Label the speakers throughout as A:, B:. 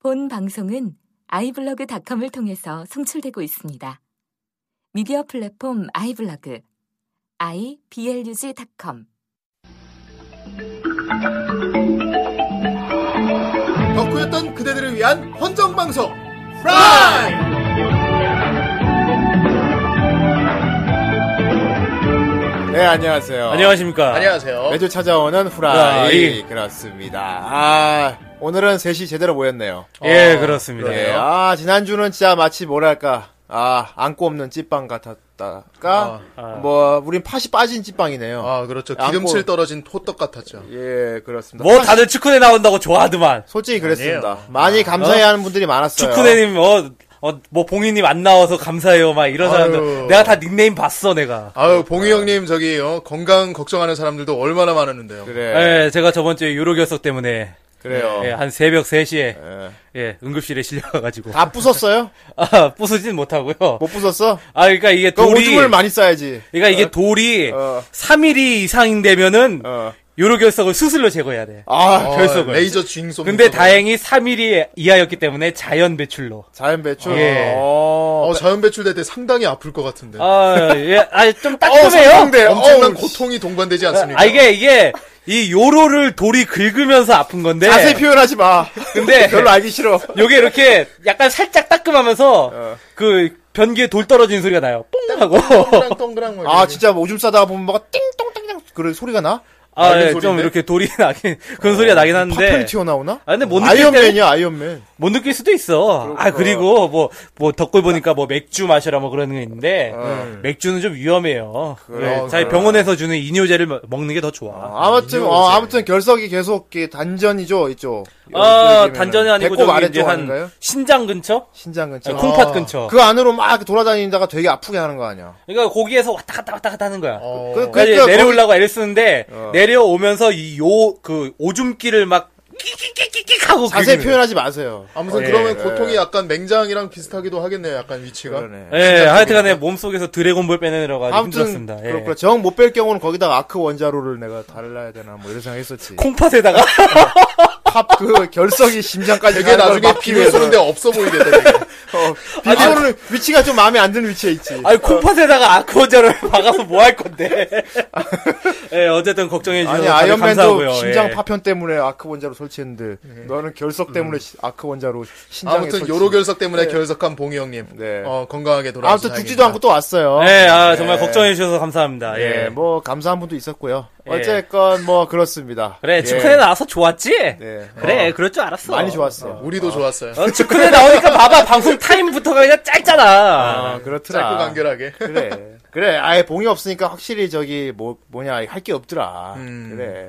A: 본 방송은 아이블로그닷컴을 통해서 송출되고 있습니다. 미디어 플랫폼 아이블로그 iblog.com
B: 덕후였던 그대들을 위한 헌정 방송 프라이. 네 안녕하세요.
C: 안녕하십니까. 예.
D: 안녕하세요.
B: 매주 찾아오는 후라이 그렇습니다. 아 오늘은 셋이 제대로 모였네요.
C: 예, 그렇습니다.
B: 예, 아 지난주는 진짜 마치 뭐랄까 아 안고 없는 찐빵 같았다가
C: 아,
B: 뭐 우린 팥이 빠진 찐빵이네요.
D: 아, 그렇죠. 기름칠
B: 양꼬-
D: 떨어진 호떡 같았죠.
B: 예 그렇습니다.
C: 뭐
B: 팥-
C: 다들 축구대 나온다고 좋아하더만.
B: 솔직히 그랬습니다. 많이 감사해하는 분들이 많았어요.
C: 축구대님 어, 어, 뭐 봉이님 안 나와서 감사해요 막 이런 사람들. 내가 다 닉네임 봤어 내가.
D: 아유, 봉희 형님, 저기, 어, 건강 걱정하는 사람들도 얼마나 많았는데요.
B: 그래
C: 예, 제가 저번 주에 유로 결석 때문에
B: 그래요.
C: 예, 한 새벽 3시에
B: 어. 예.
C: 예, 응급실에 실려가가지고
B: 다 부쉈어요?
C: 아, 부수진 못하고요.
B: 못 부쉈어?
C: 아, 그러니까 이게
B: 그럼
C: 돌이
B: 오줌을 많이 싸야지.
C: 그러니까 이게 돌이
B: 어.
C: 3mm 이상 되면은
B: 어.
C: 유로 결석을 수술로 제거해야 돼.
B: 아,
D: 어,
B: 결석을.
D: 레이저 주잉 쏘
C: 근데 다행히 3mm 이하였기 때문에 자연 배출로.
B: 자연 배출.
C: 예.
B: 어.
D: 어, 자연 배출될 때 상당히 아플 것 같은데.
C: 아, 예, 아, 좀
B: 네. 어,
C: 따끔해요.
B: 상상돼.
D: 엄청난
B: 어우,
D: 고통이 동반되지 않습니까?
C: 아, 이게, 이게, 이 요로를 돌이 긁으면서 아픈 건데.
B: 자세히 표현하지 마.
C: 네. 근데,
B: 별로 알기 싫어.
C: 요게 이렇게 약간 살짝 따끔하면서,
B: 어.
C: 그, 변기에 돌 떨어진 소리가 나요. 뽕! 하고.
D: 동그랑 동그랑
C: 네.
D: 막
B: 아,
D: 이렇게.
B: 진짜 뭐 오줌 싸다가 보면 뭐가 띵똥땅땅 그런 소리가 나?
C: 아,
D: 날린
C: 예, 좀
D: 소리인데?
C: 이렇게 돌이 나긴, 그런 소리가 나긴
B: 파편이
C: 하는데.
B: 어, 튀어나오나?
C: 아, 근데 못 느낄 때는,
B: 아이언맨이야, 아이언맨.
C: 못 느낄 수도 있어. 아, 그리고, 뭐, 뭐, 덧글 보니까 뭐, 맥주 마셔라 뭐 그러는 게 있는데, 맥주는 좀 위험해요.
B: 어.
C: 네,
B: 그래,
C: 자, 병원에서 주는 이뇨제를 먹- 먹는 게 더 좋아.
B: 아무튼, 어, 아무튼 결석이 계속 이렇게 단전이죠, 이쪽.
C: 아, 단전이 아니고,
B: 배꼽
C: 저기 이제
B: 아래쪽
C: 한,
B: 아닌가요?
C: 신장 근처?
B: 신장 근처.
C: 아니, 콩팥 근처.
B: 그 안으로 막 돌아다니다가 되게 아프게 하는 거 아니야.
C: 그러니까 거기에서 왔다 갔다 왔다 갔다 하는 거야.
D: 어,
B: 그-
C: 그러니까 이제
B: 그러니까 어.
C: 내려오려고 애를 쓰는데 내려오면서 이 요 그 오줌기를 막 끼끼끼끼끼 하고
B: 자세히
C: 긁는
B: 표현하지 마세요.
D: 아무튼
C: 예,
D: 그러면
B: 예.
D: 고통이 약간 맹장이랑 비슷하기도 하겠네요, 약간 위치가.
B: 그러네.
C: 거야. 예, 하여튼간에 몸속에서 드래곤볼 빼내느라고 아주 힘들었습니다. 예.
B: 그렇구나. 정못 뺄 경우는 거기다가 아크 원자로를 내가 달라야 되나 뭐 이런 생각했었지.
C: 콩팥에다가
B: 팝그 결석이 심장까지
D: 되게
B: 가는 걸
D: 나중에
B: 막기
D: 비밀
B: 위해서.
D: 쏘는데 없어 보이게 되네.
B: 어, 비밀로는 위치가 좀 마음에 안 드는 위치에 있지.
C: 아니 콩팥에다가 아쿠아자를 박아서 뭐 할 건데. 예, 어쨌든 걱정해 주셔서
B: 아니
C: 다들 감사하고요.
B: 아이언맨도 심장
C: 예. 음.
B: 파편 때문에 아크 원자로 설치했는데 너는 결석 때문에 시- 아크 원자로 신장에
D: 아무튼
B: 설치.
D: 요로 결석 때문에 결석한 봉희 형님.
B: 네.
D: 어, 건강하게 돌아와서
B: 아무튼 죽지도 않고 또 왔어요.
C: 예, 아 정말 걱정해 주셔서 감사합니다. 예.
B: 예, 뭐 감사한 분도 있었고요.
C: 예.
B: 어쨌건 뭐 그렇습니다.
C: 그래
B: 예.
C: 축구대 나와서 좋았지.
B: 네.
C: 그래 그럴 줄 알았어.
B: 많이 좋았어.
D: 우리도 좋았어요.
B: 아,
C: 어, 축구대 나오니까 봐봐 방송 타임부터가 그냥 짧잖아.
B: 아, 그렇더라.
D: 짧고 간결하게.
B: 그래. 그래. 아예 봉이 없으니까 확실히 저기 뭐 뭐냐 할 게 없더라.
D: 음.
B: 그래.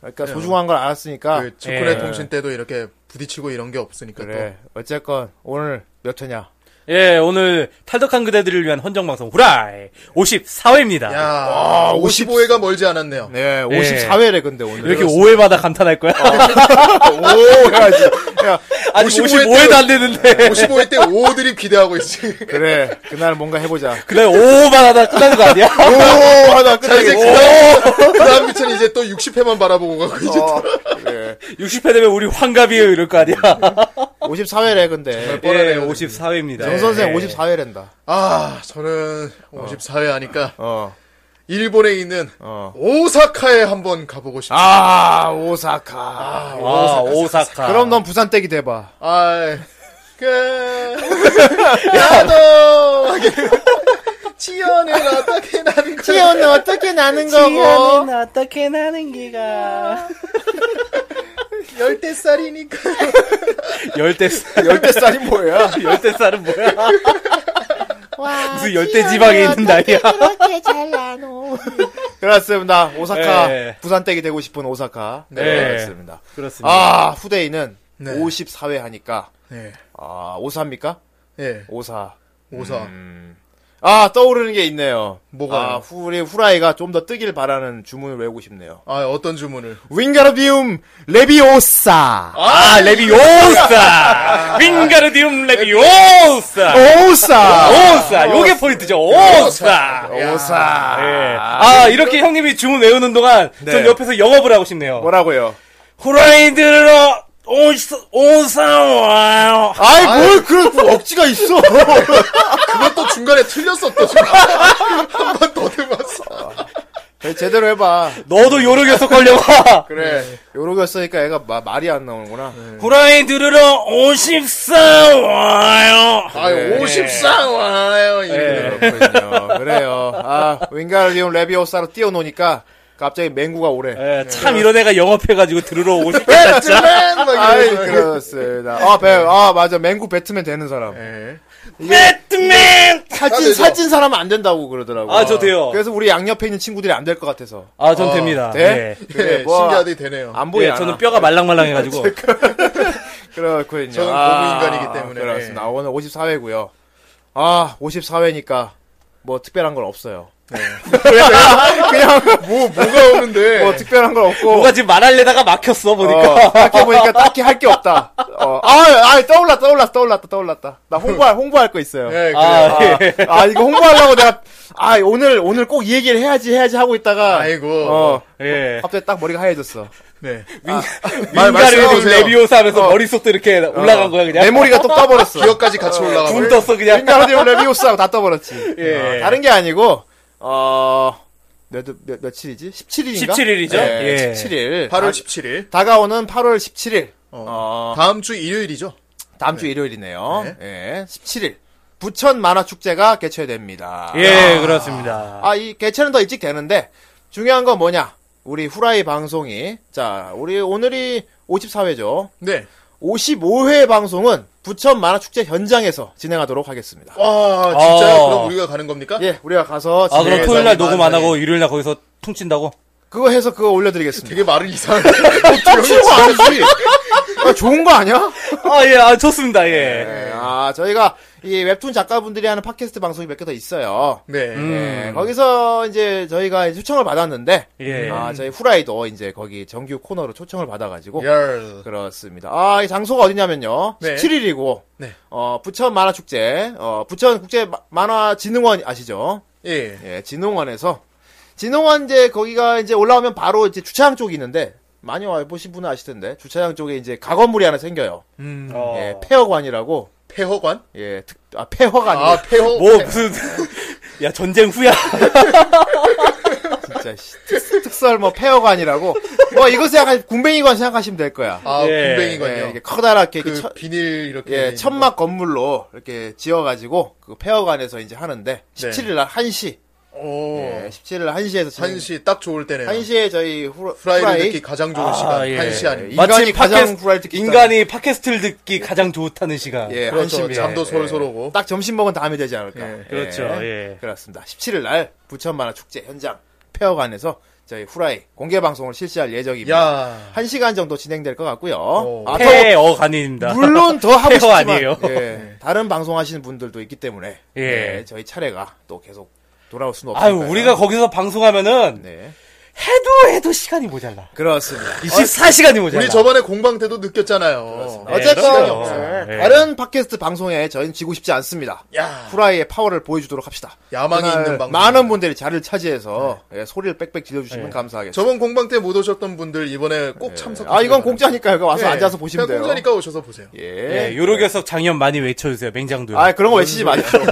B: 그러니까 소중한 걸 알았으니까
D: 그 축구네
C: 예.
D: 통신 때도 이렇게 부딪히고 이런 게 없으니까
B: 아, 그래. 어쨌건 오늘 몇 회냐?
C: 예, 오늘 탈덕한 그대들을 위한 헌정방송 후라이 54회입니다.
D: 또. 야,
B: 아,
D: 와, 55회가 멀지 않았네요.
B: 네, 54회래 근데 오늘.
C: 이렇게 오해마다 감탄할 거야?
B: 뭐, 오 해야지. 야,
C: 아직
D: 55 회
C: 55회도 안
B: 네.
C: 되는데.
D: 55회 때 5들이 기대하고 있지.
B: 그래. 그날 뭔가 해 보자.
C: 그날 5만 하다 끝나는 거 아니야?
B: 오, 하다
D: 자, 이제
B: 끝나게.
D: 그 다음, 그 다음 미천 이제 또 60회만 바라보고 가고 이제.
B: 어, 그래.
C: 60회 되면 우리 환갑이에요, 이럴 거 아니야?
B: 54회래 근데.
C: 예,
D: 뻔하네요,
B: 정
C: 54회입니다.
B: 선생 54회랜다.
D: 아, 저는 54회 하니까
B: 어.
D: 일본에 있는
B: 어.
D: 오사카에 한번 가보고 싶다.
B: 아, 오사카.
C: 아, 오사카.
B: 그럼 넌 부산 댁이 돼 봐.
D: 아, 그, 나도, 지연을 어떻게 나는 거야.
B: 티어는 어떻게 나는 거고?
C: 어떻게 나는 기가.
D: 15살이니까.
C: 열대 살,
B: 열대 살이 뭐야?
C: 열대 살은 뭐야?
E: 와,
C: 무슨 열대 지방에 있는 나이야?
E: 그렇게 잘 나노.
B: 그렇습니다. 오사카
C: 예.
B: 부산 댁이 되고 싶은 오사카. 네,
C: 예.
B: 그렇습니다.
C: 그렇습니다.
B: 아 후대인은
D: 네.
B: 54회 하니까
D: 네.
B: 아 오사입니까?
D: 예,
B: 오사.
D: 오사.
B: 음. 아 떠오르는 게 있네요.
D: 뭐가요?
B: 아 후리 후라이가 좀 더 뜨길 바라는 주문을 외우고 싶네요.
D: 아, 어떤 주문을.
B: 윙가르디움 레비오사.
C: 아,
B: 네.
C: 레비오사! 윙가르디움 레비오사!
B: 오사.
C: 오사! 요게 포인트죠, 오사!
B: 오사.
C: 예. 아, 이렇게 형님이 주문 외우는 동안
B: 네.
C: 전 옆에서 영업을 하고 싶네요.
B: 뭐라고요?
C: 후라이드로 오사 오사와요.
B: 아이, 뭘 그런 뭐 억지가 있어.
D: 그것도 중간에 틀렸어 또 한번 더 들어봤어.
B: 그래, 제대로 해봐.
C: 너도 요로 계속 걸려봐.
B: 그래.
D: 네.
B: 요러겠으니까 애가 마- 말이 안 나오는구나.
C: 후라이 들으러 54와요.
B: 네.
D: 아유 54 와요. 이렇게 들어.
B: 그렇군요. 그래요. 아, 윙가리움 레비오사로 뛰어노니까 갑자기 맹구가 오래.
C: 예, 참 이런 애가 영업해가지고 들으러 오고 싶다.
D: 배트맨 막
B: 아이,
D: 이러면서.
B: 그렇습니다. 아, 배, 아, 맞아. 맹구 배트맨 되는 사람.
D: 예.
B: 네,
C: 배트맨.
B: 살찐,
D: 되죠.
B: 살찐 사람 안 된다고 그러더라고.
C: 아, 저 돼요.
B: 그래서 우리 양옆에 있는 친구들이 안 될 것 같아서.
C: 아, 전 됩니다.
B: 돼?
C: 예.
B: 그래,
D: 예,
B: 어, 뭐,
D: 신기하게 되네요.
B: 안
C: 예,
B: 보여.
C: 저는 뼈가
B: 아,
C: 말랑말랑해가지고.
B: 그렇군요. 아,
D: 저는 고무인간이기 때문에. 예.
B: 그렇습니다. 아, 오늘 54회고요. 아, 54회니까 뭐 특별한 건 없어요. 그냥
D: 뭐 뭐가 오는데?
B: 뭐 특별한 건 없고
C: 뭐가 지금 말하려다가 막혔어 보니까.
B: 어, 딱히 보니까 딱히 할 게 없다. 어, 아, 아, 떠올랐다, 떠올랐다, 떠올랐다, 떠올랐다. 나 홍보할, 홍보할 거 있어요.
D: 예, 그래요.
C: 아,
B: 아,
C: 예.
B: 아, 이거 홍보하려고 내가, 아, 오늘, 오늘 꼭 이 얘기를 해야지, 해야지 하고 있다가.
D: 아이고.
B: 어,
C: 예.
B: 갑자기 딱 머리가 하얘졌어.
D: 네.
C: 윙가리
D: 말씀해보세요.
C: 레비오사 하면서 머릿속도 이렇게 올라간 거야 그냥.
B: 어. 메모리가 또 떠버렸어.
D: 기억까지 같이 올라가고.
C: 붕 떴어 그냥.
B: 윙가르디움 레비오스하고 다 떠버렸지.
C: 예.
B: 어, 다른 게 아니고, 어, 몇, 몇, 며칠이지? 17일인가?
C: 17일 이죠? 예.
B: 17일.
D: 8월 17일.
B: 다가오는 8월 17일.
D: 아. 어, 다음 주 일요일이죠.
B: 다음 주 일요일이네요. 예. 17일. 부천 만화축제가 개최됩니다.
C: 예, 그렇습니다.
B: 아, 이 개최는 더 일찍 되는데, 중요한 건 뭐냐? 우리 후라이 방송이, 자, 우리 오늘이 54회죠.
D: 네.
B: 55회 방송은 부천 만화축제 현장에서 진행하도록 하겠습니다.
D: 와, 진짜요?
C: 아.
D: 그럼 우리가 가는 겁니까?
B: 어. 예, 우리가 가서
C: 아, 그럼
B: 진행해서
C: 토요일 날
D: 많이
C: 녹음 안
D: 많이.
C: 하고 일요일 날 거기서 퉁친다고?
B: 그거 해서 그거 올려드리겠습니다.
D: 되게 말을
B: 어,
D: 이상하게. 춤추고 아니지.
B: 아, 좋은 거 아니야?
C: 아, 예, 아, 좋습니다, 예.
B: 네, 아, 저희가 이 웹툰 작가분들이 하는 팟캐스트 방송이 몇 개 더 있어요.
D: 네.
B: 네, 거기서 이제 저희가 이제 초청을 받았는데,
C: 음. 예.
B: 아, 저희 후라이도 이제 거기 정규 코너로 초청을 받아가지고,
D: 열.
B: 그렇습니다. 아, 이 장소가 어디냐면요.
D: 네.
B: 17일이고,
D: 네.
B: 어, 부천 만화축제, 어, 부천 국제 마- 만화진흥원 아시죠?
D: 예.
B: 예, 진흥원에서. 진흥원 이제 거기가 이제 올라오면 바로 이제 주차장 쪽이 있는데, 많이 와보신 분은 아실 텐데, 주차장 쪽에 이제 가건물이 하나 생겨요.
D: 음.
C: 어.
B: 예, 폐허관이라고,
D: 폐허관?
B: 예, 특, 아, 폐허관이
D: 아, 폐허.
C: 뭐, 무슨, 야, 전쟁 후야.
B: 진짜, 씨. 특, 설뭐 폐허관이라고. 뭐 이거 생각하시, 군뱅이관 생각하시면 될 거야.
D: 아,
C: 예.
D: 군뱅이관요.
B: 예, 이게 커다랗게 이렇게
D: 그
B: 천-
D: 비닐
C: 네,
D: 이렇게.
B: 예,
D: 있는
B: 천막 건물로 이렇게 지어가지고 그 폐허관에서 이제
C: 네.
B: 하는데 17일 날 1시,
D: 거. 오.
C: 어.
B: 예, 17일 날 1시에서
D: 1시 딱 좋을 때네요.
B: 1시에 저희 후라,
D: 후라이를
B: 후라이
D: 듣기 가장 좋은
C: 아,
D: 시간.
C: 예.
D: 1시
B: 예,
D: 아닙니까?
B: 인간이 가장
C: 팟캐스트-
B: 후라이 듣기
C: 인간이 팟캐스트를 듣기 가장 좋다는 시간.
B: 예,
D: 그렇죠.
B: 한심이에요.
D: 잠도
B: 예,
D: 솔솔 오고.
B: 딱 점심 먹은 다음에 되지 않을까.
D: 예,
C: 그렇죠, 예.
B: 그렇습니다. 17일 날 부천 만화 축제 현장 폐허관에서 저희 후라이 공개 방송을 실시할 예정입니다.
D: 야.
B: 한 1시간 정도 진행될 것 같고요.
D: 오.
B: 아, 더,
C: 폐어간입니다.
B: 물론 더 하고
C: 어. 폐허
B: 싶지만
C: 아니에요.
B: 예, 다른 방송 하시는 분들도 있기 때문에
C: 예.
B: 예, 저희 차례가 또 계속 돌아올 수는 없으니까.
C: 아유, 우리가 거기서 방송하면은,
B: 네. 아,
C: 해도 해도 시간이 모자라.
B: 그렇습니다.
C: 24시간이 모자라.
D: 우리 저번에 공방 때도 느꼈잖아요.
B: 예. 그렇습니다.
C: 네,
B: 어쨌건
C: 그럼요.
B: 네.
C: 네.
B: 다른 팟캐스트 방송에 저희는 지고 싶지 않습니다.
D: 야.
B: 후라이의 파워를 보여주도록 합시다.
D: 야망이
B: 그날
D: 있는 방송. 네.
B: 많은 분들이 자리를 차지해서 예, 소리를 빽빽 질러주시면 감사하겠습니다.
D: 저번 공방 때 못 오셨던 분들 이번에 꼭 참석.
B: 아 이건 공짜니까요. 그거 와서 앉아서 보시면 돼요.
D: 네. 공짜니까 네, 오셔서 보세요.
B: 예.
C: 예, 요로 계속 장염 많이 외쳐주세요, 맹장도.
B: 아 그런 거 외치지 마십시오.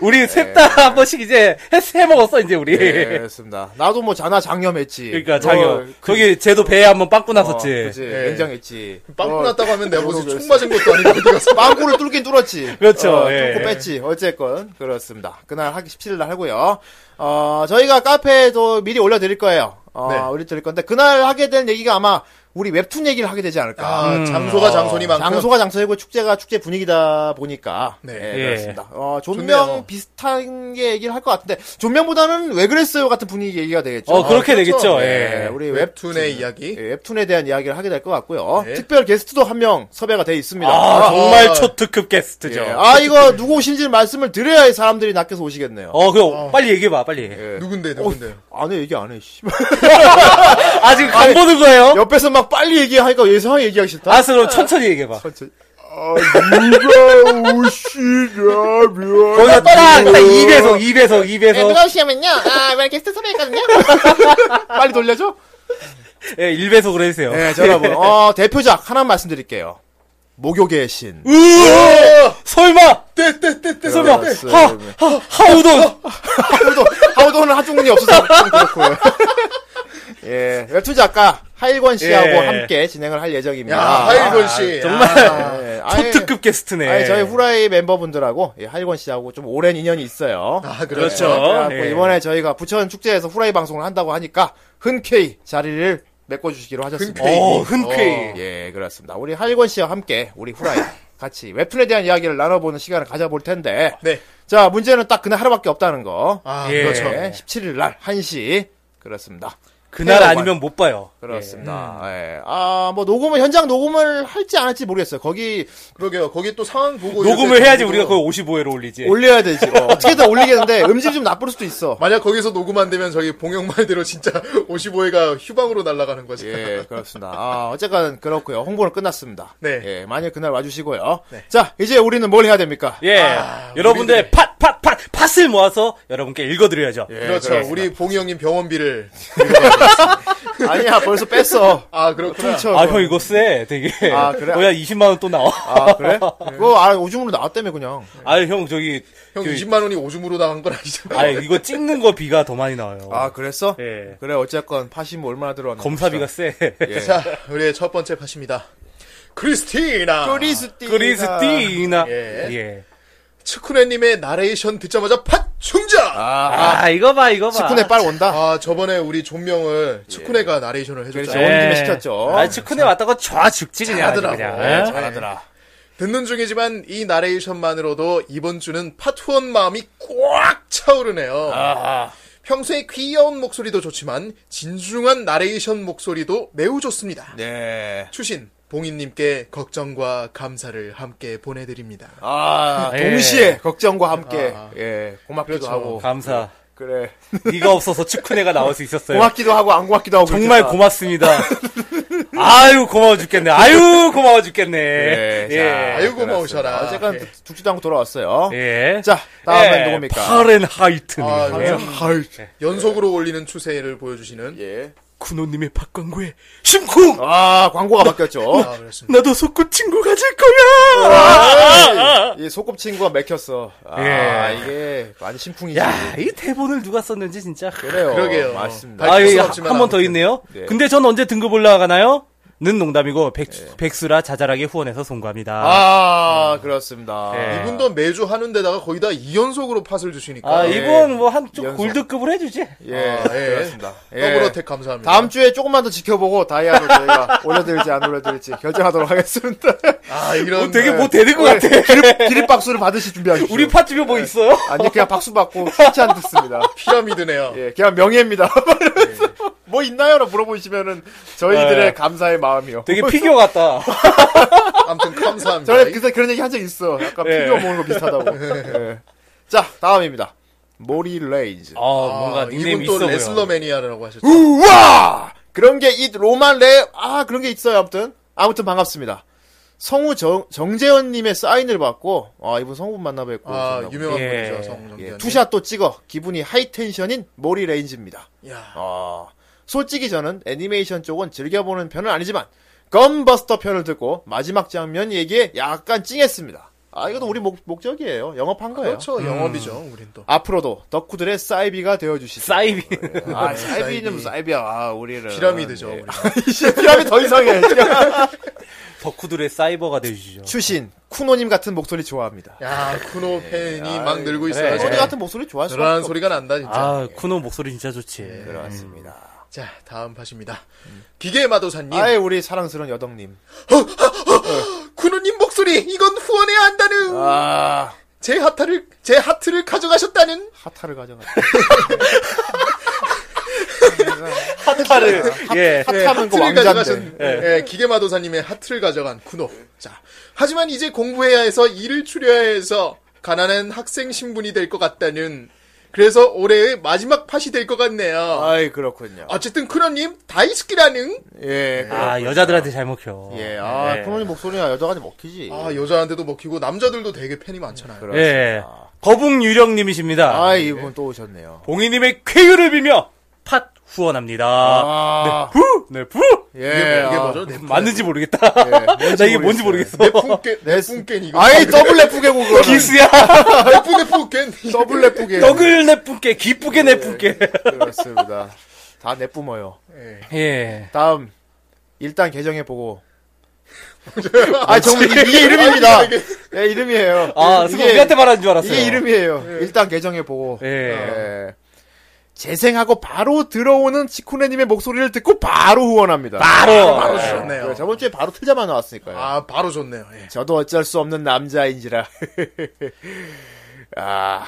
C: 우리 셋 다 한 번씩 이제 해, 해 먹었어, 이제 우리.
B: 예, 그렇습니다. 나도 뭐 자나 장염했지.
C: 그러니까
B: 너,
C: 장염. 저기 쟤도 배에 한번 빠꾸 났었지.
B: 어, 그치.
D: 예.
B: 냉장했지.
D: 빵꾸
B: 어,
D: 났다고 하면 내가 무슨
B: 그러고
D: 총 맞은 것도 아니고 어디 가서.
B: 빵꾸를 뚫긴 뚫었지.
C: 그렇죠,
B: 어,
C: 예.
B: 뚫고 뺐지. 어쨌건 그렇습니다. 그날 하기 17일 날 하고요. 어, 저희가 카페에도 미리 올려드릴 거예요. 어,
D: 네.
B: 올려드릴 건데 그날 하게 된 얘기가 아마 우리 웹툰 얘기를 하게 되지 않을까. 어,
D: 아, 장소가 장소니만큼.
B: 장소가 장소이고 축제가 축제 분위기다 보니까
D: 네.
B: 예,
C: 예.
B: 그렇습니다. 어, 존명
D: 좋네요.
B: 비슷한 게 얘기를 할 것 같은데 존명보다는 왜 그랬어요 같은 분위기 얘기가 되겠죠.
C: 어, 그렇게
D: 아, 그렇죠.
C: 되겠죠.
B: 예,
C: 예.
B: 우리 웹
D: 웹툰의 이야기.
B: 예, 웹툰에 대한 이야기를 하게 될 것 같고요.
D: 네.
B: 특별 게스트도 한 명 섭외가 돼 있습니다.
C: 아, 정말
D: 아.
C: 초특급 게스트죠.
B: 어. 예. 아, 이거 누구 오신지 말씀을 드려야 이 사람들이 낚여서 오시겠네요.
C: 어, 그 빨리 얘기해 봐. 빨리.
B: 예.
D: 누군데,
B: 어,
D: 누군데.
B: 안 해, 얘기 안 해, 씨.
C: 아, 지금 간 보는 거예요?
B: 옆에서 막 빨리 얘기하니까 예상하게 얘기하기 싫다. 아,
C: 알았어, 그럼 천천히 얘기해 봐.
B: 누가 오시냐면.
C: 거기서 딱, 딱 2배속, 2배속,
B: 예,
E: 네,
C: 2배속.
E: 누가 오시냐면요. 아, 말 게스트 섭외했거든요.
B: 빨리 돌려줘?
C: 예, 일배속으로 해주세요.
B: 네, 자, 여러분. 어, 대표작 하나 말씀드릴게요. 목욕의 신.
C: 으 설마! 설마!
B: 그렇습니다.
C: 하, 하, 하우돈!
B: 하우도, 하우도는 하중군이 없어서 좀 그렇고요. 예, 웹툰 작가 하일권 씨하고
C: 예.
B: 함께 진행을 할 예정입니다.
D: 야, 하일권 씨.
C: 정말
B: 예, 아예-
C: 초특급 게스트네.
B: 아예 저희 후라이 멤버분들하고 예, 하일권 씨하고 좀 오랜 인연이 있어요.
D: 아,
C: 그렇죠.
D: 그렇죠.
B: 그래갖고
C: 예.
B: 이번에 저희가 부천 축제에서 후라이 방송을 한다고 하니까 흔쾌히 자리를 메꿔주시기로 하셨습니다.
D: 흔쾌히.
C: 어, 흔쾌히.
B: 예, 그렇습니다. 우리 하일권 씨와 함께 우리 후라이 같이 웹툰에 대한 이야기를 나눠보는 시간을 가져볼 텐데.
D: 네.
B: 자, 문제는 딱 그날 하루밖에 없다는 거.
D: 아,
C: 예.
D: 그렇죠.
B: 네, 17일 날 1시 그렇습니다.
C: 그날
B: 헤어만.
C: 아니면 음. 못 봐요.
B: 그렇습니다. 예. 아, 뭐 녹음을 현장 녹음을 할지 안 할지 모르겠어요. 거기
D: 그러게요. 거기 또 상황 보고
C: 녹음을
D: 이렇게
C: 해야지
D: 해가지고
C: 우리가 그걸 55회로 올리지.
B: 올려야 되지. 어, 어떻게든 올리겠는데 음질 좀 나쁠 수도 있어.
D: 만약 거기서 녹음 안 되면 저기 봉영 말대로 진짜 55회가 휴방으로 날아가는 거지.
B: 예, 그렇습니다. 아, 어쨌건 그렇고요. 홍보는 끝났습니다.
D: 네.
B: 예, 만일 그날 와 주시고요. 자, 이제 우리는 뭘 해야 됩니까?
C: 예. 여러분들의 팟, 팟, 팟, 팟을 모아서 여러분께 읽어드려야죠.
D: 그렇죠.
B: 예,
D: 우리 봉이 형님 병원비를
B: 아니야, 벌써 뺐어.
D: 아 그렇구나.
B: 훔쳐.
C: 아, 형 이거 쎄. 되게.
B: 아, 그래?
C: 뭐야, 20만원 또 나와.
B: 아, 그래? 그거 아, 오줌으로 나왔다며 그냥.
C: 아, 형 저기.
D: 형
C: 그-
D: 20만 원이 오줌으로 나간 건 예. 아니잖아.
C: 아, 이거 찍는 거 비가 더 많이 나와요.
B: 아, 그랬어?
C: 예.
B: 그래, 어쨌건 파시 뭐 얼마나 들어왔나.
C: 검사비가 쎄.
D: 자, 우리의 첫 번째 팟입니다. 크리스티나.
B: 그리스티.
C: 크리스티나.
D: 예.
C: 예.
D: 츠쿠네님의 나레이션 듣자마자 팟 충자. 아,
C: 아, 이거 봐, 이거 봐.
B: 스쿤에 빨 온다.
D: 저번에 우리 존명을 츠쿠네가 나레이션을 해줬죠. 예,
B: 그렇죠. 온 김에 시켰죠.
C: 예. 아, 측훈에 왔다가 좌죽지 그냥. 예? 아주
D: 잘하더라고.
C: 그냥.
D: 네, 잘하더라. 듣는 중이지만 이 나레이션만으로도 이번 주는 팟 후원 마음이 꽉 차오르네요. 아, 평소에 귀여운 목소리도 좋지만 진중한 나레이션 목소리도 매우 좋습니다.
B: 네.
D: 추신 봉인님께 걱정과 감사를 함께 보내드립니다.
B: 아,
C: 예.
B: 동시에 걱정과 함께 예, 고맙기도
D: 그렇죠.
B: 하고.
C: 감사.
B: 그래.
C: 네가 없어서 측훈애가 나올 수 있었어요.
B: 고맙기도 하고 안 고맙기도 그렇죠. 하고.
C: 네. 정말 고맙습니다. 아유 고마워 죽겠네. 아유 고마워 죽겠네.
B: 예.
C: 예.
B: 자,
D: 아이고,
B: 그렇습니다.
D: 고마우셔라.
B: 어쨌건
D: 예.
B: 죽지도 않고 돌아왔어요.
C: 예.
B: 자, 다음엔 누굽니까?
C: 파렌하이트. 예.
D: 아, 요즘
B: 하이.
D: 연속으로 올리는 추세를 보여주시는
B: 예.
C: 군호님의 박광구의 심쿵.
B: 아, 광고가 바뀌었죠.
D: 아 그렇습니다.
C: 나도 속구친구 가질 거야.
B: 아, 이 소꿉친구가 맥혔어. 아,
C: 예.
B: 이게 많이 심쿵이지.
C: 야, 이 대본을 누가 썼는지 진짜.
B: 그래요.
D: 그러게요.
B: 맞습니다.
D: 밝힐
C: 아,
D: 순
C: 예,
D: 없지만
C: 한번 더
D: 아무튼.
C: 있네요.
B: 네.
C: 근데 전 언제 등급 올라가나요? 는 농담이고 백, 백수라 자잘하게 후원해서 송구합니다.
B: 아, 그렇습니다.
C: 예.
D: 이분도 매주 하는 데다가 거의 다 2연속으로 팟을 주시니까
C: 아, 이분 뭐 한
B: 연속.
C: 쪽 골드급으로 해주지.
B: 예,
D: 아, 예.
B: 그렇습니다. 예.
D: 더블어택 감사합니다.
B: 다음 주에 조금만 더 지켜보고 다이아를 저희가 올려드릴지 안 올려드릴지 결정하도록 하겠습니다.
D: 아 이런
C: 되게
D: 네.
C: 뭐 되는 것 같아.
B: 기립, 기립박수를 받으실 준비하십시오.
C: 우리 파집에 뭐 있어요?
B: 아니, 그냥 박수 받고 칭찬 듣습니다.
D: 피라미드네요.
B: 예, 그냥 명예입니다. 아, 이러면서 뭐 있나요? 라고 물어보시면은 저희들의
C: 예.
B: 감사의 마음이요.
C: 되게 피규어 같다.
D: 아무튼 감사합니다.
B: 전에 그래서 그런 얘기 한 적 있어. 약간
C: 예.
B: 피규어 모으는 거 비슷하다고. 예. 자, 다음입니다. 모리 레이즈.
C: 아,
D: 아,
C: 뭔가
D: 이분
C: 닉네임 있어
D: 또
C: 보여.
D: 레슬러 매니아라고 하셨죠.
B: 우와! 그런 게 이 로만 레, 아, 그런 게 있어요. 아무튼. 아무튼 반갑습니다. 성우 정, 정재현님의 사인을 받고, 아, 이분 성우분 만나뵙고.
D: 아
B: 만나고.
D: 유명한
C: 예.
D: 분이죠 성정기.
B: 예, 투샷 또 찍어. 기분이 하이텐션인 모리 레인지입니다.
D: 야.
B: 아, 솔직히 저는 애니메이션 쪽은 즐겨보는 편은 아니지만 건버스터 편을 듣고 마지막 장면 얘기에 약간 찡했습니다. 아 이것도 우리 목, 목적이에요. 영업한 거예요.
D: 그렇죠 영업이죠 우린 또.
B: 앞으로도 덕후들의 사이비가 되어주시죠.
C: 사이비.
B: 아,
D: 사이비.
B: 사이비는 사이비야. 아, 우리는
D: 피라미드죠.
B: 예.
D: 우리.
B: 이씨, 피라미드 더 이상해.
C: 덕후들의 사이버가 되주시죠.
B: 출신 쿠노님 같은 목소리 좋아합니다.
D: 야 쿠노 팬이 막 늘고
C: 그래.
D: 있어요.
B: 쿠노님
C: 예.
B: 같은 네. 목소리 좋아할 수
D: 늘어나는 소리가 난다 진짜.
C: 아, 쿠노 목소리 진짜 좋지.
B: 그렇습니다.
D: 자 다음 팟입니다. 기계 마도사님.
B: 아예 우리 사랑스러운 여덕님.
D: 쿠노님 목소리 이건 후원해야 한다는.
C: 음.
B: 아,
D: 제 하트를 제 하트를 가져가셨다는.
B: 하타를 가져가.
C: 하타를. 예.
B: 핫- 하트하면 그 왕자인데.
D: 가져가신 예, 기계 마도사님의 하트를 가져간 쿠노. 자 하지만 이제 공부해야 해서 일을 추려야 해서 가난한 학생 신분이 될 것 같다는. 그래서 올해의 마지막 팟이 될 것 같네요.
B: 아이 그렇군요.
D: 어쨌든 쿠노님 다이스키라는
B: 예.
C: 아, 여자들한테 잘 먹혀.
B: 예, 아,
C: 예.
B: 쿠노님 목소리가 여자한테 네. 먹히지.
D: 아 여자한테도 먹히고 남자들도 되게 팬이 많잖아요.
B: 그렇습니다. 예.
C: 예. 거북 유령님이십니다.
D: 아, 예.
B: 아, 이분 또 오셨네요.
C: 봉이님의 쾌유를 빌며 팟 후원합니다.
B: 아.
C: 네, 후! 네, 후!
B: 예.
D: 이게, 이게
B: 아.
D: 뭐죠? 내
C: 맞는지 모르겠다.
B: 예,
C: 나 이게 뭔지 모르겠어.
D: 내 풍깨, 내
B: 네.
D: 풍깨니 이거.
B: 아이 더블 레프게고 그거.
C: 기스야.
B: 아.
D: 내 풍깨 풍깨니.
B: 더블 레프게.
C: 떡을 내뿜게, 기쁘게 내뿜게.
B: 그렇습니다. 다 내뿜어요.
D: 예.
C: 예.
B: 다음 일단 계정해 보고. 아 정말 이- 이게 이름입니다. 예, 이름이에요.
C: 아,
B: 이게-
C: 승우 우리한테 말하는 줄 알았어요.
B: 이게 이름이에요. 일단 계정해 보고.
C: 예.
B: 예. 재생하고 바로 들어오는 치쿠네님의 목소리를 듣고 바로 후원합니다.
C: 바로.
D: 바로
C: 예.
D: 좋네요.
B: 그 저번 주에 바로 틀자만 나왔으니까요.
D: 아, 바로 좋네요. 예.
B: 저도 어쩔 수 없는 남자인지라. 아,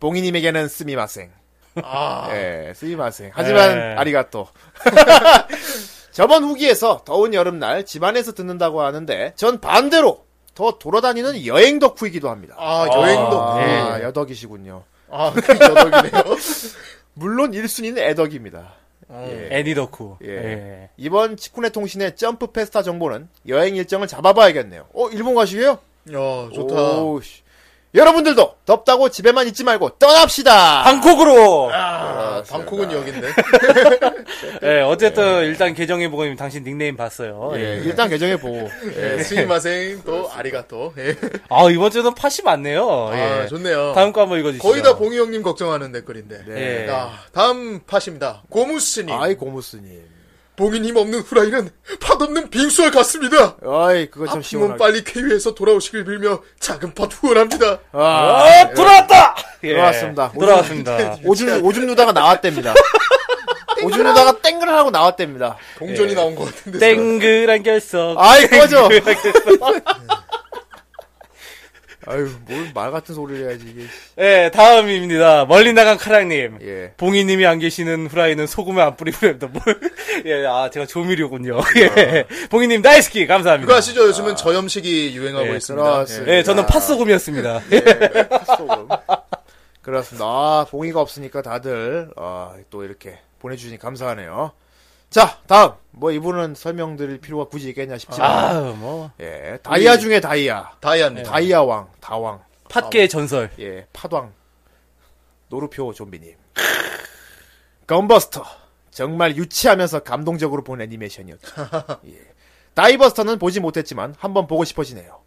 B: 봉이님에게는 스미마생.
D: 아,
B: 예, 스미마생. 하지만
C: 예.
B: 아리가또. 저번 후기에서 더운 여름날 집안에서 듣는다고 하는데 전 반대로 더 돌아다니는 여행 덕후이기도 합니다.
D: 아, 여행도.
B: 아,
D: 아, 여-
B: 여덕이시군요.
D: 아, 그 여덕이네요.
B: 물론 1순위는 애덕입니다.
D: 어.
B: 예.
C: 애니덕후.
B: 예.
C: 예.
B: 이번 치쿠네 통신의 점프 페스타 정보는 여행 일정을 잡아봐야겠네요. 어, 일본 가시게요?
D: 어, 야, 좋다.
B: 오우, 씨. 여러분들도 덥다고 집에만 있지 말고 떠납시다.
C: 방콕으로!
D: 아, 방콕은 여긴데.
C: 예, 어쨌든 일단 계정해보고 당신 닉네임 봤어요.
B: 예,
C: 예.
B: 일단 계정해 보고.
D: 예, 스미마생, 또, 아리가또. 예.
C: 아, 이번 주는 팟이 많네요.
D: 아,
C: 예.
D: 좋네요.
C: 다음 거 한번 읽어주시죠.
D: 거의 다 봉희 형님 걱정하는 댓글인데.
C: 예.
D: 아, 다음 팟입니다. 고무스님.
B: 아이 고무스님.
D: 봉인님 없는 후라이는 팥 없는 빙수와 같습니다.
B: 아이 그거 참
D: 아픔은
B: 시원하게.
D: 빨리 쾌유해서 돌아오시길 빌며 작은 팥 후원합니다.
B: 아,
C: 아, 돌아왔다! 예.
B: 돌아왔습니다. 네,
C: 돌아왔습니다.
B: 오줌 오줌 누다가 나왔답니다. 오줌 누다가 땡글 하고 나왔답니다.
D: 동전이 나온 것 같은데.
C: 땡그란 결석.
B: 아이 꺼져.
C: 땡그란 결석.
B: 아유 뭘 말 같은 소리를 해야지 이게.
C: 예, 다음입니다. 멀리 나간 카랑님.
B: 예.
C: 봉이님이 안 계시는 후라이는 소금을 안 뿌리고 냅다 뭘. 예, 아, 제가 조미료군요. 예. 봉이님, 나이스키, 감사합니다.
D: 그거 아시죠? 요즘은 저염식이 유행하고
C: 예,
D: 있습니다.
B: 그렇습니다.
C: 예, 저는 팥소금이었습니다.
B: 소금. 그렇습니다. 아, 봉이가 없으니까 다들 아, 또 이렇게 보내주시니 감사하네요. 자 다음 뭐 이분은 설명드릴 필요가 굳이 있겠냐 싶지만
C: 아유, 뭐.
B: 예 다이아 중에 다이아
D: 예. 다이아님.
B: 다이아 왕 다왕
C: 팥계의 전설.
B: 예, 파왕 노루표 좀비님. 건버스터. 정말 유치하면서 감동적으로 본 애니메이션이었죠. 예. 다이버스터는 보지 못했지만 한번 보고 싶어지네요.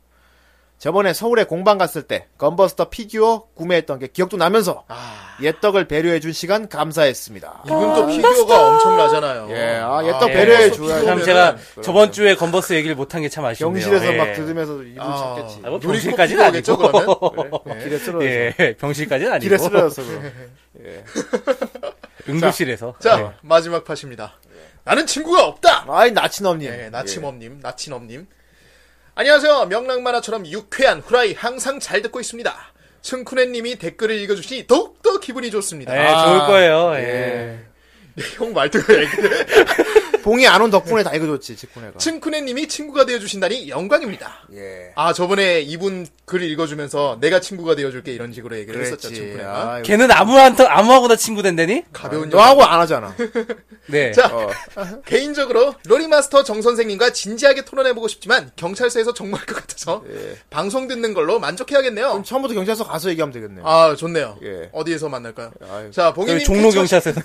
B: 저번에 서울에 공방 갔을 때 건버스터 피규어 구매했던 게 기억도 나면서
C: 아.
B: 옛떡을 배려해준 시간 감사했습니다.
D: 이분 또 피규어가 엄청나잖아요.
B: 예, 아, 옛떡
D: 네.
C: 예.
B: 배려해줘야
C: 참
D: 그러면은-
C: 제가 저번 주에 건버스 얘기를 못한 게 참 아쉽네요.
B: 경실에서
C: 예.
B: 막 들으면서 이분
D: 아.
B: 찾겠지.
C: 아, 뭐
D: 놀이터
C: 병실까지는
D: 피규어겠죠,
C: 아니고.
B: 어, 길에 쓰러져서.
C: 예, 병실까지는 아니고.
B: 길에 쓰러져서 그럼.
C: 응급실에서.
D: 자,
B: 네.
C: 예.
D: 마지막 팟입니다. 나는 친구가 없다!
B: 아이, 나치넘님.
D: 예, 나침엄님, 나침엄님. 안녕하세요. 명랑만화처럼 유쾌한 후라이 항상 잘 듣고 있습니다. 층쿠네님이 댓글을 읽어주시니 더욱더 기분이 좋습니다.
B: 네.
C: 예,
D: 아,
C: 좋을 거예요. 예.
D: 형 말투가 왜 그래?
B: 봉이 안 온 덕분에 다 읽어줬지, 직분애가.
D: 층쿠네님이 친구가 되어주신다니 영광입니다.
B: 예.
D: 아 저번에 이분 글 읽어주면서 내가 친구가 되어줄게 이런 식으로 얘기를 했었죠. 층쿠네가
B: 아,
C: 예. 걔는 아무한테, 아무하고나 친구 된다니?
D: 가벼운 영화.
B: 너하고 안 하잖아.
C: 네.
D: 자 개인적으로 로리마스터 정 선생님과 진지하게 토론해보고 싶지만 경찰서에서 정말 것 같아서
C: 예.
D: 방송 듣는 걸로 만족해야겠네요.
B: 그럼 처음부터 경찰서 가서 얘기하면 되겠네요.
D: 아 좋네요.
B: 예.
D: 어디에서 만날까요?
B: 아유.
D: 자
C: 저희
D: 봉인님
C: 종로
D: 쾌차-
C: 경찰서에서.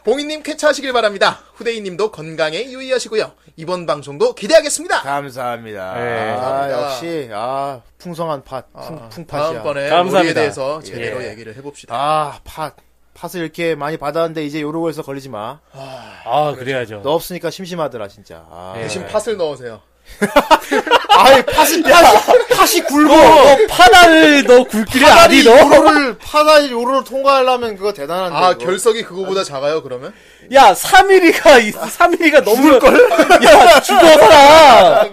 D: 봉인님 쾌차하시길 바랍니다. 후대인님도 건강에 유의하시고요. 이번 방송도 기대하겠습니다.
B: 감사합니다.
C: 예.
B: 아,
D: 감사합니다.
B: 역시, 아, 풍성한 팥. 풍, 풍팥이야.
D: 다음번에
C: 감사합니다.
D: 우리에 대해서 제대로
C: 예.
D: 얘기를 해봅시다.
B: 아, 팥. 팥을 이렇게 많이 받았는데, 이제 요러고 해서 걸리지 마.
C: 아, 그래야죠.
B: 너 없으니까 심심하더라, 진짜. 아.
D: 대신
C: 예.
D: 팥을 넣으세요.
B: 아이, 팥은, 팥이, 팥이 굵어!
C: 너 파다를 너 굵기를 아니 너?
B: 요로를, 파다리 요로를 통과하려면 그거 대단한데.
D: 아
B: 그거.
D: 결석이 그거보다 작아요 그러면?
C: 야 3일이가 3일이가 너무 걸? 야 죽어라.
B: 아,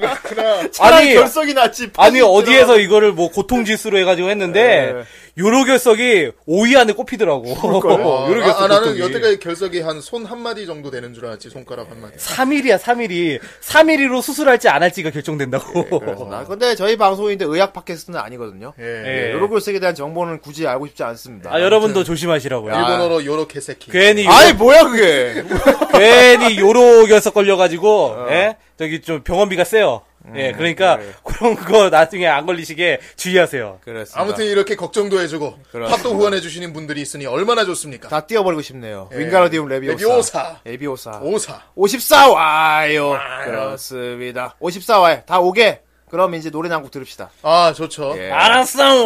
B: 차라리
C: 아니,
B: 결석이 낫지. 팥이
C: 아니 어디에서 이거를 뭐 고통지수로 해가지고
B: 예.
C: 했는데
D: 네.
C: 요로 결석이 5위 안에 꼽히더라고. 어, 요로
D: 아,
C: 결석
D: 아, 나는
C: 고통이.
D: 여태까지 결석이 한 손 한 마디 정도 되는 줄 알았지 손가락 한 마디.
C: 3일이야 3일이 3일이로 수술할지 안 할지가
D: 네,
C: 결정된다고.
B: 그래서 나- 근데 저희 방송인데 의학 팟캐스트는 아니거든요.
D: 예.
B: 아. 예,
C: 예.
B: 요로 결석에 대한 정보는 굳이 알고 싶지 않습니다.
C: 아 여러분도 조심하시라고요.
D: 일본어로 요렇게 새끼.
C: 괜히
B: 아이 뭐야 그게
D: 어.
C: 괜히 요로 결석 걸려가지고 예? 저기 좀 병원비가 세요. 예,
D: 음,
C: 그러니까
B: 네.
C: 그런 거 나중에 안 걸리시게 주의하세요.
B: 그렇습니다.
D: 아무튼 이렇게 걱정도 해주고
B: 그렇습니다.
D: 팝도 후원해주시는 분들이 있으니 얼마나 좋습니까?
B: 다 띄워버리고 싶네요. 윙가르디움 레비오사.
D: 레비오사.
B: 레비오사.
D: 오사
B: 54와요. 그렇습니다. 54와요. 다 오게. 그럼 이제 노래 한 곡 들읍시다.
D: 아 좋죠.
B: 예. 아,
C: 알았어,
D: 아,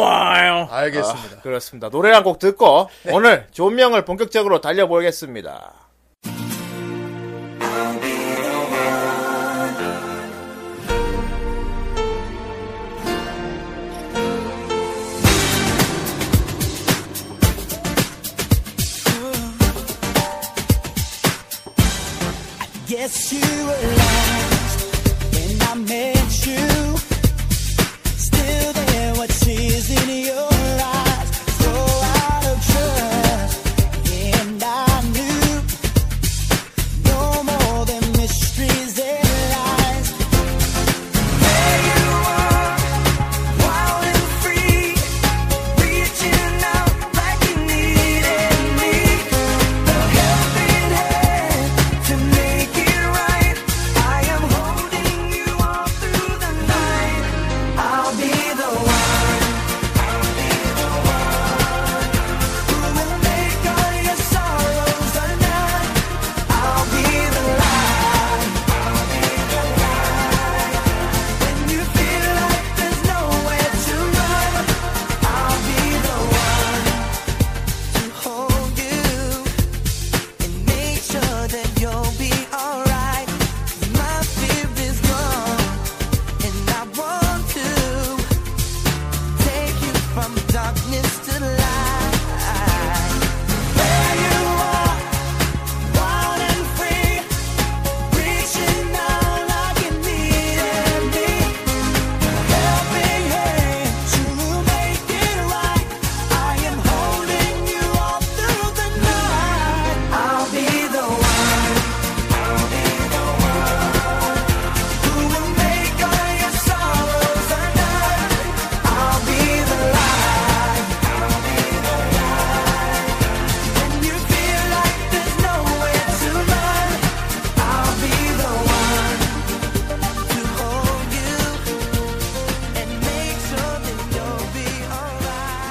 C: 와요.
D: 알겠습니다.
B: 그렇습니다. 노래 한 곡 듣고 오늘 존명을 본격적으로 달려보겠습니다.
F: Yes, you were lost when I met you. Still there, what tears in your eyes, so out of trust. And I knew no more than mysteries and lies. There you are, wild and free, reaching out like you needed me. A helping hand to make it right. I am holding you all through the night. I'll be the one. I'll be the one who will make all your sorrows a night. I'll be the light. I'll be the light when you feel like there's nowhere to run. I'll be the one to hold you and make sure that you'll be alright. My fear is gone, and I want to take you from darkness to light. There you are, wild and free, reaching out like you needed me. Helping hand to make it right. I am holding you all through the night. I'll be the one. I'll be the one who will make all your sorrows a night. I'll be the light. I'll be the light when you feel like there's nowhere to run. I'll be the one to hold you and make sure that you'll be alright.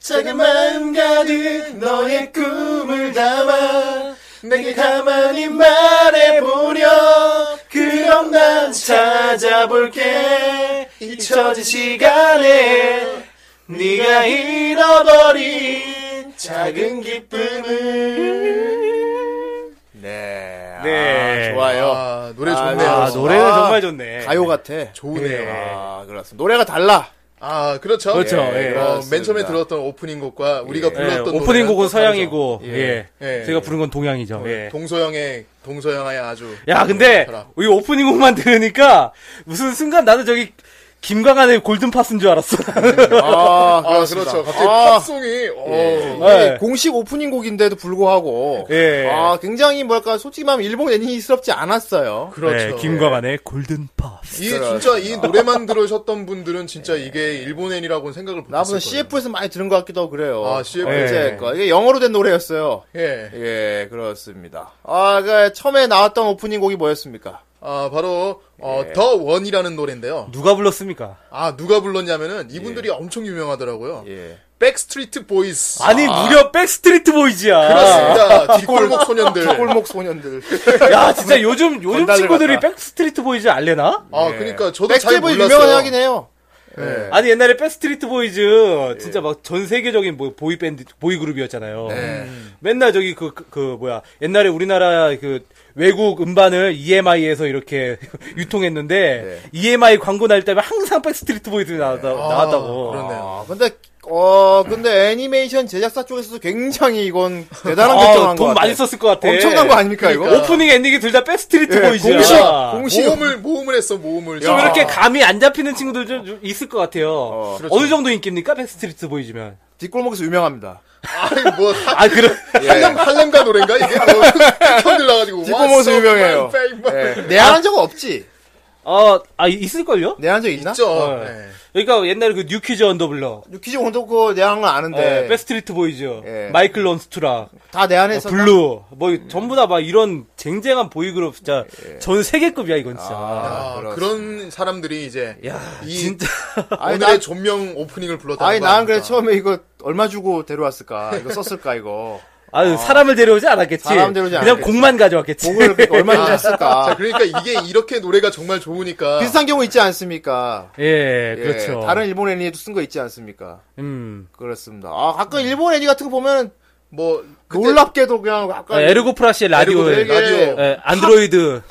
D: 자그만 가득 너의 꿈을 담아 내게 가만히 말해보렴 그럼 난 찾아볼게 잊혀진 시간에 네가 잃어버린 작은 기쁨을
B: 네.
C: 네.
B: 아, 좋아요.
D: 아, 노래
B: 아,
D: 좋네요.
C: 아, 노래는
B: 아,
C: 정말 좋네.
B: 가요 같아.
D: 좋네요.
B: 아, 그렇습니다. 노래가 달라.
D: 아, 그렇죠.
C: 그렇죠. 예,
D: 어, 맨 처음에
B: 그렇습니다.
D: 들었던 오프닝 곡과 우리가
C: 예,
D: 불렀던
C: 오프닝
D: 노래는
C: 곡은
D: 또
C: 서양이고,
B: 다르죠.
C: 예.
D: 예. 어,
C: 저희가 부른 건 동양이죠. 예.
D: 동서양의 동서양의 아주
C: 야, 근데
D: 철학.
C: 우리 오프닝 곡만 들으니까 무슨 순간 나도 저기 김광한의 골든 파스인 줄 알았어.
B: 아,
D: 아,
B: 그렇습니다.
D: 그렇죠. 갑자기
B: 아,
D: 팝송이 어.
B: 이게
C: 예.
B: 네. 공식 오프닝 곡인데도 불구하고
C: 예.
B: 아, 굉장히 뭐랄까 솔직히 말하면 일본 애니스럽지 않았어요.
D: 그렇죠.
C: 네, 김광한의 골든 파스.
D: 이 진짜 이 노래만 들으셨던 분들은 진짜 이게 일본엔이라고는 생각을 못
B: 나보다
D: 했을 거예요.
B: CF에서 많이 들은 것 같기도 하고 그래요.
D: 아, CF.
B: 어, 이제
C: 예.
B: 거. 이게 영어로 된 노래였어요.
D: 예.
B: 예, 그렇습니다. 아, 그 처음에 나왔던 오프닝 곡이 뭐였습니까?
D: 아, 바로 어,
B: 예.
D: 더 원이라는 노래인데요.
C: 누가 불렀습니까?
D: 아, 누가 불렀냐면은 이분들이 엄청 유명하더라고요.
B: 예.
D: 백스트리트 보이스.
C: 아니 무려 백스트리트 보이즈야.
D: 그렇습니다. 뒷골목 소년들.
B: 꼴목 소년들.
C: 야 진짜 요즘 요즘
B: 건달들
C: 친구들이
B: 같다.
C: 백스트리트 보이즈 알려나?
D: 아, 그러니까 저도 잘
B: 백스텝이
D: 몰랐어요.
B: 유명한 하긴 해요. 네.
D: 예.
C: 아니 옛날에 백스트리트
B: 예.
C: 보이즈 진짜 막 전 세계적인 뭐 보이 밴드 보이 그룹이었잖아요.
B: 네.
C: 맨날 저기 그 그 뭐야 옛날에 우리나라 그 외국 음반을 EMI에서 이렇게 유통했는데
B: 네.
C: EMI 광고 날 때면 항상 백스트리트 보이즈 나왔다, 나왔다고.
D: 그렇네요.
B: 아, 근데 어 근데 애니메이션 제작사 쪽에서도 굉장히 이건 대단한 결정한
C: 아,
B: 것
C: 돈
B: 같아요.
C: 많이 썼을 것 같아.
B: 엄청난 거 아닙니까 이거?
D: 그러니까.
C: 오프닝 엔딩이 둘 다 백스트리트
B: 예,
C: 보이즈야.
B: 공식
C: 좀
B: 공식
D: 모음을 모음을 했어 모음을. 야.
C: 이렇게 감이 안 잡히는 친구들 좀- 좀 있을 것 같아요. 어,
D: 그렇죠.
C: 느 정도 인기입니까? 백스트리트 보이즈면.
B: 뒷골목에서 유명합니다.
D: 아니 뭐 하-
C: 아, 그럼.
D: 할렘 할렘가 노래인가 이게 뭐 흔들 나가지고.
B: 뒷골목에서 유명해요.
D: 페이버.
B: 네. 내한한 적은 없지.
C: 어, 아, 있을걸요?
B: 내한한 적 있나?
D: 있죠.
C: 어.
D: 예.
C: 그러니까 옛날에 그 뉴키즈 언더블럭,
B: 뉴키즈 온도코 내한 건 아는데
C: 예, 패스트리트 보이즈,
B: 예.
C: 마이클 런스투라, 어,
B: 다 내 안에 있었나?
C: 블루, 뭐 전부 다 막 이런 쟁쟁한 보이그룹 진짜 전 세계급이야 이건 진짜.
B: 아,
D: 아,
B: 그렇-
D: 그런 사람들이 이제
C: 야,
D: 이
C: 진짜.
B: 아니,
D: 오늘의
B: 난-
D: 존명 오프닝을 불렀다.
B: 아니 난 그래 처음에 이거 얼마 주고 데려왔을까 이거 썼을까 이거
C: 아유, 사람을 데려오지 않았겠지.
B: 사람 데려오지
C: 그냥
B: 않았겠지.
C: 곡만 가져왔겠지.
B: 곡을 그- 얼마 주고
D: 자,
B: 했을까
D: 그러니까 이게 이렇게 노래가 정말 좋으니까
B: 비슷한 경우 있지 않습니까?
C: 예,
B: 예,
C: 그렇죠.
B: 다른 일본 애니에도 쓴 거 있지 않습니까?
C: 음.
B: 그렇습니다. 아 가끔 일본 애니 같은 거 보면
D: 뭐
B: 놀랍게도 그냥 아까
C: 아, 에르고 프라시의 라디오,
D: 에르고 프라시의
B: 그러니까 라디오
C: 예, 안드로이드.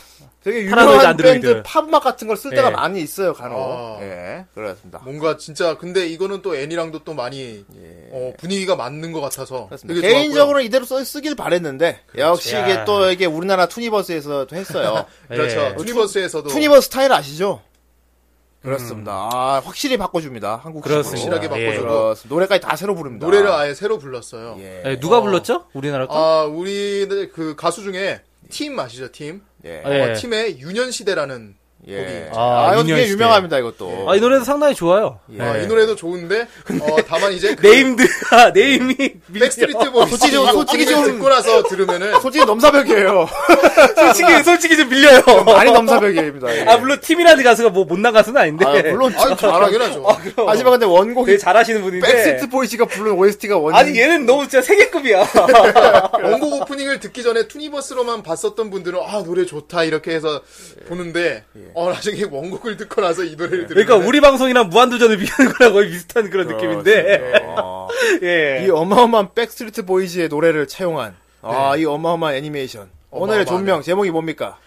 B: 되게 네.
C: 파라노이드
B: 유명한
C: 안드로이드.
B: 밴드 팝음악 같은 걸 쓸 때가
C: 예.
B: 많이 있어요 간혹.
D: 아.
B: 예 그렇습니다.
D: 뭔가 진짜 근데 이거는 또 애니랑도 또 많이 어, 분위기가 맞는 것 같아서
B: 예. 그렇습니다.
D: 되게 좋았고요.
B: 개인적으로 이대로 써 쓰길 바랬는데 역시
C: 야.
B: 이게 또 이게 우리나라 투니버스에서도 했어요.
D: 그렇죠
C: 예.
D: 투니버스에서도
B: 투니버스 스타일 아시죠? 그렇습니다. 아, 확실히 바꿔줍니다. 한국
C: 그렇습니다.
D: 확실하게
C: 예.
D: 바꿔주고
B: 노래까지 다 새로 부릅니다.
D: 노래를 아예 아, 새로 불렀어요.
B: 예.
C: 예, 누가 불렀죠? 우리나라 거?
D: 아 우리 그 가수 중에 팀 아시죠 팀?
B: 예.
C: 예.
D: 어, 팀의 유년시대라는
B: 예.
D: 곡이
B: 아,
C: 아,
B: 이거
C: 유년
B: 되게
C: 시대.
B: 유명합니다, 이것도.
C: 아, 이 노래도 상당히 좋아요.
D: 어,
C: 예.
D: 이 노래도 좋은데 어, 다만 이제 그
C: 네임드, 아, 네임이 밀려.
D: 백스트리트 보이스
B: 어, 솔직히 좀-
D: 이거
B: 솔직히
D: 오프닝을
B: 좀-
D: 듣고 나서 들으면은
B: 솔직히 넘사벽이에요.
C: 솔직히, 솔직히 좀 밀려요.
B: 많이 넘사벽입니다.
C: 아, 물론 팀이라는 가수가 뭐 못 난 가수는 아닌데.
B: 물론
D: 아유 잘하긴 하죠.
B: 하지만 근데 원곡이
C: 되게 네, 잘하시는 분인데.
B: 백세트 보이즈가 부른 OST가 원
C: 아니, 얘는 너무 진짜 세계급이야.
D: 원곡 오프닝을 듣기 전에 투니버스로만 봤었던 분들은 아 노래 좋다 이렇게 해서
B: 예.
D: 보는데 어 나중에 원곡을 듣고 나서 이 노래를 들으면
C: 그러니까 우리 방송이랑 무한도전을 비하는 거랑 거의 비슷한 그런 느낌인데.
B: 어,
C: 예.
B: 이 어마어마한 백스트리트 보이즈의 노래를 채용한
C: 네.
B: 아, 이 어마어마한 애니메이션. 오늘의
D: 어마어마하네.
B: 존명 제목이 뭡니까?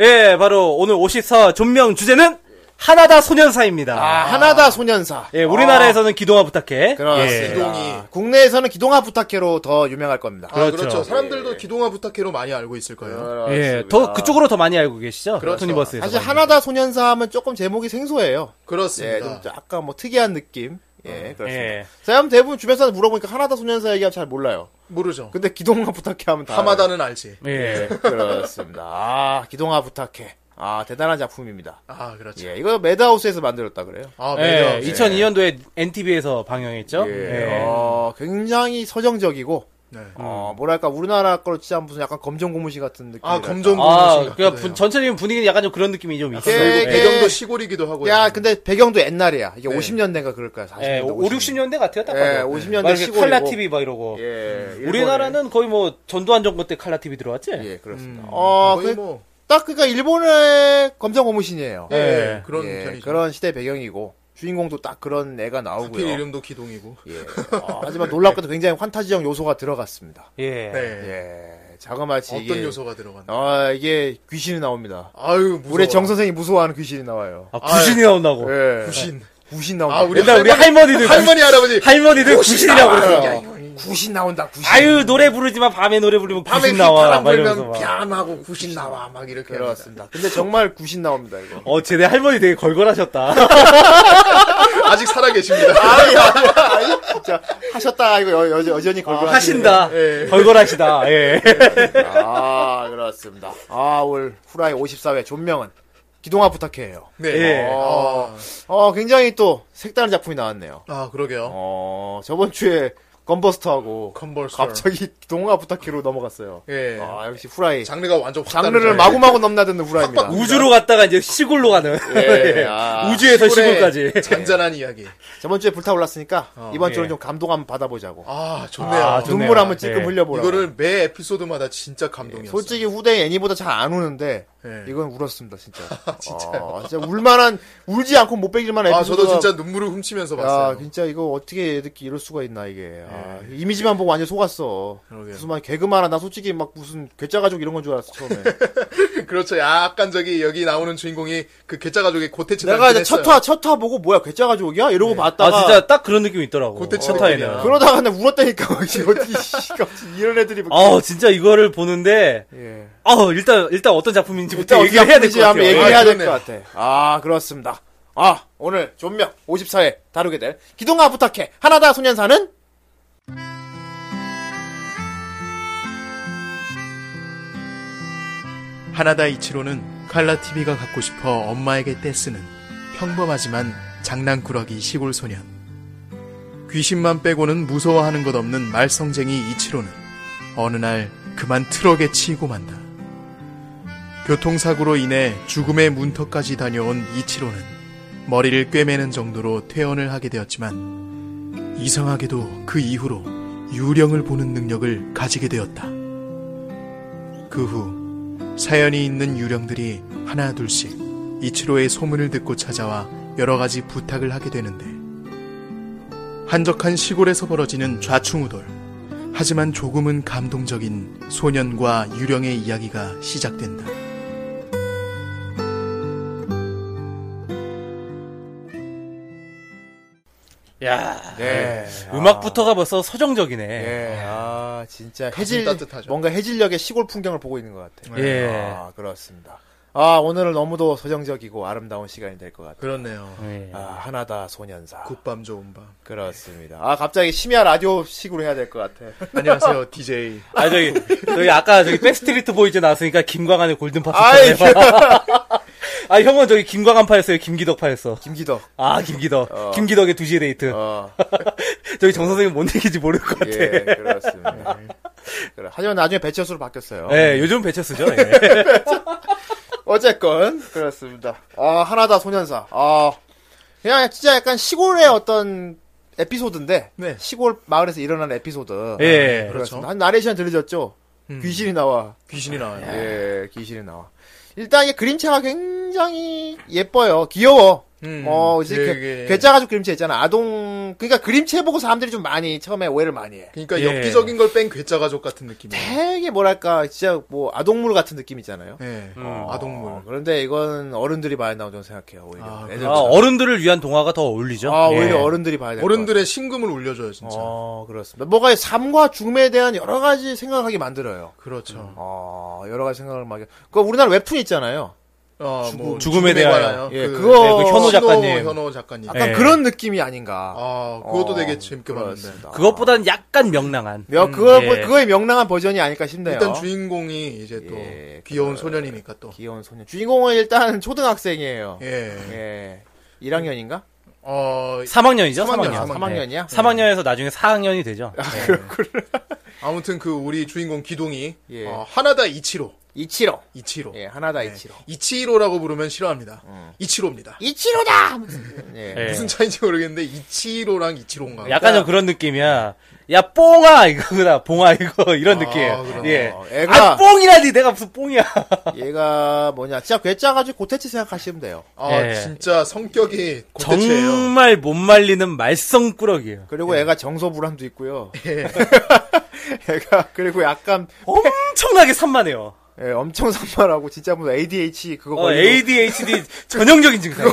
C: 예, 바로 오늘 54 존명 주제는 하나다 소년사입니다.
B: 아, 하나다 소년사.
C: 예, 우리나라에서는 기동아 부탁해.
B: 그렇습니다.
C: 예.
D: 기동이.
B: 국내에서는 기동아 부탁해로 더 유명할 겁니다.
D: 아, 그렇죠.
C: 그렇죠.
D: 사람들도
B: 예.
D: 기동아 부탁해로 많이 알고 있을 거예요.
C: 예, 더 그쪽으로 더 많이 알고 계시죠?
D: 그렇죠.
C: 토니버스에서.
B: 사실 하나다 소년사 하면 조금 제목이 생소해요. 예, 좀
D: 그렇습니다.
B: 약간 뭐 특이한 느낌. 예,
C: 예.
B: 그렇습니다. 제가 예. 대부분 주변 사람 물어보니까 하나다 소년사 얘기하면 잘 몰라요.
D: 모르죠.
B: 근데 기동아 부탁해 하면 그 다. 알아요.
D: 하마다는 알지.
C: 예.
B: 그렇습니다. 아, 기동아 부탁해. 아, 대단한 작품입니다.
D: 아 그렇죠.
B: 예, 이거 매드하우스에서 만들었다 그래요.
D: 아
C: 예,
D: 매력.
C: 2002년도에 NTV에서 방영했죠? 네.
B: 예. 어, 굉장히 서정적이고,
D: 네.
C: 음. 예.
B: 어, 뭐랄까, 우리나라 거로 진짜 무슨 약간 검정 고무신 같은 느낌.
D: 아 검정
C: 아,
D: 고무신 아,
C: 그러니까 분- 전체적인 분위기는 약간 좀 그런 느낌이 좀 있어요.
B: 예,
C: 예.
D: 배경도 시골이기도 하고.
B: 야, 근데 배경도 옛날이야. 이게
D: 네.
B: 50년대가 그럴 거야, 40년대.
C: 예, 5, 60년대 같아요, 딱
B: 예,
C: 봐도.
B: 50년대
C: 막 이렇게
B: 시골이고.
C: 칼라 TV 막 이러고.
B: 예, 일본에.
C: 우리나라는 거의 뭐 전두환 정부 때 칼라 TV 들어왔지?
B: 예, 그렇습니다.
C: 음.
D: 어,
B: 어,
D: 거의
B: 그,
D: 뭐
B: 딱 그러니까 일본의 검정 고무신이에요.
D: 예,
C: 예.
D: 그런
B: 예,
D: 편이죠.
B: 그런 시대 배경이고 주인공도 딱 그런 애가 나오고요.
D: 하필 이름도 기동이고.
B: 예. 어, 하지만 놀랍게도 굉장히 환타지적 요소가 들어갔습니다.
C: 예.
D: 네.
B: 예, 자그마치
D: 어떤
B: 이게
D: 요소가 들어갔나?
B: 아 이게 귀신이 나옵니다.
D: 아유 무서워.
B: 우리 정 선생이 무서워하는 귀신이 나와요.
C: 아, 구신이 나온다고.
B: 예.
D: 구신.
B: 구신
D: 뭐. 아
B: 나온다.
D: 우리
C: 옛날 우리 할머니들.
D: 할머니 할아버지.
C: 할머니들 구신이라고 그래요.
B: 구- 구신 나온다. 구신.
C: 아유 노래 부르지만 밤에 노래 부르면
D: 밤에
C: 구신 나와
D: 휘파람
C: 막 이러면서
D: 불면
C: 막.
D: 뺨하고 구신 나와 막 이렇게 그렇습니다.
B: 그렇습니다. 근데 정말 구신 나옵니다 이거.
C: 어 쟤네 할머니 되게 걸걸하셨다
D: 아직 살아 계십니다.
B: 진짜 하셨다 이거 여, 여, 여전히 걸고
D: 아,
C: 하신다
D: 예,
C: 걸걸하시다 예
B: 아 그렇습니다. 아올 후라이 54회 존명은 기동아 부탁해요.
D: 네.
C: 예.
D: 아,
B: 어 굉장히 또 색다른 작품이 나왔네요.
D: 아, 그러게요.
B: 어 저번 주에 건버스터하고
D: 컨버스.
B: 어, 갑자기 기동아 부탁해로 넘어갔어요.
D: 예.
B: 아 역시 후라이
D: 장르가 완전 확
B: 장르를
D: 다르죠.
B: 마구마구 넘나드는 후라이입니다.
C: 우주로 갔다가 이제 시골로 가는
B: 예, 아, 네.
C: 우주에서
D: 시골의
C: 시골까지
D: 잔잔한 이야기.
B: 저번 주에 불타올랐으니까 이번 주는
C: 예.
B: 좀 감동 한번 받아보자고.
D: 아, 좋네요.
C: 아, 좋-
B: 눈물 한번 찔끔
C: 예.
B: 흘려보라.
D: 이거를 매 에피소드마다 진짜 감동이었어요.
B: 솔직히 후대 애니보다 잘 안 우는데
D: 예.
B: 이건 울었습니다 진짜. 진짜. 어, 진짜 울만한 울지 않고 못 베길만 한
D: 아,
B: 에피소드가.
D: 저도 진짜 눈물을 훔치면서
B: 야,
D: 봤어요.
B: 진짜 이거 어떻게 애들끼리 이럴 수가 있나 이게. 아, 이미지만 보고 완전 속았어.
D: 그러게요.
B: 무슨 막 개그만 하나 나 솔직히 막 무슨 괴짜 가족 이런 건 줄 알았어 처음에.
D: 그렇죠. 약간 저기 여기 나오는 주인공이 그 괴짜 가족의 고태치
B: 내가 이제 첫화 첫화 보고 뭐야 괴짜 가족이야 이러고
C: 아
B: 봤다가
C: 진짜 딱 그런 느낌이 있더라고
D: 그때
C: 첫 타에는
D: 느낌이야.
B: 그러다가 나 울었다니까 어디 어디 이런 애들이 막-
C: 아 진짜 이거를 보는데
B: 예.
C: 아 일단 일단 어떤 작품인지부터
B: 일단
C: 얘기를 해야 될 것
B: 어떻게 하면
C: 같아요
B: 얘기를
D: 아,
B: 해야 될 것
D: 그러네요.
B: 같아. 아 그렇습니다. 아 오늘 존명 54회 다루게 될 기동아 부탁해 하나다 소년사는
D: 하나다 이치로는 칼라 TV가 갖고 싶어 엄마에게 떼쓰는 평범하지만 장난꾸러기 시골 소년. 귀신만 빼고는 무서워하는 것 없는 말썽쟁이 이치로는 어느 날 그만 트럭에 치이고 만다. 교통사고로 인해 죽음의 문턱까지 다녀온 이치로는 머리를 꿰매는 정도로 퇴원을 하게 되었지만 이상하게도 그 이후로 유령을 보는 능력을 가지게 되었다. 그 후 사연이 있는 유령들이 하나 둘씩 이치로의 소문을 듣고 찾아와 여러 가지 부탁을 하게 되는데 한적한 시골에서 벌어지는 좌충우돌 하지만 조금은 감동적인 소년과 유령의 이야기가 시작된다.
C: 야
B: 네.
C: 아, 음악부터가 벌써 서정적이네. 예.
B: 예. 아, 진짜
D: 가슴이
B: 해질
D: 따뜻하죠.
B: 뭔가 해질녘의 시골 풍경을 보고 있는 것 같아요.
C: 예.
B: 아, 그렇습니다. 아, 오늘은 너무도 서정적이고 아름다운 시간이 될 것 같아요.
D: 그렇네요.
B: 아, 하나다 소년사.
D: 굿밤 좋은 밤.
B: 그렇습니다. 아, 갑자기 심야 라디오 식으로 해야 될 것 같아.
D: 안녕하세요, DJ.
C: 아 저기 저기 아까 저기 백스트리트 보이즈 나왔으니까 김광한의 골든파스.
B: 아이,
C: 아 형은 저기 김광한파였어요. 김기덕파였어.
B: 김기덕.
C: 아 김기덕. 김기덕의 두시 데이트.
B: 어,
C: 저기 정 선생님 뭔 얘기인지 모를 것 같아.
B: 예,
C: 예.
B: 그렇습니다. 그래. 하지만 나중에 배치수로 바뀌었어요.
C: 요즘 배쳤으죠. 예.
B: 어쨌건 그렇습니다. 아 하나다 소년사. 아 그냥 진짜 약간 시골의 어떤 에피소드인데
D: 네. 아,
B: 시골 마을에서 일어나는 에피소드.
C: 예.
B: 그렇죠. 한 나레이션 들으셨죠?
D: 음.
B: 귀신이 나와.
D: 귀신이 나와요.
B: 예, 귀신이 나와. 일단 이게 그림체가 굉장히 예뻐요. 귀여워.
D: 음,
B: 어 이제
D: 되게-
B: 괴- 괴짜 가죽 그림체 있잖아. 아동 그러니까 그림체 보고 사람들이 좀 많이 처음에 오해를 많이 해.
D: 그러니까
C: 예.
D: 엽기적인 걸 뺀 괴짜 가족 같은 느낌이에요.
B: 되게 뭐랄까 진짜 뭐 아동물 같은 느낌이잖아요.
D: 예.
C: 음.
B: 어,
D: 아동물.
B: 그런데 이건 어른들이 봐야 나온다고 생각해요. 오히려
D: 아, 네.
B: 애들
C: 아, 어른들을 위한 동화가 더 어울리죠.
B: 아,
C: 예.
B: 오히려 어른들이 봐야 될
D: 어른들의 신금을 올려줘요,
B: 것
D: 진짜.
B: 같아요. 어, 그렇습니다. 뭐가 삶과 죽음에 대한 여러 가지 생각하게 만들어요.
D: 그렇죠.
B: 어, 여러 가지 생각을 막. 그 우리나라 웹툰 있잖아요.
D: 어,
B: 죽음.
D: 뭐
C: 죽음에 대하여.
D: 관하여
B: 예,
D: 그,
B: 그거
C: 네, 그 현호 작가님.
D: 신호 현호 작가님.
B: 약간
C: 예.
B: 그런 느낌이 아닌가.
D: 아, 그것도
B: 어,
D: 되게 재밌게 봤는데.
B: 그렇습니다.
C: 그것보다는 약간 명랑한.
B: 여- 그거
C: 예.
B: 그거의 명랑한 버전이 아닐까 싶네요.
D: 일단 주인공이 이제 또
B: 예,
D: 귀여운
B: 그-
D: 소년이니까 또.
B: 귀여운 소년. 주인공은 일단 초등학생이에요.
D: 예.
B: 예. 1학년인가?
D: 어,
C: 3학년이죠.
D: 삼학년,
C: 3학년.
D: 삼학년.
B: 3학년이야? 네. 아,
C: 3학년에서 나중에 4학년이 되죠.
D: 아무튼 그 우리 주인공 기동이
B: 예.
D: 어, 하나다 이치로.
B: 이치로.
D: 이치로.
B: 예, 하나다 이치로.
D: 이치로라고 부르면 싫어합니다. 이치로입니다.
B: 이치로다! 예.
C: 예.
D: 무슨 차이인지 모르겠는데 이치로랑 이치로인가.
C: 약간 좀 그런 느낌이야. 야, 뽕아! 이거구나. 봉아, 이거. 이런
D: 아,
C: 느낌.
D: 그러네요.
C: 예.
B: 어, 애가-
C: 아, 뽕이라니! 내가 무슨 뽕이야.
B: 얘가 뭐냐 진짜 괴짜 가지고 고태치 생각하시면 돼요.
D: 아,
C: 예.
D: 진짜 성격이 고대체예요.
C: 정말 못 말리는 말썽꾸러기예요
B: 그 그리고 애가 정서불안도 있고요.
D: 예.
B: 애가 그리고 약간
C: 엄청나게 산만해요.
B: 예, 엄청 산만하고 진짜 무슨 ADHD 그거
C: 어,
B: 걸리고
C: ADHD 전형적인 증상.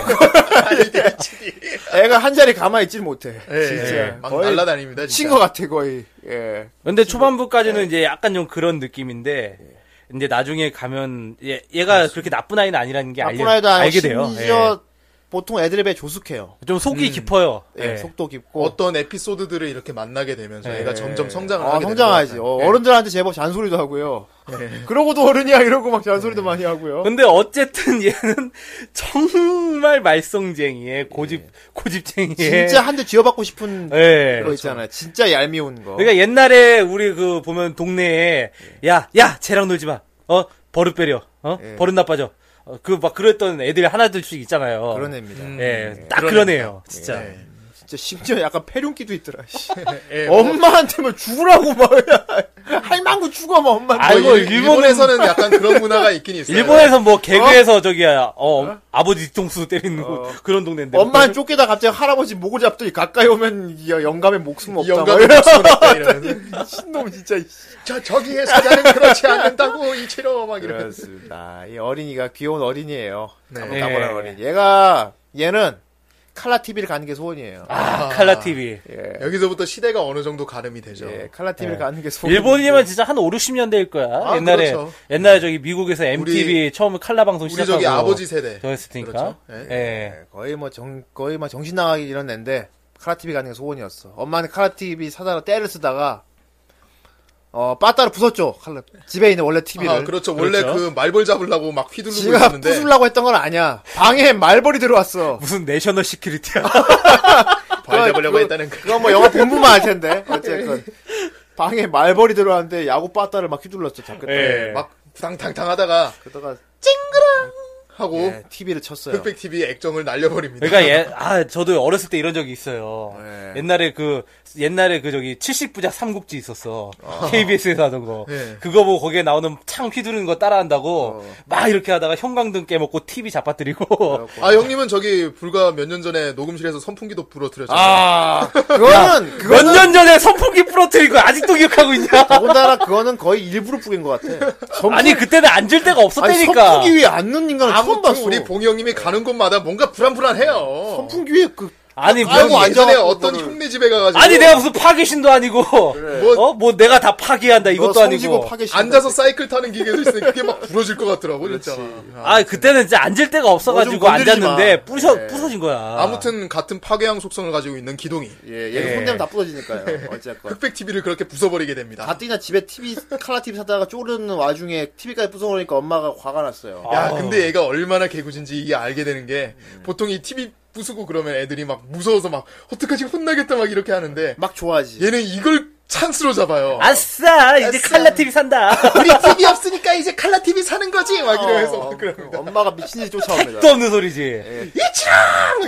B: 애가 한 자리 가만히 있질 못해.
D: 예,
B: 진짜
D: 예. 막
B: 거의
D: 날라다닙니다. 진짜.
B: 친거 같아 거의. 예.
C: 근데 초반부까지는 이제 약간 좀 그런 느낌인데, 이제 나중에 가면, 얘, 얘가 그렇게 나쁜 아이는 아니라는 게 알려,
B: 나쁜 아이도 아니고
C: 알게 돼요.
B: 심지어
D: 예.
B: 보통 애들에 비해 조숙해요.
C: 예. 좀 속이 깊어요.
B: 예,
C: 예.
B: 속도 깊고.
D: 어떤 에피소드들을 이렇게 만나게 되면서
C: 예.
D: 얘가 점점 성장을
B: 아,
D: 하게
B: 성장하지.
D: 되는
B: 어,
D: 것 같아요. 예.
B: 어른들한테 제법 잔소리도 하고요. 그러고도 어른이야 이러고 막 잔소리도 많이 하고요.
C: 근데 어쨌든 얘는 정말 말썽쟁이에 고집 고집쟁이에
B: 예. 진짜 그렇죠. 한 대 쥐어받고 싶은
C: 예.
B: 거 있잖아요. 진짜 얄미운 거.
C: 그러니까 옛날에 우리 그 보면 동네에 야, 야, 쟤랑 놀지 마. 어? 버릇 배려. 어?
B: 예.
C: 버릇 나빠져. 어, 그 막 그랬던 애들 하나둘씩 있잖아요.
B: 그런 애입니다.
C: 예.
B: 음,
C: 딱 그런 애예요. 진짜.
B: 진짜 어, 심지어 약간 폐륜기도 있더라. 씨.
D: 예, 뭐,
B: 엄마한테 뭐 죽으라고 막 할망구 죽어 뭐 엄마.
C: 아이고,
D: 뭐 일-
C: 일본은-
D: 일본에서는 약간 그런 문화가 있긴
B: 예.
D: 있어요.
C: 일본에서 뭐 개그에서 저기야. 어, 아버지 뒤통수 때리는 그- 그런 동네인데.
B: 어. 엄마 쫓기다 갑자기 할아버지 목을 잡더니 가까이 오면 이 영감의 목숨
D: 이
C: 뭐
B: 없다.
D: 영감이
B: 막
D: 없어졌다 이러면서
B: 미친놈 진짜.
D: 저 저기의 사자는 그렇지 않는다고 이치로 막 이러면서
B: 그렇습니다. 이 어린이가 귀여운 어린이에요.
D: 네.
B: 까불까불한 어린이. 얘가 얘는 칼라 TV를 가는 게 소원이에요.
C: 아, 칼라 TV.
B: 예.
D: 여기서부터 시대가 어느 정도 가름이 되죠.
B: 예, 칼라 TV를 가는 게 소원.
C: 일본이면 진짜 한 5, 60년대일 거야.
D: 아,
C: 옛날에
D: 그렇죠.
C: 옛날에 저기 미국에서 MTV 처음 칼라 방송
D: 우리
C: 시작하고
D: 저기 아버지 세대.
C: 저였을 테니까.
D: 그렇죠. 예.
C: 예.
B: 예, 거의 뭐 정, 거의 막 정신 나가기 이런 애인데, 카라 TV 가는 게 소원이었어. 엄마는 카라 TV 사다가 때를 쓰다가, 어, 빠따를 부쉈죠. 칼럼. 집에 있는 원래
C: 예.
B: TV를.
D: 아, 그렇죠. 원래 그 말벌 잡으려고 막 휘두르고
B: 지가
D: 있었는데
B: 부술라고 했던 건 아니야. 방에 말벌이 들어왔어.
C: 무슨 내셔널 시큐리티야.
D: 발 잡으려고
B: 그거-
D: 했다는 그
B: 그건 뭐 영화 본부만 할 텐데. 어쨌건. 방에 말벌이 들어왔는데 야구 빠따를 막 휘둘렀죠. 잡겠다.
C: 예.
D: 막 부당탕탕 하다가
B: 그러다가
D: 하고
B: 예, TV를 쳤어요.
D: 흑백 TV 의 액정을 날려버립니다.
C: 그러니까 예, 아 저도 어렸을 때 이런 적이 있어요.
D: 예.
C: 옛날에 그 옛날에 그 저기 70부작 삼국지 있었어. KBS에서 하던 거.
D: 아. 예. 어.
C: 그거 보고 거기에 나오는 창 휘두르는 거 따라한다고 막 이렇게 하다가 형광등 깨먹고 TV 잡아뜨리고.
D: 아 형님은 저기 불과 몇 년 전에 녹음실에서 선풍기도 부러뜨렸잖아요.
B: 아, 그거는,
C: 몇
B: 그거는,
C: 년 전에 선풍기 부러뜨린 거 아직도 기억하고 있냐?
B: 더군다나 그거는 거의 일부러 뿌린 것 같아. 선풍-
C: 아니 그때는 앉을 데가
B: 아니,
C: 없었다니까.
B: 선풍기 위에 앉는 인간을 처음
D: 아무튼
B: 봤어.
D: 우리 봉이 형님이 가는 곳마다 뭔가 불안불안해요.
B: 선풍기 위에 그,
C: 아니
D: 아이고
B: 아이고,
C: 뭐,
B: 아니,
D: 예전에
B: 앉아갖고
D: 어떤
B: 그거를-
D: 흉내 집에 가가지고
C: 아니 내가 무슨 파괴신도 아니고 어? 뭐 내가 다 파괴한다 이것도 아니고.
B: 파괴
D: 앉아서 사이클 타는 기계도 있으니까 그게 막 부러질 것 같더라고 진짜.
C: 아 그때는 진짜 앉을 데가
B: 좀
C: 없어가지고
B: 건드리지 마.
C: 앉았는데 부셔
B: 예.
C: 부서진 거야.
D: 아무튼 같은 파괴형 속성을 가지고 있는 기동이
B: 예, 얘는
C: 예.
B: 혼내면 다 부러지니까요. 어쨌건.
D: 흑백 TV를 그렇게 부숴버리게 됩니다.
B: 가뜩이나 집에 TV, 칼라 TV 사다가 쪼르는 와중에 TV까지 부숴버리니까 엄마가 화가 났어요.
D: 야,
C: 아.
D: 근데 얘가 얼마나 개구진지 이게 알게 되는 게 보통 이 TV 부수고 그러면 애들이 막 무서워서 막 어떡하지 혼나겠다 막 이렇게 하는데
B: 막 좋아하지.
D: 얘는 이걸 찬스로 잡아요.
C: 아싸 이제
D: 아싸.
C: 칼라 TV 산다.
D: 우리 TV 없으니까 이제 칼라 TV 사는 거지 막 이러면서
B: 어.
D: 막 그럽니다.
B: 엄마가 미친 듯이 쫓아옵니다.
C: 또 없는 소리지.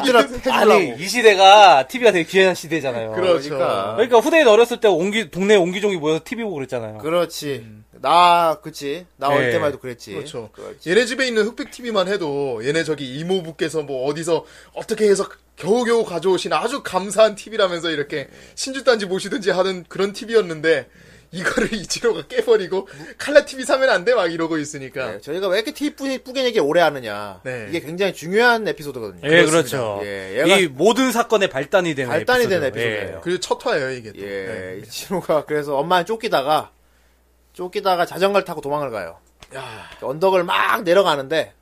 B: 이라
C: 아니
B: 네. 해주려고.
C: 이 시대가 TV가 되게 귀한 시대잖아요.
D: 그렇죠.
B: 그러니까.
C: 그러니까 후대인 어렸을 때 옹기 동네 옹기종이 모여서 TV 보고 그랬잖아요.
B: 그렇지. 나, 그치. 나 어릴
C: 예.
B: 때만 해도 그랬지.
D: 그렇죠.
B: 그렇지.
D: 얘네 집에 있는 흑백 TV만 해도 얘네 저기 이모부께서 뭐 어디서 어떻게 해서 겨우겨우 가져오신 아주 감사한 TV라면서 이렇게 신주단지 모시든지 하는 그런 TV였는데 이거를 이치로가 깨버리고 칼라 TV 사면 안 돼 막 이러고 있으니까
B: 네, 저희가 왜 이렇게 TV 뿌- 뿌겐 얘기 오래 하느냐.
D: 네.
B: 이게 굉장히 중요한 에피소드거든요.
C: 예, 그렇죠.
B: 예, 얘가-
C: 이 모든 사건의 발단이 되는
B: 발단이
C: 에피소드.
B: 되는 에피소드예요.
D: 그리고 첫 화예요 이게 또. 네.
B: 예, 이치로가 그래서 엄마는 쫓기다가, 쫓기다가 자전거를 타고 도망을 가요. 언덕을 막 내려가는데,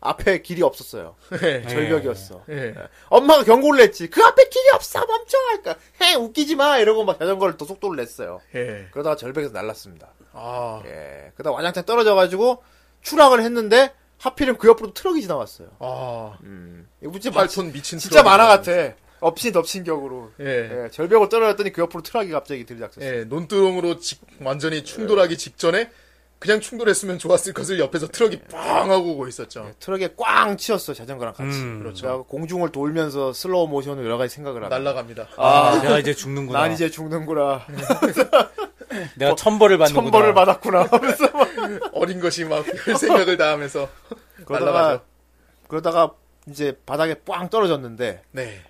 B: 앞에 길이 없었어요. 절벽이었어. 네.
D: 예.
B: 엄마가 경고를 했지. 그 앞에 길이 없어, 멈춰! 그러니까, 해, 웃기지 마! 이러고 막 자전거를 또 속도를 냈어요.
D: 예.
B: 그러다가 절벽에서 날랐습니다.
D: 아,
B: 예. 그다음 와장창 떨어져가지고 추락을 했는데 하필이면 그 옆으로 트럭이 지나왔어요.
D: 아,
B: 이거 진짜 마-
D: 팔톤 미친
B: 음. 진짜
D: 트럭이다.
B: 만화 같아. 엎친 덮친 격으로.
D: 예.
B: 예, 절벽을 떨어졌더니 그 옆으로 트럭이 갑자기 들이닥쳤어요.
D: 예, 논두렁으로 직- 완전히 충돌하기
B: 네.
D: 직전에 그냥 충돌했으면 좋았을 것을 옆에서
B: 네.
D: 트럭이 빵 하고 오고 있었죠.
B: 트럭에 꽝 치였어 자전거랑 같이.
C: 음.
B: 그렇죠. 공중을 돌면서 슬로우 모션으로 여러 가지 생각을 하다.
D: 날라갑니다.
C: 아, 내가 이제 죽는구나.
B: 난 이제 죽는구나.
C: 내가 천벌을 받는구나.
B: 천벌을 받았구나. 하면서 막
D: 어린 것이 막 별 생각을 다하면서
B: 그러다가
D: 날라가죠.
B: 그러다가 이제 바닥에 꽝 떨어졌는데
D: 네.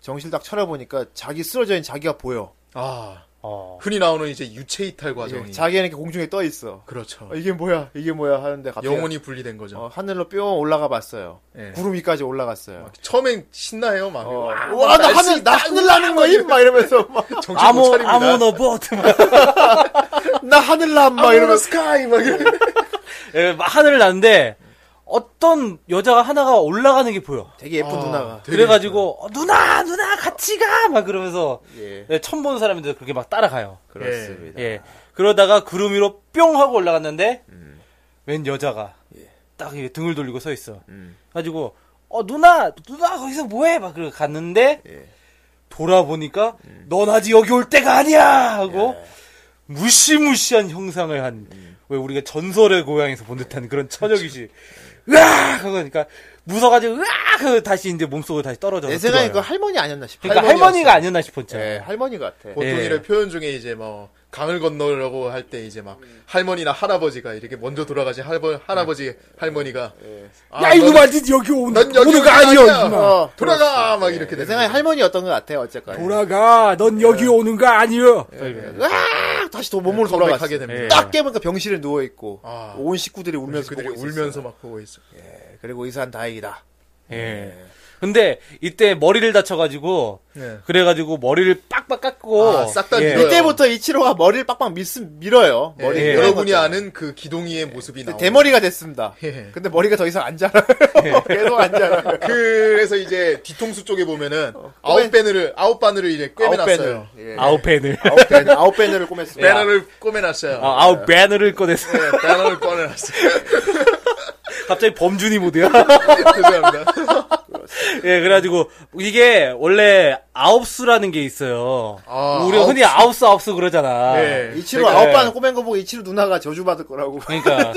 B: 정실딱 차려보니까 자기 쓰러져 있는 자기가 보여. 예,
D: 아,
C: 어.
D: 흔히 나오는 이제 유체 이탈 과정이.
B: 자기는 이렇게 공중에 떠 있어.
D: 그렇죠.
B: 어, 이게 뭐야? 이게 뭐야? 하는데 갑자기
D: 영혼이 분리된 거죠.
B: 어, 하늘로 뿅 올라가 봤어요.
D: 예.
B: 구름 위까지 올라갔어요.
D: 처음엔 신나요, 막.
B: 어,
D: 와,
B: 와, 나 하늘, 나 하늘 나는 거임? 막 이러면서, 막,
D: 정신 못
C: 아무
D: 차립니다.
C: 아무 너버트 뭐
B: 나 하늘 남, 막 이러면서.
D: 스카이 막 이러면서.
C: 예, 하늘을 나는데 어떤 여자가 하나가 올라가는 게 보여.
B: 되게 예쁜
D: 아,
B: 누나가.
D: 되게
C: 그래가지고 어, 누나 누나 같이 가 막 그러면서
B: 예.
C: 네, 처음 보는 사람인데 그렇게 막 따라가요.
B: 그렇습니다.
C: 예. 그러다가 구름 위로 뿅 하고 올라갔는데 웬 여자가 딱 이렇게 등을 돌리고 서 있어. 가지고 어 누나 누나 거기서 뭐해 막 그러고 갔는데 돌아보니까 넌 아직 여기 올 때가 아니야 하고 무시무시한 형상을 한. 왜 우리가 전설의 고향에서 본 듯한 그런 처녀 귀신. 으악! 하고 하니까 무서워가지고 으악! 하고 다시 이제 몸속으로 다시 떨어져.
B: 내 생각에 그 할머니 아니었나 싶어.
C: 그러니까 할머니가 아니었나 싶었죠.
B: 예, 할머니 같아.
D: 보통
C: 예.
D: 이런 표현 중에 이제 뭐 강을 건너려고 할 때 이제 막 할머니나 할아버지가 이렇게 먼저 돌아가신 할버, 할아버지 할머니가
B: 예.
D: 아,
C: 야,
D: 넌-
C: 이놈아, 니 여기 온,
D: 넌 여기
C: 오는 거
D: 온
C: 아니야,
D: 아니야.
C: 이놈아.
B: 어,
D: 돌아가 막 이렇게
B: 내
D: 되는
B: 생각에 할머니였던 것 같아, 어쨌건.
C: 돌아가, 넌 여기 오는 거 아니여.
B: 으악! 다시 또 몸으로 돌아갔어.
D: 컴백하게 됩니다.
C: 예.
B: 딱 깨보니까 병실에 누워있고,
D: 아.
B: 온 식구들이 울면서
D: 그들이
B: 보고
D: 울면서 막 보고 있어.
B: 있었어요. 그리고 의사는 다행이다.
C: 예. 근데 이때 머리를 다쳐가지고
D: 예.
C: 그래가지고 머리를 빡 빡빡 깎고 예.
D: 아, 싹다 밀어요.
B: 예. 이때부터 이치로가 머리를 빡빡 밀, 밀어요. 머리
D: 예,
C: 예.
D: 여러분이
B: 거죠.
D: 아는 그 기동이의 모습이 나오는
B: 예. 대머리가 됐습니다.
D: 예.
B: 근데 머리가 더 이상 안 자라요. 계속 안 자라요.
D: 그래서 이제 뒤통수 쪽에 보면은
C: 어,
D: 아웃 배너를 아웃 바늘을 이제 꿰매놨어요.
B: 예.
C: 아웃 배늘
B: 아웃 배너. 아웃 배너를 꼬맸습니다.
D: 배너를 꿰매놨어요.
C: 아, 아웃 배너를 꺼내서
D: 네, 배너를 꺼내놨어요.
C: 갑자기 범준이 모드야.
D: 죄송합니다.
C: 예, 그래가지고 이게 원래 아홉수라는 게 있어요.
D: 아,
C: 우리 가 흔히 아홉수 아홉수 그러잖아.
D: 예.
B: 이치로
C: 그러니까-
B: 아웃 반을 꼬맨 거 보고 이치로 누나가 저주받을 거라고.
C: 그러니까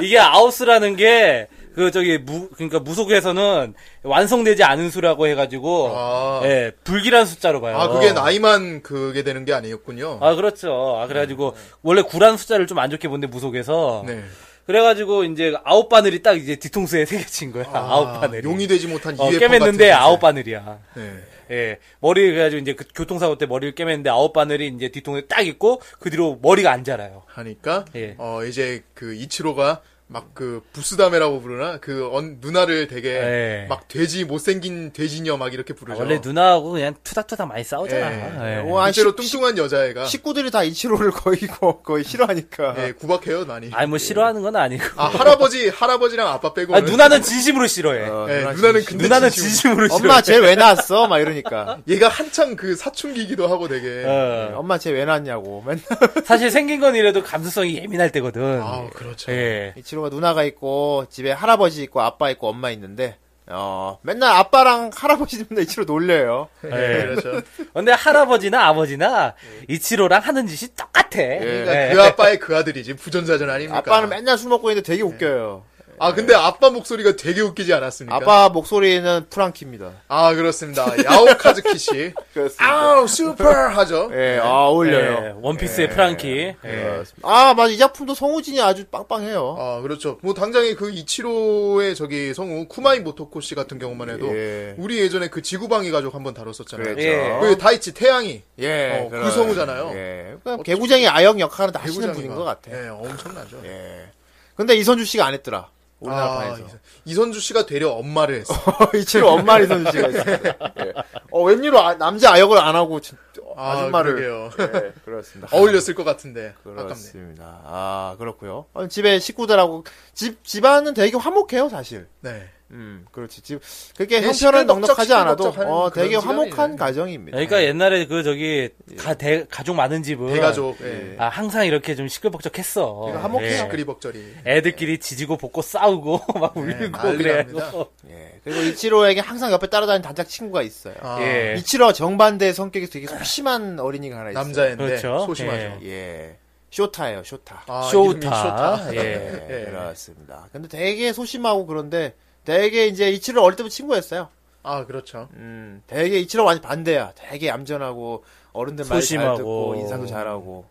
C: 이게 아웃수라는 게 그 저기 무 그러니까 무속에서는 완성되지 않은 수라고 해가지고
D: 아.
C: 예 불길한 숫자로 봐요.
D: 아 그게 나이만 그게 되는 게 아니었군요.
C: 아, 그렇죠. 아 그래가지고 원래 구란 숫자를 좀 안 좋게 본데 무속에서
D: 네.
C: 그래가지고 이제 아홉 바늘이 딱 이제 뒤통수에 새겨진 거야. 아, 홉 바늘.
D: 용이 되지 못한
C: 어,
D: 이해
C: 깨맸는데 아홉 바늘이야.
D: 네.
C: 예, 머리 그래가지고 이제 그 교통사고 때 머리를 깨맸는데 아홉 바늘이 이제 뒤통수에 딱 있고 그 뒤로 머리가 안 자라요.
D: 하니까
C: 예.
D: 어 이제 그 이치로가 막 그 부스다메라고 부르나 그 언, 누나를 되게
C: 예. 아,
D: 막 돼지 못생긴 돼지녀 막 이렇게 부르죠.
C: 원래 누나하고 그냥 투닥투닥 많이 싸우잖아.
D: 예.
C: 예.
B: 와,
D: 실제로
B: 시-
D: 뚱뚱한 여자애가
B: 식구들이 다 이치로를 거의 거- 거의 싫어하니까.
D: 예, 구박해요 많이.
C: 아니 뭐 싫어하는 건 아니고.
D: 아 할아버지 할아버지랑 아빠 빼고
C: 아 누나는 진심으로 싫어해.
B: 어,
D: 예,
B: 누나
D: 누나는
B: 진심.
D: 근데
C: 누나는
D: 진심.
C: 진심으로 싫어해.
B: 엄마 쟤 왜 낳았어? 막 이러니까.
D: 얘가 한창 그 사춘기이기도 하고 되게
C: 어.
D: 네.
B: 엄마 쟤 왜 낳았냐고. 맨날
C: 사실 생긴 건 이래도 감수성이 예민할 때거든.
D: 아 그렇죠.
C: 예.
B: 이치로가 누나가 있고 집에 할아버지 있고 아빠 있고 엄마 있는데 어 맨날 아빠랑 할아버지 때문에 이치로 놀려요.
D: 예,
C: 예.
D: 그렇죠.
C: 근데 할아버지나 아버지나 이치로랑 하는 짓이 똑같아.
D: 그러니까
C: 예.
D: 그 아빠의 그 아들이지 부전자전 아닙니까? 네.
B: 아빠는 맨날 술 먹고 있는데 되게 웃겨요.
D: 아 근데 아빠 목소리가 되게 웃기지 않았습니까?
B: 아빠 목소리는 프랑키입니다.
D: 아 그렇습니다. 야오카즈키 씨. 아우 슈퍼 하죠.
B: 예, 아,
C: 예,
D: 네.
B: 어울려요.
C: 원피스의 프랑키.
D: 그렇죠.
C: 예.
B: 그렇습니다. 아, 맞아. 이 작품도 성우진이 아주 빵빵해요.
D: 아 그렇죠. 뭐 당장에 그 이치로의 저기 성우 쿠마이 모토코 씨 같은 경우만 해도
B: 예.
D: 우리 예전에 그 지구방위 가족 한번 다뤘었잖아요.
B: 그렇죠.
C: 예.
D: 그 다이치 태양이
B: 예,
D: 어, 그
B: 그런-
D: 성우잖아요. 어,
B: 예. 그러니까 개구쟁이 아역 역할을 다 하시는
D: 배구장이가.
B: 분인 것 같아.
D: 예, 엄청나죠.
B: 예. 근데 이선주 씨가 안 했더라. 우리나라
D: 아,
B: 판에서.
D: 이선주 씨가 되려 엄마를 했어.
B: 이치로 엄마 이선주 씨가 있습니다. 예. 어, 웬일로 아- 남자 아역을 안 하고 진-
D: 아,
B: 아줌마를.
D: 그러게요. 네.
B: 예, 그렇습니다.
D: 어울렸을 것 같은데. 아깝네.
B: 그렇습니다. 아, 그렇고요 어, 집에 식구들하고, 집, 집안은 되게 화목해요, 사실.
D: 네.
B: 음, 그렇지. 집, 그렇게
D: 네,
B: 형편은
D: 시끌벅적,
B: 넉넉하지 않아도,
D: 시끌벅적하는
B: 어,
D: 그런
B: 되게
D: 집안이에요. 네.
B: 화목한 가정입니다.
C: 그러니까 옛날에 그 저기 가, 대, 가족 많은 집은
D: 대가족.
B: 예.
D: 예.
C: 아, 항상 이렇게 좀 시끌벅적했어.
B: 그러니까 화목해.
C: 예.
D: 그리벅저리.
C: 애들끼리 지지고 볶고 싸우고
D: 예,
C: 막 울리고
D: 난리
C: 그래.
D: 납니다.
B: 예. 그리고 이치로에게 항상 옆에 따라다니는 단짝 친구가 있어요.
D: 아,
C: 예.
B: 이치로 정반대 성격이 되게 소심한 어린이가 하나 있어요.
D: 남자인데
C: 그렇죠.
D: 소심하죠.
B: 예. 쇼타예요, 쇼타.
D: 아,
C: 쇼타.
D: 이름이 쇼타.
C: 예.
B: 예,
D: 예.
B: 그렇습니다. 근데 되게 소심하고 그런데 되게 이제 이치로 어릴 때부터 친구였어요.
D: 아, 그렇죠.
B: 음, 되게 이치로 완전 반대야. 되게 얌전하고 어른들 말 잘
C: 소심하고.
B: 듣고 인사도 잘하고.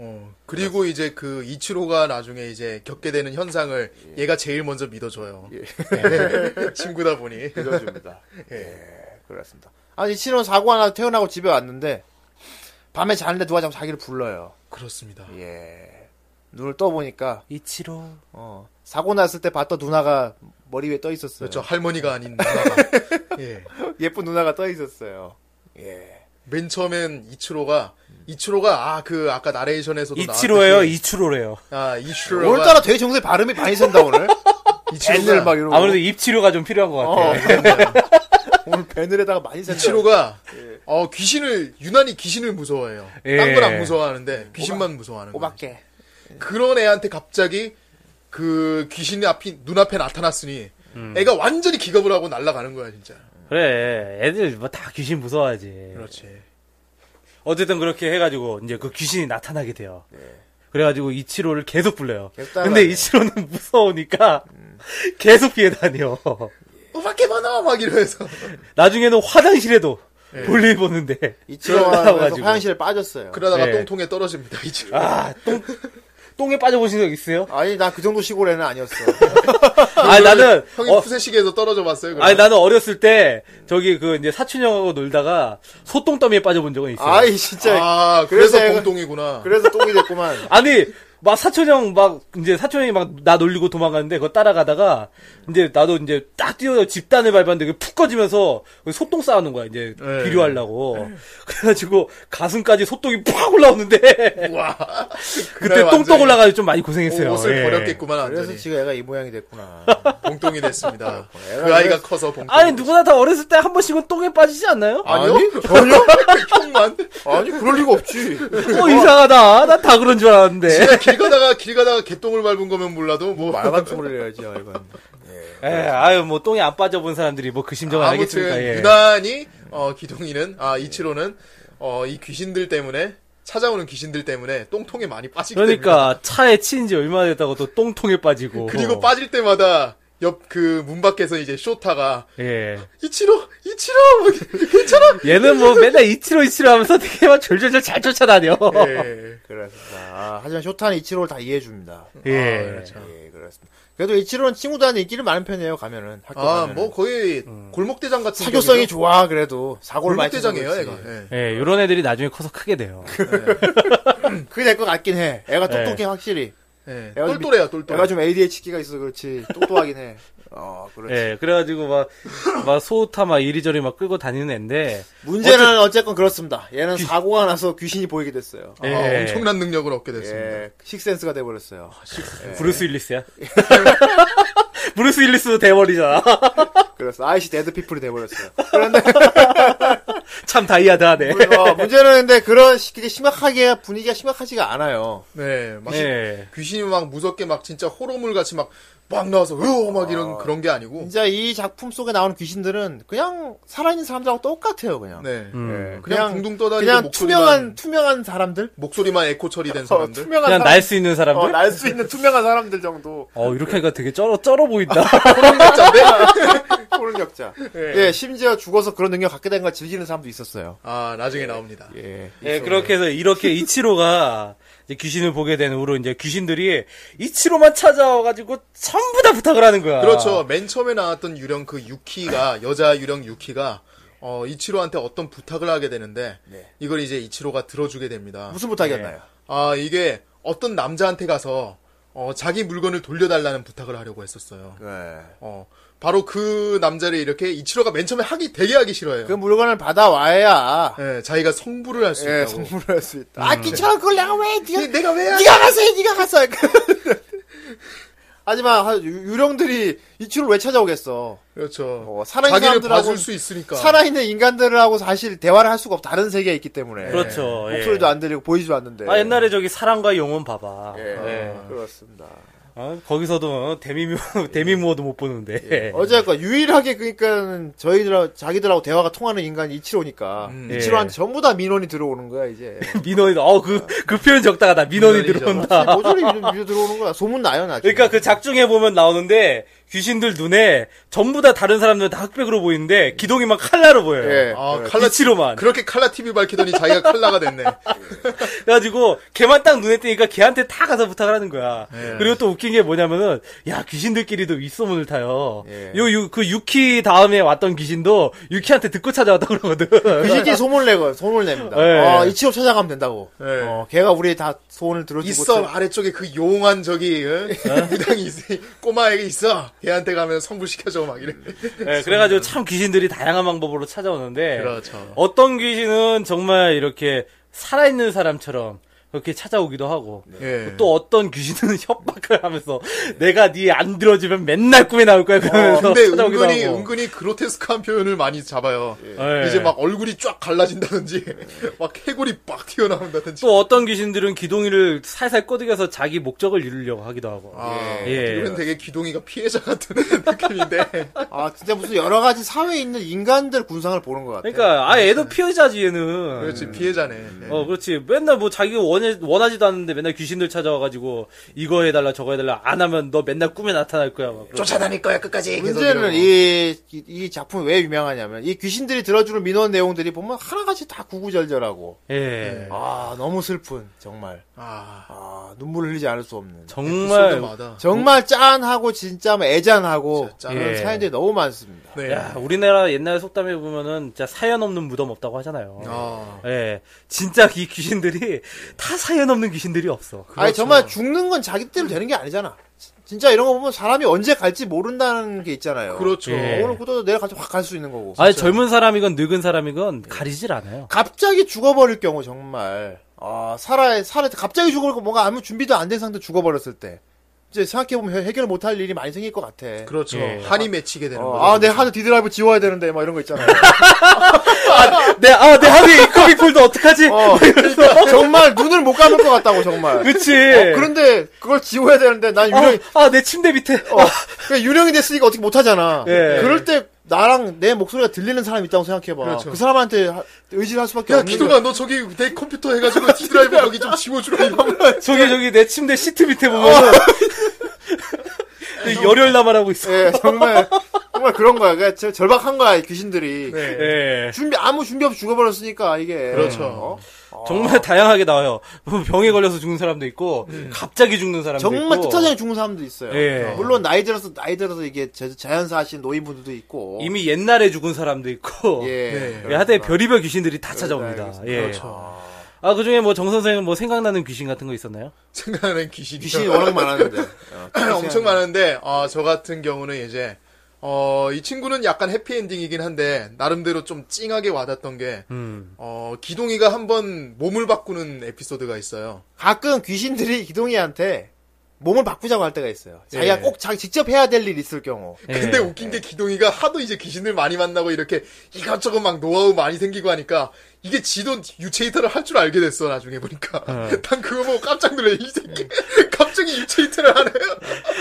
D: 어, 그리고 이제 그 이치로가 나중에 이제 겪게 되는 현상을
B: 예.
D: 얘가 제일 먼저 믿어줘요. 친구다 보니.
B: 믿어줍니다. 예, 그렇습니다. 아니 이치로 사고 하나 태어나고 집에 왔는데 밤에 자는데 누가 자꾸 자기를 불러요.
D: 그렇습니다.
B: 예. 눈을 떠 보니까
C: 이치로.
B: 어, 사고 났을 때 봤던 누나가 머리 위에 떠 있었어요.
D: 그렇죠. 할머니가 아닌 누나가. 예.
B: 예쁜 누나가 떠 있었어요. 예.
D: 맨 처음엔 이치로가 이치로가 아 그 아까 나레이션에서도
C: 이치로예요,
D: 그 나왔듯이
C: 이치로래요.
D: 아 이치로가
B: 오늘따라 되게 정세 발음이 많이 센다 오늘. 벤을
D: 이치로가
B: 막 이러고. 어,
C: 아무래도 입치료가 좀 필요한 것
D: 어.
C: 같아요.
B: 오늘 벤을에다가 많이 센다.
D: 이치로가 어 귀신을 유난히 귀신을 무서워해요.
C: 예.
D: 딴 건 안 무서워하는데 귀신만 무서워하는 거.
B: 꼬밖에.
D: 그런 애한테 갑자기 그 귀신이 앞이 눈앞에 나타났으니
C: 음.
D: 애가 완전히 기겁을 하고 날아가는 거야 진짜.
C: 그래, 애들 뭐 다 귀신 무서워하지.
D: 그렇지.
C: 어쨌든 그렇게 해가지고 이제 그 귀신이 나타나게 돼요. 그래가지고 이치로를 계속 불러요.
B: 네. 계속
C: 근데
B: 따라가요.
C: 이치로는 무서우니까 계속 피해 다녀.
D: 우밖에 번호 막 이러면서
C: 나중에는 화장실에도 볼일 보는데
B: 네. 이치로가 그래서
C: 나와가지고.
B: 화장실에 빠졌어요.
D: 그러다가
C: 예.
D: 똥통에 떨어집니다 이치로.
C: 아, 똥, 똥에 빠져보신 적 있어요?
B: 아니 나 그 정도 시골에는 아니었어.
C: 아, 나는,
D: 형이
C: 어,
D: 푸세식에서 떨어져 봤어요. 그럼.
C: 아니, 나는 어렸을 때,
B: 네.
C: 저기, 그, 이제, 사촌형하고 놀다가, 소똥더미에 빠져본 적은 있어요.
B: 아이 진짜.
D: 아, 그래서
B: 그래서 애가-
D: 봉동이구나.
B: 그래서 똥이 됐구만.
C: 아니, 막 사촌 형막 이제 사촌 형이 막 나 놀리고 도망가는데 그거 따라가다가 이제 나도 이제 딱 뛰어서 집단을 밟았는데 그게 푹 꺼지면서 거기 소똥 쌓아놓은 거야 이제
D: 네.
C: 비료하려고 그래가지고 가슴까지 소똥이 푹 올라오는데
D: 와.
C: 그때 똥똥 올라가서 좀 많이 고생했어요.
D: 옷을
C: 예.
D: 버렸겠구만
B: 그래서
D: 완전히.
B: 지금 애가 이 모양이 됐구나.
D: 봉똥이 됐습니다.
B: 애가
D: 그 아이가 커서 봉똥.
C: 어, 아니 누구나 다 어렸을 때 한 번씩은 똥에 빠지지 않나요?
D: 아니요?
B: 아니,
D: 전혀? 형만?
B: 아니 그럴 리가 없지.
C: 어 이상하다. 난 다 그런 줄 알았는데.
D: 진짜 네, 길 가다가 길 가다가 개똥을 밟은 거면 몰라도 뭐
B: 말 같은 소리를 해야지 이건.
C: 에, 아유 뭐 똥이 안 빠져본 사람들이 뭐 그 심정을
D: 아무튼
C: 알겠습니까? 예.
D: 유난히 어, 기동이는 아 이치로는 어, 이 귀신들 때문에 찾아오는 귀신들 때문에 똥통에 많이 빠지기 때문에
C: 그러니까 어. 차에 치인 지 얼마 나 됐다고 또 똥통에 빠지고.
D: 그리고 빠질 때마다 옆 그 문 밖에서 이제 쇼타가
C: 예.
D: 이치로 이치로 막 괜찮아
C: 얘는 뭐 맨날 이치로 이치로 하면서 되게 막 졸졸졸 잘 쫓아다녀.
D: 예.
B: 그렇습니다. 아, 하지만 쇼타는 이치로를 다 이해해 줍니다.
C: 예.
B: 아, 예, 그렇습니다. 그래도 이치로는 친구들한테 인기는 많은 편이에요. 가면은 학교
D: 아
B: 가면은.
D: 뭐 거의 골목대장 같은
B: 사교성이
D: 경우죠.
B: 좋아 그래도 사고를 많이
D: 골목대장이에요
B: 쳐서
D: 얘가
B: 그렇지.
D: 예.
C: 예, 요런 애들이 나중에 커서 크게 돼요.
B: 그게 될 것 같긴 해. 애가 똑똑해
C: 네.
B: 확실히.
D: 예.
B: 애가 좀
D: 똘똘해요 똘똘
B: 애가 좀 ADHD가 있어 그렇지 똑똑하긴 해. 어 그렇지.
C: 예, 그래가지고 막, 막 소타 막 이리저리 막 끌고 다니는 애인데.
B: 문제는 어쨌건 그렇습니다. 얘는 사고가 나서 귀신이 보이게 됐어요.
D: 아,
C: 예.
D: 엄청난 능력을 얻게 됐습니다
B: 예, 아, 식센스가 돼버렸어요. 예,
C: 예. 브루스 윌리스야. 브루스 윌리스 대머리잖아.
B: 그래서 아이씨 데드피플이 돼버렸어요. 그런데
C: 참 다이아드하네.
B: 어, 문제는 근데 그런 시- 그게 심각하게 분위기가 심각하지가 않아요.
D: 네, 막
C: 예.
D: 귀신이 막 무섭게 막 진짜 호러물 같이 막 막 나와서 으어 막 이런 그런 게 아니고
B: 진짜 이 작품 속에 나오는 귀신들은 그냥 살아있는 사람들하고 똑같아요, 그냥.
D: 네
B: 예,
C: 음.
D: 그냥, 둥둥 떠다니고
B: 그냥
D: 목소리만
B: 투명한 투명한 사람들,
D: 목소리만 에코 처리된
B: 어,
D: 사람들
B: 투명한
C: 그냥
B: 사람,
C: 날 수 있는 사람들?
B: 어, 날 수 있는 투명한 사람들 정도
C: 어, 이렇게 하니까 되게 쩔어, 쩔어 보인다.
B: 그런 격자. 예, 심지어 죽어서 그런 능력 갖게 된 걸 즐기는 사람도 있었어요.
D: 아 나중에 나옵니다
B: 예,
C: 예, 그렇게 해서 이렇게 이치로가 이제 귀신을 보게 된 후로 이제 귀신들이 이치로만 찾아와가지고 전부 다 부탁을 하는 거야.
D: 그렇죠 맨 처음에 나왔던 유령 그 유키가 여자 유령 유키가 어 이치로한테 어떤 부탁을 하게 되는데
B: 네.
D: 이걸 이제 이치로가 들어주게 됩니다
B: 무슨 부탁이었나요?
D: 아 이게 어떤 남자한테 가서 어 자기 물건을 돌려달라는 부탁을 하려고 했었어요
B: 예.
D: 어 바로 그 남자를 이렇게 이치로가 맨 처음에 하기 되게 하기 싫어해요
B: 그 물건을 받아와야
D: 예, 자기가 성불을 할 수
B: 예,
D: 있다고
B: 선물을 할 수 있다. 아, 귀찮아, 그걸 내가 왜, 네가,
D: 네, 내가 왜
B: 네가 가서 해, 네가 가서 해. 하지만 하- 유- 유령들이 이치를 왜 찾아오겠어?
D: 그렇죠.
B: 어, 살아있는
D: 자기를
B: 사람들하고
D: 봐줄 수 있으니까.
B: 살아있는 인간들하고 사실 대화를 할 수가 없 다른 세계에 있기 때문에.
C: 그렇죠. 예.
B: 목소리도 안 들리고 보이지도 않는데.
C: 아, 옛날에 네. 저기 사랑과 영혼 봐봐.
B: 네. 예. 그렇습니다.
C: 어, 거기서도 데미모, 데미모어도 못 보는데.
B: 어쨌건 유일하게 그러니까 저희들 자기들하고 대화가 통하는 인간이 이치로니까
D: 음.
C: 예.
B: 이치로한테 전부 다 민원이 들어오는 거야 이제. 아,
C: 민원이, 어, 그, 그 표현 적다가 나 민원이
D: 민원이죠.
C: 들어온다.
B: 모조리 밀려, 밀려 들어오는 거야. 소문 나요 나.
C: 그러니까 그 작중에 보면 나오는데 귀신들 눈에 전부 다 다른 사람들 다 흑백으로 보이는데 기동이만 칼라로 보여요.
B: 예.
D: 아,
B: 그래.
D: 칼라
C: 이치로만.
D: 그렇게 칼라 TV 밝히더니 자기가 칼라가 됐네.
C: 그래가지고 걔만 딱 눈에 띄니까 걔한테 다 가서 부탁을 하는 거야. 그리고 또 웃긴 게 뭐냐면은 야 귀신들끼리도 윗소문을 타요.
B: 예.
C: 요 요 그 유키 다음에 왔던 귀신도 유키한테 듣고 찾아왔다 그러거든.
B: 귀신끼리 소문을 내고 소문을 냅니다.
C: 예.
B: 어, 이치로 찾아가면 된다고.
D: 예.
B: 어, 걔가 우리 다 소원을 들어주고
D: 있어
B: 또-
D: 아래쪽에 그 용한 저기 어? 무당이 있어 꼬마에게 있어 걔한테 가면 성불시켜줘 막 이래
C: 예, 그래가지고 참 귀신들이 다양한 방법으로 찾아오는데
D: 그렇죠.
C: 예. 어떤 귀신은 정말 이렇게 살아있는 사람처럼 그렇게 찾아오기도 하고
D: 예.
C: 또 어떤 귀신은 협박을 하면서 내가 네 안 들어주면 맨날 꿈에 나올 거야 그러면서
D: 어, 근데
C: 어, 찾아오기도
D: 은근히
C: 하고
D: 은근히 그로테스크한 표현을 많이 잡아요
C: 예.
D: 이제 막 얼굴이 쫙 갈라진다든지 막 해골이 빡 튀어나온다든지
C: 또 어떤 귀신들은 기동이를 살살 꼬드겨서 자기 목적을 이루려고 하기도 하고.
D: 아,
C: 예.
D: 이건 되게 기동이가 피해자 같은 느낌인데
B: 아 진짜 무슨 여러 가지 사회에 있는 인간들 군상을 보는 것 같아.
C: 그러니까 아 애도 피해자지 얘는.
D: 그렇지 피해자네 예.
C: 어 그렇지 맨날 뭐 자기가 원해 원하지도 않는데 맨날 귀신들 찾아와가지고 이거 해달라 저거 해달라 안 하면 너 맨날 꿈에 나타날 거야 막. 그러고.
D: 쫓아다닐 거야 끝까지 계속
B: 문제는
D: 이러고.
B: 이, 이- 이 작품이 왜 유명하냐면 이 귀신들이 들어주는 민원 내용들이 보면 하나같이 다 구구절절하고
C: 예.
B: 아 너무 슬픈 정말
D: 아,
B: 아 눈물 을 흘리지 않을 수 없는
C: 정말
D: 에피소드마다.
B: 정말 짠하고 진짜 뭐 애잔하고
D: 진짜 짠.
B: 그런
C: 예.
B: 사연들이 너무 많습니다.
D: 네.
C: 야, 우리나라 옛날 속담에 보면은 진짜 사연 없는 무덤 없다고 하잖아요.
D: 아.
C: 예, 진짜 이 귀신들이 다 사연 없는 귀신들이 없어.
D: 그렇죠.
B: 아니 정말 죽는 건 자기 뜻대로 되는 게 아니잖아. 지- 진짜 이런 거 보면 사람이 언제 갈지 모른다는 게 있잖아요.
D: 그렇죠.
C: 예.
B: 오늘 굳어도 내일 갑자기 확 갈 수 있는 거고.
C: 아니 젊은 사람이건 늙은 사람이건 가리질 않아요.
B: 갑자기 죽어버릴 경우 정말 아 살아 살아 갑자기 죽어버리고 뭔가 아무 준비도 안 된 상태 죽어버렸을 때 이제 생각해 보면 해결 못할 일이 많이 생길 것 같아.
D: 그렇죠.
C: 예.
D: 한이 맺히게 되는 거죠.
B: 아 내 하드 디드라이브 지워야 되는데 막 이런 거 있잖아요.
C: 내, 아, 내 하루에 인커밍 폴더 어떡하지?
B: 어, 정말 눈을 못 감을 것 같다고 정말.
C: 그치.
D: 예.
B: 어, 그런데 그걸 지워야 되는데 난 유령
D: 어.
B: 이
C: 아, 내 침대 밑에.
B: 어, 그러니까 유령이 됐으니까 어떻게 못 하잖아.
C: 예.
B: 그럴 때 나랑 내 목소리가 들리는 사람 있다고 생각해봐.
D: 그렇죠.
B: 그 사람한테 하- 의지를 할 수밖에
D: 야,
B: 없는. 거야.
D: 기동아, 너 저기 내 컴퓨터 해가지고 디드라이브 여기 좀 지워주라.
C: 저기, 저기, 내 침대 시트 밑에 보면은. 열혈 남아라고 있어.
B: 예, 정말 정말 그런 거야. 그러니까 저- 절박한 거야 이 귀신들이.
C: 예.
B: 준비 아무 준비 없이 죽어버렸으니까 이게.
D: 네. 그렇죠.
B: 어?
C: 정말 다양하게 나와요. 병에 걸려서 죽는 사람도 있고, 갑자기 죽는 사람도
B: 정말
C: 있고.
B: 뜻하지 않게 죽는 사람도 있어요.
C: 예.
B: 물론 나이 들어서 나이 들어서 이게 자- 자연사 하시는 노인분들도 있고.
C: 이미 옛날에 죽은 사람도 있고.
B: 뭐 예.
C: 예,
D: 네.
C: 하여튼 별의별 귀신들이 다 찾아옵니다.
B: 알겠습니다.
C: 예.
D: 그렇죠.
C: 아, 그 중에 뭐 정 선생은 뭐 생각나는 귀신 같은 거 있었나요?
D: 생각나는 귀신이.
B: 귀신이 워낙 많았는데.
D: 엄청 많은데, 아, 저 같은 경우는 이제, 어, 이 친구는 약간 해피엔딩이긴 한데, 나름대로 좀 찡하게 와닿던 게,
C: 음.
D: 어, 기동이가 한번 몸을 바꾸는 에피소드가 있어요.
B: 가끔 귀신들이 기동이한테 몸을 바꾸자고 할 때가 있어요. 자기가
D: 예.
B: 꼭 자기 직접 해야 될 일이 있을 경우.
C: 음. 예.
D: 근데 웃긴 게 기동이가 하도 이제 귀신을 많이 만나고 이렇게 이것저것 막 노하우 많이 생기고 하니까 이게 지도 유체이터를 할 줄 알게 됐어 나중에 보니까
C: 예.
D: 난 그거 보고 깜짝 놀래 이 새끼 갑자기 유체이터를 하네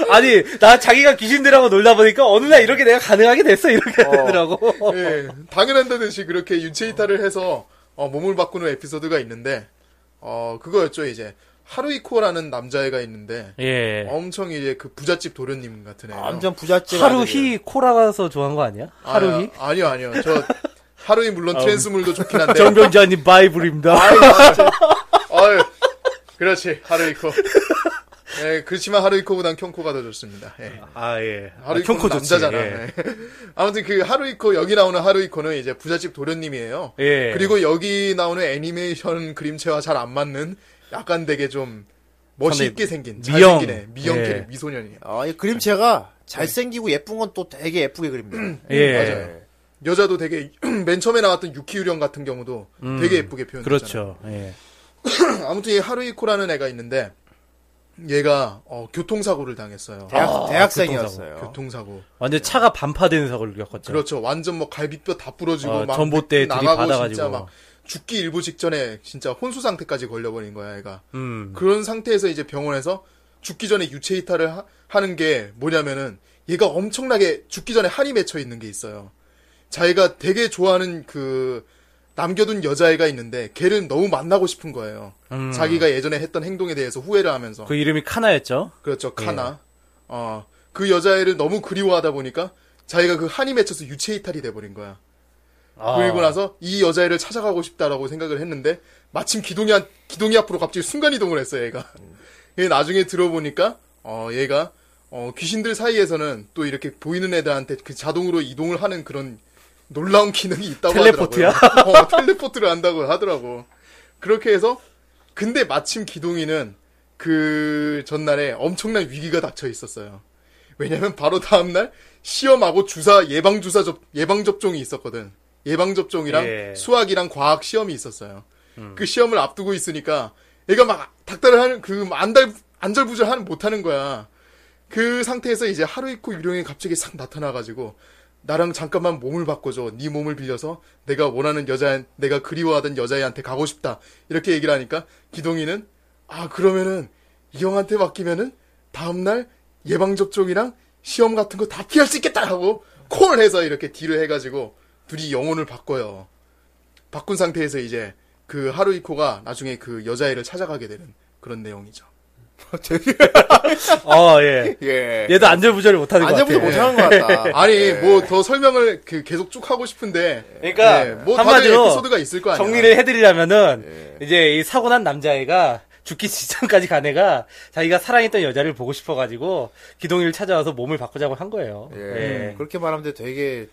C: 아니, 나 자기가 귀신들하고 놀다 보니까 어느 날 이렇게 내가 가능하게 됐어. 이렇게 되더라고.
D: 예, 당연한다듯이 그렇게 유체이터를 해서 어, 몸을 바꾸는 에피소드가 있는데 어 그거였죠 이제 하루이코라는 남자애가 있는데
C: 예.
D: 엄청 이제 그 부잣집 도련님 같은 애
B: 완전 부잣집. 아들이에요.
C: 하루히 코라가서 좋아한 거 아니야? 하루히?
D: 아, 아니요 아니요 저 하루이 물론 트랜스물도 좋긴 한데
C: 아, 네. 정병자님 바이블입니다.
D: 아유, 그렇지, 하루이코. 예, 그렇지만 하루이코보단 경코가 더 좋습니다. 예.
C: 아, 예. 아,
D: 하루이코는
C: 경코 좋지.
D: 남자잖아.
C: 예.
D: 예. 아무튼 그 하루이코, 여기 나오는 하루이코는 이제 부잣집 도련님이에요.
C: 예.
D: 그리고 여기 나오는 애니메이션 그림체와 잘 안 맞는 약간 되게 좀 멋있게 생긴,
C: 미영.
D: 잘생긴 애, 미영
C: 예.
D: 캐릭, 미소년이에요.
B: 아, 이 그림체가 잘생기고 예쁜 건 또 되게 예쁘게 그립니다.
C: 예.
D: 맞아요. 여자도 되게 맨 처음에 나왔던 유키유령 같은 경우도 되게 예쁘게 표현했잖아요.
C: 음, 그렇죠. 예.
D: 아무튼 이 하루이코라는 애가 있는데 얘가 어, 교통사고를 당했어요.
B: 대학, 대학생이었어요.
C: 아, 교통사고.
D: 교통사고.
C: 완전 차가 반파되는 사고를 겪었죠.
D: 그렇죠. 완전 뭐 갈비뼈 다 부러지고
C: 어,
D: 막그
C: 전봇대 들이
D: 나가고
C: 받아가지고.
D: 진짜 막 죽기 일보 직전에 진짜 혼수 상태까지 걸려버린 거야, 얘가.
C: 음.
D: 그런 상태에서 이제 병원에서 죽기 전에 유체 이탈을 하, 하는 게 뭐냐면은 얘가 엄청나게 죽기 전에 한이 맺혀 있는 게 있어요. 자기가 되게 좋아하는 그 남겨둔 여자애가 있는데 걔를 너무 만나고 싶은 거예요.
C: 음.
D: 자기가 예전에 했던 행동에 대해서 후회를 하면서.
C: 그 이름이 카나였죠.
D: 그렇죠. 카나. 어, 그 여자애를 너무 그리워하다 보니까 자기가 그 한이 맺혀서 유체 이탈이 돼버린 거야.
C: 아.
D: 그리고 나서 이 여자애를 찾아가고 싶다라고 생각을 했는데 마침 기동이 한- 기동이 앞으로 갑자기 순간 이동을 했어 얘가.
C: 음.
D: 얘 나중에 들어보니까 어 얘가 어, 귀신들 사이에서는 또 이렇게 보이는 애들한테 그 자동으로 이동을 하는 그런 놀라운 기능이 있다고
C: 텔레포트야?
D: 하더라고요. 어, 텔레포트를 한다고 하더라고. 그렇게 해서 근데 마침 기동이는 그 전날에 엄청난 위기가 닥쳐 있었어요. 왜냐면 바로 다음날 시험하고 주사 예방 주사 접 예방 접종이 있었거든. 예방 접종이랑
C: 예.
D: 수학이랑 과학 시험이 있었어요. 그 시험을 앞두고 있으니까 얘가 막 닥달을 하는 그 안달 안절부절 하는 못하는 거야. 그 상태에서 이제 하루이코 유령이 갑자기 싹 나타나가지고 나랑 잠깐만 몸을 바꿔줘. 네 몸을 빌려서 내가 원하는 여자, 내가 그리워하던 여자애한테 가고 싶다. 이렇게 얘기를 하니까 기동이는 아 그러면은 이 형한테 맡기면은 다음날 예방 접종이랑 시험 같은 거 다 피할 수 있겠다 하고 콜 해서 이렇게 딜을 해가지고 둘이 영혼을 바꿔요. 바꾼 상태에서 이제 그 하루이코가 나중에 그 여자애를 찾아가게 되는 그런 내용이죠.
C: 아, 예.
B: 예.
C: 얘도 안절부절을 못하는 것 같아.
B: 안전부터 못하는 것 같다.
D: 아니
C: 예.
D: 뭐 더 설명을 그 계속 쭉 하고 싶은데
C: 그러니까
D: 예, 뭐 다들 예.
C: 한마디로
D: 에피소드가 있을 거 아니야.
C: 정리를 해드리려면은 이제 이 사고 난 남자애가 죽기 직전까지 간 애가 자기가 사랑했던 여자를 보고 싶어가지고 기동이를 찾아와서 몸을 바꾸자고 한 거예요.
B: 예.
C: 예.
B: 그렇게 말하면 되게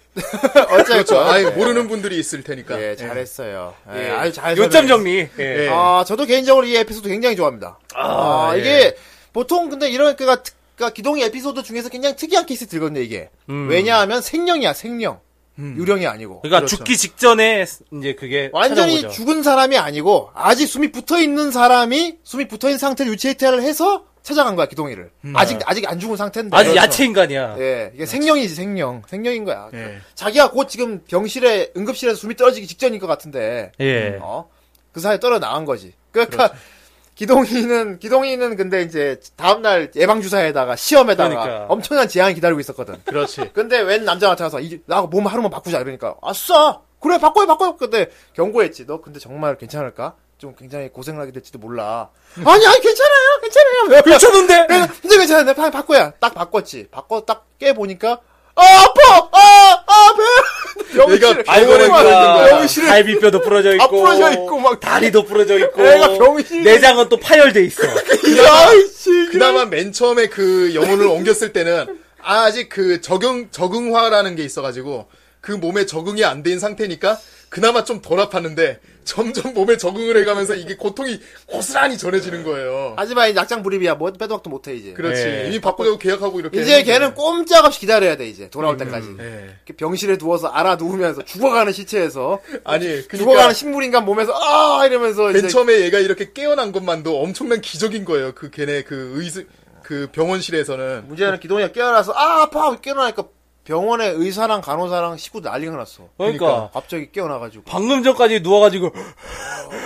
D: 그렇죠.
B: 어쨌건
D: 아
B: 예.
D: 모르는 분들이 있을 테니까.
B: 예, 잘했어요. 예,
D: 예.
B: 아주 잘.
C: 요점
B: 설명했어요.
C: 정리. 예.
D: 예.
B: 아, 저도 개인적으로 이 에피소드 굉장히 좋아합니다. 아,
C: 예.
B: 이게 보통 근데 이런 그가 그러니까 기동이 에피소드 중에서 굉장히 특이한 케이스 들거든요, 이게. 왜냐하면 생령이야, 생령. 유령이 아니고.
C: 음. 그러니까 죽기 직전에 이제 그게 찾아온
B: 완전히
C: 거죠.
B: 죽은 사람이 아니고 아직 숨이 붙어 있는 사람이 숨이 붙어 있는 상태로 유체이탈을 해서 찾아간 거야, 기동이를. 아직 아직 안 죽은 상태인데.
C: 네. 아주 예. 야채 인간이야.
B: 그렇죠. 예, 이게 생령이지 생령, 생령인 거야. 자기가 곧 지금 병실에 응급실에서 숨이 떨어지기 직전인 것 같은데,
C: 예. 그렇죠.
B: 어, 그 사이에 떨어 나간 거지. 그러니까 기동이는 기동이는 근데 이제 다음 날 예방 주사에다가 시험에다가
C: 그러니까.
B: 엄청난 제한이 기다리고 있었거든.
D: 그렇지.
B: 근데 웬 남자 나타나서 이- 나하고 몸 하루만 바꾸자 이러니까 아싸 그래 바꿔요 바꿔요 근데 경고했지 너 근데 정말 괜찮을까 좀 굉장히 고생을 하게 될지도 몰라 아니 아니 괜찮아요 괜찮아요 왜
C: 그렇죠. 괜찮은데?
B: 네, 근데 괜찮은데 바, 바꿔야 딱 바꿨지 바꿔 딱 깨 보니까 아 아파 아아배
D: 얘가
C: 아이고,
D: 병원에
C: 그러니까
D: 들어있는 거야.
B: 병실에
C: 갈비뼈도 부러져 있고,
B: 아, 부러져 있고, 막
C: 다리도 부러져 있고,
B: 애가 그러니까. 병실에-
C: 내장은 또 파열돼 있어.
B: 아이씨
D: 그나마 맨 처음에 그 영혼을 옮겼을 때는 아직 그 적응 적응화라는 게 있어가지고 그 몸에 적응이 안 된 상태니까 그나마 좀 덜 아팠는데 점점 몸에 적응을 해가면서 이게 고통이 고스란히 전해지는 거예요.
B: 하지만 이 약장 불입이야 뭐 빼도 박도 못해 이제
D: 그렇지.
C: 예.
D: 이미 바꾸려고 계약하고 이렇게.
B: 이제
D: 했는데.
B: 걔는 꼼짝없이 기다려야 돼 이제 돌아올 때까지
D: 예.
B: 이렇게 병실에 누워서 알아 누우면서 죽어가는 시체에서
D: 아니 그러니까
B: 죽어가는 식물인간 몸에서 아 이러면서
D: 맨
B: 이제
D: 처음에 얘가 이렇게 깨어난 것만도 엄청난 기적인 거예요. 그 걔네 그 의스 그 병원실에서는
B: 문제는 기동이가 깨어나서 아 아파 깨어나니까 병원에 의사랑 간호사랑 식구 들 난리가 났어.
C: 그러니까.
B: 갑자기 깨어나가지고
C: 방금 전까지 누워가지고
B: 그러니까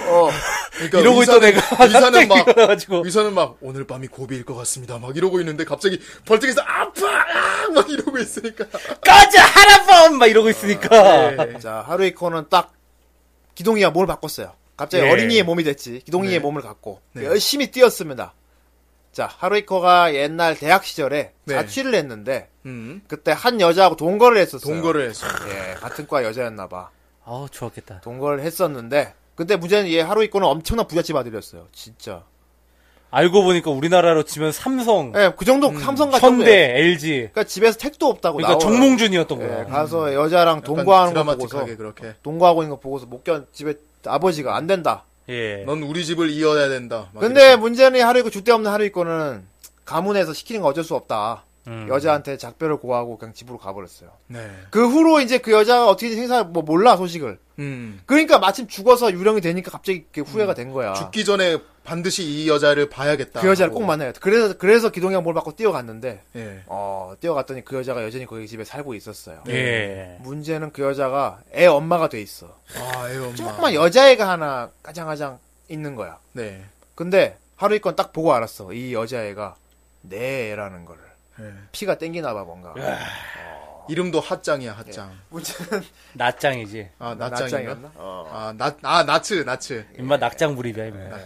B: 어
D: 그러니까
C: 이러고 있던
D: 의사는-
C: 애가
D: 의사는 막
C: 갑자기 일어나가지고.
D: 의사는 막 오늘 밤이 고비일 것 같습니다. 막 이러고 있는데 갑자기 벌떡에서 아파 아! 막 이러고 있으니까
C: 까자 하라범 막 이러고
B: 예.
C: 있으니까.
D: 네.
B: 자, 하루이코는 딱 기동이가 몸을 바꿨어요. 갑자기
C: 예.
B: 어린이의 몸이 됐지. 기동이의
D: 네.
B: 몸을 갖고 그 열심히 뛰었습니다. 자, 하루이코가 옛날 대학 시절에
D: 네.
B: 자취를 했는데
D: 음.
B: 그때 한 여자하고 동거를 했었어요.
D: 동거를 해서
B: 예, 같은 과 여자였나 봐.
C: 아우 좋았겠다.
B: 동거를 했었는데 근데 문제는 얘 하루이코는 엄청난 부잣집 아들이었어요. 진짜.
C: 알고 보니까 우리나라로 치면
D: 음.
C: 삼성,
B: 예, 그 정도 삼성 같은
C: 현대,
B: 정도예요.
C: LG.
B: 그러니까 집에서 택도 없다고 나와요.
C: 그러니까 정몽준이었던 거야.
B: 예, 가서 여자랑 동거하는 거 보고서
D: 음. 드라마틱하게 그렇게
B: 동거하고 있는 거 보고서 목견 집에 아버지가 안 된다.
C: 예.
D: 넌 우리 집을 이어야 된다. 막
B: 근데 문제는 하루이고 주대 없는 하루이고는 가문에서 시키는 거 어쩔 수 없다.
D: 음.
B: 여자한테 작별을 고하고 그냥 집으로 가버렸어요.
D: 네.
B: 그 후로 이제 그 여자가 어떻게 생사 뭐 몰라 소식을.
D: 음.
B: 그러니까 마침 죽어서 유령이 되니까 갑자기 이렇게 후회가 된 거야.
D: 죽기 전에 반드시 이 여자를 봐야겠다.
B: 아. 그 여자를 꼭
D: 하고.
B: 만나야 돼. 그래서 그래서 기동이가 뭘 받고 뛰어갔는데
D: 예.
B: 어 뛰어갔더니 그 여자가 여전히 거기 집에 살고 있었어요.
D: 네.
C: 예.
B: 문제는 그 여자가 애 엄마가 돼 있어.
D: 아, 애 엄마.
B: 조금만 여자애가 하나 가장가장 있는 거야.
D: 네.
B: 근데 하루이 건 딱 보고 알았어. 이 여자애가 내 애라는 거를.
D: 예.
B: 피가 땡기나 봐 뭔가.
D: 이름도 핫짱이야, 핫짱.
B: 문제는
C: 낮장이지.
D: 아, 낫짱이었나?
B: 낯장이었나? 어.
D: 아, 낫, 아, 나츠, 나츠.
C: 인마 낙장 불입이야,
B: 네.
C: 인마.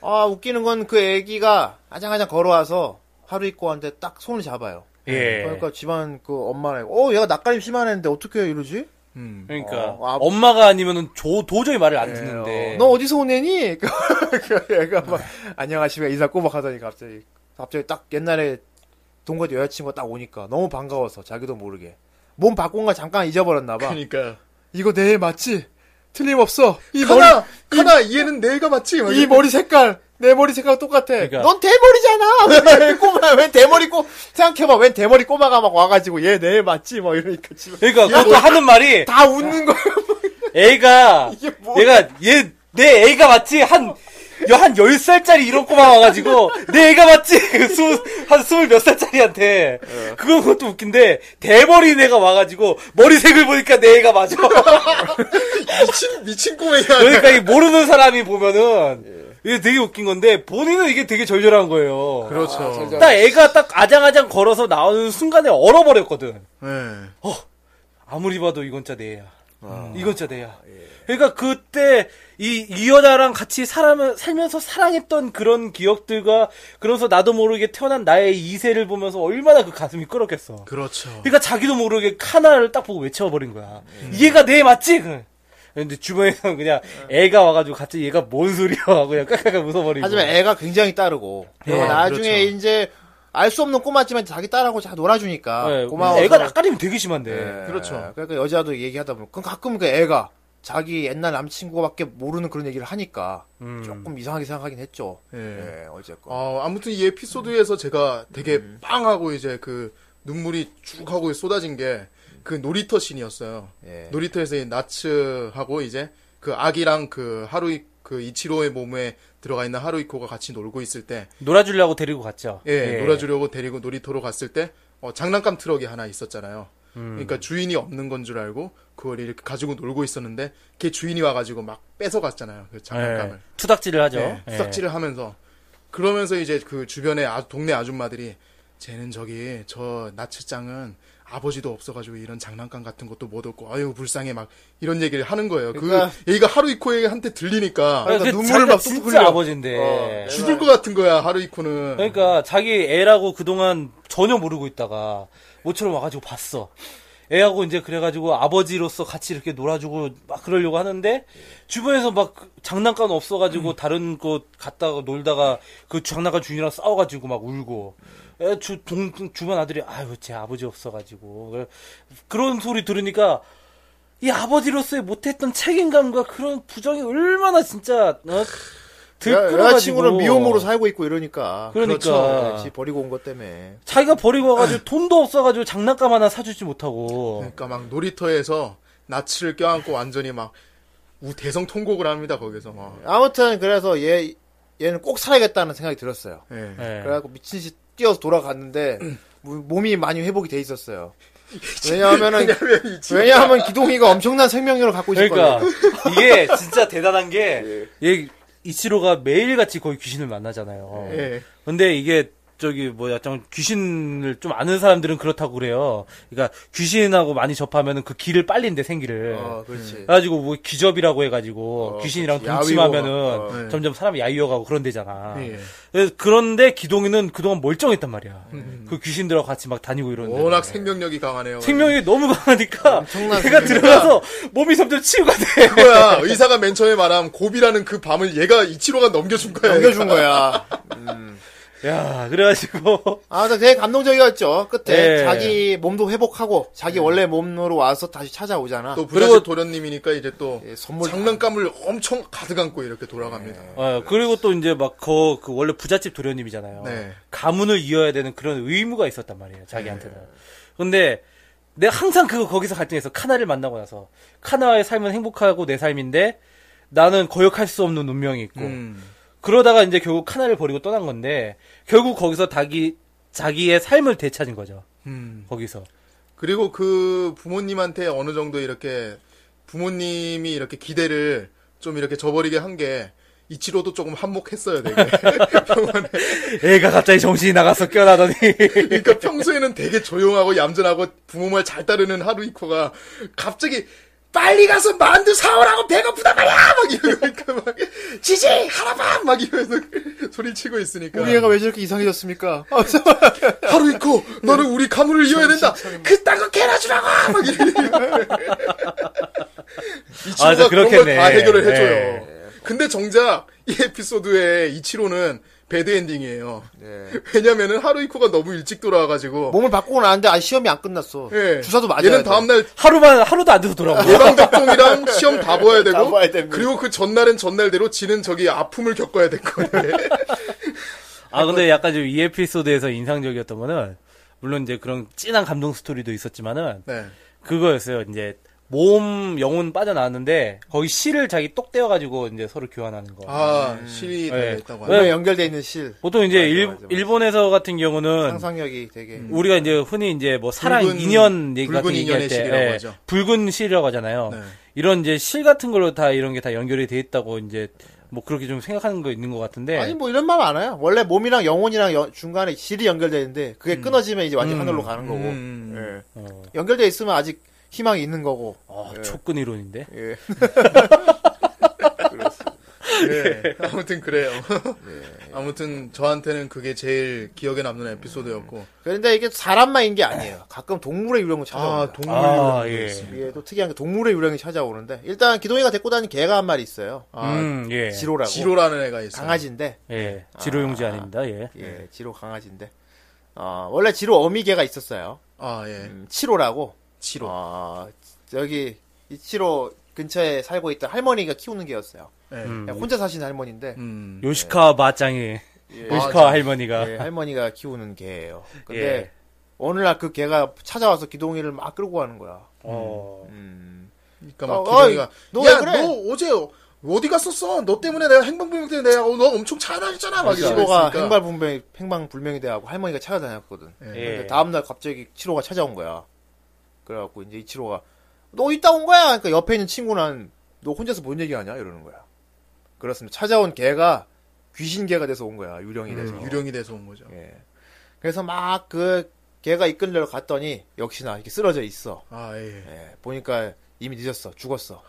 B: 아 웃기는 건 그 애기가 아장아장 걸어와서 하루이 거한테 딱 손을 잡아요.
C: 예.
B: 그러니까 집안 그 엄마랑 어 얘가 낯가림 심하는데 어떻게 이러지?
D: 음.
C: 그러니까
B: 어, 아,
C: 엄마가 아니면은 조, 도저히 말을 안 듣는데.
B: 어, 너 어디서 오내니? 그 애가 막 안녕하십니까 인사 꼬박 하더니 갑자기 갑자기 딱 옛날에 동거지 여자친구가 딱 오니까 너무 반가워서 자기도 모르게 몸 바꾼 거 잠깐 잊어버렸나 봐.
D: 그러니까.
B: 이거 내 애 맞지? 틀림없어. 이
D: 카나, 카나, 얘는 내가 맞지? 막
B: 머리, 이 머리 색깔 내 머리 색깔 똑같아.
C: 그러니까.
B: 넌 대머리잖아. 왜 꼬마 왜 대머리 꼬 생각해봐 웬 대머리 꼬마가 막 와가지고 얘 내 애 맞지? 막 이러니까 지금
C: 그러니까 그것도
B: 뭐
C: 하는 말이
B: 다 웃는 거야.
C: 그러니까. 애가
B: 뭐야.
C: 얘가 얘 내 애가 맞지 한한 열살짜리 이런 꼬마 와가지고 내 애가 맞지 스무- 한 스물 몇 살짜리한테
B: 네.
C: 그건 그것도 웃긴데 대머리 애가 와가지고 머리색을 보니까 내 애가 맞아
D: 미친, 미친 꼬맹이야.
C: 그러니까 이 모르는 사람이
B: 예.
C: 보면은 이게 되게 웃긴 건데 본인은 이게 되게 절절한 거예요
B: 그러니까
D: 그렇죠.
C: 딱 애가 딱 아장아장 걸어서 나오는 순간에 얼어버렸거든
D: 네.
C: 아무리 봐도 이건 진짜 내 애야.
B: 아.
C: 이건 진짜 내 애야.
B: 예.
C: 그러니까 그때 이, 이 여자랑 같이 살아, 살면서 사랑했던 그런 기억들과 그러면서 나도 모르게 태어난 나의 2세를 보면서 얼마나 그 가슴이 끓었겠어.
D: 그렇죠.
B: 음.
C: 그러니까 자기도 모르게 카나를 딱 보고 외쳐버린 거야. 이 얘가 내 애 맞지? 그. 근데 주변에서는 그냥 애가 와가지고 갑자기 얘가 뭔 소리야 하고 그냥 깍깍
B: 예.
C: 웃어버리고.
B: 하지만 애가 굉장히 따르고 그리고
C: 네,
B: 나중에 이제 알 수 없는 꼬마지만 자기 딸하고 잘 놀아주니까
C: 네,
B: 고마워.
C: 애가 낯가리면 되게 심한데.
D: 그렇죠.
B: 그러니까 여자도 얘기하다 보면 그럼 가끔 그 애가 자기 옛날 남친구밖에 모르는 그런 얘기를 하니까
C: 음.
B: 조금 이상하게 생각하긴 했죠.
D: 예.
B: 예, 어쨌건.
D: 어, 아무튼 이 에피소드에서 제가 되게 빵 하고 이제 그 눈물이 쭉 하고 쏟아진 게 그 놀이터 씬이었어요.
B: 예.
D: 놀이터에서 이 나츠하고 이제 그 아기랑 그 하루이 그 이치로의 몸에 들어가 있는 하루이코가 같이 놀고 있을 때
C: 놀아주려고 데리고 갔죠.
D: 예, 놀아주려고 데리고 놀이터로 갔을 때 어, 장난감 트럭이 하나 있었잖아요.
B: 음.
D: 그러니까 주인이 없는 건 줄 알고 그걸 이렇게 가지고 놀고 있었는데 걔 주인이 와가지고 막 뺏어갔잖아요. 그 장난감을.
C: 예, 투닥질을 하죠.
D: 예, 수석질을 하면서 그러면서 이제 그 주변에 아- 동네 아줌마들이 쟤는 저기 저 나츠짱은 아버지도 없어가지고 이런 장난감 같은 것도 못 얻고 아유 불쌍해 막 이런 얘기를 하는 거예요. 그
B: 그러니까-
D: 얘기가 하루이코한테 들리니까
B: 그러니까
C: 그
B: 눈물을
C: 자기가
B: 막 뚝뚝
C: 진짜
B: 흘려.
C: 아버지인데.
B: 어.
D: 죽을 것 같은 거야 하루이코는.
B: 네.
C: 그러니까 자기 애라고 그동안 전혀 모르고 있다가 모처럼 와가지고 봤어. 애하고 이제 그래가지고 아버지로서 같이 이렇게 놀아주고 막 그러려고 하는데 주변에서 막그 장난감 없어가지고
B: 음.
C: 다른 곳 갔다가 놀다가 그 장난감 주인이랑 싸워가지고 막 울고 애 주, 동, 주변 아들이 아유 제 아버지 없어가지고 그래- 그런 소리 들으니까 이 아버지로서의 못했던 책임감과 그런 부정이 얼마나 진짜 어?
B: 여-
C: 들끓어가지고
B: 여자친구는 미혼모로 살고 있고 이러니까.
C: 그러니까.
B: 그렇죠. 지 버리고 온 것 때문에.
C: 자기가 버리고 와가지고 돈도 없어가지고 장난감 하나 사주지 못하고
B: 네.
D: 그러니까 막 놀이터에서 나츠를 껴안고 완전히 막 우대성 통곡을 합니다 거기서 막.
B: 아무튼 그래서 얘 얘는 꼭 살아야겠다는 생각이 들었어요.
D: 예.
C: 예.
B: 그래갖고 미친 듯이 뛰어서 돌아갔는데 무- 몸이 많이 회복이 돼 있었어요. 왜냐하면은 왜냐하면 기동이가 엄청난 생명력을 갖고
C: 그러니까
B: 있었거든요. 예.
C: 이게 진짜 대단한 게 얘 이치로가 매일같이 거의 귀신을 만나잖아요
D: 예.
C: 근데 이게 저기 뭐야 좀 귀신을 좀 아는 사람들은 그렇다고 그래요 그러니까 귀신하고 많이 접하면은 그 기를 빨린대 생기를
B: 어, 그렇지.
C: 그래가지고 뭐 기접이라고 해가지고 귀신이랑
B: 그렇지.
C: 동침하면은
B: 야위고 막, 예.
D: 어.
C: 점점 사람이 야위어가고 그런 데잖아
D: 예.
C: 그래서 그런데 기동이는 그동안 멀쩡했단 말이야
B: 음.
C: 그 귀신들하고 같이 막 다니고 이러는데
D: 워낙 생명력이 강하네요.
C: 생명이 너무 강하니까
B: 엄청난
C: 얘가
B: 생명이다.
C: 들어가서 몸이 점점 치유가 돼.
D: 그거야. 의사가 맨 처음에 말함 고비라는 그 밤을 얘가 이치로가 넘겨준 거야.
B: 넘겨준 거야.
C: 야, 그래가지고
B: 아, 근데 되게 감동적이었죠. 끝에
C: 예.
B: 자기 몸도 회복하고 자기 원래 몸으로 와서 다시 찾아오잖아.
D: 또 브라질 도련님이니까 이제 또
B: 예, 선물 예.
D: 장난감을 엄청 가득 안고 이렇게 돌아갑니다.
C: 어, 그리고 또 이제 막그 그 원래 부잣집 도련님이잖아요.
D: 네.
C: 가문을 이어야 되는 그런 의무가 있었단 말이에요, 자기한테는.
B: 네.
C: 근데 내가 항상 그거 거기서 갈등해서 카나를 만나고 나서 카나의 삶은 행복하고 내 삶인데 나는 거역할 수 없는 운명이 있고
B: 음.
D: 음.
C: 그러다가 이제 결국 카나를 버리고 떠난 건데 결국 거기서 자기 자기의 삶을 되찾은 거죠.
B: 음.
C: 거기서.
D: 그리고 그 부모님한테 어느 정도 이렇게 부모님이 이렇게 기대를 좀 이렇게 저버리게 한 게 이치로도 조금 한몫했어요, 되게. 병원에.
C: 애가 갑자기 정신이 나가서 깨어나더니
D: 그러니까 평소에는 되게 조용하고 얌전하고 부모 말 잘 따르는 하루이코가 갑자기 빨리 가서 만두 사오라고 배고프다 말야 막 이러니까 막 지지 하라방 막 이러면서 소리 치고 있으니까
B: 우리 애가 왜 저렇게 이상해졌습니까? 아,
D: 하루이코 너는 우리 가문을 이어야 된다 그딴 거 개나주라고 막 이러니까 이치로가
C: 아, 저
D: 그런 걸
C: 그렇겠네.
D: 다 해결을 해줘요
C: 네.
D: 근데 정작 이 에피소드에 이치로는 배드 엔딩이에요
B: 네.
D: 왜냐면은 하루이코가 너무 일찍 돌아와가지고
B: 몸을 바꾸고 나는데 아직 시험이 안 끝났어.
D: 예.
B: 주사도 뭐, 맞아야
D: 얘는
B: 돼.
D: 다음날
C: 하루만 하루도 안 돼서 돌아온 거야.
D: 예방접종이랑 시험 다 봐야 되고
B: 다 봐야 됩니다.
D: 그리고 그 전날은 전날대로 지는 저기 아픔을 겪어야 될 거예요.
C: 아 근데 약간 좀 이 에피소드에서 인상적이었던 거는 물론 이제 그런 진한 감동 스토리도 있었지만은
D: 네.
C: 그거였어요. 이제 몸 영혼 빠져나왔는데 거기 실을 자기 똑 떼어가지고 이제 서로 교환하는 거.
D: 아,
B: 음.
D: 뭐 실이
C: 네.
D: 달려있다고
C: 왜-
D: 하네.
B: 몸에 연결돼 있는 실.
C: 보통 이제
B: 맞아,
C: 일,
B: 맞아, 맞아.
C: 일본에서 같은 경우는
B: 상상력이 되게 음.
C: 우리가 이제 흔히 이제 뭐 사랑
D: 붉은-
C: 인연 얘기 같은
D: 붉은
C: 얘기할
D: 인연의
C: 때
D: 실이라고
C: 예,
D: 하죠.
C: 붉은 실이라고 하잖아요.
D: 네.
C: 이런 이제 실 같은 걸로 다 이런 게 다 연결이 돼 있다고 이제 뭐 그렇게 좀 생각하는 거 있는 것 같은데
B: 아니 뭐 이런 말 많아요. 원래 몸이랑 영혼이랑 여- 중간에 실이 연결되는데 그게 끊어지면 이제 완전
C: 음.
B: 하늘로 가는 거고
D: 음.
B: 예.
C: 어,
B: 연결돼 있으면 아직 예.
C: 아,
B: 희망이 있는 거고.
C: 어, 촉근 이론인데
B: 예.
D: 예. 아무튼 그래요.
B: 네.
D: 아무튼 저한테는 그게 제일 기억에 남는
B: 음.
D: 에피소드였고.
B: 그런데 이게 사람만인 게 아니에요. 가끔 동물의 유령을 찾아옵니다.
D: 아, 동물.
C: 아, 예.
B: 이게 또 특이한 게 동물의 유령이 찾아오는데 일단 기동이가 데리고 다니는 개가 한 마리 있어요.
D: 아,
C: 음, 예.
B: 지로라고.
D: 지로라는 애가 있어요.
B: 강아지인데
C: 예. 지로용지 아닙니다, 예.
B: 예, 지로 강아지인데 어, 원래 지로 어미개가 있었어요.
D: 아, 예.
B: 음, 치로라고.
D: 지로.
B: 어, 여기 이 치로 근처에 살고 있던 할머니가 키우는 개였어요.
D: 예.
C: 음.
B: 그냥 혼자 사시는 할머니인데
D: 음. 아,
C: 요시카 마짱이. 요시카
D: 마짱.
C: 할머니가.
D: 음.
B: 예, 할머니가 키우는 개예요. 근데
C: 예.
B: 어느 날 그 개가 찾아와서 기동이를 막 끌고 가는 거야.
C: 어.
B: 음.
D: 그러니까 막
B: 어,
D: 기동이가
B: 어이, 너왜
D: 야,
B: 그래?
D: 너 어제 어디 갔었어? 너 때문에 내가 행방불명 때문에 내가 어, 너 엄청 찾아다녔잖아. 막 이러고
B: 치로가
D: 있으니까.
B: 행방불명이 행방불명이 돼하고 할머니가 찾아다녔거든.
C: 예.
B: 근데 다음날 갑자기 치로가 찾아온 거야. 그래갖고 이제 이 치로가 너 이따 온 거야. 그러니까 옆에 있는 친구는 너 혼자서 뭔 얘기하냐 이러는 거야. 그렇습니다. 찾아온 개가 귀신 개가 돼서 온 거야. 유령이 돼서.
D: 유령이 돼서 온 거죠.
B: 예. 그래서 막 그 개가 이끌려 갔더니 역시나 이렇게 쓰러져 있어.
D: 아, 예.
B: 예. 보니까 이미 늦었어. 죽었어.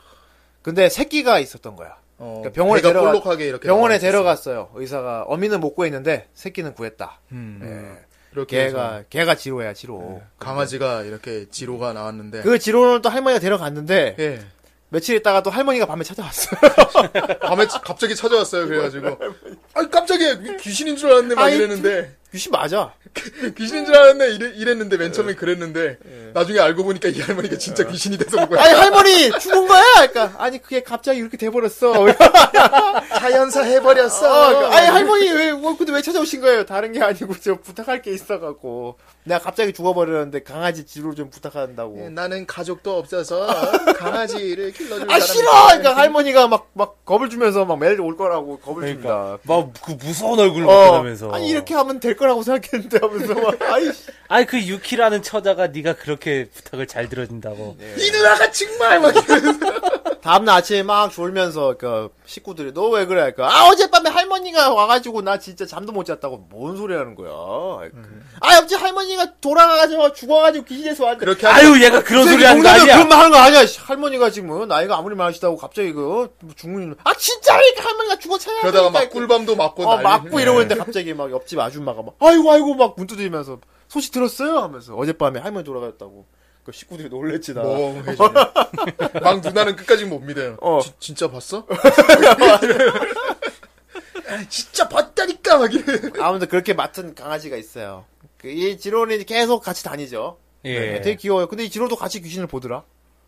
B: 근데 새끼가 있었던 거야.
D: 어,
B: 그러니까 병원에
D: 배가
B: 데려가-
D: 볼록하게 이렇게
B: 병원에
D: 나와 있었어요.
B: 데려갔어요. 의사가 어미는 못 구했는데 새끼는 구했다.
D: 음. 뭐
B: 예.
D: 이렇게 해서 예.
B: 개가 개가 지로야 지로.
D: 강아지가 이렇게 지로가 나왔는데
B: 그 지로는 또 할머니가 데려갔는데
D: 예.
B: 며칠 있다가 또 할머니가 밤에 찾아왔어.
D: 밤에 자- 갑자기 찾아왔어요. 그래가지고 아 깜짝이야 귀- 귀신인 줄 알았는데 막
B: 아이,
D: 이랬는데
B: 귀신 맞아.
D: 귀신인 줄 알았네 이래, 이랬는데 맨 처음에 그랬는데 나중에 알고 보니까 이 할머니가 진짜 귀신이 돼서 온 거야.
B: 아니 할머니 죽은 거야. 그러니까 아니 그게 갑자기 이렇게 돼버렸어.
D: 자연사
B: 아,
D: 해버렸어.
B: 아니 할머니 왜 뭐, 근데 왜 찾아오신 거예요? 다른 게 아니고 저 부탁할 게 있어갖고 내가 갑자기 죽어버렸는데 강아지 지로 좀 부탁한다고.
D: 예, 나는 가족도 없어서 강아지를 길러줄
B: 아
D: 사람이
B: 싫어!
D: 없어요.
B: 그러니까 할머니가 막 막 겁을 주면서 막 매일 올 거라고 겁을
C: 그러니까
B: 준다.
C: 막 그 무서운 얼굴로 나타나면서
B: 어. 아니 이렇게 하면 될 거라고 생각했는데 하면서 막 아이
C: 아니 그 유키라는 처자가 네가 그렇게 부탁을 잘 들어준다고
B: 예.
D: 이 누나가 정말 막 이러면서
B: 다음날 아침에 막 졸면서 그 식구들이 너 왜 그래? 그러니까 아 어젯밤에 할머니가 와가지고 나 진짜 잠도 못 잤다고 뭔 소리 하는 거야? 아 옆집 할머니가 돌아가가지고 죽어가지고 귀신에서
D: 음.
B: 왔는데
D: 그렇게 하면
C: 아유 얘가 그런 소리 하는 거
B: 농담으로
C: 아니야
B: 그런 말 하는 거 아니야. 씨. 할머니가 지금 뭐 나이가 아무리 많으시다고 갑자기 그 죽는 아 진짜 그러니까 할머니가 죽어 찾아야
D: 그러다가 막
B: 되니까
D: 꿀밤도 맞고
B: 어,
D: 난리. 네.
B: 맞고 이러고 있는데 갑자기 막 옆집 아줌마가 막 아이고 아이고 막 문 두드리면서 소식 들었어요 하면서 어젯밤에 할머니 돌아가셨다고 그 식구들이 놀랬지 나.
D: 뭐 멍해지네. 막 누나는 끝까지 못 믿어요.
B: 어.
D: 지- 진짜 봤어? 진짜 봤다니까 막 이래.
B: 아무튼 그렇게 맡은 강아지가 있어요. 그이 지로는 계속 같이 다니죠.
C: 예.
B: 네, 되게 귀여워요. 근데 이 지로도 같이 귀신을 보더라.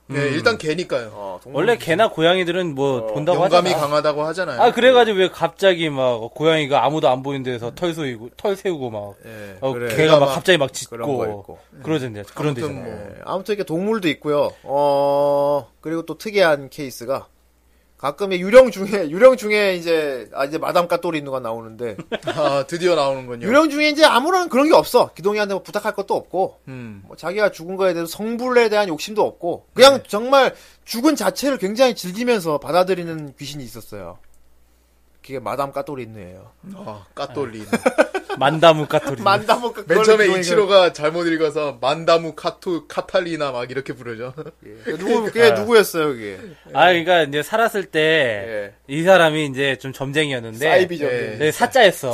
D: 네, 일단 개니까요.
B: 음. 어, 동물
C: 원래 개나 고양이들은
B: 어,
C: 뭐 본다고
D: 영감이
C: 하잖아
D: 강하다고 하잖아요.
C: 아 그래가지고 왜 갑자기 막 고양이가 아무도 안 보이는 데서 털 세우고 털 세우고 막
B: 예,
C: 어,
B: 그래.
C: 개가 막
D: 막
C: 갑자기 막
B: 그런 거
C: 짖고
B: 있고.
C: 그러던데 그런
D: 아무튼
C: 데잖아요
D: 뭐.
B: 예, 아무튼 이렇게 동물도 있고요. 어 그리고 또 특이한 케이스가 가끔 이 유령 중에 유령 중에 이제 아 이제 마담 까또리 누가 나오는데
D: 아, 드디어 나오는군요.
B: 유령 중에 이제 아무런 그런 게 없어. 기동이한테 뭐 부탁할 것도 없고
D: 음.
B: 뭐 자기가 죽은 거에 대해서 성불에 대한 욕심도 없고
C: 네.
B: 그냥 정말 죽은 자체를 굉장히 즐기면서 받아들이는 귀신이 있었어요. 그게 마담 까또리 인누예요.
D: 아, 까똘리.
C: 만다무 까토리
B: 만담은
D: 맨 처음에 이치로가 잘못 읽어서 만다무 카투 카탈리나 막 이렇게 부르죠.
B: 누구 그게 누구였어요 그게?
C: 아 그러니까 이제 살았을 때 이 사람이 이제 좀 점쟁이였는데
B: 예. 사이비죠.
D: 예.
C: 네, 사자였어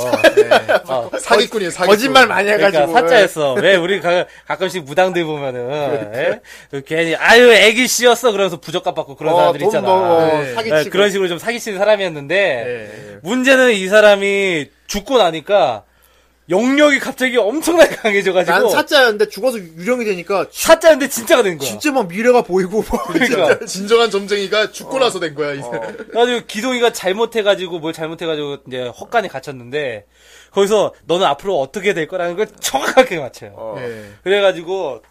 C: 어,
D: 사기꾼이에요, 사기꾼.
B: 거짓말 많이 해가지고
C: 그러니까 사자였어. 왜 우리 가, 끔씩 무당들
B: 그렇죠.
C: 보면은 예? 그 괜히 아유 애기 씨였어 그러면서 부적값 받고 그런
B: 어,
C: 사람들 있잖아.
D: 예.
B: 사기
C: 예,
B: 치고
C: 그런 식으로 좀 사기치는 사람이었는데
D: 예.
C: 문제는 이 사람이 죽고 나니까 영역이 갑자기 엄청나게 강해져가지고
B: 난 사자였는데 죽어서 유령이 되니까 지-
C: 인데 진짜가 된 거야.
B: 진짜 막 미래가 보이고 뭐 막
C: 그러니까
B: 어.
D: 진정한 점쟁이가 죽고 나서 된 거야, 이제.
C: 그래가지고 기동이가 잘못해가지고 뭘 잘못해가지고 이제 헛간에 갇혔는데 거기서 너는 앞으로 어떻게 될 거라는 걸 정확하게 맞춰요.
B: 어.
D: 예.
C: 그래가지고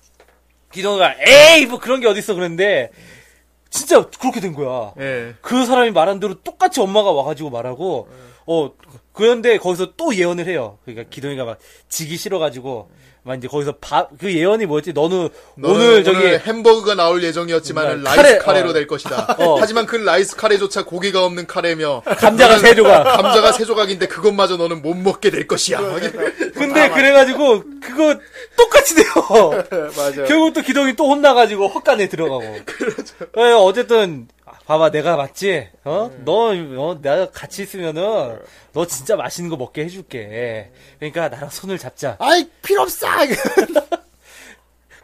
C: 기동이가 에이 뭐 그런 게 어딨어 그랬는데 진짜 그렇게 된 거야.
D: 예.
C: 그 사람이 말한 대로 똑같이 엄마가 와가지고 말하고 어 그런데 거기서 또 예언을 해요. 그러니까 기동이가 막 지기 싫어가지고 막 이제 거기서 밥 그 예언이 뭐였지? 너는
D: 너는
C: 오늘 저기
D: 햄버거가 나올 예정이었지만
C: 음, 카레,
D: 라이스 카레, 로
C: 어.
D: 될 것이다.
C: 어.
D: 하지만 그 라이스 카레조차 고기가 없는 카레며
C: 감자가
D: 너는
C: 세 조각.
D: 감자가 세 조각인데 그것마저 너는 못 먹게 될 것이야.
C: 근데
B: 아,
C: 그래가지고 그거 똑같이 돼요.
B: 맞아.
C: 결국 또 기동이 또 혼나가지고 헛간에 예, 들어가고. 그렇죠. 어쨌든 봐봐, 내가 맞지? 어?
B: 음.
C: 너, 어, 내가 같이 있으면은, 너 진짜 맛있는 거 먹게 해줄게. 그러니까 나랑 손을 잡자.
B: 아이 필요 없어.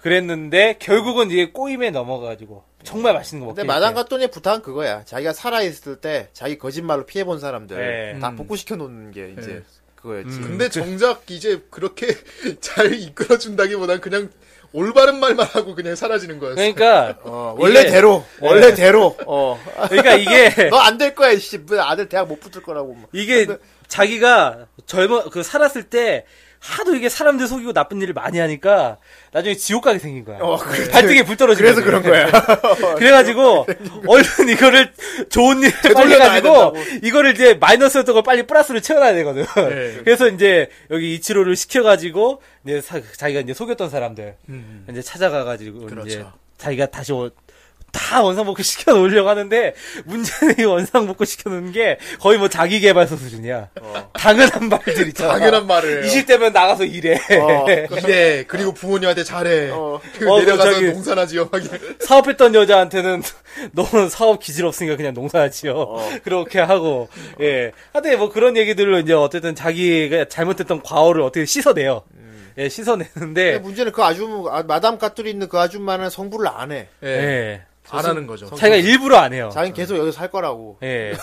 C: 그랬는데, 결국은 이게 꼬임에 넘어가가지고, 정말 맛있는 거 먹게.
B: 근데 마당
C: 해줄게.
B: 가돈의 부탁은 그거야. 자기가 살아 있을 때 자기 거짓말로 피해 본 사람들
D: 네.
C: 예.
B: 다 복구시켜 놓는 게 이제
D: 예.
B: 그거였지.
D: 근데 정작 이제 그렇게 잘 이끌어준다기보단 그냥 올바른 말만 하고 그냥 사라지는 거였어. 요
C: 그러니까,
B: 어,
C: 이게-
B: 원래대로
D: 네.
B: 원래대로 어.
C: 그러니까 이게,
B: 너 안 될 거야 이씨. 뭐 아들 대학 못 붙을 거라고. 막.
C: 이게 자기가 젊어 그 살았을 때 하도 이게 사람들 속이고 나쁜 일을 많이 하니까 나중에 지옥 가게 생긴 거야. 네.
B: 어, 그래.
C: 발등에 불 떨어지고.
B: 그래서 그런 거야.
C: 그래가지고 얼른 이거를 좋은 일을 빨리
B: 되돌려놔야
C: 해가지고 이거를 이제 마이너스였던 걸 빨리 플러스로 채워놔야 되거든.
D: 네.
C: 그래서 이제 여기 이치로를 시켜가지고 이제 사- 자기가 이제 속였던 사람들
B: 음,
C: 이제 찾아가가지고 이제
D: 그렇죠.
C: 자기가 다시 오- 다 원상복구 시켜놓으려고 하는데 문제는 이 원상복구 시켜놓은 게 거의 뭐 자기 개발서 수준이야. 당연한 말들 있잖아.
D: 어. 당연한 말을.
C: 20대면 나가서 일해.
D: 네. 이래 그리고 부모님한테 잘해.
B: 어.
D: 그
C: 어,
D: 내려가서
C: 저기-
D: 농사나 지어 하기.
C: 사업했던 여자한테는 너는 사업 기질 없으니까 그냥 농사나 지어. 그렇게 하고, 예. 하여튼 뭐 그런 얘기들로 이제 어쨌든 자기가 잘못했던 과오를 어떻게 씻어내요.
D: 음.
C: 예,
B: 근데
C: 씻어내는데,
B: 문제는 그 아줌 아, 마담 까뚜리 있는 그 아줌마는 성불을 안 해.
D: 예.
C: 예.
D: 안 하는 거죠.
C: 자기가 일부러 안
D: 어.
C: 해요.
B: 자기는 계속 여기서 살 거라고.
C: 예.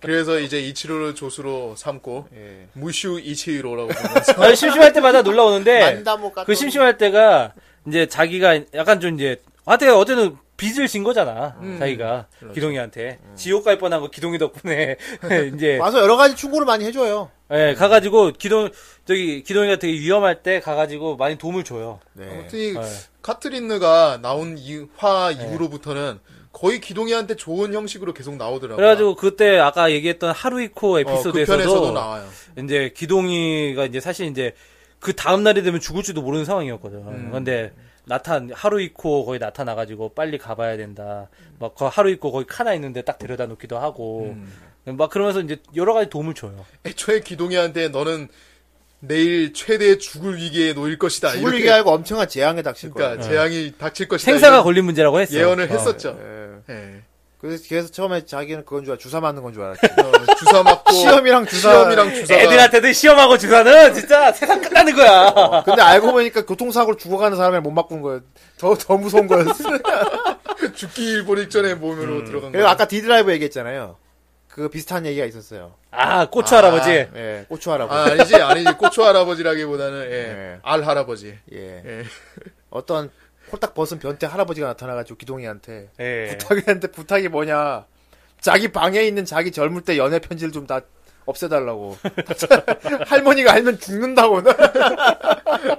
D: 그래서 이제 이치로를 조수로 삼고
B: 예.
D: 무슈 이치로라고 부르면서
C: 아니, 심심할 때마다 놀라
D: 네.
C: 오는데,
B: 만다모 까뚜리.
C: 그 심심할 때가 이제 자기가 약간 좀 이제, 하여튼 어쨌든 빚을 진 거잖아.
D: 음.
C: 자기가.
D: 그렇죠.
C: 기동이한테. 지옥 갈 뻔한 거 기동이 덕분에, 이제.
B: 네.
D: 네.
B: 와서 여러 가지 충고를 많이 해줘요.
C: 예, 가가지고 기동 저기 기동이가 되게 위험할 때 가가지고 많이 도움을 줘요.
B: 네.
D: 아무튼 이 카트린느가 나온 이 화 이후로부터는 거의 기동이한테 좋은 형식으로 계속 나오더라고요.
C: 그래가지고 그때 아까 얘기했던 하루이코
D: 어, 그 편에서도
C: 에피소드에서도
D: 나와요.
C: 이제 기동이가 이제 사실 이제 그 다음 날이 되면 죽을지도 모르는 상황이었거든.
D: 음.
C: 근데 나타 하루이코 거의 나타나가지고 빨리 가봐야 된다. 막그 하루이코 거기 카나 있는데 딱 데려다 놓기도 하고
D: 음.
C: 막 그러면서 이제 여러 가지 도움을 줘요.
D: 애초에 기동이한테 너는 내일 최대 죽을 위기에 놓일 것이다.
B: 죽을
D: 이렇게-
B: 얘기 알고 엄청난 재앙에 닥칠
D: 그러니까
B: 거예요. 네.
D: 재앙이 닥칠 것이다.
C: 생사가
D: 이런
C: 걸린 문제라고 했어요.
D: 예언을
C: 어.
D: 했었죠.
B: 예.
D: 예.
B: 그래서, 그래서 처음에 자기는 그건 줄 알아. 주사 맞는 건 줄 알았지.
D: 어, 주사 맞고
B: 시험이랑 주사. 네.
D: 시험이랑 주사가
C: 애들한테는 시험하고 주사는 진짜 세상 끝나는 거야.
D: 어.
B: 근데 알고 보니까 교통사고로 죽어가는 사람을 못 바꾼 거예요. 더, 더 무서운 거였어.
D: 죽기 일보 직전에 몸으로 들어간
B: 그리고
D: 거예요.
B: 아까 음. 디드라이브 얘기했잖아요. 그 비슷한 얘기가 있었어요.
C: 아, 고추 할아버지.
B: 예, 고추 할아버지.
D: 아, 아니지 아니지 고초 할아버지라기보다는 예.
B: 네.
D: 알 할아버지.
B: 예.
D: 예.
B: 어떤 홀딱 벗은 변태 할아버지가 나타나가지고 기동이한테
C: 예.
B: 부탁했는데 부탁이 뭐냐. 자기 방에 있는 자기 젊을 때 연애 편지를 좀 다 없애달라고. 할머니가 알면 죽는다고.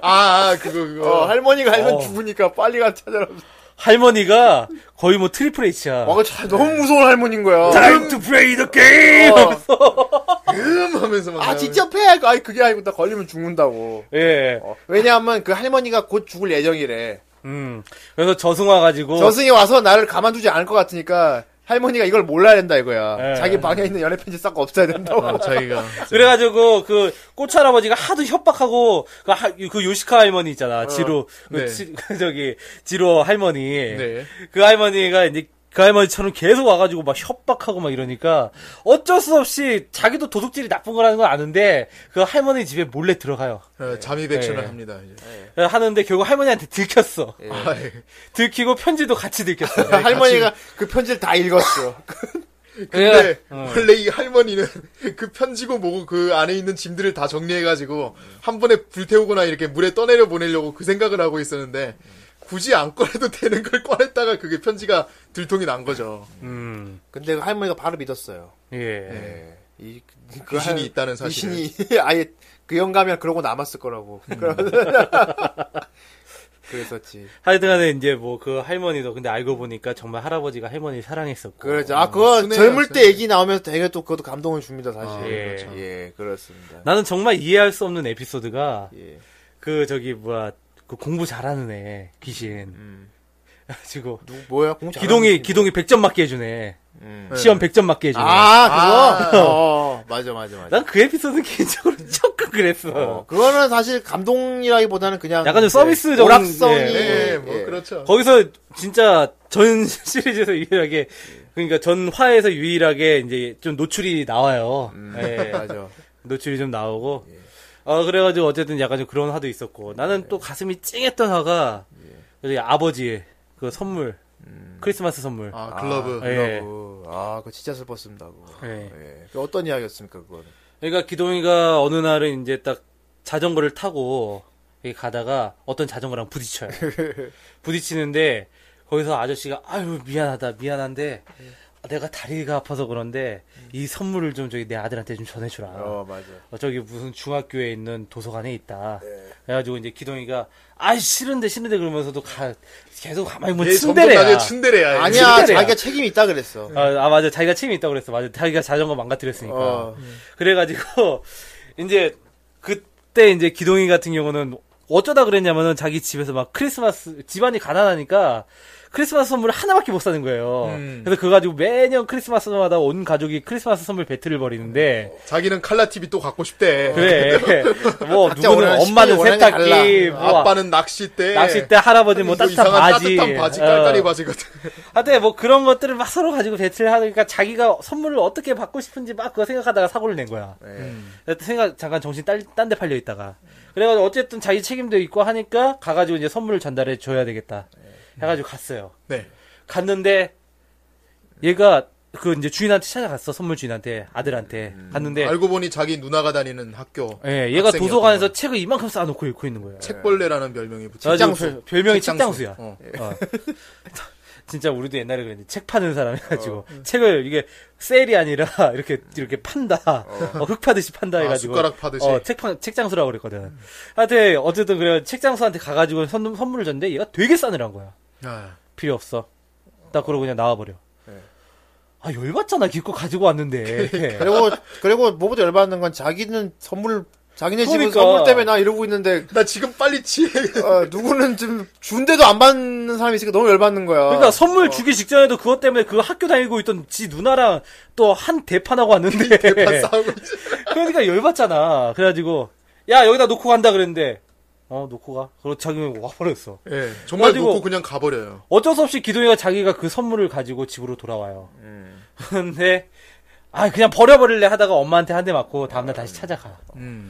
D: 아, 아, 그거 그거.
B: 어, 할머니가 알면
C: 어.
B: 죽으니까 빨리 가 찾아라.
C: 할머니가 거의 뭐 트리플 H야.
B: 와, 참, 너무 무서운 할머니인 거야. 음.
C: Time to play the game!
B: 어.
D: 음 하면서 막
B: 아,
D: 나오는-
B: 진짜 패! 아니, 그게 아니고, 나 걸리면 죽는다고.
C: 예.
B: 어, 왜냐하면 그 할머니가 곧 죽을 예정이래.
C: 음. 그래서 저승
D: 어.
C: 와가지고.
B: 저승이 와서 나를 가만두지 않을 것 같으니까 할머니가 이걸 몰라야 된다 이거야.
D: 네.
C: 예.
B: 자기 방에 있는 연애 편지 싹 없애야 된다고.
D: 어, 자기가
C: 네. 그래가지고 그 꼬추 할아버지가 하도 협박하고 그, 하- 그 요시카 할머니 있잖아. 지루. 그
D: 네.
C: 지- 그 저기, 지루 할머니.
D: 네.
C: 그 할머니가 이제 그 할머니처럼 계속 와가지고 막 협박하고 막 이러니까 어쩔 수 없이 자기도 도둑질이 나쁜 거라는 건 아는데 그 할머니 집에 몰래 들어가요.
D: 어, 잠입 액션을
B: 네.
C: 예.
D: 합니다. 이제.
C: 하는데 결국 할머니한테 들켰어.
D: 아, 예.
C: 들키고 편지도 같이 들켰어.
D: 네,
B: 할머니가 그 편지를 다 읽었어. 예.
D: 근데
C: 어.
D: 원래 이 할머니는 그 편지고 뭐고 그 안에 있는 짐들을 다 정리해가지고 한 번에 불태우거나 이렇게 물에 떠내려 보내려고 그 생각을 하고 있었는데 굳이 안 꺼내도 되는 걸 꺼냈다가 그게 편지가 들통이 난 거죠.
C: 음,
B: 근데 그 할머니가 바로 믿었어요.
C: 예.
B: 예. 이, 그
D: 네. 귀신이
B: 할-
D: 있다는 사실을. 음.
B: 귀신이 아예 그 영감이랑 그러고 남았을 거라고. 그래서 그랬었지.
C: 하여튼간에 이제 뭐 그 할머니도 근데 알고 보니까 정말 할아버지가 할머니 사랑했었고.
B: 그렇죠. 아, 그거
D: 어, 순해요,
B: 젊을 때
D: 순해.
B: 얘기 나오면서 되게 또 그것도 감동을 줍니다, 사실.
C: 아, 예. 그렇죠.
B: 예, 그렇습니다.
C: 나는 정말 이해할 수 없는 에피소드가
B: 예.
C: 그 저기 뭐야 그 공부 잘하는 애 귀신. 그래가지고
B: 누 뭐야? 공 잘하는
C: 기동이
B: 친구.
C: 기동이 100점 맞게 해주네.
B: 음.
C: 시험 100점 맞게 해주네.
B: 아, 그거? 어, 맞아, 맞아, 맞아.
C: 난 그 에피소드는 개인적으로 조금 그랬어.
B: 어, 그거는 사실 감동이라기보다는 그냥
C: 약간 좀
B: 이제
C: 서비스적인-
B: 오락성이
C: 예.
D: 예, 뭐
B: 예.
D: 그렇죠.
C: 거기서 진짜 전 시리즈에서 유일하게 그러니까 전 화에서 유일하게 이제 좀 노출이 나와요. 예.
B: 맞아.
C: 노출이 좀 나오고. 아 그래가지고 어쨌든 약간 좀 그런 화도 있었고 나는 또 가슴이 찡했던 화가 저희 아버지 그 선물 크리스마스 선물.
D: 아, 글러브.
C: 예.
B: 글러브. 아, 그거 진짜 슬펐습니다. 그거.
C: 예.
B: 예. 그 어떤 이야기였습니까, 그건?
C: 그러니까 기동이가 어느 날은 이제 딱 자전거를 타고 이렇게 가다가 어떤 자전거랑 부딪혀요. 부딪히는데 거기서 아저씨가 아유 미안하다 미안한데 내가 다리가 아파서 그런데 이 선물을 좀 저기 내 아들한테 좀 전해주라.
B: 어, 맞아.
C: 어, 저기 무슨 중학교에 있는 도서관에 있다. 그래가지고 이제 기동이가 아 싫은데 싫은데 그러면서도 가 계속 가만히 보면
D: 얘 점점 나중에
C: 뭐 츤데레야.
D: 츤데레야. 예. 얘.
B: 아니야,
C: 신기하네요.
B: 자기가 책임이 있다 그랬어.
C: 아, 아, 맞아 자기가 책임이 있다고 그랬어 맞아 자기가 자전거 망가뜨렸으니까
B: 어.
C: 그래가지고 이제 그때 이제 기동이 같은 경우는 어쩌다 그랬냐면은 자기 집에서 막 크리스마스 집안이 가난하니까 크리스마스 선물을 하나밖에 못 사는 거예요
D: 음.
C: 그래서 그거 가지고 매년 크리스마스마다 온 가족이 크리스마스 선물 배틀을 벌이는데
D: 자기는 칼라 TV 또 갖고 싶대.
C: 그래 뭐
B: 각자
C: 누구는
B: 원하는
C: 엄마는
B: 시간이 원하는 게
C: 세탁기 뭐
D: 아빠는 낚싯대.
C: 낚싯대 할아버지 뭐
D: 이거
C: 따뜻한
D: 이상한
C: 바지
D: 따뜻한 바지,
C: 어.
D: 깔깔이 바지 같은.
C: 하여튼 뭐 그런 것들을 막 서로 가지고 배틀을 하니까 자기가 선물을 어떻게 받고 싶은지 막 그거 생각하다가 사고를 낸 거야.
D: 네.
C: 하여튼 생각 잠깐 정신 딴 데 팔려 있다가 그래가지고 어쨌든 자기 책임도 있고 하니까 가가지고 이제 선물을 전달해 줘야 되겠다 해가지고 갔어요.
D: 네.
C: 갔는데 얘가 그 이제 주인한테 찾아갔어 선물 주인한테 아들한테 갔는데
D: 알고 보니 자기 누나가 다니는 학교.
C: 예 얘가
D: 음. 학생이었던
C: 도서관에서
D: 거야.
C: 책을 이만큼 쌓아놓고 읽고 있는 거야.
D: 책벌레라는 별명이 붙인.
C: 아, 그래가지고 별명이
D: 책장수.
C: 책장수야.
D: 어.
C: 어. 진짜 우리도 옛날에 그랬는데 책 파는 사람 해가지고
D: 어.
C: 책을 이게 세일이 아니라 이렇게 이렇게 판다 어, 흙 파듯이 판다
D: 아,
C: 해가지고
D: 숟가락 파듯이.
C: 어, 책 판- 책장수라고 그랬거든. 하여튼 어쨌든 그래 책장수한테 가가지고 선, 선물을 줬는데 얘가 되게 싸늘한 거야.
D: 아,
C: 필요 없어. 딱 그러고 그냥 나와버려.
D: 네.
C: 아 열받잖아 기껏 가지고 왔는데.
D: 그러니까.
B: 그리고, 그리고 무엇보다 열받는 건 자기는 선물, 자기네 집은
C: 그러니까.
B: 선물 때문에 나 이러고 있는데,
D: 나 지금 빨리 치.
B: 어, 누구는 좀 준데도 안 받는 사람이 있으니까 너무 열받는 거야.
C: 그러니까
D: 어.
C: 선물 주기 직전에도 그것 때문에 그 학교 다니고 있던 지 누나랑 또 한 대판하고 왔는데
B: 예.
D: 대판 싸우고 있지.
C: 그러니까 열받잖아. 그래가지고 야 여기다 놓고 간다 그랬는데 어 놓고 가. 그리고 자기는 와버렸어.
D: 예. 정말
C: 그래가지고-
D: 놓고 그냥 가버려요.
C: 어쩔 수 없이 기동이가 자기가 그 선물을 가지고 집으로 돌아와요. 근데 아 그냥 버려버릴래 하다가 엄마한테 한 대 맞고 다음날 다시 찾아가.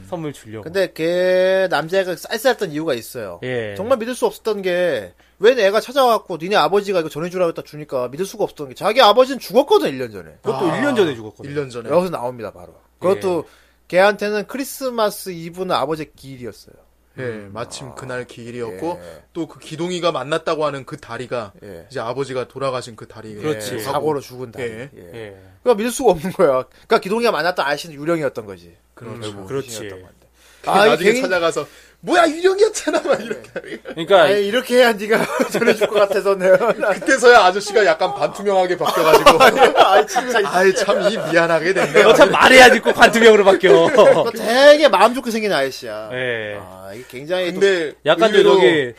C: 선물 주려고.
B: 근데 걔 남자애가 쌀쌀했던 이유가 있어요.
C: 예.
B: 정말 믿을 수 없었던 게 왜 애가 찾아와갖고 니네 아버지가 이거 전해주라고 했다 주니까 믿을 수가 없었던 게 자기 아버지는 죽었거든 1년 전에.
C: 그것도 1년 전에 죽었거든.
D: 아, 1년 전에.
B: 아. 여기서 나옵니다 바로. 그것도 걔한테는 크리스마스 이브는 아버지 기일이었어요.
D: 예,
B: 음.
D: 마침
B: 아.
D: 그날 기일이었고 또 그 기동이가 만났다고 하는 그 다리가
B: 예.
D: 이제 아버지가 돌아가신 그 다리.
C: 그렇지.
B: 예,
D: 예,
B: 사고로 죽은 다.
D: 예.
B: 예.
C: 예.
B: 그러니까 믿을 수가 없는 거야. 그러니까 기동이가 만났던 아저씨는 유령이었던 거지. 뭐
D: 그렇죠.
C: 음. 그렇지.
B: 아,
D: 나중에
B: 괜히- 네.
D: 찾아가서 뭐야 유령이었잖아 막 이렇게.
C: 그러니까
B: 아이, 이렇게 해야 네가 전해줄 것 같아서 내가
D: 그때서야 아저씨가 약간 반투명하게 바뀌어가지고.
B: 아 진짜
D: 아이 참 이 미안하게 됐네요.
C: 너 참 말해야지 꼭 관투명으로 바뀌어.
B: 이거 되게 마음 좋게 생긴 아저씨야.
C: 예.
B: 아 이게 굉장히 또
D: 네. 근데
C: 약간 저
D: 의외로-
C: 저기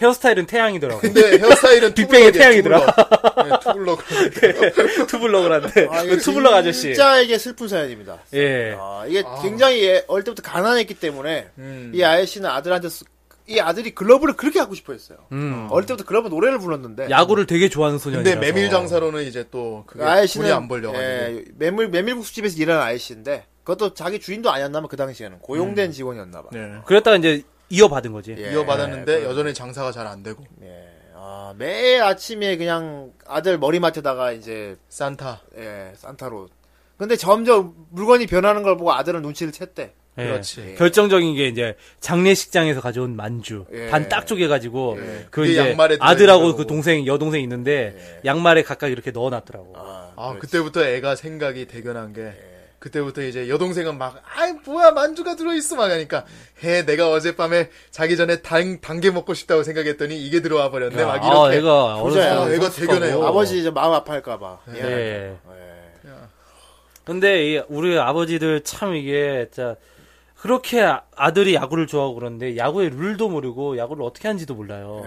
C: 헤어스타일은 태양이더라고.
D: 근데 헤어스타일은 투블럭이야,
C: 뒷배에 태양이더라.
D: 투블럭. 네, 투블럭.
C: 투블럭을한데
B: 아, 이거
C: 그 투블럭 아저씨.
B: 진짜 이게 슬픈 사연입니다.
C: 예.
B: 아, 이게 굉장히 얘 어릴 때부터 가난했기 때문에
D: 음.
B: 이 아저씨는 아들한테 쓰- 이 아들이 글러브를 그렇게 하고 싶어했어요.
D: 음.
B: 어릴 때부터 글러브 노래를 불렀는데
C: 야구를 되게 좋아하는 소년이라서.
D: 근데 메밀 장사로는 이제 또
B: 그
D: 그게
B: 아저씨는
D: 돈이 안 벌려가지고.
B: 예, 메밀 메밀국수집에서 일하는 아저씨인데 그것도 자기 주인도 아니었나봐 그 당시에는 고용된 직원이었나봐.
D: 네.
C: 그랬다가 이제 이어받은 거지.
B: 예.
D: 이어받았는데 여전히 장사가 잘 안 되고
C: 네.
B: 예. 아, 매일 아침에 그냥 아들 머리맡에다가 이제
D: 산타
B: 예, 산타로. 근데 점점 물건이 변하는 걸 보고 아들은 눈치를 챘대.
C: 예.
D: 그렇지.
C: 결정적인 게 이제 장례식장에서 가져온 만주
B: 예.
C: 반 딱 쪼개가지고 그
D: 예. 그게
C: 이제
D: 양말에
C: 아들하고
D: 들어있는
C: 그
D: 거고. 예.
C: 동생 여동생 있는데 양말에 각각 이렇게 넣어놨더라고.
D: 아 그때부터 애가 생각이 대견한 게
C: 예.
D: 그때부터 이제 여동생은 막 아이 뭐야 만주가 들어있어 막 하니까 해 내가 어젯밤에 자기 전에 당, 단계 먹고 싶다고 생각했더니 이게 들어와 버렸네 막
C: 아,
D: 이렇게
C: 애가
B: 효자야.
C: 어려서
D: 애가 대견해요.
C: 성숙하고.
B: 아버지 이제 마음 아파할까봐.
D: 네.
B: 예.
C: 예.
B: 예.
C: 근데 이 우리 아버지들 참 이게 진짜 그렇게 아- 아들이 야구를 좋아하고 그런데 야구의 룰도 모르고 야구를 어떻게 하는지도 몰라요.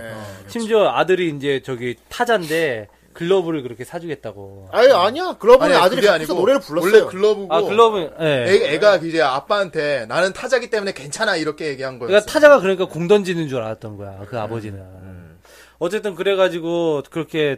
C: 심지어 아들이 이제 저기 타자인데 글러브를 그렇게 사주겠다고.
B: 아니 아니야 글러브는
D: 아니야,
B: 아들이
D: 그게
B: 아니고 노래를 불렀어요.
D: 원래 글러브고
C: 아 글러브 예.
D: 애, 가 이제 아빠한테 나는 타자기 때문에 괜찮아 이렇게 얘기한 거였어. 음,
C: 그러니까 타자가 그러니까 공 던지는 줄 알았던 거야. 그 아버지는. 어쨌든 그래가지고 그렇게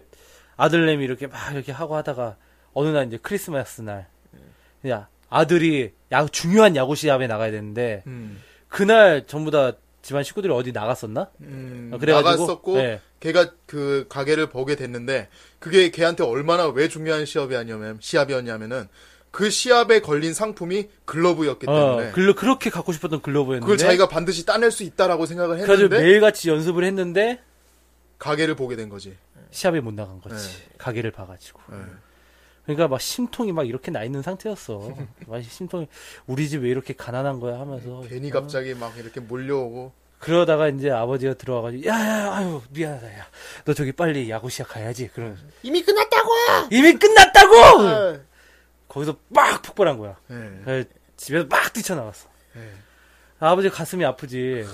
C: 아들내미 이렇게 막 이렇게 하고 하다가 어느 날 이제 크리스마스 날,
D: 음.
C: 야 아들이 야 중요한 야구 시합에 나가야 되는데
D: 음.
C: 그날 전부 다 집안 식구들이 어디 나갔었나?
D: 음,
C: 아, 그래가지고,
D: 나갔었고
C: 네.
D: 걔가 그 가게를 보게 됐는데 그게 걔한테 얼마나 왜 중요한 시합이 아니냐면 시합이었냐면은 그 시합에 걸린 상품이 글러브였기 때문에 네.
C: 어, 글로 그렇게 갖고 싶었던 글로브였는데
D: 그걸 자기가 반드시 따낼 수 있다라고 생각을
C: 그래가지고
D: 했는데
C: 매일같이 연습을 했는데
D: 가게를 보게 된 거지.
C: 시합에 못 나간 거지.
E: 네.
C: 가게를 봐가지고. 그러니까 막 심통이 막 이렇게 나 있는 상태였어. 막 심통이 우리 집 왜 이렇게 가난한 거야
E: 네,
C: 하면서
D: 괜히
C: 어.
D: 갑자기 막 이렇게 몰려오고
C: 그러다가 이제 아버지가 들어와가지고 야야 아유 미안하다 야. 너 저기 빨리 야구 시작 가야지. 그럼
E: 이미 끝났다고! 네.
C: 이미 끝났다고.
B: 아,
D: 예.
C: 거기서 막 폭발한 거야.
D: 예.
C: 그래서 집에서 막 뛰쳐나갔어. 아버지 가슴이 아프지.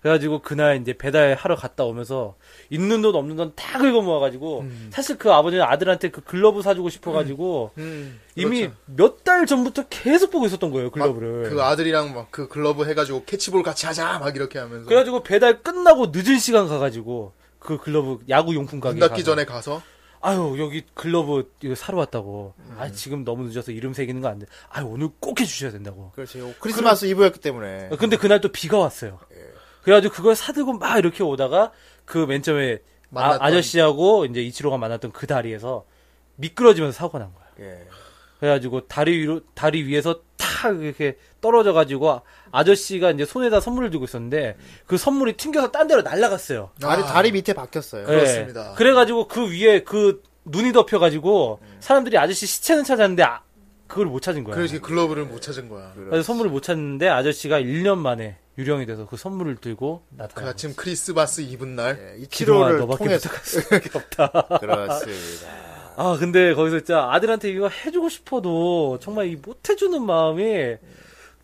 C: 그래가지고 그날 이제 배달하러 갔다 오면서 있는 돈 없는 돈 다 긁어 모아가지고 사실 그 아버지는 아들한테 그 글러브 사주고 싶어가지고
D: 음,
C: 이미
D: 그렇죠.
C: 몇 달 전부터 계속 보고 있었던 거예요
D: 막
C: 글러브를.
D: 그 아들이랑 막 그 글러브 해가지고 캐치볼 같이 하자 막 이렇게 하면서
C: 그래가지고 배달 끝나고 늦은 시간 가가지고 그 글러브 야구 용품 가게
D: 문 닫기
C: 가서
D: 전에 가서
C: 아유 여기 글러브 이거 사러 왔다고.
D: 음.
C: 아 지금 너무 늦어서 이름 새기는 거 안 돼. 아 오늘 꼭 해주셔야 된다고.
B: 그렇지. 크리스마스 이브였기 때문에.
C: 어, 근데 그날 또 비가 왔어요. 그래가지고 그걸 사들고 막 이렇게 오다가 그 맨 처음에
D: 만났던-
C: 아, 저씨하고 이제 이치로가 만났던 그 다리에서 미끄러지면서 사고 난
D: 그
C: 거야.
B: 예.
C: 그래가지고 다리 위로 다리 위에서 탁 이렇게 떨어져가지고 아저씨가 이제 손에다 선물을 주고 있었는데 그 선물이 튕겨서 딴 데로 날아갔어요.
B: 다리, 다리 밑에 박혔어요.
C: 예.
D: 네, 그렇습니다.
C: 그래가지고 그 위에 그 눈이 덮여가지고 사람들이 아저씨 시체는 찾았는데 아- 그걸 못 찾은 거야.
D: 그래서 글러브를 못 찾은 거야. 그
C: 그래서 선물을 못 찾는데 아저씨가 1년 만에 유령이 돼서 그 선물을 들고 나타나.
D: 그 아침 크리스마스 이브날
B: 예,
C: 기도와
B: 이치로를
C: 너밖에
B: 통해서.
C: 부탁할 수밖에 없다.
B: 그렇습니다.
C: 아 근데 거기서 진짜 아들한테 이거 해주고 싶어도 정말 이 못 해주는 마음이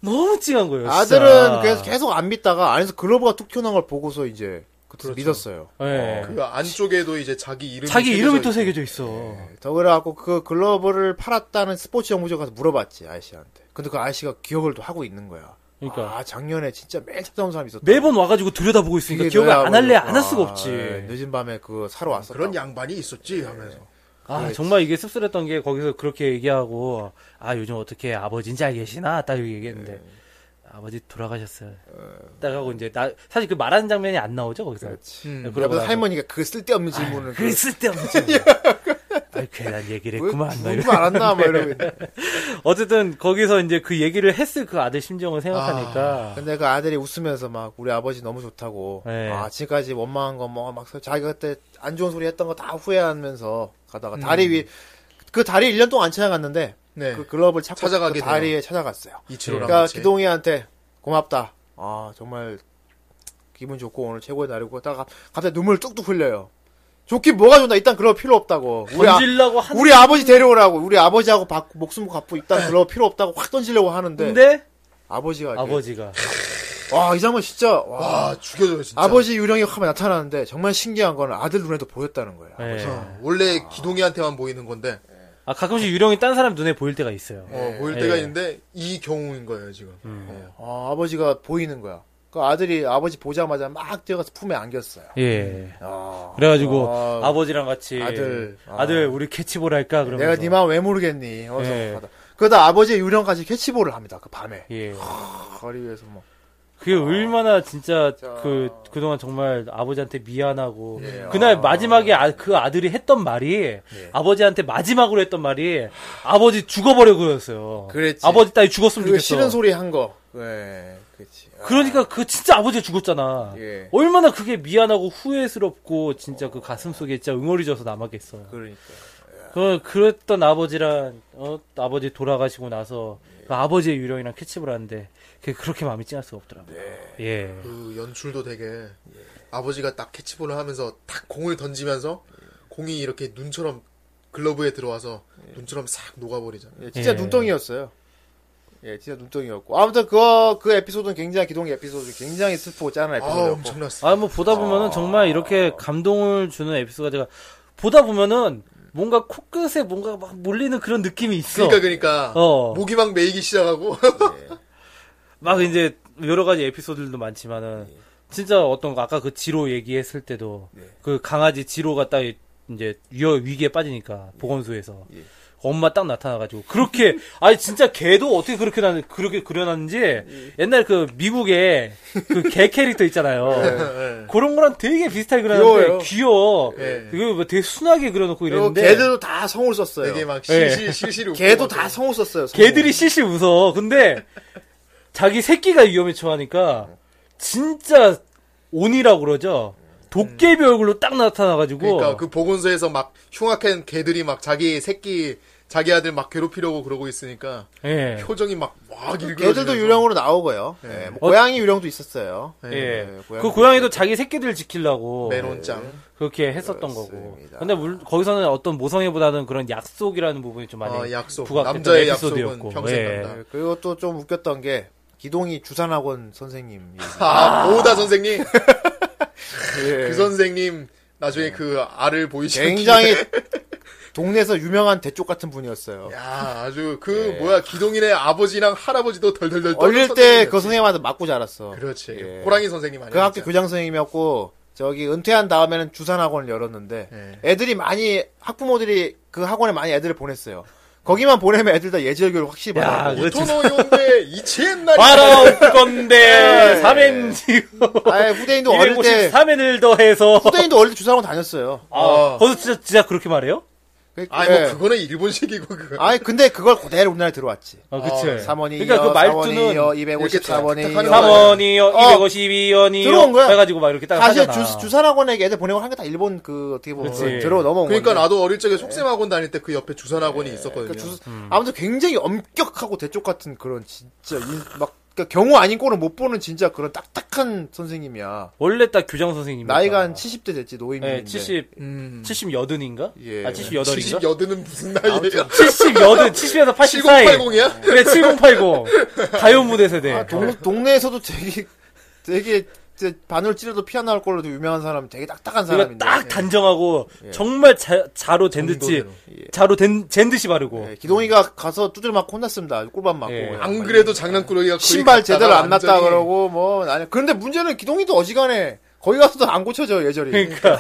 C: 너무 찡한 거예요. 진짜.
B: 아들은 계속, 계속 안 믿다가 안에서 글러브가 툭 튀어나온 걸 보고서 이제 그렇죠. 믿었어요.
C: 예.
D: 그 안쪽에도 이제 자기 이름이
C: 자기
D: 새겨져
C: 이름이 또
D: 있고.
C: 새겨져 있어.
B: 더 그래갖고 그 글러브를 팔았다는 스포츠 정보점 가서 물어봤지 아저씨한테. 근데 그 아저씨가 기억을 또 하고 있는 거야.
C: 그러니까.
B: 아 작년에 진짜 매일 찾아온 사람이 있었다.
C: 매번 와가지고 들여다보고 있으니까
B: 그게
C: 기억을
B: 너야,
C: 안 할래
B: 맞아.
C: 안 할 수가
B: 아,
C: 없지.
B: 예, 늦은 밤에 그 사러 왔었다.
D: 그런 양반이 있었지 하면서
C: 아 정말 이게 씁쓸했던 게 거기서 그렇게 얘기하고 아 요즘 어떻게 아버지인 잘 계시나 딱 이렇게 얘기했는데 아버지 돌아가셨어요. 딱 하고 이제 나 사실 그 말하는 장면이 안 나오죠 거기서.
B: 그렇지.
D: 음,
C: 그러고
B: 그러고
C: 나서
B: 할머니가 그 쓸데없는 질문을
C: 그 쓸데없는
B: 예.
C: 질문. 아, 괜한 얘기를 했구만. 막
B: 누구
C: 이러고.
B: 알았나 막 이러고. 있네.
C: 어쨌든 거기서 이제 그 얘기를 했을 그 아들 심정을 생각하니까
B: 근데 그 아들이 웃으면서 막 우리 아버지 너무 좋다고.
C: 네.
B: 아 지금까지 원망한 거뭐막 자기가 그때 안 좋은 소리 했던 거 다 후회하면서 가다가 다리 위. 그 다리 1년 동안 안 찾아갔는데
D: 네.
B: 그 글러브를 찾고
D: 찾아가게
B: 그 다리에 찾아갔어요.
D: 이치로랑
B: 그러니까
D: 같이.
B: 기동이한테 고맙다. 아 정말 기분 좋고 오늘 최고의 날이고 딱 갑자기 눈물 뚝뚝 흘려요. 좋긴 뭐가 좋나 일단 그럴 필요 없다고. 우리, 아,
C: 던질라고 하는
B: 우리 아버지 데려오라고 우리 아버지하고 바- 목숨 갚고 일단 그럴 필요 없다고 확 던지려고 하는데
C: 건데
B: 네. 아버지가 예.
C: 아버지가
B: 와이 장면 진짜 와,
D: 와 아, 죽여줘요 진짜
B: 아버지 유령이 화면 나타나는데 정말 신기한 건 아들 눈에도 보였다는 거야.
C: 예.
D: 어, 원래 기동이한테만 보이는 건데
C: 아 가끔씩 유령이 딴 사람 눈에 보일 때가 있어요.
D: 어, 보일 때가
C: 예.
D: 있는데 이 경우인 거예요 지금 어.
B: 아, 아버지가 보이는 거야. 그 아들이 아버지 보자마자 막 뛰어가서 품에 안겼어요.
C: 예.
B: 아,
C: 그래가지고
B: 아.
C: 아, 버지랑 같이
B: 아들. 아.
C: 아들 우리 캐치볼 할까 그러면서
B: 내가 니마음왜 모르겠니? 어서
C: 예.
B: 가다. 그러다 아버지의 유령까지 캐치볼을 합니다. 그 밤에
C: 예.
B: 거리 위에서 뭐
C: 그게 얼마나 진짜
B: 진짜. 예,
C: 그 그동안 정말 아버지한테 미안하고 그날 마지막에 아, 그 아들이 했던 말이 아버지한테 마지막으로 했던 말이 아버지 죽어버려 그랬어요.
B: 그랬지.
C: 아버지 딸이 죽었으면
B: 그
C: 좋겠어.
B: 싫은 소리 한 거. 예, 그렇지. 아,
C: 그러니까 그 진짜 아버지가 죽었잖아.
B: 예.
C: 얼마나 그게 미안하고 후회스럽고 진짜 그 가슴 속에 진짜 응어리져서 남았겠어요.
B: 그러니까.
C: 그 그랬던 아버지랑 어, 아버지 돌아가시고 나서 그 아버지의 유령이랑 캐치볼 하는데 그게 그렇게 마음이 찡할 수가 없더라고요.
B: 네.
C: 예.
D: 그 연출도 되게 아버지가 딱 캐치볼을 하면서 딱 공을 던지면서 공이 이렇게 눈처럼 글러브에 들어와서 눈처럼 싹 녹아버리잖아
B: 예, 진짜
C: 예.
B: 눈덩이였어요. 예, 진짜 눈덩이였고 아무튼 그그 에피소드는 굉장히 기동 에피소드 굉장히 슬프고 짠한
D: 아
B: 에피소드였고.
D: 엄청났어
C: 아 뭐 보다 보면은 정말 이렇게 감동을 주는 에피소드가 보다 보면은 뭔가 코끝에 뭔가 막 몰리는 그런 느낌이 있어.
D: 그러니까 그러니까
C: 어.
D: 목이 막 메이기 시작하고
B: 예.
C: 막 이제 여러 가지 에피소드들도 많지만은 진짜 어떤 거 아까 그 지로 얘기했을 때도 그 강아지 지로가 딱 이제 위어 위기에 빠지니까 보건소에서
B: 예.
C: 엄마 딱 나타나가지고 그렇게 아니 진짜 개도 어떻게 그렇게 나 그렇게 그려놨는지
B: 예.
C: 옛날 그 미국의 그 개 캐릭터 있잖아요.
D: 예.
C: 그런 거랑 되게 비슷하게 그려놨는데
B: 귀여워요.
C: 귀여워.
D: 예.
C: 그거 뭐 되게 순하게 그려놓고
B: 그리고
C: 이랬는데
B: 개들도 다 성을 썼어요.
D: 되게 막
C: 예.
D: 실실 실실 웃고
B: 개도
D: 막
B: 다
D: 그래요.
B: 성을 썼어요. 성우.
C: 개들이 실실 웃어. 근데 자기 새끼가 위험에 처하니까 진짜 온이라고 그러죠. 도깨비 얼굴로 딱 나타나가지고
D: 그러니까 그 보건소에서 막 흉악한 개들이 막 자기 새끼 자기 아들 막 괴롭히려고 그러고 있으니까
C: 예.
D: 표정이 막막 일그러
B: 개들도 유령으로 나오고요. 예, 뭐 고양이 유령도 있었어요.
D: 네. 예.
C: 예.
B: 네, 고양이.
C: 그 고양이도 자기 새끼들 지키려고 네.
D: 메론짱.
C: 그렇게 했었던 거고.
B: 그렇습니다.
C: 근데 물, 거기서는 어떤 모성애보다는 그런 약속이라는 부분이 좀 많이
B: 어,
D: 아, 약속.
C: 부각됐던
D: 남자의
C: 에피소드였고.
D: 약속은 평생
C: 예.
D: 간다.
B: 예, 그리고 또 좀 웃겼던 게 기동이 주산학원 선생님.
D: 아, 오다 선생님.
B: 예.
D: 그 선생님 나중에
C: 네.
D: 그 알을 보이시는
B: 굉장히 동네에서 유명한 대쪽 같은 분이었어요.
D: 기- 야, 아주
C: 네.
D: 그 뭐야 기동인의 아버지랑 할아버지도 덜덜덜
B: 어릴
D: 떠는
B: 때
D: 선생님이었지.
B: 그 선생님한테 맞고 자랐어.
D: 그렇지.
B: 예.
D: 호랑이 선생님 아니야.
B: 그 학교
D: 진짜.
B: 교장 선생님이었고 저기 은퇴한 다음에는 주산학원을 열었는데
D: 예.
B: 애들이 많이 학부모들이 그 학원에 많이 애들을 보냈어요. 거기만 보내면 애들 다 예절 교육 확실히
C: 야,
B: 받아.
C: 그
D: 오토노 요인데 이치엔 날이
B: 아,
C: 바로 올 건데 3엔지
B: 아예 후대인도 네. 어릴 때
C: 253엔을 더해서
B: 후대인도 어릴 때 주산학원 다녔어요.
C: 아, 거기서 진짜, 진짜 그렇게 말해요?
B: 그-
D: 아니 뭐
B: 예.
D: 그거는 일본식이고 그거.
B: 아니 근데 그걸 그대로 우리나라에 들어왔지.
C: 아, 그치.
D: 어,
B: 삼원이
C: 그러니까 그 말투는
B: 254원이
D: 탁탁 하는 거야.
C: 3원이요,
B: 어.
C: 252원이요.
B: 들어온 거야.
C: 해가지고 막 이렇게 딱
B: 사실
C: 하잖아.
B: 주, 주산학원에 애들 보내고 한 게 다 일본 그 어떻게 보면
C: 그치.
B: 들어 넘어온
D: 그러니까
B: 건데. 네.
D: 나도 어릴 적에 속셈 학원 다닐 때 그 옆에 주산 학원이 있었거든요.
B: 그러니까 주-
C: 음.
B: 아무튼 굉장히 엄격하고 대쪽 같은 그런 진짜 인- 막 그러니까 경우 아닌 꼴을 못 보는 진짜 그런 딱딱한 선생님이야.
C: 원래 딱 교장 선생님.
B: 나이가 한 70대 됐지 노인인데.
C: 예, 70,
D: 음.
C: 78인가?
B: 예.
C: 아, 78인가?
D: 70여드는 무슨
B: 아,
D: 나이예요?
C: 78, 70에서 80 사이.
D: 7080이야?
C: 그래, 7080. 가요 무대 세대.
B: 아, 동, 동네에서도 되게 되게 이제 바늘 찔러도 피안 나올 걸로도 유명한 사람, 되게 딱딱한
C: 그러니까
B: 사람인데.
C: 딱 단정하고,
B: 예.
C: 정말 자, 자로 된 듯이,
D: 정도대로.
C: 자로 된, 잰 듯이 바르고.
B: 예, 기동이가 가서 두들 맞고 혼났습니다. 꿀밤 맞고.
C: 예.
B: 그냥.
D: 안 그래도 장난꾸러기가 거의
B: 신발
D: 갔다가
B: 제대로 안 났다
D: 완전히
B: 그러고 뭐 아니 그런데 문제는 기동이도 어지간해 거기 가서도 안 고쳐져 예절이
C: 그러니까.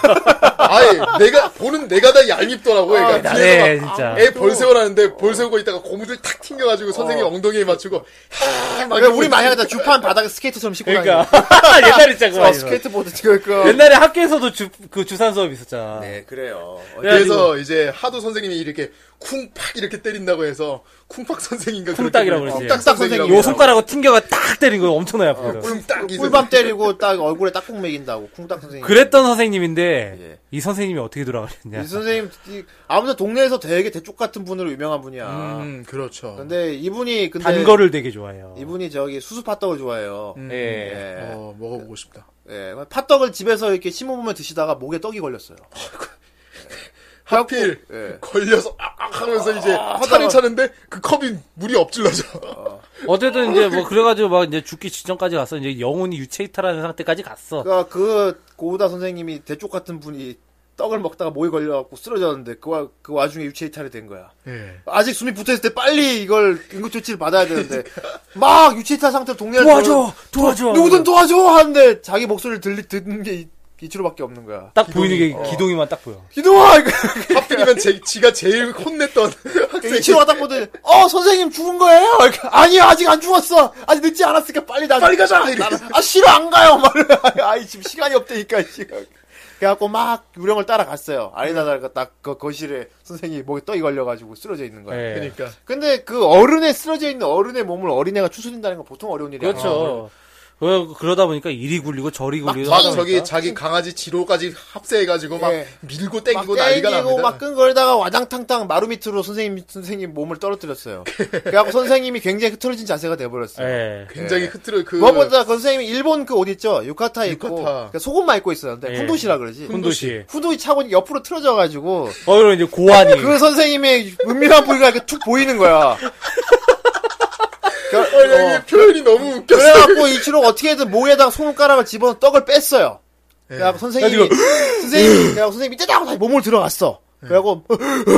D: 아예 내가 보는 내가 다 얄밉더라고
B: 아,
D: 얘가 뒤에서
C: 네,
D: 막
C: 진짜.
D: 애 벌세우라는데 벌세우고 있다가 고무줄 탁 튕겨가지고
B: 어.
D: 선생님 엉덩이에 맞추고 하막
B: 그러니까 우리 만약에 다 주판 바닥에 스케이트처럼 싣고
C: 그러니까.
B: 다니는
C: 옛날에 진짜
B: 어,
C: 그거
B: 스케이트보드 그러니까
C: 옛날에 학교에서도 주, 그 주산 수업 있었잖아.
B: 네, 그래요
D: 그래서
B: 네.
D: 이제 하도 선생님이 이렇게 쿵팍 이렇게 때린다고 해서 쿵팍 선생인가 어,
C: 쿵딱이라고 그러지.
D: 쿵딱 선생이라고
C: 요 손가락으로 튕겨가 딱 때린 거 엄청나요, 앞으로.
D: 쿵딱
B: 아, 꿀밤 때리고 딱 얼굴에 딱꼭 매긴다고 쿵닥 선생님
C: 그랬던 선생님인데,
B: 예.
C: 이 선생님이 어떻게 돌아가셨냐.
B: 이 선생님 이- 아무튼 동네에서 되게 대쪽 같은 분으로 유명한 분이야
D: 음 그렇죠.
B: 근데 이분이 근데
C: 단거를 되게 좋아해요.
B: 이분이 저기 수수 팥떡을 좋아해요
D: 음,
C: 예.
B: 예.
D: 어 먹어보고 싶다.
B: 예, 팥떡을 집에서 이렇게 심어보면 드시다가 목에 떡이 걸렸어요
D: 하필
B: 예. 아,
D: 걸려서 악악 하면서 이제 차를 차는데 그 컵이 물이 엎질러져.
C: 어쨌든 이제 뭐 그래가지고 막 이제 죽기 직전까지 갔어. 이제 영혼이 유체 이탈하는 상태까지 갔어.
B: 그러니까 그 고우다 선생님이 대쪽 같은 분이 떡을 먹다가 목이 걸려갖고 쓰러졌는데 그, 와, 그 와중에 유체 이탈이 된 거야.
D: 예.
B: 아직 숨이 붙어있을 때 빨리 이걸 응급조치를 받아야 되는데 막 유체 이탈 상태로 동네를
C: 도와줘, 도와줘.
B: 돌아다니면서 그 누구든 도와줘 하는데 자기 목소리를 들리, 듣는 게 이, 이치로밖에 없는 거야.
C: 딱 보이는 게
B: 어.
C: 기동이만 딱 보여.
B: 기동아 이거
D: 하필이면 제, 지가 제일 혼냈던 학생이
B: 이치로가 딱 보더니 어 선생님 죽은 거예요? 이렇게, 아니요 아직 안 죽었어 아직 늦지 않았으니까 빨리 나
D: 빨리 가자! 이래.
B: 나는, 아 싫어 안 가요 말 아이 지금 시간이 없다니까 지금 그래갖고 막 유령을 따라갔어요
D: 네.
B: 아리나다가 딱그 거실에 선생님이 목에 떡이 걸려가지고 쓰러져 있는 거야
C: 예.
D: 그러니까
B: 근데 그 어른의 쓰러져 있는 어른의 몸을 어린애가 추스린다는 건 보통 어려운 일이 아니야
C: 그렇죠. 그- 그러다 보니까 이리 굴리고 저리
D: 막
C: 굴리고
D: 막
C: 하다
D: 저기
C: 보니까.
D: 자기 강아지 지로까지 합세해가지고 막
B: 예.
D: 밀고
B: 막
D: 땡기고 난리가
B: 땡기고
D: 납니다.
B: 막 끙거리다가 와장탕탕 마루 밑으로 선생님 선생님 몸을 떨어뜨렸어요 그래갖고 선생님이 굉장히 흐트러진 자세가 돼버렸어요
C: 예.
D: 굉장히 흐트러 그
B: 무엇보다 그 선생님이 일본 그 옷 있죠 유카타 입고
D: 유카타.
B: 그러니까 속옷만 입고 있었는데
C: 예.
B: 훈도시라 그러지
C: 훈도시.
B: 훈도시 차고 옆으로 틀어져가지고
C: 어, 그럼 이제 고환이.
B: 그 선생님의 은밀한 부위가 이렇게 툭 보이는 거야. 그러니까
D: 어, 야, 이게 표현이 너무 웃겼어.
B: 그래갖고 이치로가 어떻게든 목에다가 손가락을
D: 예.
B: 집어서 떡을 뺐어요. 그래갖고 선생님이, 선생님이, 그래갖고 선생님이 이때다고 다시 몸을 들어갔어.
D: 예.
B: 그래갖고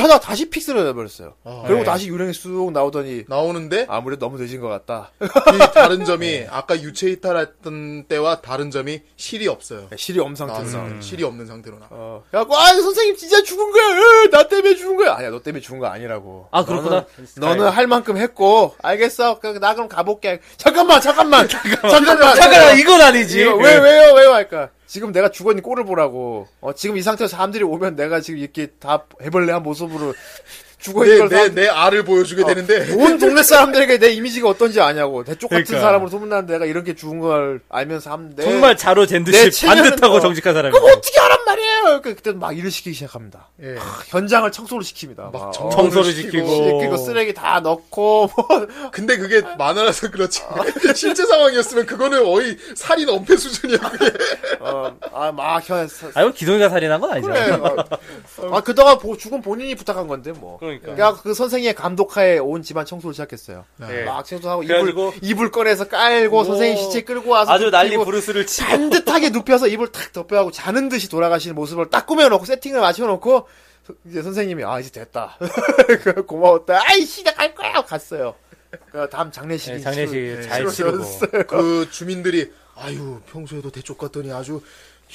B: 하나 다시 픽스를 해버렸어요. 그리고
C: 네.
B: 다시 유령이 쑥 나오더니
D: 아, 예. 나오는데
B: 아무래도 너무 늦은 것 같다.
D: 이 다른 점이 아까 유체 이탈했던 때와 다른 점이 실이 없어요.
B: 실이 엄상태서.
D: 나와서 실이 없는 상태로 나.
B: 어, 그래갖고 아 선생님 진짜 죽은 거야. 으, 나 때문에 죽은 거야. 아니야 너 때문에 죽은 거 아니라고.
C: 아, 그렇구나.
B: 너는, 너는 할 만큼 했고 알겠어. 그, 나 그럼 가볼게. 잠깐만 잠깐만 잠깐만
C: 잠깐 이건 아니지. 예.
B: 이거 왜 왜요 왜요 할까? 지금 내가 죽었니 꼴을 보라고. 어, 지금 이 상태에서 사람들이 오면 내가 지금 이렇게 다 해벌레 한 모습으로 죽어 있는 걸 뭐?
D: 내내
B: 사람들-
D: 내 알을 보여주게 되는데
B: 온 동네 사람들에게 내 이미지가 어떤지 아냐고. 대쪽 같은
C: 그러니까.
B: 사람으로 소문나는 내가 이렇게 죽은 걸 알면서 하면 내,
C: 정말 자로
B: 내
C: 잰듯이
B: 체면은
C: 반듯하고
B: 뭐-
C: 정직한 사람이에요.
B: 그럼 어떻게 하란 말이에요? 그러니까 그때 막 일을 시키기 시작합니다.
D: 예.
B: 크, 현장을 청소를 시킵니다. 막,
D: 막
B: 어,
D: 정돈을
C: 청소를
D: 시키고.
C: 시키고.
B: 시키고 쓰레기 다 넣고 뭐
D: 근데 그게 만화라서 그렇지. 실제 상황이었으면 그거는 거의 살인 엄폐 수준이야. 그게.
B: 어, 아막 현.
C: 아, 이건 기동이가 살인한 건 아니잖아.
B: 그래. 아 그동안 보- 죽은 본인이 부탁한 건데 뭐.
C: 그러니까.
B: 그러니까 그 선생의 감독하에 온 집안 청소를 시작했어요.
C: 네.
B: 그러니까 막 청소하고 이불
C: 그래가지고-
B: 이불 꺼내서 깔고 선생님 시체 끌고 와서
C: 아주 난리
B: 눕히고
C: 부르스를 치고.
B: 반듯하게 눕혀서 이불 탁 덮여하고 자는 듯이 돌아가시는 모습을 딱 꾸며놓고 세팅을 맞춰놓고 서- 이제 선생님이 아 이제 됐다 그래, 고마웠다 아이씨 나 갈 거야 하고 갔어요 그 다음 장례식이
C: 네, 장례식
B: 치러-
C: 잘
B: 치러-
C: 치르고.
D: 그 주민들이 아유 평소에도 대쪽 같더니 아주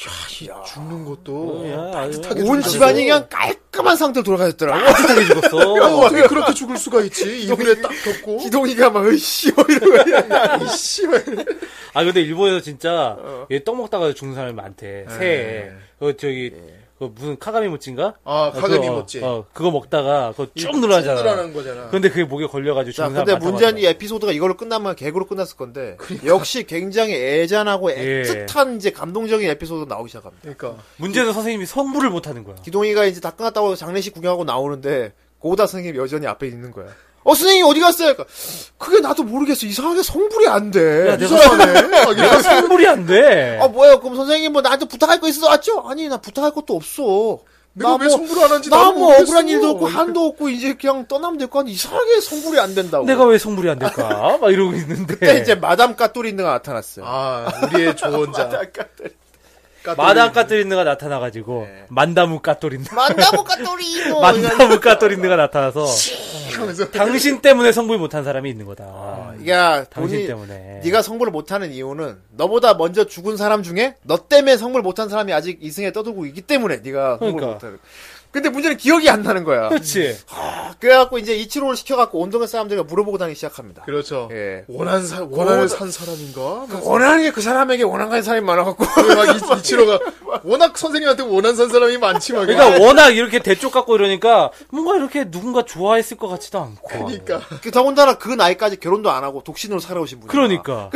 D: 야, 이 죽는 것도
C: 어, 야,
D: 따뜻하게
B: 온
D: 죽어서
B: 집안이 그냥 깔끔한 상태로 돌아가셨더라고
C: 어떻게
D: 야,
C: 죽었어?
D: 어떻게 그렇게 죽을 수가 있지? 이불에 딱 덮고
B: 기동이가 막뭐 으이씨 이러고
D: 이씨
C: 아 근데 일본에서 진짜
B: 어.
C: 얘 떡 먹다가 죽는 사람이 많대.
B: 예.
C: 새해. 그 저기 그 무슨 카가미 모찌인가?
D: 아, 카가미
C: 그거,
D: 모찌.
C: 어, 그거 먹다가 그거 쭉 늘어나잖아.
D: 늘어나는 거잖아.
C: 근데 그게 목에 걸려가지고
B: 자,
C: 죽는 사람
B: 근데
C: 많다고
B: 문제는 이
C: 하더라고.
B: 에피소드가 이걸로 끝나면 개그로 끝났을 건데 역시 굉장히 애잔하고
C: 예.
B: 애틋한 이제 감동적인 에피소드가 나오기 시작합니다.
D: 그러니까
C: 문제는 선생님이 성불을 못하는 거야.
B: 기동이가 이제 다 끝났다고 장례식 구경하고 나오는데 고다 선생님 이 여전히 앞에 있는 거야. 어 선생님 어디 갔어요? 그러니까, 그게 나도 모르겠어. 이상하게 성불이 안 돼.
C: 내가 성불이 안 돼.
B: 아 뭐예요? 그럼 선생님 뭐 나한테 부탁할 거 있어서 왔죠? 아니 나 부탁할 것도 없어. 뭐
D: 내가 왜 성불 안 하는지 나도
B: 나뭐
D: 모르겠어.
B: 억울한 일도 없고 한도 없고 이제 그냥 떠나면 될 거 아니 이상하게 성불이 안 된다고.
C: 내가 왜 성불이 안 될까? 막 이러고 있는데.
B: 그때 이제 마담 까뚜린드가 나타났어요.
D: 아 우리의 조언자 까또리.
C: 마담 까토린느가 나타나가지고
B: 예.
C: 만다무 까토린느
B: 만나고 까뚜린도
C: 만다무 까토린느가 나타나서
D: 하면서
C: 당신 때문에 성불 못한 사람이 있는 거다.
B: 아, 야, 본인
C: 당신 때문에.
B: 네가 성불을 못하는 이유는 너보다 먼저 죽은 사람 중에 너 때문에 성불 못한 사람이 아직 이승에 떠들고 있기 때문에 네가 성불
C: 그러니까.
B: 못하는. 근데 문제는 기억이 안 나는 거야.
C: 그렇지.
B: 그래갖고 이제 이치로를 시켜갖고 온동네 사람들이 물어보고 다니기 시작합니다.
D: 그렇죠.
B: 예.
D: 원한 사 원한을
B: 그-
D: 산 사람인가? 막
B: 원하는 게 그 사람에게 원한 가는 사람이 많아갖고
D: 막 이- 이치로가 워낙 선생님한테 원한 산 사람이 많지만
C: 그러니까 워낙 이렇게 대쪽 같고 이러니까 뭔가 이렇게 누군가 좋아했을 것 같지도 않고.
D: 그러니까
B: 그 더군다나 그 나이까지 결혼도 안 하고 독신으로 살아오신 분.
C: 그러니까.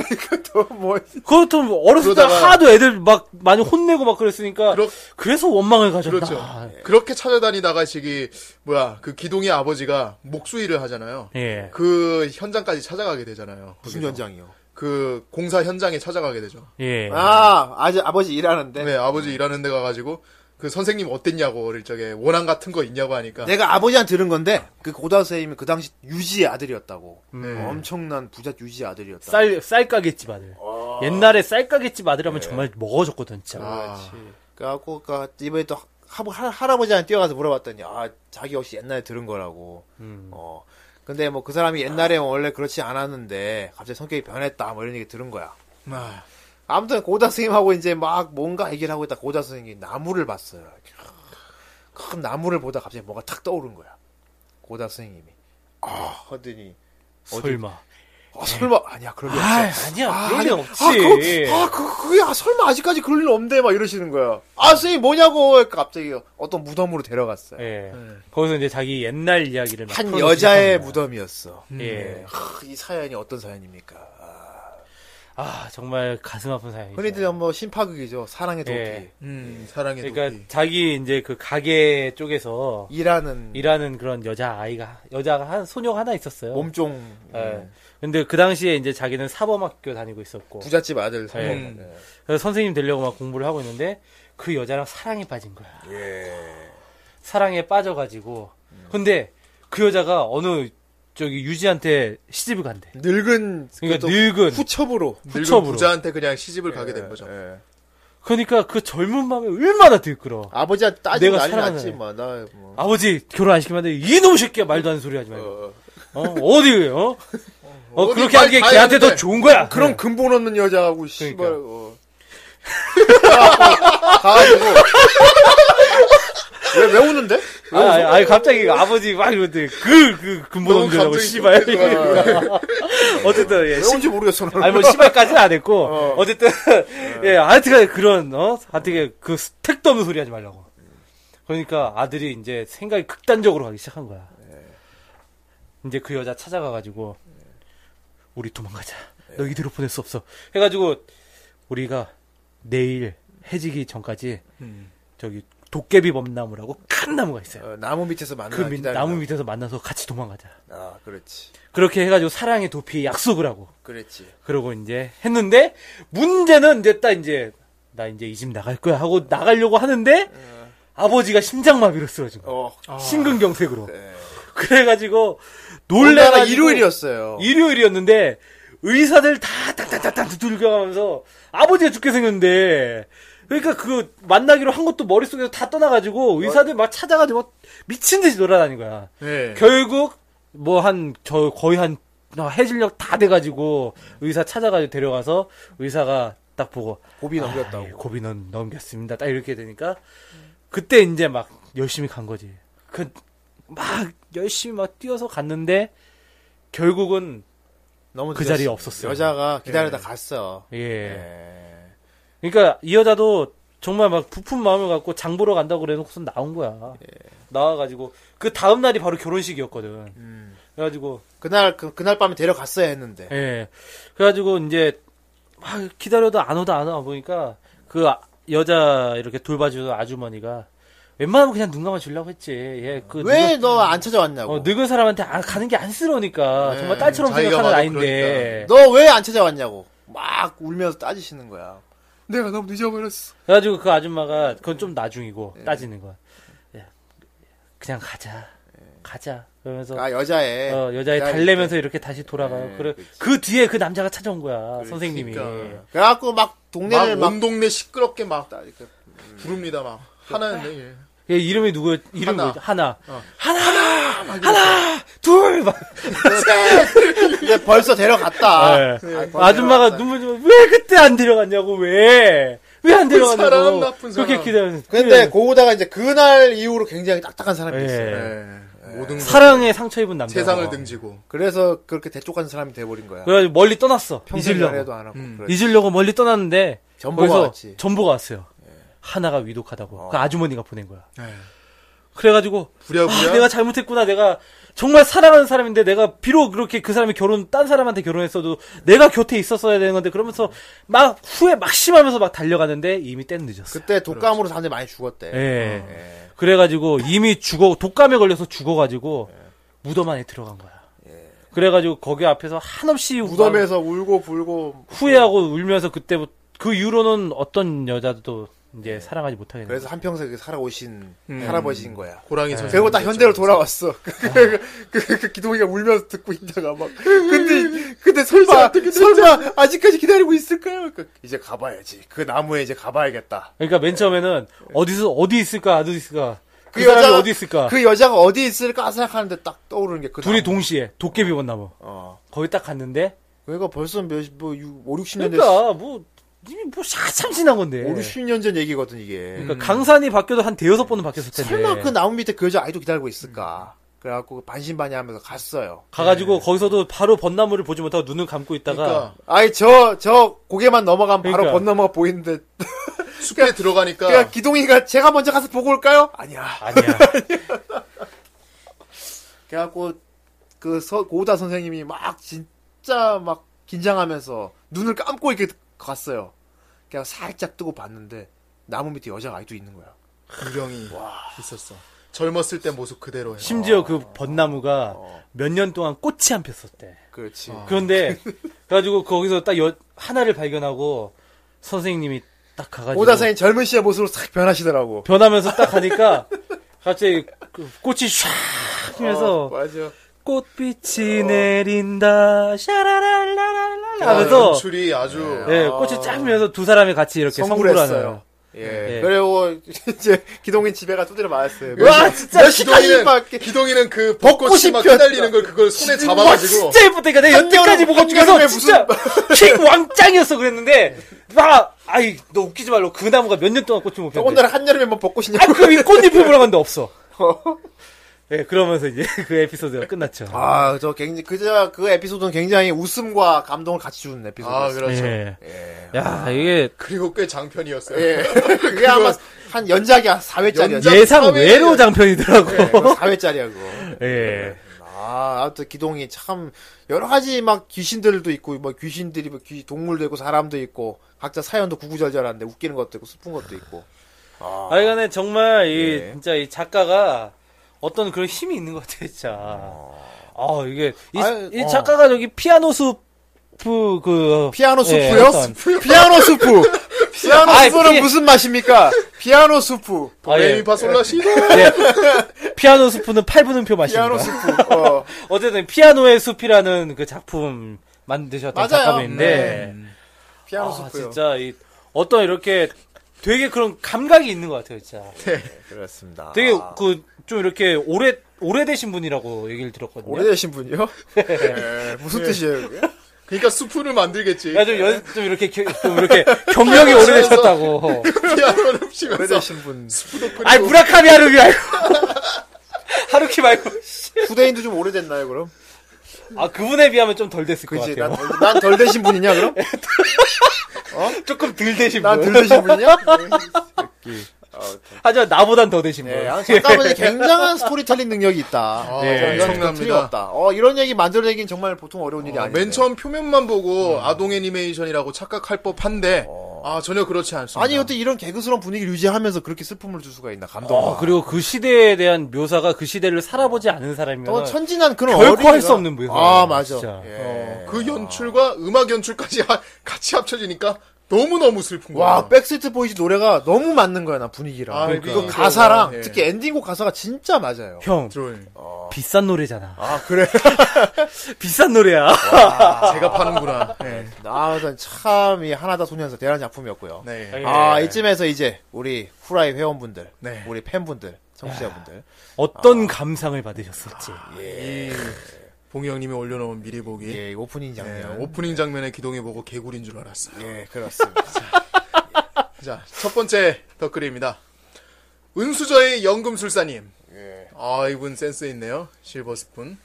B: 뭐
C: 그것도 뭐 어렸을 때
D: 그러다가-
C: 하도 애들 막 많이 혼내고 막 그랬으니까
D: 그렇-
C: 그래서 원망을 가졌다.
D: 그렇죠.
C: 아, 예.
D: 그렇게 찾아다니다가 저기 뭐야 그 기동이 아버지가 목수일을 하잖아요.
C: 예.
D: 그 현장까지 찾아가게 되잖아요.
B: 무슨
D: 거기서.
B: 연장이요? 그
D: 그 공사 현장에 찾아가게 되죠.
C: 예.
B: 아, 아직 아버지 일하는데.
D: 네, 아버지 일하는 데 가가지고 그 선생님 어땠냐고 어릴 적에 원한 같은 거 있냐고 하니까
B: 내가 아버지한테 들은 건데 그 고다 선생님이 그 당시 유지의 아들이었다고
D: 네.
B: 엄청난 부자 유지의 아들이었다.
C: 쌀, 쌀가게집 아들. 옛날에 쌀가게집 아들 하면 정말 먹어줬거든, 진짜.
D: 아,
B: 그래갖고 그 이번에 또 하, 할- 할아버지한테 뛰어가서 물어봤더니 아 자기 역시 옛날에 들은 거라고. 어. 근데 뭐 그 사람이 옛날에 원래 그렇지 않았는데 갑자기 성격이 변했다 뭐 이런 얘기 들은 거야.
D: 아,
B: 아무튼 고다 선생님하고 이제 막 뭔가 얘기를 하고 있다 고다 선생님이 나무를 봤어요. 큰 나무를 보다 갑자기 뭐가 탁 떠오른 거야. 고다 선생님이 아 하더니
C: 설마.
B: 아 설마 아니야 그럴 리 없어.
C: 아, 아니야. 그럴 리
B: 그렇죠. 아니,
C: 없지.
B: 아, 그거, 아, 그, 그게, 아, 설마 아직까지 그럴 일 없는데? 막 이러시는 거야. 아, 선생님 뭐냐고. 그러니까 갑자기 어떤 무덤으로 데려갔어요.
C: 예. 거기서 이제 자기 옛날 이야기를 막
B: 한
C: 풀어놓기
B: 여자의
C: 시작합니다.
B: 무덤이었어. 네.
C: 예.
B: 하, 이 사연이 어떤 사연입니까?
C: 아, 정말 가슴 아픈 사연이죠.
B: 흔히들 뭐 심파극이죠. 사랑의 도피.
C: 예.
D: 음, 사랑의
C: 그러니까
D: 도끼.
C: 자기 이제 그 가게 쪽에서
B: 일하는
C: 일하는 그런 여자 아이가 여자가 한 소녀가 하나 있었어요.
B: 몸종 음,
C: 예. 근데 그 당시에 이제 자기는 사범학교 다니고 있었고
B: 부잣집 아들 삼
C: 예.
B: 번.
C: 그래서 선생님 되려고 막 공부를 하고 있는데 그 여자랑 사랑에 빠진 거야.
B: 예.
C: 사랑에 빠져가지고
B: 음.
C: 근데 그 여자가 어느 저기 유지한테 시집을 간대.
B: 늙은
C: 그러니까
B: 그것도
C: 늙은
B: 후첩으로
D: 늙은
C: 후첩으로.
D: 부자한테 그냥 시집을 가게 된 거죠.
B: 예.
C: 그러니까 그 젊은 마음이 얼마나 들끓어.
B: 아버지가 따지고
C: 내가
B: 난리
C: 사랑하는
B: 났지
C: 애.
B: 뭐. 나 뭐.
C: 아버지 결혼 안 시키면 안 돼. 이놈 새끼야 말도 안 되는 소리 하지 말고.
D: 어.
C: 어, 어디 어? 어
D: 어디
C: 그렇게 하는 게
D: 빨리 가야
C: 걔한테 더
D: 되는데.
C: 좋은 거야.
B: 그런 근본 없는 여자하고 씨발
C: 네. 그러니까.
B: 어. 가가지고 왜, 왜 우는데?
C: 아, 아, 아니, 갑자기 아버지 막 이러는데 그그 근본
D: 어, 너무
C: 없는라고
D: 감정이
C: 씨발.
D: 아.
C: 어쨌든 예.
B: 예. 왜
C: 씨-
B: 우는지 모르겠어. 나는.
C: 아니 뭐 씨발까지는 안 했고 어. 쨌든 예 하여튼간 그런 어 하여튼 그 택도 없는 소리 하지 말라고. 그러니까 아들이 이제 생각이 극단적으로 가기 시작한 거야.
B: 예.
C: 이제 그 여자 찾아가가지고 우리 도망가자.
B: 예.
C: 너 이대로 보낼 수 없어. 해가지고 우리가 내일 해지기 전까지
B: 음.
C: 저기 도깨비 범나무라고 큰 나무가 있어요.
B: 어, 나무 밑에서 만나.
C: 그 밑-
B: 기다리다.
C: 나무 밑에서 만나서 같이 도망가자.
B: 아 그렇지.
C: 그렇게 해가지고 사랑의 도피에 약속을 하고
B: 그렇지.
C: 그러고 이제 했는데 문제는 이제 딱 이제 나 이제 이 집 나갈 거야 하고 나가려고 하는데
B: 예.
C: 아버지가 심장마비로 쓰러진 거야.
B: 어.
C: 심근경색으로.
B: 네.
C: 그래가지고
B: 원래가
C: 놀래가
B: 일요일이었어요.
C: 일요일이었는데 일요일이었는데 의사들 다 땅땅땅땅 두들겨가면서 아버지가 죽게 생겼는데 그러니까 그 만나기로 한 것도 머릿속에서 다 떠나가지고 의사들 막 찾아가지고 막 미친 듯이 돌아다닌 거야.
D: 네.
C: 그- 결국 뭐 한 저 거의 한 해질녘 다 돼가지고 의사 찾아가지고 데려가서 의사가 딱 보고
B: 고비
C: 아, 예,
B: 넘겼다고.
C: 고비는 넘겼습니다. 딱 이렇게 되니까 그때 이제 막 열심히 간 거지. 그 막 열심히 막 뛰어서 갔는데 결국은
B: 너무
C: 그
B: 늦었어.
C: 자리에 없었어요.
B: 여자가 기다리다 갔어.
C: 예.
B: 예.
C: 그러니까 이 여자도 정말 막 부푼 마음을 갖고 장 보러 간다고 그래놓고선 나온 거야.
B: 예.
C: 나와가지고 그 다음 날이 바로 결혼식이었거든.
B: 음.
C: 그래가지고
B: 그날 그, 그날 밤에 데려갔어야 했는데.
C: 예. 그래가지고 이제 막 기다려도 안 오다 안 와 보니까 그 아- 여자 이렇게 돌봐주는 아주머니가 웬만하면 그냥 눈 감아주려고 했지. 예, 그
B: 왜 너 안 찾아왔냐고.
C: 늙은, 어, 늙은 사람한테 아- 가는 게 안쓰러우니까
B: 예, 그러니까.
C: 정말 딸처럼
D: 자기가
C: 생각하는
D: 봐도
C: 아인데.
B: 너 왜 안 찾아왔냐고. 막 울면서 따지시는 거야.
D: 내가 너무 늦어버렸어.
C: 그래가지고 그 아줌마가 그건 좀 나중이고 따지는 거야. 야, 그냥 가자, 가자. 그러면서
B: 아 여자애.
C: 어, 여자애
B: 기다릴
C: 달래면서
B: 때.
C: 이렇게 다시 돌아가요.
B: 예,
C: 그래
B: 그치.
C: 그 뒤에 그 남자가 찾아온 거야 선생님이.
D: 그러니까.
B: 그래갖고 막 동네를 막,
D: 막온 동네 시끄럽게 막 다 이렇게 부릅니다 막 하나였네. 예.
C: 얘 이름이 누구 이름
D: 하나. 어.
C: 뭐지? 하나. 하나 하나 둘막
B: 근데 벌써 데려갔다.
C: 네.
B: 아, 벌써 데려갔다.
C: 아줌마가 눈물 좀왜 그때 안 데려갔냐고 왜왜 안 데려갔냐고
D: 그 사람, 나쁜 사람.
C: 그렇게 기다렸는데
B: 근데 고우다가 이제 그날 이후로 굉장히 딱딱한 사람이
C: 예.
B: 됐어요. 네.
D: 예. 모든 걸
C: 네. 사랑에 상처 입은 남자 어.
D: 세상을 등지고.
B: 그래서 그렇게 대쪽 같은 사람이 돼버린 거야.
C: 그래가지고 멀리 떠났어
B: 평생
C: 잊으려고
B: 연애도 안 하고.
D: 음.
B: 그래.
C: 잊으려고 멀리 떠났는데
B: 전보가
C: 거기서
B: 왔지. 예. 어.
C: 전보가 왔어요 하나가 위독하다고 그 아주머니가 보낸 거야
D: 예.
C: 그래가지고
D: 부랴부랴.
C: 아, 내가 잘못했구나. 내가 정말 사랑하는 사람인데 내가 비록 그렇게 그 사람이 결혼 딴 사람한테 결혼했어도 내가 곁에 있었어야 되는 건데 그러면서 막 후회 막심하면서 막 달려가는데 이미 때는 늦었어. 요
B: 그때 독감으로 사람들이 많이 죽었대.
C: 예. 그래가지고 이미 죽어 독감에 걸려서 죽어가지고
B: 예.
C: 무덤 안에 들어간 거야. 그래가지고 거기 앞에서 한없이
B: 무덤에서
D: 음.
B: 울고 불고.
C: 후회하고 울면서 그때부터 그 이후로는 어떤 여자도 이제 사랑하지 못하게
B: 예. 그래서
C: 됐어.
B: 한평생 살아오신
D: 음.
B: 할아버지인 거야.
D: 호랑이
C: 네.
D: 전.
B: 결국 네. 딱 현대로 돌아왔어. 그, 그, 그, 그 기동이가 울면서 듣고 있다가 막. 근데, 근데 설마, 설마, 아직까지 기다리고 있을까요? 그, 이제 가봐야지. 그 나무에 이제 가봐야겠다.
C: 그러니까 맨 처음에는 어디서 어디 있을까 어디 있을까 그,
B: 예. 그
C: 사람이
B: 여자가-
C: 어디 있을까
B: 그 여자가 어디 있을까 생각하는데 딱 떠오르는 게 그
C: 둘이
B: 나무.
C: 동시에 도깨비 원나무
B: 어.
C: 거기 딱 갔는데
B: 그러니까 벌써 몇, 뭐, 5, 60년 됐어.
C: 그러니까 뭐 이미 뭐 샤참 지난 건데
B: 5, 60년 전 얘기거든, 이게.
C: 그러니까 네. 강산이 바뀌어도 한 대여섯 번은 바뀌었을 텐데
B: 음. 설마 그 나무 밑에 그 여자 아이도 기다리고
C: 음.
B: 있을까? 그래갖고 반신반의 하면서 갔어요. 네.
C: 가가지고 거기서도 바로 벚나무를 보지 못하고 눈을 감고 있다가
D: 그러니까
B: 아이, 저, 저 고개만 넘어가면
C: 그러니까.
B: 바로 건너머가 보이는데.
D: 숲에 들어가니까
B: 그러니까 기동이가 제가 먼저 가서 보고 올까요? 아니야.
C: 아니야
B: 그래갖고 그 서- 고우다 선생님이 막 진짜 막 긴장하면서 눈을 감고 이렇게 갔어요. 그냥 살짝 뜨고 봤는데 나무 밑에 여자가 아직도 있는 거야.
D: 유령이 있었어. 젊었을 때 모습 그대로예요.
C: 심지어 그 벚나무가
B: 어.
C: 몇 년 동안 꽃이 안 폈었대
B: 그렇지.
C: 그런데 그래가지고 거기서 딱 여- 하나를 발견하고 선생님이 딱 가가지고
B: 고우다 선생님 젊은 씨의 모습으로 싹 변하시더라고. 어.
C: 변하면서 딱 가니까 갑자기 그 꽃이 샥 피면서
B: 맞아.
C: 꽃빛이 내린다 샤라랄라랄라
D: 아,
C: 하면서
D: 연출이 아주
C: 예, 꽃이 짝면서 두 사람이 같이 이렇게 성구를 하네요.
B: 성불했어요. 예.
C: 예.
B: 그리고 이제 기동인 집에가 두드려 맞았어요.
D: 와,
B: 진짜 시간이 막
D: 기동이는 그
B: 벚꽃이
D: 벚꽃이 막
B: 피었다.
D: 휘날리는 걸 그걸 손에
C: 와
D: 잡아가지고
C: 진짜 예쁘다니까 내가 여태까지
B: 한여름,
C: 보고
B: 한여름에
C: 중에서 진짜 킥 왕짱이었어 그랬는데 막 아이 너 웃기지 말고 그 나무가 몇 년 동안 꽃을 못 피웠는데
B: 오늘 한여름에 뭐 벚꽃 있냐?
C: 아그 위 꽃잎을 보러 갔는데 없어 예 그러면서 이제 그 에피소드가 끝났죠
B: 아, 저 굉장히 그저 그 에피소드는 굉장히 웃음과 감동을 같이 주는
D: 아
B: 에피소드였어요.
D: 그렇죠
C: 예. 야 이게
D: 그리고 꽤 장편이었어요
B: 예. 그게 아마 한 연작이 예, 한 4회짜리였죠.
C: 예상
D: 사회에
C: 외로
D: 대한-
B: 그렇죠.
C: 장편이더라고
B: 4회짜리야 그거.
C: 예.
B: 아, 아무튼 기동이 참 여러 가지 막 귀신들도 있고 뭐 귀신들이 뭐 귀, 동물도 있고 사람도 있고 각자 사연도 구구절절한데 웃기는 것도 있고 슬픈 것도 있고.
C: 하여간에 아, 정말 이
B: 예.
C: 진짜 이 작가가 어떤 그런 힘이 있는 것 같아요, 진짜. 아 이게 이,
B: 어. 아유,
C: 이
B: 어.
C: 작가가 저기 피아노 수프 그
B: 피아노
C: 예,
B: 수프요?
C: 어떤-
B: 피아노 수프. 피아노
C: 아이,
B: 수프는
C: 피-
B: 무슨 맛입니까? 피아노 수프.
C: 아, 예.
D: 레미파솔라시도
C: 예. 피아노 수프는 8분음표 맛입니다.
B: 피아노 수프. 어.
C: 어쨌든 피아노의 숲이라는 그 작품 만드셨던
B: 맞아요. 네.
C: 작가분인데
B: 피아노
C: 아,
B: 수프요.
C: 진짜 이 어떤 이렇게 되게 그런 감각이 있는 것 같아요, 진짜.
B: 네, 그렇습니다.
C: 되게
B: 아,
C: 그 좀 이렇게 오래 오래되신 분이라고 얘기를 들었거든요.
B: 오래되신 분이요? 예, 무슨 뜻이에요? 그게?
D: 그러니까 수프를 만들겠지
C: 야, 좀, 연,
B: 네.
C: 좀 이렇게, 겨- 좀 이렇게 경력이 오래되셨다고.
D: 피아노를 치면서
B: 오래되신 분.
C: 아이, 무라카미 하루키 말고. 하루키 말고. 씨.
B: 후대인도 좀 오래됐나요, 그럼?
C: 아, 그분에 비하면 좀 덜 됐을
B: 그지?
C: 것 같아요.
B: 난 덜 되신 분이냐, 그럼?
C: 조금 덜 되신
B: 난
C: 분.
B: 덜 되신 분이냐?
C: 하지만 나보단 더 되신 분.
B: 네, 아, 작가분이 굉장한 스토리텔링 능력이 있다.
D: 아,
C: 예.
B: 이건 좀
D: 엄청납니다
B: 틀림없다. 어, 이런 얘기 만들어내긴 정말 보통 어려운 일이
D: 아,
B: 아닌데.
D: 맨 처음 표면만 보고 아동 애니메이션이라고 착각할 법한데 아 전혀 그렇지 않습니다
B: 아니, 어떻게 이런 개그스러운 분위기를 유지하면서 그렇게 슬픔을 줄 수가 있나,
C: 어,
B: 감동.
C: 그리고 그 시대에 대한 묘사가 그 시대를 살아보지 않은 사람이면
B: 또 천진한 그런
C: 결코 할
B: 어린이가-
C: 수 없는 묘사.
B: 아, 맞아.
C: 진짜.
B: 예.
D: 그 연출과 음악 연출까지 하- 같이 합쳐지니까 너무너무 슬픈 거야
B: 와, 백스트 보이즈 노래가 너무 맞는 거야, 나 분위기랑.
D: 어. 아,
B: 그러니까. 이거
D: 그러니까.
B: 가사랑,
D: 예.
B: 특히 엔딩곡 가사가 진짜 맞아요.
C: 형,
D: 드로잉.
C: 비싼 노래잖아.
B: 아, 그래.
C: 비싼 노래야.
D: 제가 파는구나 네.
B: 아무튼 참, 이 하나다 소년사 대단한 작품이었고요.
D: 네.
C: 예.
B: 아, 이쯤에서 이제, 우리 후라이 회원분들,
D: 네.
B: 우리 팬분들, 청취자분들.
C: 어떤 감상을 받으셨을지.
B: 아,
D: 이 봉영님이 올려놓은 미리 보기
B: 예, 오프닝
D: 네,
B: 장면.
D: 오프닝 장면에 기동이 보고 개구리인 줄 알았어요.
B: 예, 그렇습니다.
D: 자, 첫 번째 덧글입니다. 은수저의 연금술사님.
B: 예.
D: 아, 이분 센스 있네요. 실버 스푼.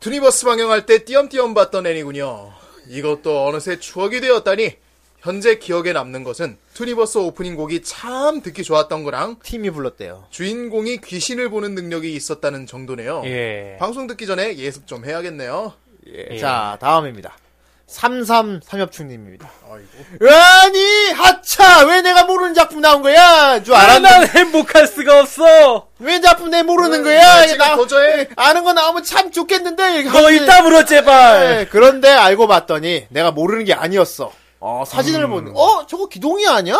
D: 투니버스 방영할 때 띄엄띄엄 봤던 애니군요. 이것도 어느새 추억이 되었다니. 현재 기억에 남는 것은 투니버스 오프닝 곡이 참 듣기 좋았던 거랑
B: 팀이 불렀대요.
D: 주인공이 귀신을 보는 능력이 있었다는 정도네요.
C: 예.
D: 방송 듣기 전에 예습 좀 해야겠네요. 예.
B: 자, 다음입니다. 33삼엽충님입니다.
D: 아이고.
B: 아니, 하차! 왜 내가 모르는 작품 나온 거야? 줄 알았는데.
C: 난 행복할 수가 없어.
B: 왜 작품 내 모르는
D: 나
B: 거야?
D: 지금
B: 나,
D: 도저히-
B: 아는 거 나오면 참 좋겠는데. 이렇게
C: 너
B: 하는데.
C: 이따물어 제발.
B: 네, 그런데 알고 봤더니 내가 모르는 게 아니었어. 어, 사진을
C: 음.
B: 보니, 어? 저거 기동이 아니야?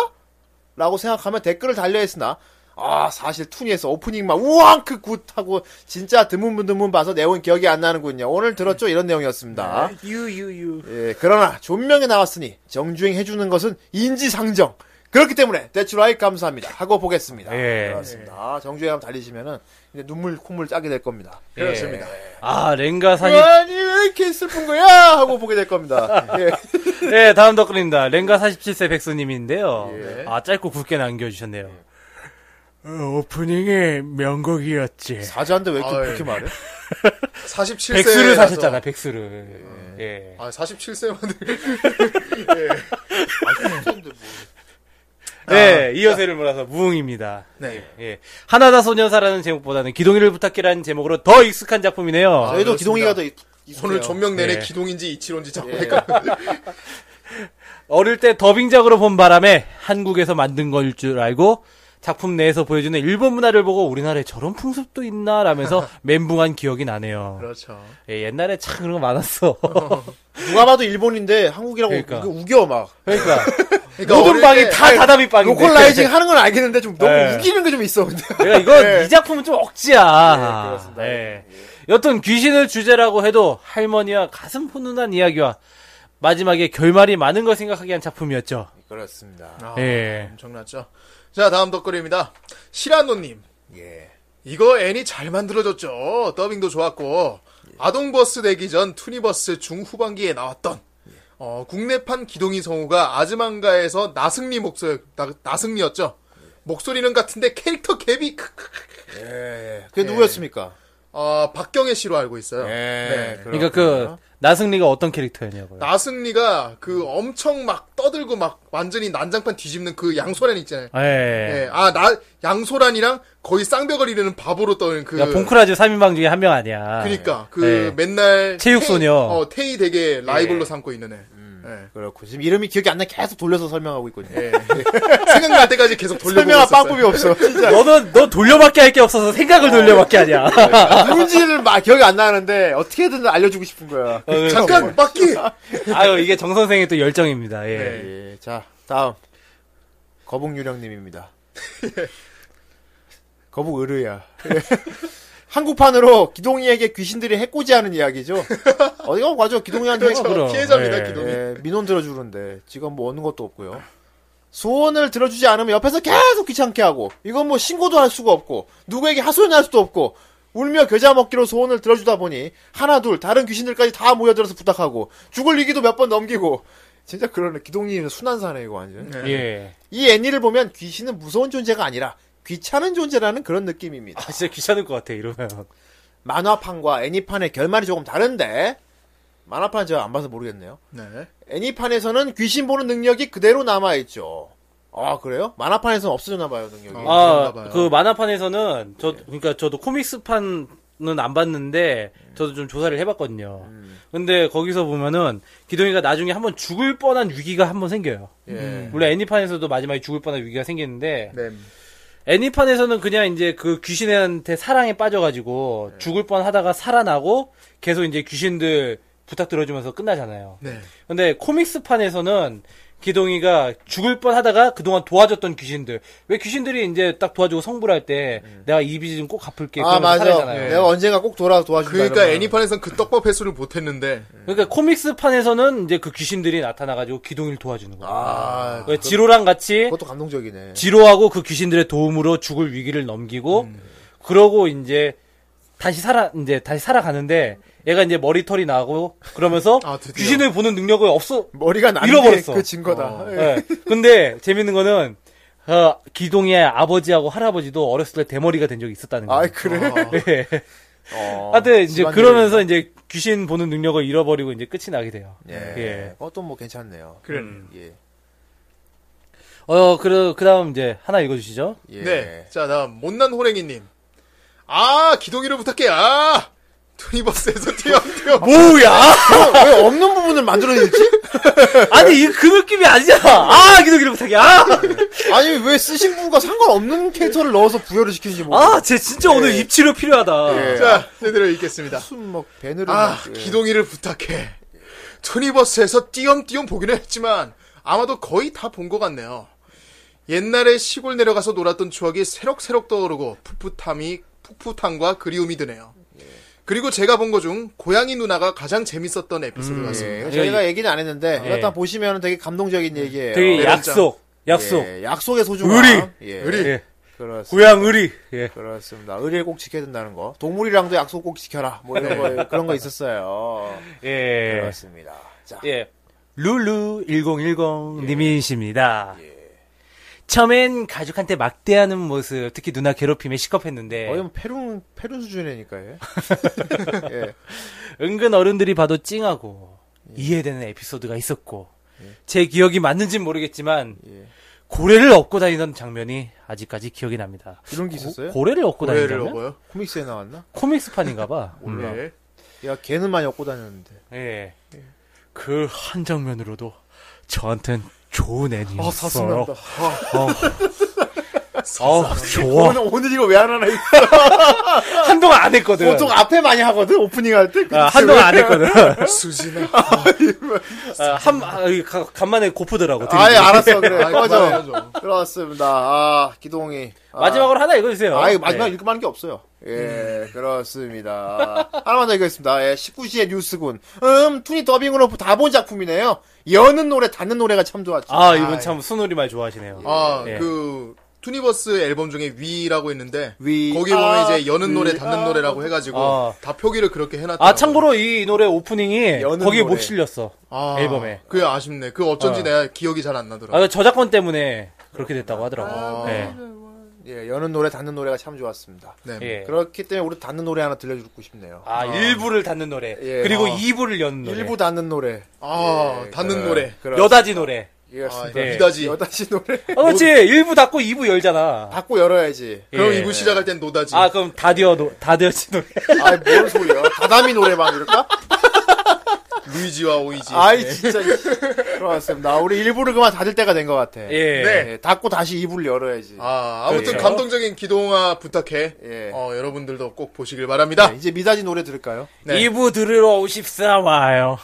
B: 라고 생각하면 댓글을 달려했으나, 아, 사실 투니에서 오프닝만 우왕크 그 굿 하고, 진짜 드문드문 봐서 내용은 기억이 안 나는군요. 오늘 들었죠? 이런 내용이었습니다.
C: 유유유.
B: 예, 그러나 존명에 나왔으니 정주행 해주는 것은 인지상정. 그렇기 때문에 대출아이 감사합니다. 하고 보겠습니다.
C: 예.
B: 그렇습니다. 정주행 한번 달리시면은 이제 눈물 콧물 짜게 될 겁니다.
D: 그렇습니다.
C: 아 랭가산이.
B: 아니 왜 이렇게 슬픈 거야? 하고 보게 될 겁니다. 예.
C: 네 다음 덧글입니다. 랭가 47세 백수님인데요. 아 짧고 굵게 남겨주셨네요. 예. 어, 오프닝의 명곡이었지.
B: 사자한테 왜 이렇게
D: 아이.
B: 그렇게 말해?
D: 47세.
C: 백수를 사셨잖아, 백수를. 예.
D: 아, 47세만 예.
C: 네, 이어세를 몰아서 무흥입니다.
D: 네.
C: 예. 하나다 소녀사라는 제목보다는 기동이를 부탁해라는 제목으로 더 익숙한 아, 작품이네요.
D: 아,
B: 저희도 기동이가 더
D: 오늘 존명 내내
C: 예.
D: 기동인지 이치론지 자꾸
B: 예.
D: 헷갈려.
C: 어릴 때 더빙작으로 본 바람에 한국에서 만든 걸 줄 알고 작품 내에서 보여주는 일본 문화를 보고 우리나라에 저런 풍습도 있나 라면서 멘붕한 기억이 나네요.
D: 그렇죠.
C: 예, 옛날에 참 그런 거 많았어.
B: 누가 봐도 일본인데 한국이라고
C: 그러니까.
B: 그 우겨 막
C: 그러니까
D: 그러니까
C: 모든
D: 어릴
C: 방이
D: 때-
C: 다 다다미 방인데.
B: 로컬라이징 하는 건 알겠는데 좀 너무
C: 네.
B: 우기는 게 좀 있어. 근데.
C: 내가 이거 이 작품은 좀 억지야. 예, 여튼 귀신을 주제라고 해도 할머니와 가슴 훈훈한 이야기와 마지막에 결말이 많은 걸 생각하게 한 작품이었죠.
B: 그렇습니다.
D: 아,
C: 예.
D: 엄청났죠. 자, 다음 덧글입니다. 시라노님.
B: 예.
D: 이거 애니 잘 만들어졌죠. 더빙도 좋았고 아동버스 되기 전 투니버스 중후반기에 나왔던 어, 국내판 기동이 성우가 아즈만가에서 나승리 목소리 나, 나승리였죠. 목소리는 같은데 캐릭터 갭이 크크.
B: 예. 그게 누구였습니까?
D: 어, 박경혜 씨로 알고 있어요.
B: 예.
C: 그러니까 그 나승리가 어떤 캐릭터였냐고요.
D: 나승리가 그 엄청 막 떠들고 막 완전히 난장판 뒤집는 그 양소란 있잖아요.
C: 예.
D: 예. 아, 나 양소란이랑 거의 쌍벽을 이루는 바보로 떠는 그
C: 야, 봉크라즈 3인방 그러니까 중에 한 명 아니야.
D: 그니까 그
C: 네.
D: 맨날
C: 체육소녀. 음.
D: 테이, 어 테이 되게 라이벌로 삼고 있는 애. 예.
B: 그렇고 지금 이름이 기억이 안 나. 계속 돌려서 설명하고 있거든요.
D: 예. 생각날 때까지 계속 돌려보고
B: 설명할
D: 있었어요.
B: 방법이 없어. 진짜
C: 너는 너 돌려받게 할 게 없어서 생각을 돌려받게 어, 하냐.
B: 누군지를 막 기억이 안 나는데 어떻게든 알려주고 싶은 거야.
C: 예,
D: 잠깐 바퀴.
C: 아유 이게 정 선생의 또 열정입니다. 예.
B: 예. 자 다음 거북 유령님입니다. 거북 의르야. 한국판으로 기동이에게 귀신들이 해코지하는 이야기죠. 어디가 맞아 기동이한테
D: 그렇죠.
B: 해코지.
C: 그럼.
D: 피해자입니다
C: 예.
D: 기동이.
B: 예, 민원 들어주는데 지금 뭐 어느 것도 없고요. 소원을 들어주지 않으면 옆에서 계속 귀찮게 하고 이건 뭐 신고도 할 수가 없고 누구에게 하소연할 수도 없고 울며 겨자 먹기로 소원을 들어주다 보니 하나 둘 다른 귀신들까지 다 모여들어서 부탁하고 죽을 위기도 몇 번 넘기고 진짜 그러네 기동이는 순환사네 이거 완전
D: 네.
C: 예.
B: 이 애니를 보면 귀신은 무서운 존재가 아니라 귀찮은 존재라는 그런 느낌입니다
C: 아 진짜 귀찮을 것 같아 이러면.
B: 만화판과 애니판의 결말이 조금 다른데 만화판 제가 안 봐서 모르겠네요
D: 네.
B: 애니판에서는 귀신 보는 능력이 그대로 남아있죠. 아, 그래요? 만화판에서는 없어졌나봐요, 능력이.
D: 어. 그런가 봐요. 예.
C: 아그 만화판에서는 저 그러니까 저도 코믹스판은 안 봤는데 저도 좀 조사를 해봤거든요.
D: 음.
C: 근데 거기서 보면은 기동이가 나중에 한번 죽을 뻔한 위기가 한번 생겨요.
B: 예.
C: 물론 애니판에서도 마지막에 죽을 뻔한 위기가 생기는데
D: 네.
C: 애니판에서는 그냥 이제 그 귀신한테 사랑에
B: 네.
C: 빠져가지고 죽을 뻔 하다가 살아나고 계속 이제 귀신들 부탁 들어주면서 끝나잖아요.
D: 네.
C: 근데 코믹스판에서는 기동이가 죽을 뻔 하다가 그동안 도와줬던 귀신들. 왜 귀신들이 이제 딱 도와주고 성불할 때 내가 이 빚은 꼭 갚을게.
B: 네. 아,
C: 그러면서
B: 맞아.
C: 살아나잖아요.
B: 내가 언젠가 꼭 돌아서 도와준다.
D: 그러니까
B: 이러면.
D: 애니판에선 그 떡밥 회수를 못했는데.
B: 네.
C: 그러니까 코믹스판에서는 이제 그 귀신들이 나타나가지고 기동이를 도와주는 거예요.
B: 아,
C: 그러니까 지로랑 같이
B: 그것도 감동적이네.
C: 지로하고 그 귀신들의 도움으로 죽을 위기를 넘기고
B: 음.
C: 그러고 이제 다시 살아 이제 다시 살아가는데 얘가 이제 머리털이 나고 그러면서
D: 아, 드디어.
C: 귀신을 보는 능력을 없어
B: 머리가 난
C: 잃어버렸어.
B: 게그 증거다.
D: 어.
B: 예.
C: 예. 근데 재밌는 거는 어, 기동이의 아버지하고 할아버지도 어렸을 때 대머리가 된 적이 있었다는
B: 아,
C: 거예요.
B: 그래?
C: 예.
B: 어.
C: 하여튼 이제
B: 집안일.
C: 그러면서 이제 귀신 보는 능력을 잃어버리고 이제 끝이 나게 돼요.
B: 예.
C: 예.
B: 그것도 뭐 괜찮네요.
D: 그래.
B: 예.
C: 어, 그, 그 다음 이제 하나 읽어주시죠.
B: 예.
D: 네. 자, 다음 못난 호랭이님. 아, 기동이를 부탁해. 아, 투니버스에서 뛰어 뛰어.
B: 아, 뭐야? 어, 왜 없는 부분을 만들어냈지?
C: 아니, 이거 그 느낌이 아니잖아! 아, 기독이를 부탁해! 아!
B: 아니, 왜 쓰신 분과 상관없는 캐릭터를 넣어서 부여를 시키는지 모르겠어.
C: 아, 쟤 진짜 오늘 입치료 필요하다.
D: 자, 제대로
C: 아,
D: 읽겠습니다.
B: 무슨 막 배너를.
D: 아,
B: 막, 예.
D: 기동이를 부탁해. 투니버스에서 띄엄띄엄 보기는 했지만 아마도 거의 다 본 것 같네요. 옛날에 시골 내려가서 놀았던 추억이 새록새록 떠오르고 풋풋함이 풋풋함과 그리움이 드네요. 그리고 제가 본 거 중 고양이 누나가 가장 재밌었던 에피소드 같습니다.
B: 예, 저희가 얘기는 안 했는데
C: 예.
B: 일단 보시면 되게 감동적인 얘기예요.
C: 되게
D: 어,
C: 약속, 약속.
B: 예, 약속의 소중함.
C: 의리.
B: 예.
C: 예.
B: 그렇습니다.
C: 고향 의리. 예.
B: 그렇습니다. 의리를 꼭 지켜야 된다는 거. 동물이랑도 약속 꼭 지켜라. 뭐 이런 거 그런 거 있었어요.
C: 예.
B: 그렇습니다. 자,
C: 예. 룰루1010 님이십니다. 처음엔 가족한테 막대하는 모습, 특히 누나 괴롭힘에 시겁했는데,
B: 거의 뭐 페룬 페룬 수준이니까 예. 예.
C: 은근 어른들이 봐도 찡하고, 이해되는 에피소드가 있었고, 제 기억이 맞는진 모르겠지만, 고래를 업고 다니던 장면이 아직까지 기억이 납니다.
B: 이런 게 있었어요?
C: 고래를 업고
D: 고래를
C: 다니던
D: 먹어요?
B: 코믹스에 나왔나?
C: 코믹스판인가봐.
D: 몰라.
B: 야, 걔는 많이 얻고 다녔는데.
C: 예. 그 한 장면으로도 저한텐 좋은 애니였어요.
B: 아, 사슴이었다.
C: 어, 어, 좋아.
B: 오늘, 오늘 이거 왜 안 하나
C: 네.
B: 했어.
C: 한동안 안 했거든.
B: 보통 앞에 많이 하거든 오프닝 할 때.
C: 아, 한동안 안 했거든.
D: 수진아.
C: 아, 한, 아, 이게 가- 간만에 고프더라고. 드리블이.
B: 아예 알았어 그래
D: 아이,
B: 꺼져.
D: 그만해야죠.
B: 들어왔습니다. 아 기동이. 아,
C: 마지막으로 하나 읽어주세요.
B: 아이 마지막
C: 네. 음.
B: 읽을 만한 게 없어요. 예, 그렇습니다. 아, 하나만 더 읽겠습니다. 예, 19시의 뉴스군. 음, 투니 더빙으로 다 본 작품이네요. 여는 노래, 닫는 노래가 참 좋았죠.
C: 아,
B: 예.
C: 이분 참 순우리말 좋아하시네요.
D: 아,
C: 예.
D: 그 투니버스 앨범 중에 위라고 있는데
B: 위,
D: 거기
B: 아,
D: 보면 이제 여는 노래,
B: 위,
D: 닫는
B: 아.
D: 노래라고 해가지고
C: 아.
D: 다 표기를 그렇게 해놨다.
C: 아, 참고로 이 노래 오프닝이
B: 여는
C: 거기에
B: 노래. 아.
C: 못 실렸어.
B: 예.
C: 앨범에.
D: 그게 아쉽네. 그 어쩐지
C: 어.
D: 내가 기억이 잘 안 나더라.
C: 아, 저작권 때문에 그렇게 됐다고 하더라고.
B: 아.
C: 네.
B: 예, 여는 노래, 닫는 노래가 참 좋았습니다.
D: 네.
C: 예.
B: 그렇기 때문에 우리 닫는 노래 하나 들려주고 싶네요.
C: 아, 일부를 닫는 노래.
B: 예.
C: 그리고
B: 아.
C: 이부를 여는 노래.
B: 일부 닫는 노래.
D: 아, 닫는 노래.
B: 그렇-
C: 여다지 노래.
D: 아,
B: 예. 그렇습니다. 예.
C: 네.
D: 미다지.
B: 여다시 노래.
C: 아, 그렇지. 일부 닫고 이부 열잖아.
B: 닫고 열어야지.
D: 그럼
C: 예.
D: 이부 시작할 땐 노다지.
C: 아, 그럼 다디어, 노- 다디어지 노래.
B: 아이, 뭔 소리야. 다다미 노래방 이럴까?
D: 루이지와
C: 예.
D: 오이지.
B: 아이, 진짜. 이씨. 그렇습니다. 우리 일부를 그만 닫을 때가 된 것 같아.
C: 예.
D: 네.
B: 예, 닫고 다시 이부를 열어야지.
D: 아, 아무튼
C: 그렇죠.
D: 감동적인 기동아 부탁해.
B: 예.
D: 어, 여러분들도 꼭 보시길 바랍니다.
B: 네, 이제 미다지 노래 들을까요?
D: 네.
C: 이부 들으러 오십사 와요.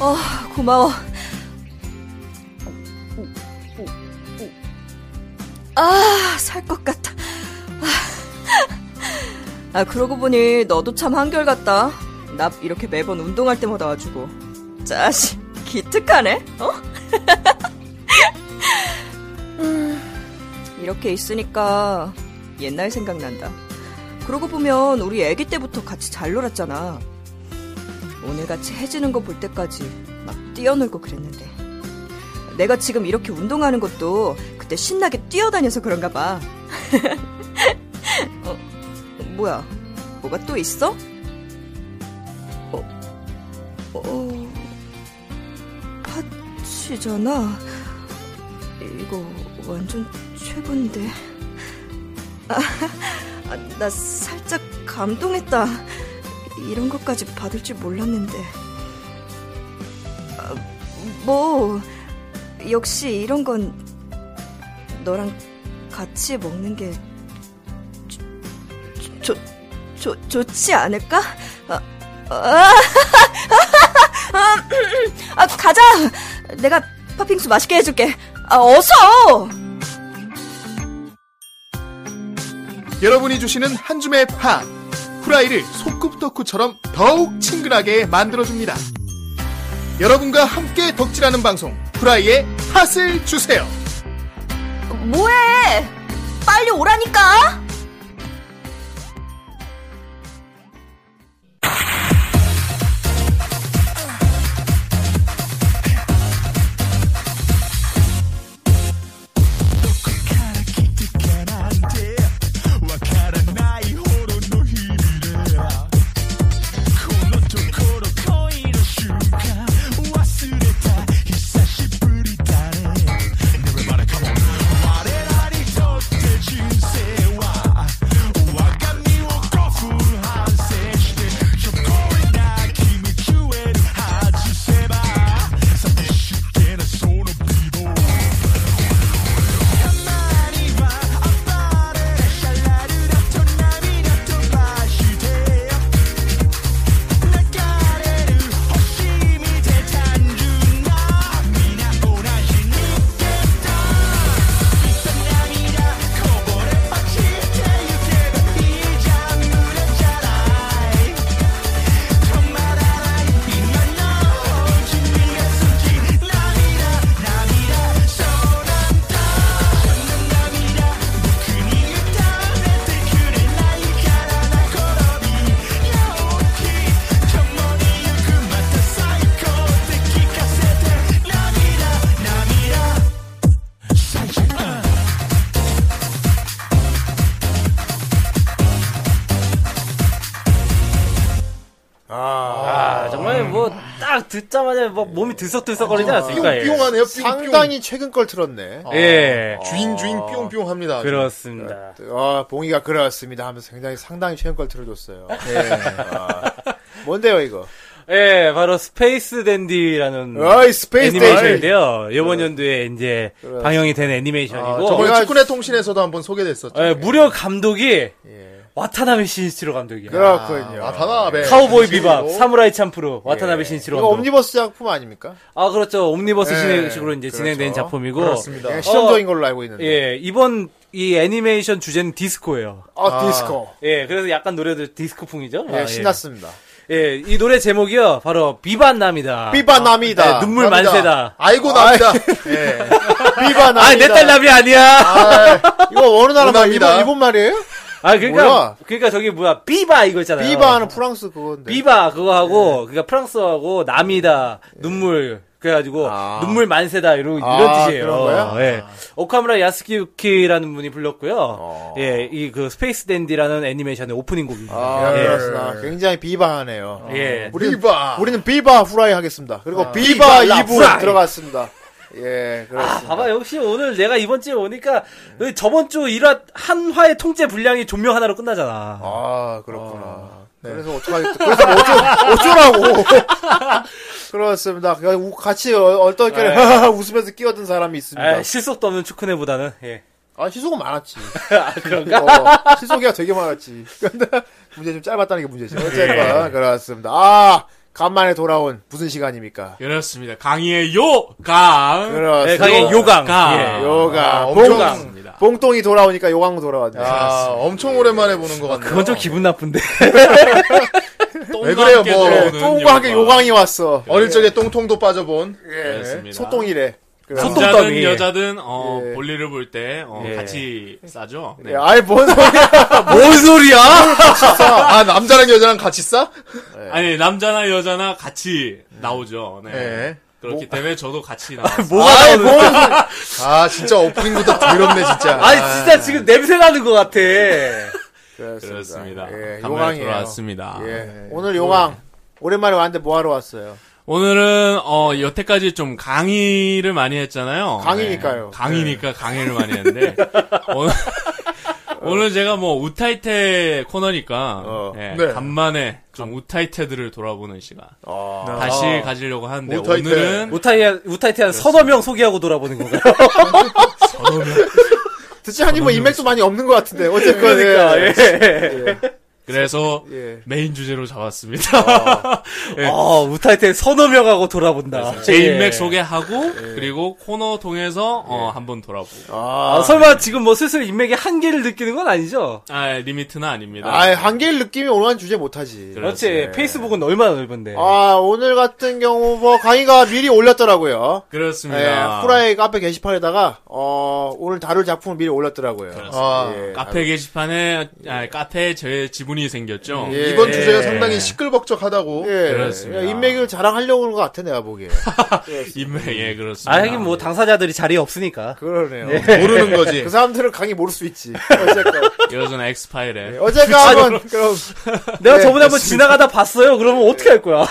A: 어, 고마워. 아, 살 것 같아. 아, 그러고 보니 너도 참 한결같다. 나 이렇게 매번 운동할 때마다 와주고. 짜식, 기특하네, 어? 음, 이렇게 있으니까 옛날 생각난다. 그러고 보면 우리 애기 때부터 같이 잘 놀았잖아. 오늘같이 해지는 거 볼 때까지 막 뛰어놀고 그랬는데 내가 지금 이렇게 운동하는 것도 그때 신나게 뛰어다녀서 그런가 봐 어, 뭐야 뭐가 또 있어? 어, 어 파치잖아 이거 완전 최고인데 아, 나 살짝 감동했다 이런 것까지 받을 줄 몰랐는데. 아, 뭐, 역시 이런 건 너랑 같이 먹는 게 좋, 좋, 좋, 좋지 않을까? 아, 아, 아, 음, 아, 가자! 내가 팥빙수 맛있게 해줄게. 아, 어서!
D: 여러분이 주시는 한 줌의 파 후라이를 소꿉 덕후처럼 더욱 친근하게 만들어줍니다. 여러분과 함께 덕질하는 방송 후라이의 팥을 주세요.
A: 뭐해! 빨리 오라니까!
C: 아, 정말 뭐 딱 듣자마자 뭐 몸이 들썩들썩거리지 않았습니까? 예.
D: 뿅뿅하네요. 뿅뿅.
B: 상당히 최근 걸 틀었네.
C: 예.
D: 주인 주인 뿅뿅합니다. 아주.
C: 그렇습니다. 네.
B: 아, 봉이가 그렇습니다 하면서 굉장히 상당히 최근 걸 틀어줬어요. 아, 뭔데요 이거?
C: 예, 바로 스페이스 댄디라는
B: 어이 스페이스 데이지.
C: 음. 애니메이션인데요. 이번 연도에 이제 방영이 된 애니메이션이고,
D: 아, 저번에
B: 내가-
D: 축구네 통신에서도 한번 소개됐었죠.
C: 예, 무려 감독이 예. 와타나베 신이치로 감독이야.
B: 그렇군요.
D: 아, 다나베.
C: 카우보이
B: 네,
C: 비밥, 사무라이 참프루, 와타나베 신이치로
B: 이거
C: 감독.
B: 예. 그러니까 옴니버스 작품 아닙니까?
C: 아 그렇죠, 옴니버스
B: 예,
C: 신식으로 이제 진행된
B: 그렇죠.
C: 작품이고, 어,
D: 그렇습니다.
B: 그냥 실험적인 걸로 알고 있는데.
C: 예, 이번 이 애니메이션 주제는 디스코예요.
B: 아, 디스코.
C: 예, 그래서 약간 노래도 디스코풍이죠.
B: 예,
C: 아,
B: 신났습니다.
C: 예, 이 노래 제목이요. 바로 비바남이다.
B: 비바남이다.
C: 네, 눈물
D: 납니다.
C: 만세다.
D: 아이고 납니다. 예.
B: 비바남이다. 예.
C: 아, 내 딸 남이 아니야.
B: 이거 어느 나라 말?
D: 오남이다.
B: 일본, 일본 말이에요?
C: 아, 그러니까
B: 뭐야?
C: 그러니까 저기 뭐야? 비바 이거 있잖아요.
B: 비바는 프랑스 그건데.
C: 네. 비바 그거
B: 네.
C: 하고 그러니까 프랑스어하고 남이다. 눈물 그래가지고
B: 아.
C: 눈물 만세다 이런
B: 아,
C: 이런 뜻이에요.
B: 그런 거야? 아.
C: 예. 오카무라 야스키우키라는 분이 불렀고요.
B: 어.
C: 예, 이 그 스페이스 댄디라는 애니메이션의 오프닝 곡입니다.
B: 아,
C: 예.
B: 그렇구나. 굉장히 비바하네요.
C: 예.
B: 우리는-
D: 비바.
B: 우리는 비바 후라이 하겠습니다. 그리고 비바
D: 비바
B: 2부
D: 후라이.
B: 들어갔습니다. 예,
C: 아,
B: 그렇습니다.
C: 봐봐. 역시 오늘 내가 이번 주에 오니까 너 저번 주 1화 한 화의 통째 분량이 조명 하나로 끝나잖아.
B: 아, 그렇구나. 네. 그래서 어떡하겠다. 그래서 뭐 어쩌, 어쩌라고. 그렇습니다. 그냥 우- 같이 어- 얼떨결에 하하하 웃으면서 끼어든 사람이 있습니다.
C: 네. 아, 실속도 없는 축구네보다는 예.
B: 아, 시속은 많았지.
D: 아,
B: 어, 시속이가 되게 많았지. 근데 문제 좀 짧았다는 게 문제지.
D: 네.
B: 어쨌건, 그렇습니다. 아, 간만에 돌아온 무슨 시간입니까?
G: 그렇습니다. 강의의 요강.
C: 예,
B: 아, 그렇습니다.
C: 강의 요강. 예.
B: 요가.
D: 네, 아,
B: 봉,
D: 엄청-
B: 봉똥이 돌아오니까 요강 돌아왔네.
D: 아, 엄청 오랜만에 보는 것 같네요.
C: 그건 좀 기분 나쁜데.
D: 왜 그래요, 뭐.
B: 똥과 함께 요강이 왔어.
D: 예.
B: 예.
D: 어릴 적에 똥통도 빠져본.
G: 그렇습니다.
B: 소똥이래. 그래.
C: 소똥.
G: 남자든
C: 똥덩이.
G: 여자든 어,
B: 예.
G: 볼일을 볼 때 어,
C: 예.
G: 같이 싸죠. 네.
B: 예, 아이, 뭔 소리야.
C: 뭔 소리야?
D: 아, 남자랑 여자랑 같이 싸?
B: 예.
G: 아니 남자나 여자나 같이 나오죠. 네.
D: 예.
B: 뭐,
G: 그렇기 때문에 저도 같이 나왔어요.
C: 뭐가
D: 아이,
C: 나오는 거야?
D: 아, 진짜 오프닝부터 더럽네, 진짜.
C: 아니 진짜 지금 냄새 나는 것 같아.
G: 그렇습니다.
B: 예,
G: 간만에
B: 요강이에요.
G: 돌아왔습니다.
B: 예, 오늘 요강. 오랜만에 왔는데 뭐하러 왔어요?
G: 오늘은 어 여태까지 좀 강의를 많이 했잖아요.
B: 강의니까요.
G: 네, 강의니까 강의를 많이 했는데 오늘, 오늘 제가 뭐 우타이테 코너니까
B: 어.
G: 네,
D: 네.
G: 간만에 좀 우타이테들을 돌아보는 시간
B: 아,
G: 다시 가지려고 하는데
D: 우타이테.
G: 오늘은
C: 우타이야 우타이테 한 서너 명 소개하고 돌아보는 건가요?
B: 듣지 않니 뭐 인맥도 많이 없는 것 같은데. 어쨌건. 예.
G: 그래서
B: 예. 아,
G: 메인 주제로 잡았습니다. 네.
C: 어 우타이테 서너 명하고 돌아본다.
F: 그렇죠.
G: 제
C: 예.
G: 인맥 소개하고
B: 예.
G: 그리고 코너 통해서 어, 한번 돌아보고.
B: 아,
C: 아, 설마 지금 뭐 슬슬 인맥의 한계를 느끼는 건 아니죠?
G: 아 리미트는 아닙니다.
B: 아, 한계일 느낌이 오늘만 주제 못하지.
C: 그렇지. 페이스북은 얼마나 넓은데.
B: 아, 오늘 같은 경우 뭐 강의가 미리 올렸더라고요.
G: 그렇습니다.
B: 예, 후라이 카페 게시판에다가 어, 오늘 다룰 작품을 미리 올렸더라고요.
D: 아,
B: 예,
G: 카페 게시판에 아, 카페에 제 지분이 생겼죠.
B: 예.
D: 이번
B: 예.
D: 주제가 상당히 시끌벅적하다고.
B: 예,
G: 뭐? 그렇습니다.
B: 예, 인맥을 자랑하려고 하는 것 같아 내가 보기에.
G: 인맥 예 그렇습니다.
C: 아 하긴 뭐 당사자들이 자리에 없으니까.
B: 그러네요.
D: 모르는
G: 예.
D: 거지.
B: 그 사람들은 강의 모를 수 있지. 어쨌건.
G: 여전 엑스파일에
B: 예, 어쨌건 한번 그럼
C: 내가 저번에 한번 지나가다 봤어요. 그러면 어떻게 할 거야?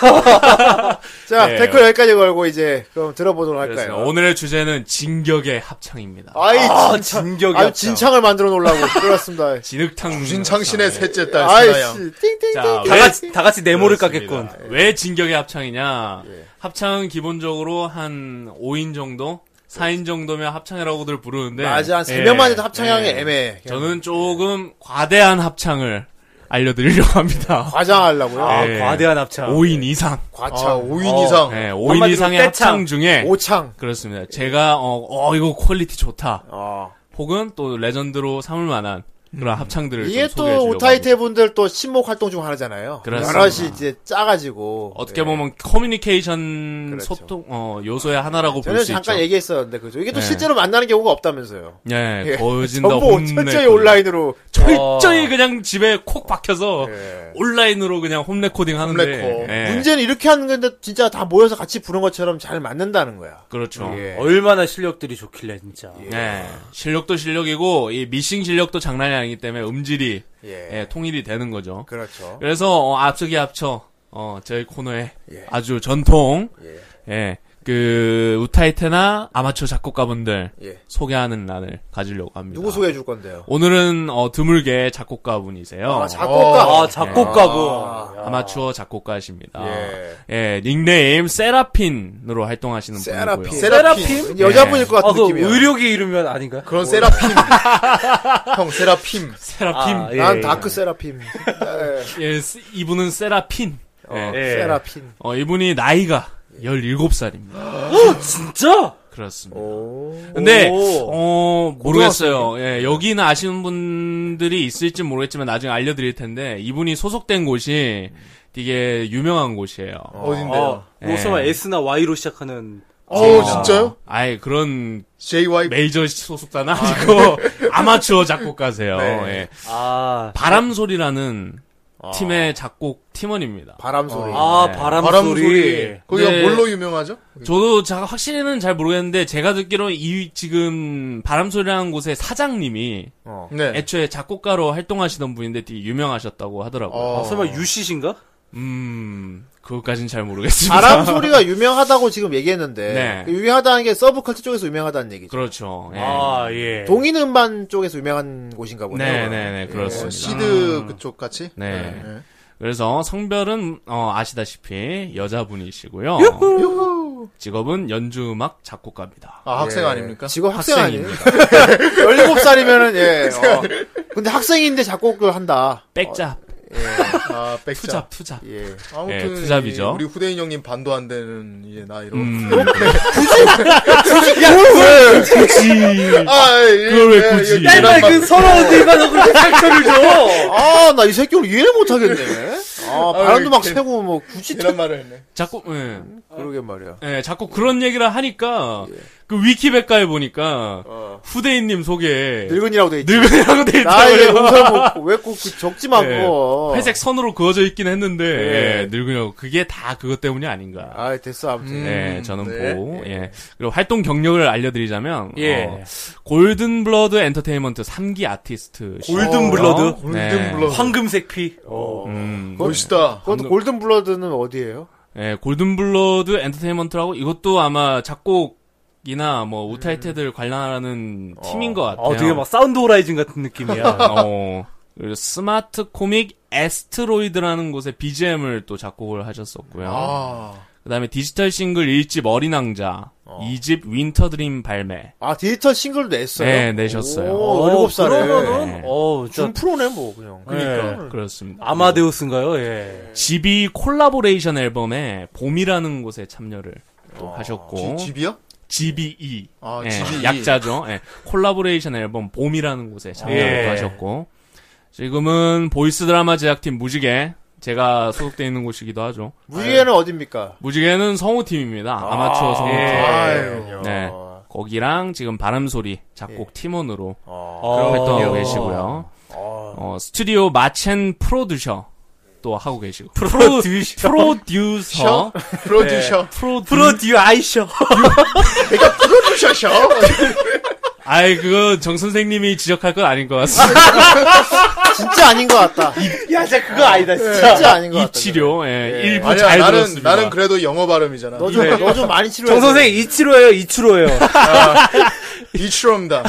B: 자
G: 예.
B: 댓글 여기까지 걸고 이제 그럼 들어보도록
G: 그렇습니다.
B: 할까요.
G: 오늘의 주제는 진격의 합창입니다.
B: 아이
C: 아,
B: 진짜.
C: 진격이
B: 아유 진창을 만들어 놓으려고 그렇습니다.
G: 진흙탕
D: 진창신의
G: 합창.
D: 셋째 딸, 신하양.
B: 아이씨 띵띵띵.
G: 자,
C: 다
G: 왜-
C: 같이 다 같이 네모를
G: 그렇습니다.
C: 깎겠군.
G: 왜 진격의 합창이냐? 합창은 기본적으로 한 5인 정도, 4인 정도면 합창이라고들 부르는데
B: 맞아 한 세
G: 예.
B: 명만 해도 합창하기
G: 예.
B: 애매해. 그냥
G: 저는 조금 과대한 합창을 알려드리려고 합니다.
B: 과장하려고요.
C: 아,
G: 예.
C: 과대한 합창.
G: 5인 이상,
B: 과창. 어,
D: 아, 5인 이상.
G: 예, 5인 네.
C: 한마디로
G: 이상의
C: 떼창.
G: 합창 중에
B: 오창.
G: 그렇습니다. 제가 어, 어, 이거 퀄리티 좋다.
B: 어.
G: 혹은 또 레전드로 삼을 만한 그런 합창들을
B: 음. 이게
G: 좀 소개해
B: 또
G: 주려고
B: 오타이테 분들 또 친목 활동 중 하나잖아요.
G: 그렇습니다.
B: 여럿이 이제 짜가지고
G: 어떻게
B: 예.
G: 보면 커뮤니케이션
B: 그렇죠.
G: 소통 어, 요소의 하나라고 볼
B: 저는
G: 수
B: 잠깐
G: 있죠.
B: 얘기했었는데 그죠? 이게 또
G: 네.
B: 실제로 만나는 경우가 없다면서요.
G: 예,
B: 예.
G: 거진다 아.
B: 전부
G: 혼내.
B: 철저히 온라인으로.
C: 어.
G: 철저히 그냥 집에 콕 박혀서
B: 예.
G: 온라인으로 그냥 홈 레코딩 하는데
D: 홈레코.
G: 예.
B: 문제는 이렇게 하는 건데 진짜 다 모여서 같이 부른 것처럼 잘 맞는다는 거야.
G: 그렇죠.
B: 예.
C: 얼마나 실력들이 좋길래 진짜.
G: 네. 실력도 실력이고 이 미싱 실력도 장난이 아니기 때문에 음질이
B: 예.
G: 예, 통일이 되는 거죠.
B: 그렇죠.
G: 그래서 어, 앞서기 앞쳐 어, 저희 코너에
B: 예.
G: 아주 전통, 예. 그, 우타이테나 아마추어 작곡가분들
B: 예.
G: 소개하는 날을 가지려고 합니다.
B: 누구 소개해 줄 건데요?
G: 오늘은, 어, 드물게 작곡가분이세요.
B: 아, 작곡가.
C: 아, 작곡가분.
G: 마추어 작곡가십니다.
B: 예.
G: 예. 닉네임 세라핀으로 활동하시는
B: 세라핌.
G: 분이고요.
B: 세라핌.
C: 세라핌?
B: 여자분일 것 같은
C: 아, 그
B: 느낌이야.
C: 의료계 이름면 아닌가요?
D: 그런 세라핌. 형, 세라핌.
G: 세라핀.
C: 아, 예.
B: 난 다크 세라핌. 예.
G: 예, 스- 이분은 세라핀.
B: 어,
G: 예.
B: 세라핀.
G: 어, 이분이 나이가
B: 예.
G: 17살입니다.
C: 진짜?
G: 그렇습니다. 근데,
C: 오.
G: 어, 모르겠어요. 예, 여기는 아시는 분들이 있을지 모르겠지만 나중에 알려드릴 텐데, 이분이 소속된 곳이 되게 유명한 곳이에요.
D: 어딘데요?
C: 아, 로스마
G: 예.
C: S나 Y로 시작하는
D: 어, 진짜요?
G: 아예 그런
D: JY.
G: 메이저 소속사는 아니고, 네. 아마추어 작곡가세요. 예.
C: 아,
G: 바람소리라는 팀의 작곡 팀원입니다.
B: 바람 소리.
C: 아
G: 네.
C: 바람,
D: 바람
C: 소리.
D: 소리. 거기가
G: 네.
D: 뭘로 유명하죠?
G: 저도 자- 확실히는 잘 모르겠는데 제가 듣기로 이 지금 바람소리라는 곳의 사장님이
B: 어.
D: 네.
G: 애초에 작곡가로 활동하시던 분인데 되게 유명하셨다고 하더라고요.
D: 어.
C: 아, 설마 유씨신가?
G: 음, 그것까진 잘 모르겠습니다.
B: 바람 소리가 유명하다고 지금 얘기했는데
G: 네.
B: 그 유명하다는 게 서브컬처 쪽에서 유명하다는 얘기죠.
G: 그렇죠. 예.
C: 아 예.
B: 동인 음반 쪽에서 유명한 곳인가 보네요.
G: 네, 네, 네, 그렇습니다.
D: 어, 시드 그쪽 같이? 네.
G: 네. 그래서 성별은 어, 아시다시피 여자분이시고요. 직업은 연주음악 작곡가입니다.
D: 아, 학생 아닙니까?
B: 지금 예. 학생 아니에요?
G: 학생입니다.
B: 17살이면은 예. 어. 근데 학생인데 작곡을 한다.
G: 백잡,
D: 아, 백자.
G: 투잡, 투잡.
B: 예.
D: 아무튼
G: 예, 투잡이죠.
D: 이 우리 후대인 형님 반도 안 되는 이제 나이로.
G: 음,
D: 아,
G: 그걸 왜 굳이.
C: 맨날 그 서러운 데만 그렇게 상처를 줘.
B: 아, 나 이 새끼를 이해를 못 하겠네. 아, 바람도 막
D: 개-
B: 새고 뭐 굳이
D: 이런 말을 했네.
G: 작곡, 예.
B: 그러게 말이야.
G: 예, 자꾸 그런 얘기를 하니까 그 위키백과에 보니까 후대인님 소개
B: 늙은이라고 돼 있지.
G: 네. 늙은이라고 돼
B: 나 이게
G: 있다고요.
B: 용서 못왜꼭 그 적지 만
G: 예,
B: 고
G: 회색 선으로 그어져 있긴 했는데
B: 예.
G: 예, 늙은이라고 그게 다 그것 때문이 아닌가.
B: 아, 됐어 아무튼.
G: 예, 저는
D: 네.
G: 보고 예. 그리고 활동 경력을 알려드리자면
C: 예.
G: 어, 골든 블러드 엔터테인먼트 3기 아티스트
C: 골든 블러드? 네.
G: 골든
D: 블러드.
C: 황금색 피.
G: 음,
D: 멋있다.
B: 그것도 골든 블러드는 어디예요?
G: 예, 골든 블러드 엔터테인먼트라고 이것도 아마 작곡이나 뭐 우타이테들 관련하는 팀인 것 같아요.
C: 아 되게 막 사운드 호라이즌 같은 느낌이야.
G: 어. 그리고 스마트 코믹 에스트로이드라는 곳에 BGM을 또 작곡을 하셨었고요.
D: 아.
G: 그다음에 디지털 싱글 1집 어린왕자, 2집 윈터 드림 발매.
B: 아, 디지털 싱글도 냈어요.
G: 네, 내셨어요.
B: 오, 7살에.
C: 그러면은
G: 네.
C: 어
B: 준
C: 진짜
B: 프로네 뭐 그냥.
C: 그러니까.
G: 그렇습니다.
C: 아마데우스인가요? 예.
G: GB 콜라보레이션 앨범에 봄이라는 곳에 참여를 또 하셨고
D: 그 지- 집이요?
G: GBE
D: 아,
G: 예,
D: GBE.
G: 약자죠. 예, 콜라보레이션 앨범 봄이라는 곳에 참여를
C: 예.
G: 또 하셨고 지금은 보이스 드라마 제작팀 무지개 제가 소속돼 있는 곳이기도 하죠.
B: 무지개는 어딥니까?
G: 무지개는 성우팀입니다. 아마추어 성우팀.
C: 예.
B: 아유.
G: 네. 거기랑 지금 바람소리 작곡 팀원으로
C: 어,
G: 활동하고 계시고요. 어, 스튜디오 마첸 프로듀셔 또 하고 계시고. 프로듀셔. 프로듀서.
D: 프로듀셔.
G: 프로듀.
C: 프로듀 아이셔.
G: 예.
D: 프로듀셔셔.
G: 아이, 그거 정선생님이 지적할 건 아닌 것 같습니다.
B: 진짜 아닌 것 같다.
C: 야, 진짜 그거 아니다, 진짜.
B: 진짜 아닌 것 같다.
G: 이 치료, 예, 일부
D: 아니야,
G: 잘
D: 나는
G: 들었습니다.
D: 나는 그래도 영어 발음이잖아.
B: 너 좀, 너 좀 많이 치료해.
C: 정 선생 이치로예요, 이치로예요.
D: 이치로입니다.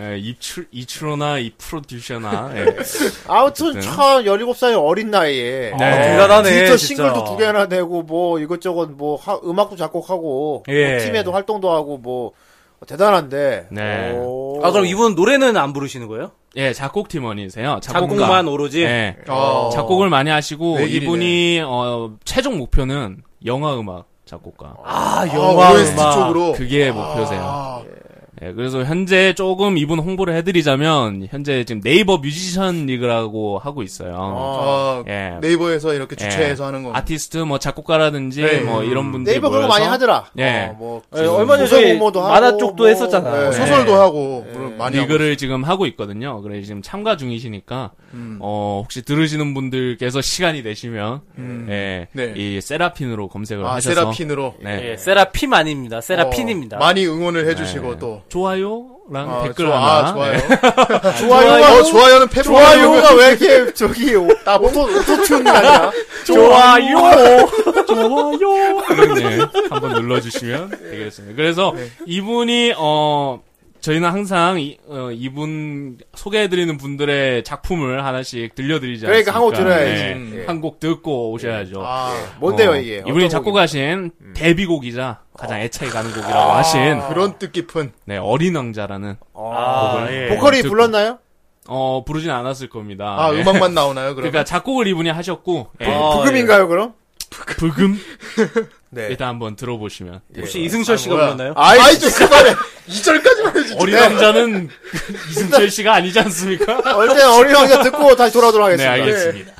G: 예, 입출, 이출로나 이 프로듀셔나, 예.
B: 아무튼, 참, 17살 어린 나이에.
G: 네.
C: 아, 대단하네.
B: 디지털
C: 진짜.
B: 싱글도 두 개나 내고, 뭐, 이것저것, 뭐, 하- 음악도 작곡하고,
C: 예.
B: 뭐 팀에도 활동도 하고, 뭐, 대단한데.
G: 네.
B: 오.
C: 아, 그럼 이분 노래는 안 부르시는 거예요?
G: 예, 작곡팀원이세요. 작곡가.
C: 작곡만 오로지?
G: 예.
D: 어.
G: 작곡을 많이 하고
D: 외길이네.
G: 이분이 어, 최종 목표는 영화 음악 작곡가.
C: 아,
D: 아,
C: 영화,
D: OST
C: 음악.
D: 쪽으로.
G: 아, 그게
D: 아.
G: 목표세요. 예, 그래서 현재 조금 이분 홍보를 해드리자면 현재 지금 네이버 뮤지션 리그라고 하고 있어요.
D: 아,
G: 예.
D: 네이버에서 이렇게
G: 예.
D: 주최해서 하는 거.
G: 아티스트 뭐 작곡가라든지
D: 네.
G: 뭐 이런 분들
B: 네이버 그런 거 많이 하더라.
G: 예.
B: 어, 뭐,
C: 예, 얼마 전에
B: 소설
C: 저희
B: 공모도 하고,
C: 만화 쪽도 했었잖아.
B: 예.
D: 예, 소설도 하고 물론 많이 하고.
G: 리그를 지금 하고 있거든요. 그래 지금 참가 중이시니까
D: 음.
G: 어 혹시 들으시는 분들께서 시간이 되시면 예,
D: 네.
G: 이 세라핀으로 검색을
D: 아,
G: 하셔서
D: 세라핀으로.
G: 네.
C: 예, 어, 세라핌 아닙니다. 세라핀입니다.
D: 어, 많이 응원을 해주시고 또.
G: 좋아요 좋아요랑
D: 아,
G: 댓글
D: 좋아,
G: 하나.
D: 아, 좋아요.
G: 네.
D: 좋아요. 어, 좋아요는 패브
B: 좋아요가 왜 이렇게 저기 오-
D: 나 뭐- 오토 오토튠이 아니라
G: 좋아요. 좋아요. 네, 한번 눌러주시면
D: 네.
G: 되겠습니다. 그래서 이분이 어 저희는 항상 이, 분 소개해드리는 분들의 작품을 하나씩 들려드리지 않습니까? 네.
B: 그러니까 한곡 들어야지.
D: 음.
B: 예.
G: 한곡 듣고 오셔야죠.
D: 아,
B: 뭔데요
G: 어,
B: 이게?
G: 이분이
B: 어떤 곡인가요?
G: 작곡하신 데뷔곡이자 가장 애착이 가는 곡이라고 하신
D: 그런 뜻깊은
G: 네, 어린 왕자라는
C: 아,
G: 곡을
C: 예.
B: 보컬이
G: 듣고-
B: 불렀나요?
G: 어 부르진 않았을 겁니다.
D: 아,
G: 예.
D: 음악만 나오나요? 그러면
G: 그러니까 작곡을 이분이 하셨고 예,
C: 아,
B: 부금인가요 그럼?
G: 부금
B: 네.
G: 일단 한번 들어보시면
C: 혹시 이승철 씨가
D: 뭐야.
C: 불렀나요?
D: 아이, 아이 좀 그만해. 2절까지만 해주지.
G: 어린 왕자는 이승철 씨가 아니지 않습니까?
B: 어쨌든 어린 왕자 듣고 다시 돌아오도록
G: 네,
B: 하겠습니다.
G: 알겠습니다.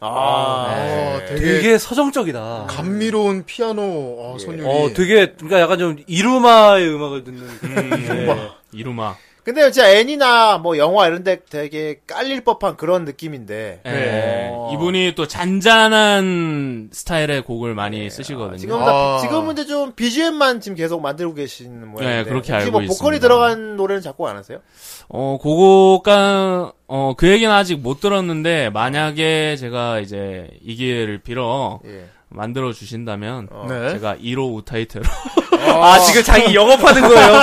B: 아,
D: 어, 되게,
C: 되게 서정적이다.
D: 감미로운 피아노 어, 선율이.
G: 음,
C: 어, 되게 그러니까 약간 좀 이루마의 음악을 듣는. 그- 예.
G: 뭐, 이루마.
B: 근데 진짜 애니나 뭐 영화 이런데 되게 깔릴 법한 그런 느낌인데.
G: 예.
C: 네.
G: 이분이 또 잔잔한 스타일의 곡을 많이 쓰시거든요.
B: 지금
D: 아.
B: 지금은 이제 좀 BGM만 지금 계속 만들고 계시는 모양인데.
G: 네, 그렇게
B: 혹시 뭐
G: 알고
B: 보컬이
G: 있습니다.
B: 들어간 노래는 자꾸 안 하세요?
G: 어, 그거가, 어, 그 얘기는 아직 못 들었는데, 만약에 제가 이제 이 기회를 빌어
B: 예.
G: 만들어 주신다면,
D: 네.
G: 제가 1호 우타이테로.
C: 아, 지금 자기 영업하는 거예요.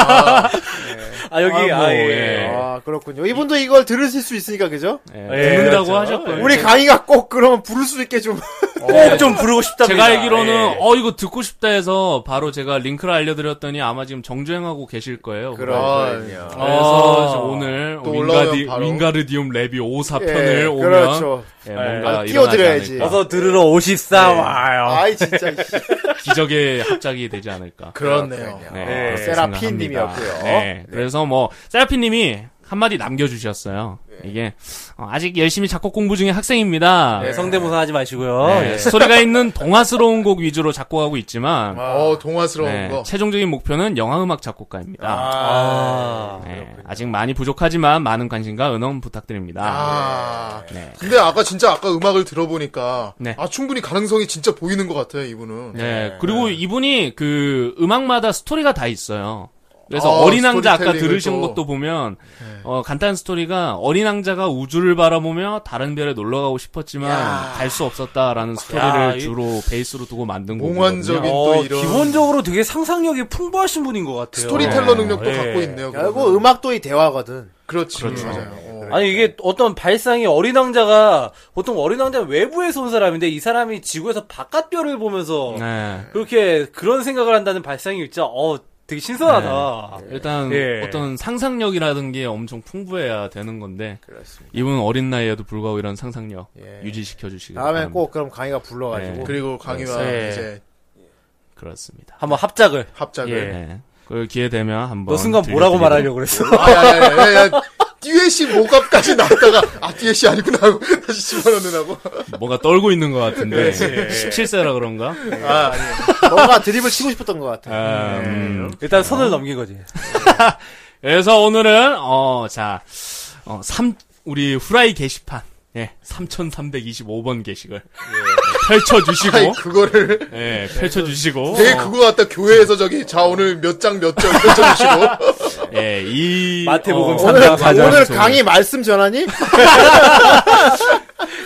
C: 아, 여기,
G: 아,
C: 아,
G: 뭐,
C: 예.
G: 예.
B: 아 그렇군요. 이분도 이걸 들으실 수 있으니까 그죠?
G: 예,
C: 예,
G: 듣는다고
C: 그렇죠.
G: 하셨고요.
B: 우리 강의가 꼭 그러면 부를 수 있게 좀.
G: 아,
C: 꼭 좀 부르고 싶답니다.
G: 제가 알기로는,
C: 예.
G: 어, 이거 듣고 싶다 해서, 바로 제가 링크를 알려드렸더니, 아마 지금 정주행하고 계실 거예요.
B: 그렇군요.
G: 그래서
C: 아.
G: 이제 오늘,
D: 또 올라오면
G: 윙가디,
D: 바로.
G: 윙가르디움 레비
B: 예,
G: 54편을 오면,
B: 그렇죠.
G: 예,
B: 아,
G: 뭔가
B: 띄워드려야지.
G: 일어나지 않을까.
C: 예. 어서 들으러 오십사 와요.
B: 아이 진짜. 이씨.
G: 기적의 합작이 되지 않을까.
B: 어?
D: 그렇네요.
C: 네,
G: 네, 그렇게
B: 예, 세라핀
G: 생각합니다.
B: 님이었고요.
G: 네, 그래서 뭐 세라핀 님이 한마디 남겨주셨어요. 이게 어, 아직 열심히 작곡 공부 중인 학생입니다.
C: 네, 성대모사 하지 마시고요.
G: 네,
C: 예.
G: 스토리가 있는 동화스러운 곡 위주로 작곡하고 있지만
D: 어, 동화스러운
G: 네,
D: 거. 아,
G: 최종적인 목표는 영화음악 작곡가입니다.
C: 아,
G: 네, 아직 많이 부족하지만 많은 관심과 은원 부탁드립니다.
D: 아.
G: 네.
D: 근데 아까 진짜 아까 음악을 들어보니까
G: 네.
D: 아 충분히 가능성이 진짜 보이는 것 같아요 이분은.
G: 네, 그리고 이분이 그 음악마다 스토리가 다 있어요. 그래서
D: 어,
G: 어, 린 왕자 아까
D: 스토리텔링을
G: 들으신
D: 또. 네.
G: 것도 보면 어, 간단한 스토리가 어린 왕자가 우주를 바라보며 다른 별에 놀러 가고 싶었지만 갈 수 없었다라는 스토리를
C: 이-
G: 주로 베이스로 두고 만든
D: 몽환적인
G: 곡이거든요.
D: 또
C: 어,
D: 이런
C: 기본적으로 되게 상상력이 풍부하신 분인 것 같아요.
D: 스토리텔러
G: 네.
D: 능력도
C: 예.
D: 갖고 있네요.
B: 결국 음악도 이 대화거든.
D: 그렇지.
G: 그렇죠.
D: 맞아요. 어.
C: 아니 이게 어떤 발상이 어린 왕자가 보통 어린 왕자는 외부에서 온 사람인데 이 사람이 지구에서 바깥별을 보면서
G: 네.
C: 그렇게 그런 생각을 한다는 발상이 진짜 어 되게 신선하다.
G: 네. 일단
C: 예.
G: 어떤 상상력이라는 게 엄청 풍부해야 되는 건데
B: 그렇습니다.
G: 이분은 어린 나이에도 불구하고 이런 상상력
B: 예.
G: 유지시켜 주시길
B: 다음에
G: 바랍니다.
B: 꼭 그럼 강의가 불러가지고.
D: 그리고 강희와
C: 네.
D: 이제
G: 그렇습니다.
C: 한번 합작을.
D: 합작을.
C: 예.
G: 네. 그 기회 되면 한번 네.
C: 너 순간 뭐라고
G: 들려드리도록
C: 말하려고 그랬어?
D: 아, 아야야야야. 듀엣이 모갑까지 나왔다가 아 듀엣이 아니구나 하고 다시 집어넣느라고.
G: 뭔가 떨고 있는 것 같은데 17세라 그런가?
D: 아 아니에요.
B: 뭔가 드립을 치고 싶었던 것 같아.
G: 아, 음.
C: 일단 손을 넘긴 거지.
G: 그래서 오늘은 어자 어, 삼- 우리 후라이 게시판 예 3325번 게시글 펼쳐 주시고
D: 아이 그거를
G: 예 펼쳐 주시고
D: 되게 그거 같다 교회에서 저기 자 오늘 몇 장 몇점 펼쳐주시고
G: 어, 예이 어,
C: 마태복음
G: 네.
C: 삼-
B: 오늘,
C: 가장
B: 오늘
G: 소리.
B: 강의 말씀 전하니?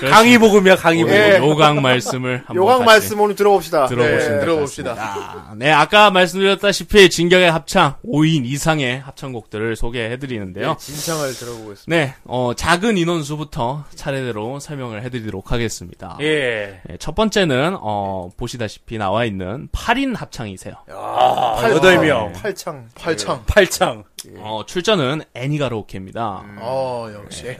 C: 강의 복음이야 강의 복음.
B: 예.
G: 요강 말씀을 한번
B: 요강
G: 같이
B: 말씀 오늘 들어봅시다.
G: 들어보시면
D: 네,
G: 될것
D: 들어봅시다.
G: 같습니다. 네, 아까 말씀드렸다시피 진격의 합창 5인 이상의 합창곡들을 소개해 드리는데요.
B: 진창을 들어보겠습니다.
G: 네, 어, 작은 인원수부터 차례대로 설명을 해드리도록 하겠습니다.
C: 예.
G: 네, 첫 번째는 어, 보시다시피 나와 있는 8인 합창이세요.
C: 아, 여덟 명.
B: 팔창.
D: 팔창.
C: 팔창.
D: 예.
G: 어, 출전은 애니가로케입니다.
B: 네.
D: 어 역시.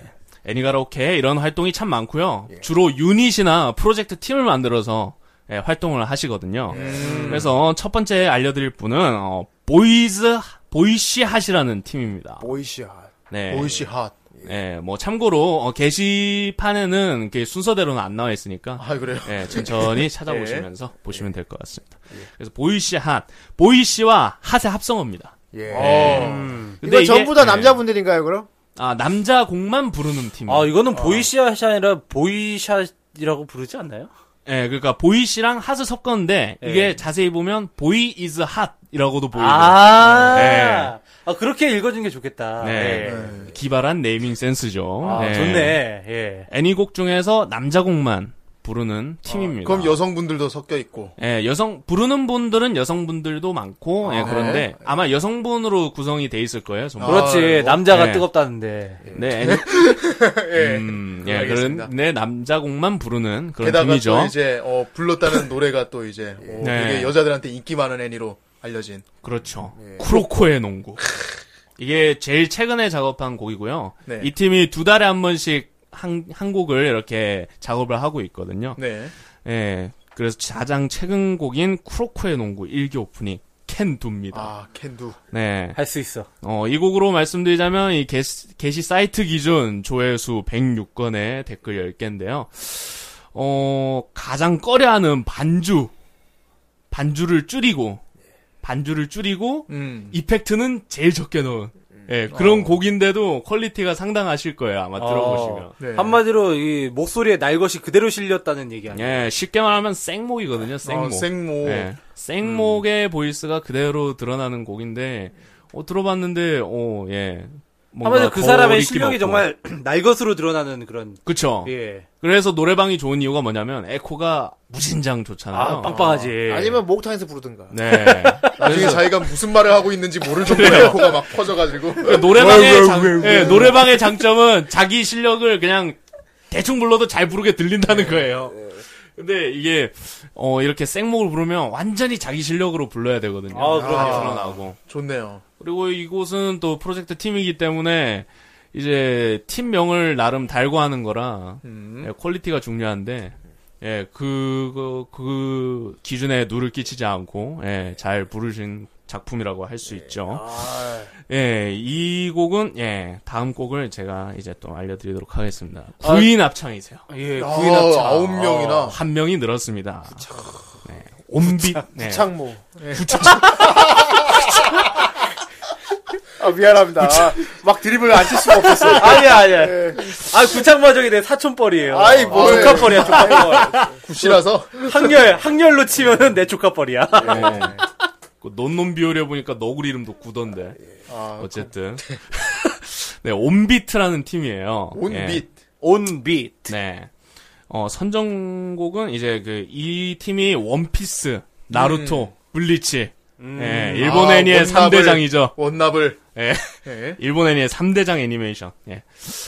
G: 애니가로케 이런 활동이 참 많고요.
D: 예.
G: 주로 유닛이나 프로젝트 팀을 만들어서 예, 활동을 하시거든요.
D: 예.
G: 그래서 첫 번째 알려드릴 분은 어, 보이즈 보이시 핫이라는 팀입니다.
B: 보이시야.
G: 네.
D: 보이시 핫.
G: 예, 뭐 참고로 어, 게시판에는 이렇게 순서대로는 안 나와 있으니까
D: 아 그래요.
G: 예, 천천히 찾아보시면서 보시면 될 것 같습니다. 그래서 보이시 핫, 보이시와 핫의 합성어입니다.
B: 예.
G: 근데
B: 이거 전부 다
G: 예.
B: 남자분들인가요, 그럼?
G: 아, 남자 곡만 부르는 팀.
C: 아 이거는 보이시아이 아니라 보이샷이라고 부르지 않나요?
G: 예, 그러니까 보이시랑 핫을 섞었는데
C: 예.
G: 이게 자세히 보면 보이 is 핫이라고도 보이고
C: 아,
G: 네.
C: 아 그렇게 읽어주는 게 좋겠다.
G: 네.
C: 예.
G: 기발한 네이밍 센스죠.
C: 아,
G: 네.
C: 좋네. 예.
G: 애니곡 중에서 남자 곡만 부르는 팀입니다.
D: 그럼 여성분들도 섞여 있고.
G: 예, 여성 부르는 분들은 여성분들도 많고 예, 그런데 아마 여성분으로 구성이 돼 있을 거예요. 전부.
C: 그렇지.
D: 뭐.
C: 남자가
G: 아, 네.
C: 뜨겁다는데.
G: 네, 애니,
D: 예.
G: 음, 예,
D: 알겠습니다.
G: 그런데 남자 곡만 부르는 그런
D: 게다가
G: 팀이죠.
D: 또 이제 어, 불렀다는 노래가 또 이제 어,
G: 네.
D: 되게 여자들한테 인기 많은 애니로 알려진.
G: 그렇죠.
D: 예.
G: 쿠로코의 농구. 이게 제일 최근에 작업한 곡이고요.
D: 네.
G: 이 팀이 두 달에 한 번씩 한, 한 곡을 이렇게 작업을 하고 있거든요.
D: 네.
G: 예. 그래서 가장 최근 곡인 쿠로코의 농구 일기 오프닝 캔두입니다.
D: 아 캔두.
G: 네.
C: 할 수 있어.
G: 어, 이 곡으로 말씀드리자면 이 게시, 게시 사이트 기준 조회수 106건에 댓글 10개인데요. 어, 가장 꺼려하는 반주. 반주를 줄이고 반주를 줄이고
D: 음.
G: 이펙트는 제일 적게 넣은 예, 그런 곡인데도 퀄리티가 상당하실 거예요. 아마 들어보시면.
D: 네.
C: 한마디로 이 목소리에 날것이 그대로 실렸다는 얘기 아니에요?
G: 예, 쉽게 말하면 아, 생목이거든요. 생목.
D: 어,
C: 네.
D: 생모.
G: 예,
C: 음.
G: 생목의 보이스가 그대로 드러나는 곡인데 어, 들어봤는데 어, 예. 뭔가
C: 한마디로 그
G: 더
C: 사람의
G: 느낌
C: 실력이
G: 없고. 어.
C: 정말 날것으로 드러나는 그런
G: 그쵸.
C: 예.
G: 그래서 노래방이 좋은 이유가 뭐냐면 에코가 무진장 좋잖아요.
C: 아, 빵빵하지.
B: 아니면 목욕탕에서 부르든가.
G: 네.
D: 나중에 자기가 무슨 말을 하고 있는지 모를 정도로 코가 막 퍼져가지고.
G: 그 노래방의 장, 예, 노래방의 장점은 자기 실력을 그냥 대충 불러도 잘 부르게
C: 네.
G: 들린다는 거예요. 근데 이게 어 이렇게 생목을 부르면 완전히 자기 실력으로 불러야 되거든요.
C: 아, 그럼요.
G: 드러나고.
D: 좋네요.
G: 그리고 이곳은 또 프로젝트 팀이기 때문에 이제 팀명을 나름 달고 하는 거라 예, 퀄리티가 중요한데 예, 그거 그 기준에 누를 끼치지 않고 예, 잘 부르신 작품이라고 할 수 있죠. 예, 이 곡은 예, 다음 곡을 제가 이제 또 알려 드리도록 하겠습니다. 구인 합창이세요.
C: 예,
D: 아,
C: 구인 합창.
D: 아홉 명이나.
G: 한 명이 늘었습니다. 네. 온빛 네.
B: 창모. 아 미안합니다. 막 드립을 안 칠 수가 없었어.
C: 아니야, 아니야. 아, 구창마적이 내 사촌뻘이에요. 어,
B: 아이, 뭘.
C: 조카뻘이야, 조카뻘.
D: 굿이라서.
C: 학렬, 학렬로 치면은 내 조카뻘이야.
D: 네.
G: 그 논논 비오려 보니까 너구리 이름도 구던데.
D: 아,
G: 어쨌든. 네, 온비트라는 팀이에요.
D: 온빛.
C: 온빛.
G: 예, 네. 어, 선정곡은 이제 그 이 팀이 원피스, 나루토, 블리치.
C: 음.
G: 예, 일본
D: 음. 아,
G: 애니의
D: 원탑을-
G: 3대장이죠.
D: 원납을.
G: 예.
D: 예.
G: 일본 애니의 3대장 애니메이션. 예.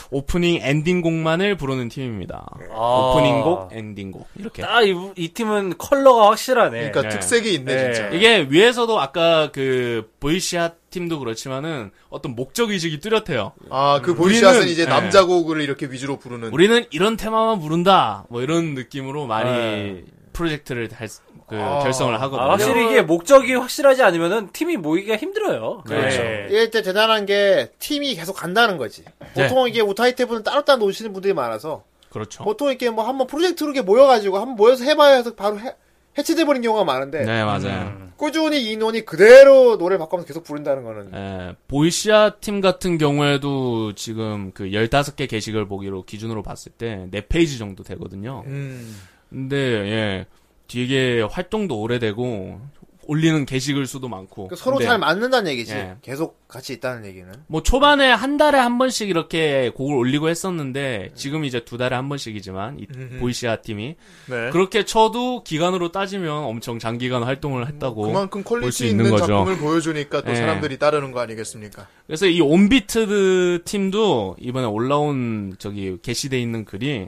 G: 오프닝 엔딩 곡만을 부르는 팀입니다.
D: 아.
G: 오프닝 곡, 엔딩 곡. 이렇게.
C: 아, 이, 이 팀은 컬러가 확실하네.
D: 그러니까
G: 네.
D: 특색이 있네
C: 네.
D: 진짜.
G: 이게 위에서도 아까 그 보이시아 팀도 그렇지만은 어떤 목적 의식이 뚜렷해요.
D: 아그
G: 우리는-
D: 볼샷은 이제
G: 네.
D: 남자곡을 이렇게 위주로 부르는.
G: 우리는 이런 테마만 부른다. 뭐 이런 느낌으로 많이
C: 네.
G: 프로젝트를 할 수- 그
D: 아.
G: 결성을 하거든요.
C: 아, 확실히 이게 목적이 확실하지 않으면은 팀이 모이기가 힘들어요.
G: 그렇죠.
D: 네.
C: 예.
B: 이럴 때 대단한 게 팀이 계속 간다는 거지.
G: 네.
B: 보통 이게 우타이테분은 따로따로 노시는 분들이 많아서
G: 그렇죠.
B: 보통 이렇게 뭐 한번 프로젝트로 이렇게 모여가지고 한번 모여서 해봐야 해서 바로 해, 해체돼 버린 경우가 많은데
G: 네, 맞아요.
B: 음. 꾸준히 이 인원이 그대로 노래 바꿔면서 계속 부른다는 거는
G: 예, 보이시아 팀 같은 경우에도 지금 그 15개 게시글 보기로 기준으로 봤을 때 4페이지 정도 되거든요.
D: 음.
G: 근데 예. 되게 활동도 오래되고 올리는 게시글 수도 많고.
B: 그러니까 서로
G: 근데
B: 잘 맞는다는 얘기지.
G: 예.
B: 계속 같이 있다는 얘기는.
G: 뭐 초반에 한 달에 한 번씩 이렇게 곡을 올리고 했었는데 지금 이제 두 달에 한 번씩이지만 이 보이시아 팀이
D: 네.
G: 그렇게 쳐도 기간으로 따지면 엄청 장기간 활동을 했다고.
D: 그만큼
G: 볼수
D: 퀄리티
G: 있는
D: 있는
G: 거죠.
D: 작품을 보여주니까 또
G: 예.
D: 사람들이 따르는 거 아니겠습니까?
G: 그래서 이 온비트 팀도 이번에 올라온 저기 게시돼 있는 글이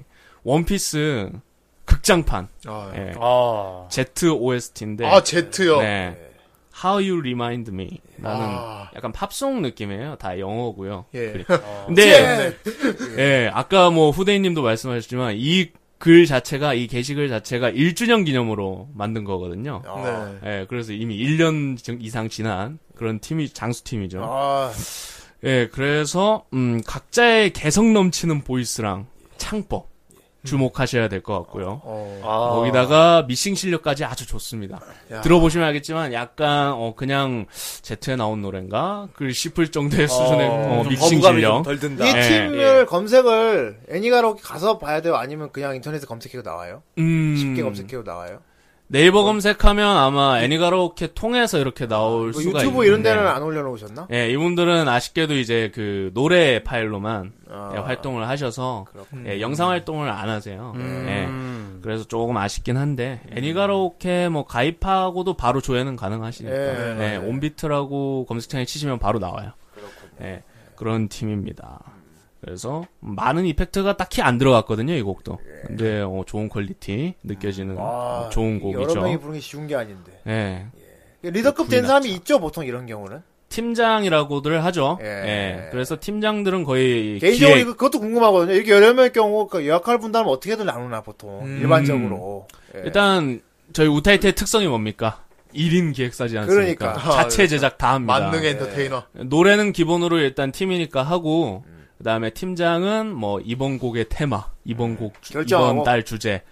G: 원피스 극장판
D: 아,
G: 예.
C: 아.
G: Z OST인데
D: 아 제트요.
G: 네. How You Remind Me라는
D: 아.
G: 약간 팝송 느낌이에요. 다 영어고요.
D: 예.
G: 글이. 근데 예, 아까 뭐 후대인님도 말씀하셨지만 이 글 자체가 이 게시글 자체가 1주년 기념으로 만든 거거든요.
B: 아.
D: 네.
G: 예, 그래서 이미 1년 정- 이상 지난 그런 팀이 장수팀이죠.
D: 아,
G: 예, 그래서 음, 각자의 개성 넘치는 보이스랑 창법 주목하셔야 될 것 같고요.
D: 어.
C: 아.
G: 거기다가 미싱 실력까지 아주 좋습니다.
D: 야.
G: 들어보시면 알겠지만 약간 어, 그냥 제트에 나온 노래인가 그 싶을 정도의 수준의 어,
C: 아. 좀
G: 믹싱
C: 거부감이
G: 실력.
C: 좀덜
B: 이
C: 든다.
G: 예.
B: 팀을 검색을 애니가로 가서 봐야 돼요? 아니면 그냥 인터넷에 검색해도 나와요?
G: 음,
B: 쉽게 검색해도 나와요?
G: 네이버 검색하면 아마 애니가로케 통해서 이렇게 나올
B: 뭐
G: 수가
B: 유튜브
G: 있는데.
B: 이런 데는 안 올려놓으셨나?
G: 예, 이분들은 아쉽게도 이제 그 노래 파일로만
B: 아.
G: 예, 활동을 하셔서 예, 영상 활동을 안 하세요.
B: 음.
G: 예, 그래서 조금 아쉽긴 한데 애니가로케 뭐 가입하고도 바로 조회는 가능하시니까 예, 온비트라고 검색창에 치시면 바로 나와요. 예, 그런 팀입니다. 그래서 많은 이펙트가 딱히 안 들어갔거든요 이 곡도.
B: 예.
G: 근데 어, 좋은 퀄리티 느껴지는 어, 좋은
B: 아, 여러
G: 곡이죠.
B: 명이 부르는 게 쉬운 게 아닌데.
G: 예,
B: 리더급 된 사람이 있죠, 보통 이런 경우는.
G: 팀장이라고들 하죠.
B: 예.
G: 예. 그래서 팀장들은 거의
B: 개인적으로
G: 기획,
B: 이거- 그것도 궁금하거든요. 이렇게 여러 명의 경우 그 예약할 분들은 어떻게든 나누나 보통
D: 음.
B: 일반적으로. 예.
G: 일단 저희 우타이트의 특성이 뭡니까? 1인 기획사지 않습니까?
B: 그러니까.
G: 자체 제작 다 합니다.
D: 만능 엔터테이너.
G: 노래는 기본으로 일단 팀이니까 하고 그다음에 팀장은 뭐 이번 곡의 테마, 이번 곡 주-
B: 네. 결정하고. 어.
G: 이번 달 주제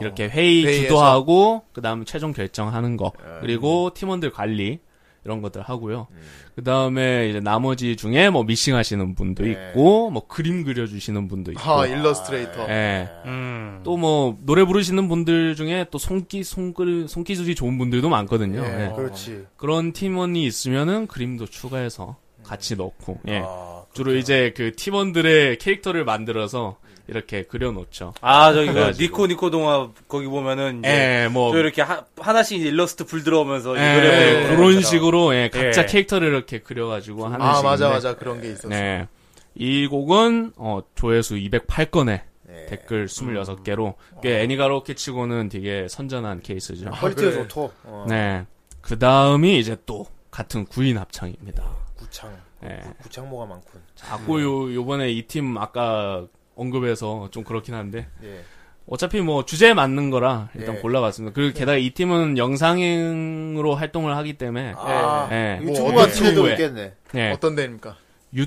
G: 이렇게 회의
D: 회의에서.
B: 음.
G: 주도하고 그다음에 최종 결정하는 거. 그리고 팀원들 관리 이런 것들 하고요. 그 다음에 이제 나머지 중에 뭐 미싱 하시는 분도
B: 네.
G: 있고, 뭐 그림 그려주시는 분도 있고,
D: 아, 일러스트레이터.
G: 예.
C: 음.
G: 또 뭐 노래 부르시는 분들 중에 또 손기 손글 손기술이 좋은 분들도 많거든요.
B: 예,
G: 예.
B: 그렇지.
G: 그런 팀원이 있으면은 그림도 추가해서 같이 넣고 예.
B: 아,
G: 주로 이제 그 팀원들의 캐릭터를 만들어서 이렇게 그려놓죠.
C: 아, 저기 그
G: 그래가지고.
C: 니코 니코 동화 거기 보면은 이제
G: 예, 뭐
C: 또 이렇게 하, 하나씩 이제 일러스트 불 들어오면서
G: 예,
C: 노래
G: 그런 식으로 예, 각자
C: 예.
G: 캐릭터를 이렇게 그려가지고 하는
D: 아,
G: 식인데
D: 맞아, 맞아. 그런 게 있었어.
G: 네. 이 곡은 어, 조회수 208건에
B: 예.
G: 댓글 26개로 꽤 애니가로케 치고는 되게 선전한 케이스죠.
B: 아, 퀄리티가
D: 그래.
B: 좋고. 어,
G: 네. 그 다음이 이제 또 같은 구인 합창입니다.
B: 구창.
G: 예.
B: 구창모가 많군.
G: 자꾸 아,
B: 그
G: 요 요번에 이 팀 아까 언급해서 좀 그렇긴 한데
B: 예.
G: 어차피 뭐 주제에 맞는 거라 일단
B: 예.
G: 골라봤습니다. 그리고 게다가 이 팀은 영상으로 활동을 하기 때문에
B: 아,
G: 예.
B: 유튜브
D: 뭐
B: 같은 데도
G: 유튜브에.
B: 있겠네.
G: 예,
D: 어떤 데입니까?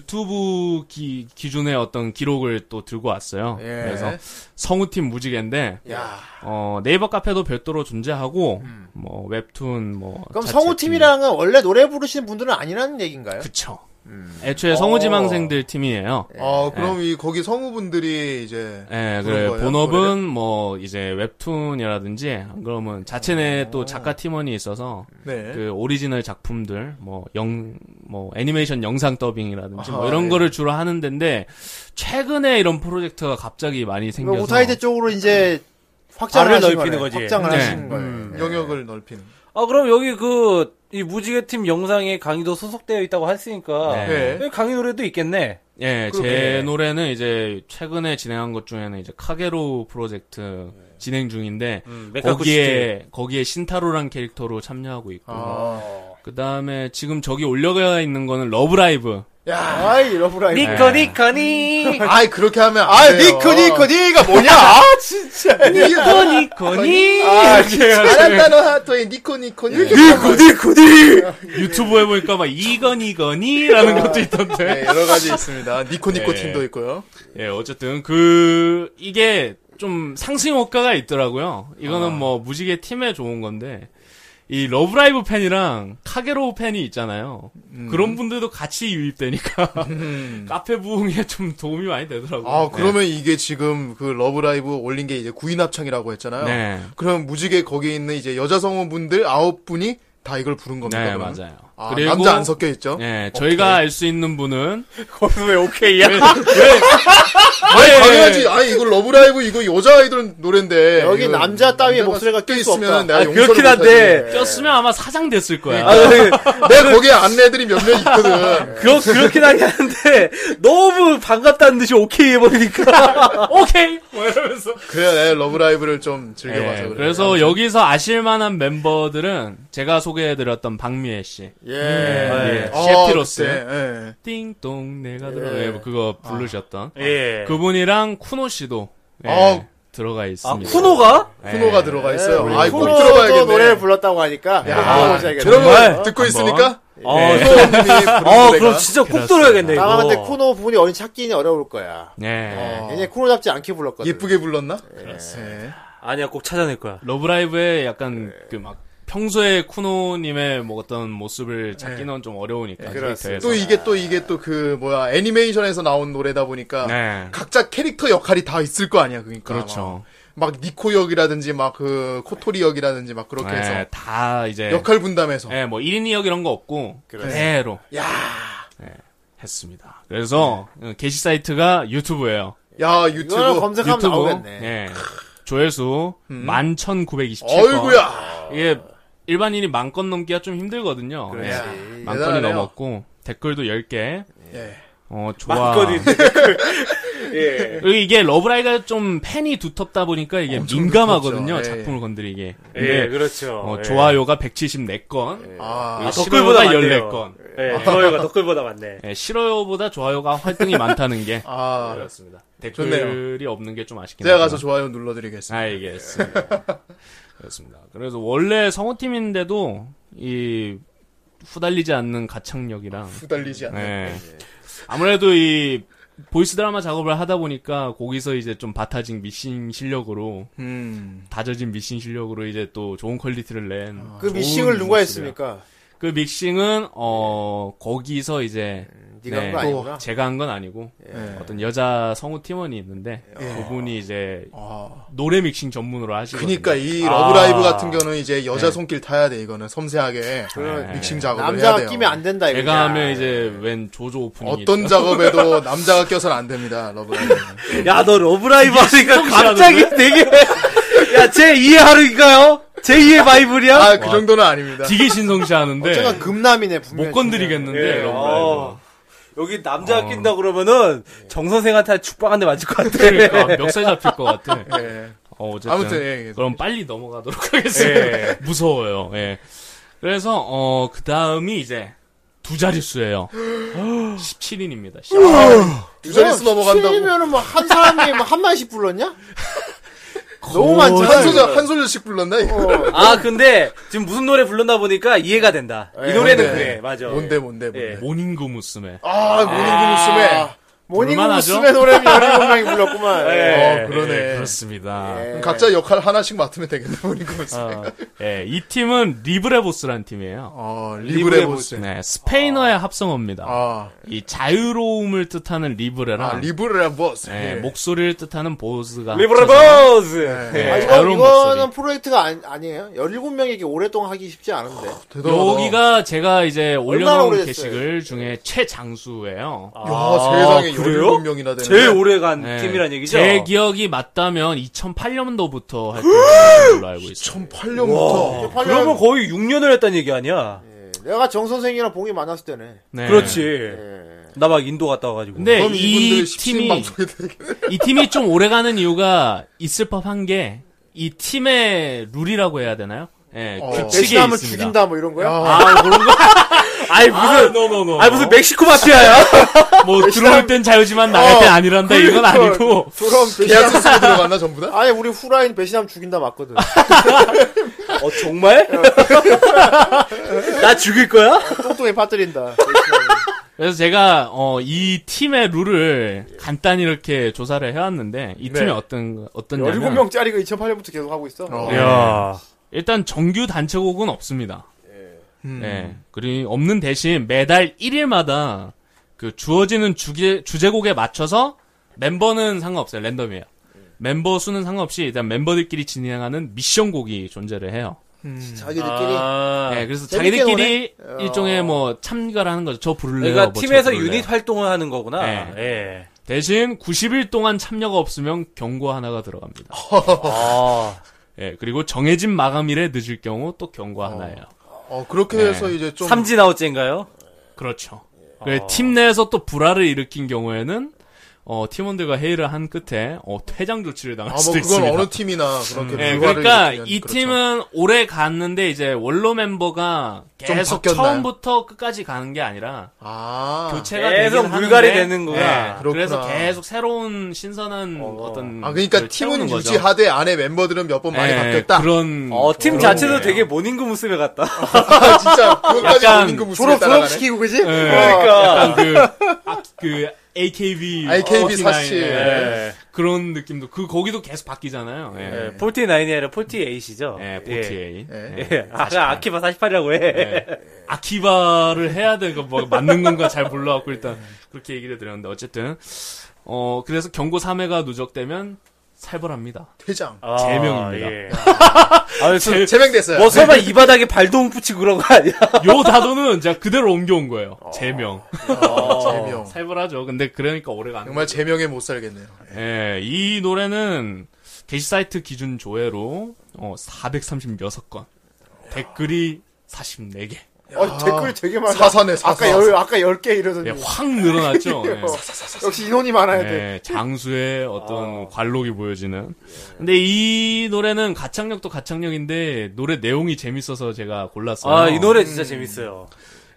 G: 유튜브 기, 기준의 어떤 기록을 또 들고 왔어요.
B: 예.
G: 그래서 성우팀 무지개인데
B: 야.
G: 어, 네이버 카페도 별도로 존재하고 뭐 웹툰 뭐
B: 음. 그럼
G: 자체
B: 성우팀이랑은 원래 노래 부르시는 분들은 아니라는 얘기인가요?
G: 팀. 그쵸.
B: 음.
G: 애초에 성우지망생들 팀이에요.
D: 아, 그럼 이 거기 성우분들이 이제
G: 예,
D: 그런
G: 그래.
D: 거예요?
G: 본업은
D: 노래를?
G: 뭐 이제 웹툰이라든지 안 그러면 자체 내에 또 작가 팀원이 있어서
D: 아. 네.
G: 그 오리지널 작품들 뭐 영 뭐 애니메이션 영상 더빙이라든지 뭐
D: 아하,
G: 이런
D: 예.
G: 거를 주로 하는 데인데 최근에 이런 프로젝트가 갑자기
D: 뭐
G: 많이
B: 그럼
G: 생겨서
B: 오타이대 쪽으로 이제 확장을
C: 발을
B: 하신
C: 넓히는
B: 거네.
C: 거지.
B: 확장을
G: 네.
B: 하신 거예요.
D: 음.
B: 예.
D: 영역을 넓히는.
C: 아, 그럼 여기 그 이 무지개 팀 영상에 강의도 소속되어 있다고 했으니까
G: 네.
C: 여기 강의 노래도 있겠네.
G: 예,
C: 그렇게.
G: 제 노래는 이제 최근에 진행한 것 중에는 이제 카게로 프로젝트
D: 예.
G: 진행 중인데
C: 음, 메카쿠
G: 거기에 거기에 신타로란 캐릭터로 참여하고 있고
D: 아.
G: 그 다음에 지금 저기 올려가 있는 거는 러브라이브
D: 야,
B: 아이 러브라이브.
C: 니코 니코니
D: 아이 그렇게 하면
B: 아,
D: 안 돼요. 네.
B: 니코 니코 니가 뭐냐? 아, 진짜.
D: 니코 니코.
C: 니코니
B: 아, 진짜.
D: 아란다노 하토의 니코 니코 니.
B: 니코 니코 니.
G: 유튜브에 보니까 막 이건 이건이라는 것도 있던데
D: 네, 여러 가지 있습니다. 니코 니코
G: 네.
D: 팀도 있고요.
G: 예, 어쨌든 그 이게 좀 상승 효과가 있더라고요. 이거는
D: 아.
G: 뭐 무지개 팀에 좋은 건데 이 러브라이브 팬이랑 카게로 팬이 있잖아요.
D: 음.
G: 그런 분들도 같이 유입되니까 카페 부흥에 좀 도움이 많이 되더라고요. 네.
D: 아, 그러면 이게 지금 그 러브라이브 올린 게 이제 구인 합창이라고 했잖아요.
G: 네,
D: 그럼 무지개 거기에 있는 이제 여자 성우분들 아홉 분이 다 이걸 부른 겁니다.
G: 네,
D: 그러면?
G: 맞아요.
D: 아, 남자 안 섞여 있죠?
G: 예, 저희가 알 수 있는 분은
C: 거기서 왜 오케이야?
D: 아니, 당연하지. 아니, 이거 러브라이브, 이거 여자 아이돌 노래인데.
B: 여기
D: 네, 이거
B: 남자 따위의
D: 남자가
B: 목소리가
D: 섞여
B: 낄수 없다.
D: 있으면 내가
C: 아,
D: 용서를
C: 그렇긴 한데.
D: 못하지.
G: 꼈으면 아마 사장 됐을 거야.
C: 아, 네.
D: 내가 거기에 안내들이 몇 명 있거든.
C: 그거 그렇긴 하긴 한데 너무 반갑다는 듯이 오케이 해버리니까
G: 오케이. 뭐 이러면서.
D: 그래야 내가 러브라이브를 좀 즐겨봐서
G: 예,
D: 그래.
G: 그래서 여기서 아실만한 멤버들은 제가 소개해드렸던 박미애 씨,
D: 예.
C: 네.
G: 예.
D: 어,
G: 셰피로스.
D: 그때, 예.
G: 띵동 내가 들어 예, 뭐 그거
D: 아.
G: 부르셨던
C: 예.
G: 그분이랑 쿠노 씨도 예,
D: 어.
G: 들어가
C: 아
G: 있습니다.
C: 쿠노가
G: 예.
D: 쿠노가 들어가 있어요.
B: 예,
D: 아이, 꼭
B: 코너도
D: 들어봐야겠네.
B: 노래를 불렀다고 하니까.
D: 야,
B: 야,
D: 여러분, 듣고 있습니까? 어,
C: 아,
G: 예.
D: 소원님이 부른
C: 아 그럼
D: 노래가.
C: 진짜 꼭 들어야겠네 이거
B: 나가는데 코너 부분이 어린 찾기는 어려울 거야.
G: 예.
D: 어.
B: 얘네 코너 잡지 않게 불렀거든.
D: 예쁘게 불렀나? 예.
C: 아니야 꼭 찾아낼 거야
G: 러브라이브에 약간 그 막 평소에 쿠노님의 뭐 어떤 모습을 찾기는 좀 어려우니까
B: 그렇습니다.
G: 캐릭터에서.
D: 예. 또 이게 또 이게 또 그 뭐야 애니메이션에서 나온 노래다 보니까
G: 네.
D: 각자 캐릭터 역할이 다 있을 거 아니야 그러니까
G: 그렇죠.
D: 막, 막 니코 역이라든지 막 그 코토리 아, 역이라든지 막 그렇게
G: 예,
D: 해서
G: 다 이제
D: 역할 분담해서
G: 예, 뭐 1인 2역 이런 거 없고 그대로 예, 했습니다. 그래서
D: 네.
G: 게시 사이트가 유튜브예요.
D: 야
B: 이거는
D: 유튜브
B: 검색하면
G: 유튜브
B: 나오겠네.
G: 예. 조회수
D: 음.
G: 11,927건.
D: 어이구야
B: 아,
G: 이게 일반인이 만 건 넘기가 좀 힘들거든요.
B: 네.
G: 예. 만 건이
D: 대단하네요.
G: 넘었고 댓글도 10개.
D: 예.
G: 어, 좋아.
C: 막걸리 예.
G: 그리고 이게 러브라이가 좀 팬이 두텁다 보니까 이게 민감하거든요.
D: 두텁죠. 예,
G: 작품을 건드리게. 근데
C: 예, 그렇죠.
G: 어,
C: 예.
G: 좋아요가 174건,
D: 아
G: 아,
C: 댓글보다
G: 싫어요보다
C: 많네요.
G: 14건.
C: 예, 좋아요가 댓글보다 많네.
G: 예, 싫어요보다 좋아요가 활동이 많다는 게
D: 아,
G: 그렇습니다. 댓글이 없는 게 좀 아쉽긴
D: 제가
G: 하지만.
D: 가서 좋아요 눌러드리겠습니다
G: 알겠습니다. 예. 그렇습니다. 그래서 원래 성우팀인데도 이 후달리지 않는 가창력이랑
D: 후달리지 않네
G: 예. 아무래도 이 보이스 드라마 작업을 하다 보니까 거기서 이제 좀 바타진 미싱 실력으로
D: 음
G: 다져진 미싱 실력으로 이제 또 좋은 퀄리티를 낸
B: 그
G: 좋은
B: 미싱을 누가
G: 목소리가-
B: 했습니까?
G: 그 믹싱은 어 거기서 이제
B: 음, 네가
G: 네,
B: 한 거 아니구나. 예.
G: 제가 한 건 아니고
B: 네.
D: 네.
G: 어떤 여자 성우 팀원이 있는데 그분이 이제 노래 믹싱 전문으로 하시거든요.
D: 그니까 이
C: 아.
D: 러브라이브 같은 경우는 이제
G: 네.
D: 여자 손길 타야 돼 이거는 섬세하게
B: 그래.
D: 믹싱 작업을 아, 해야
B: 남자가
D: 돼요.
B: 끼면 안 된다 이거.
G: 제가 하면 이제 웬 조조 오프닝이
D: 어떤 작업에도 남자가 껴서는 안 됩니다.
B: 네.
D: 러브라이브.
C: 야, 너 러브라이브 하니까 갑자기 되게. 야, 제 2의 하루인가요? 제 2의 바이블이야?
D: 아 그 정도는 아닙니다.
G: 되게 신성시하는데
B: 제가 금남이네 분명히.
G: 못 건드리겠는데
C: 예,
G: 러브라이브.
C: 어. 여기 남자 가 낀다 그러면은 정선생한테 축방 한 대 맞을 것 같아.
G: 그러니까 멱살 잡힐 것 같아.
D: 예.
G: 어, 어쨌든
D: 아무튼 예, 예.
G: 그럼 빨리 넘어가도록 하겠습니다. 무서워요. 예. 그래서 어, 그 다음이 이제 두 자릿수예요. 17인입니다. 아,
D: 두 자릿수 넘어간다고.
B: 면은 뭐한 사람이 뭐한 마디씩 불렀냐? 너무 어. 많잖아.
D: 한 소절 한 소절씩 불렀나 이거.
C: 아, 근데 지금 무슨 노래 불렀나 보니까 이해가 된다. 이 노래는
D: 뭔데?
C: 그래, 맞아.
D: 예, 뭔데 뭔데 뭔데.
C: 예.
G: 모닝구 무스메.
D: 아 모닝구스메.
B: 모닝
G: 볼만하죠? 네.
B: 무스의 노래를 여러 명이 불렀구만.
D: 어
G: 예,
D: 그러네.
G: 그렇습니다.
B: 예.
D: 각자 역할 하나씩 맡으면 되겠네 모닝구스.
G: 어, 예, 이 팀은 리브레보스라는 팀이에요.
D: 어 리브레보스.
C: 리브레보스.
G: 네, 스페인어의 합성어입니다.
D: 아,
G: 이 자유로움을 뜻하는
D: 아
G: 리브레랑
D: 리브레보스.
G: 예,
D: 예.
G: 목소리를 뜻하는 보스가 합쳐서
C: 리브레보즈!
D: 예.
B: 아, 이거,
G: 자유로운
B: 이거는
G: 목소리.
B: 프로젝트가 아니, 에요 17명에게 오랫동안 하기 쉽지 않은데.
D: 대단하다.
G: 여기가 제가 이제 올려놓은
B: 오래됐어요?
G: 게시글 중에 최장수예요.
D: 야
C: 아,
D: 세상에
C: 그래요?
D: 17명이나 되는.
C: 제일 오래간
G: 네.
C: 팀이란 얘기죠?
G: 제 기억이 맞다면 2008년도부터 활동한 걸로 알고
D: 그렇죠.
G: 있어요.
D: 2008년부터.
C: 그러면 거의 6년을 했단 얘기 아니야?
B: 예. 내가 정선생이랑 봉이 많았을 때네.
G: 네.
C: 그렇지.
B: 예.
C: 나 막 인도 갔다 와가지고.
G: 근데
D: 그럼
G: 이
D: 이분들 17
G: 팀이
D: 방송이 되겠네.
G: 이 팀이 좀 오래가는 이유가 있을 법한 게 이 팀의 룰이라고 해야 되나요? 예,
D: 어.
G: 규칙이
B: 대신하면
G: 있습니다.
B: 죽인다, 뭐 이런 거야?
C: 아, 그런 거? 아이,
G: 아,
C: 무슨,
G: 노노노.
C: 아니 무슨 멕시코 마피아야? 그
G: 뭐 들어올 땐 자유지만 나갈 땐 아니란다 이건
C: 그러니까.
G: 아니고
B: 그럼
D: 계약
B: 배신하면,
D: 서술에 들어갔나 전부 다?
B: 아니, 우리 후라인 배신하면 죽인다 맞거든.
C: 어 정말? 나 죽일 거야?
B: 똥똥이 파뜨린다.
G: 그래서 제가 어, 이 팀의 룰을 간단히 이렇게 조사를 해왔는데 이
C: 네.
G: 팀이 어떤 어떤냐면
B: 17명짜리가 2008년부터 계속 하고 있어.
D: 어.
C: 야.
G: 일단 정규 단체곡은 없습니다. 예. 그리고 없는 대신 매달 1일마다 그 주어지는 주제, 주제곡에 맞춰서 멤버는 상관없어요. 랜덤이에요. 멤버 수는 상관없이 일단 멤버들끼리 진행하는 미션곡이 존재를 해요.
B: 음. 자기들끼리.
D: 아,
G: 예, 그래서
B: 재밌게
G: 자기들끼리
D: 어.
G: 일종의 뭐 참가를 하는 거죠. 저 부를래요.
C: 그러니까
G: 뭐
C: 팀에서
G: 저 부를래요.
C: 유닛 활동을 하는 거구나.
G: 네.
C: 예.
G: 대신 90일 동안 참여가 없으면 경고 하나가 들어갑니다.
C: 아.
G: 예, 그리고 정해진 마감일에 늦을 경우 또 경고 하나예요.
D: 어, 그렇게
G: 네.
D: 해서 이제 좀.
C: 삼진 아웃제인가요?
G: 그렇죠.
D: 어.
G: 그팀 내에서 또 불화를 일으킨 경우에는 어, 팀원들과 회의를 한 끝에 어, 퇴장 조치를
D: 아,
G: 당할
D: 뭐,
G: 수도
D: 그건
G: 있습니다.
D: 어느 팀이나 그렇게
G: 예,
D: 불화를
G: 그러니까
D: 일으키면
G: 이
D: 그렇죠.
G: 팀은 오래 갔는데 이제 원로 멤버가
D: 좀
G: 계속
D: 바뀌었나요?
G: 처음부터 끝까지 가는 게 아니라
D: 아.
G: 교체가
C: 계속
G: 되긴
C: 물갈이
G: 하는데,
C: 되는구나. 아,
G: 예, 그래서
D: 그렇구나.
G: 계속 새로운 신선한 어. 떤
D: 아, 그러니까 팀은 유지하되 안에 멤버들은 몇 번 많이
G: 예,
D: 바뀌었다.
G: 네, 그런
C: 어, 팀
G: 음, 그런
C: 자체도
G: 거예요. 어,
C: 되게 모닝구 무스에 같다.
D: 아, 진짜. 그것까지
G: 약간
D: 모닝금
B: 졸업,
D: 무슨
B: 졸업시키고, 그지?
C: 그러니까.
G: 약간 그, 아, 그 AKB,
D: AKB 47.
G: 49, 예.
D: 네.
C: 예.
G: 그런 느낌도 그 거기도 계속 바뀌잖아요. 예.
C: 49이 아니라 48이죠.
G: 예, 48.
D: 네. 예.
C: 예. 아까 아키바 48이라고 해.
G: 예. 아키바를 해야 되고 뭐 맞는 건가 잘 몰라갖고
D: 네.
G: 일단 그렇게 얘기를 드렸는데 어쨌든 어 그래서 경고 3회가 누적되면 살벌합니다.
D: 퇴장.
C: 아,
G: 제명입니다.
C: 예. 아, 제,
D: 제명됐어요.
C: 뭐 설마 이 바닥에 발도 못 붙이고 그런 거 아니야?
G: 요 다도는 제가 그대로 옮겨온 거예요. 제명.
D: 아,
B: 어.
C: 어.
D: 제명.
G: 살벌하죠. 근데 그러니까 오래가 안
D: 정말 제명에 못 살겠네요.
G: 예, 이 노래는 게시 사이트 기준 조회로 어, 436건, 댓글이 44개.
B: 어, 댓글이 되게 많아.
D: 사사네, 사사.
B: 아까 열, 아까 열 개 이러더니.
G: 예, 확 늘어났죠. 예.
B: 어, 역시 인원이 많아야 돼.
G: 예, 장수의
C: 아.
G: 어떤 관록이 보여지는.
C: 예.
G: 근데 이 노래는 가창력도 가창력인데 노래 내용이 재밌어서 제가 골랐어요.
C: 아, 이 노래 진짜 재밌어요.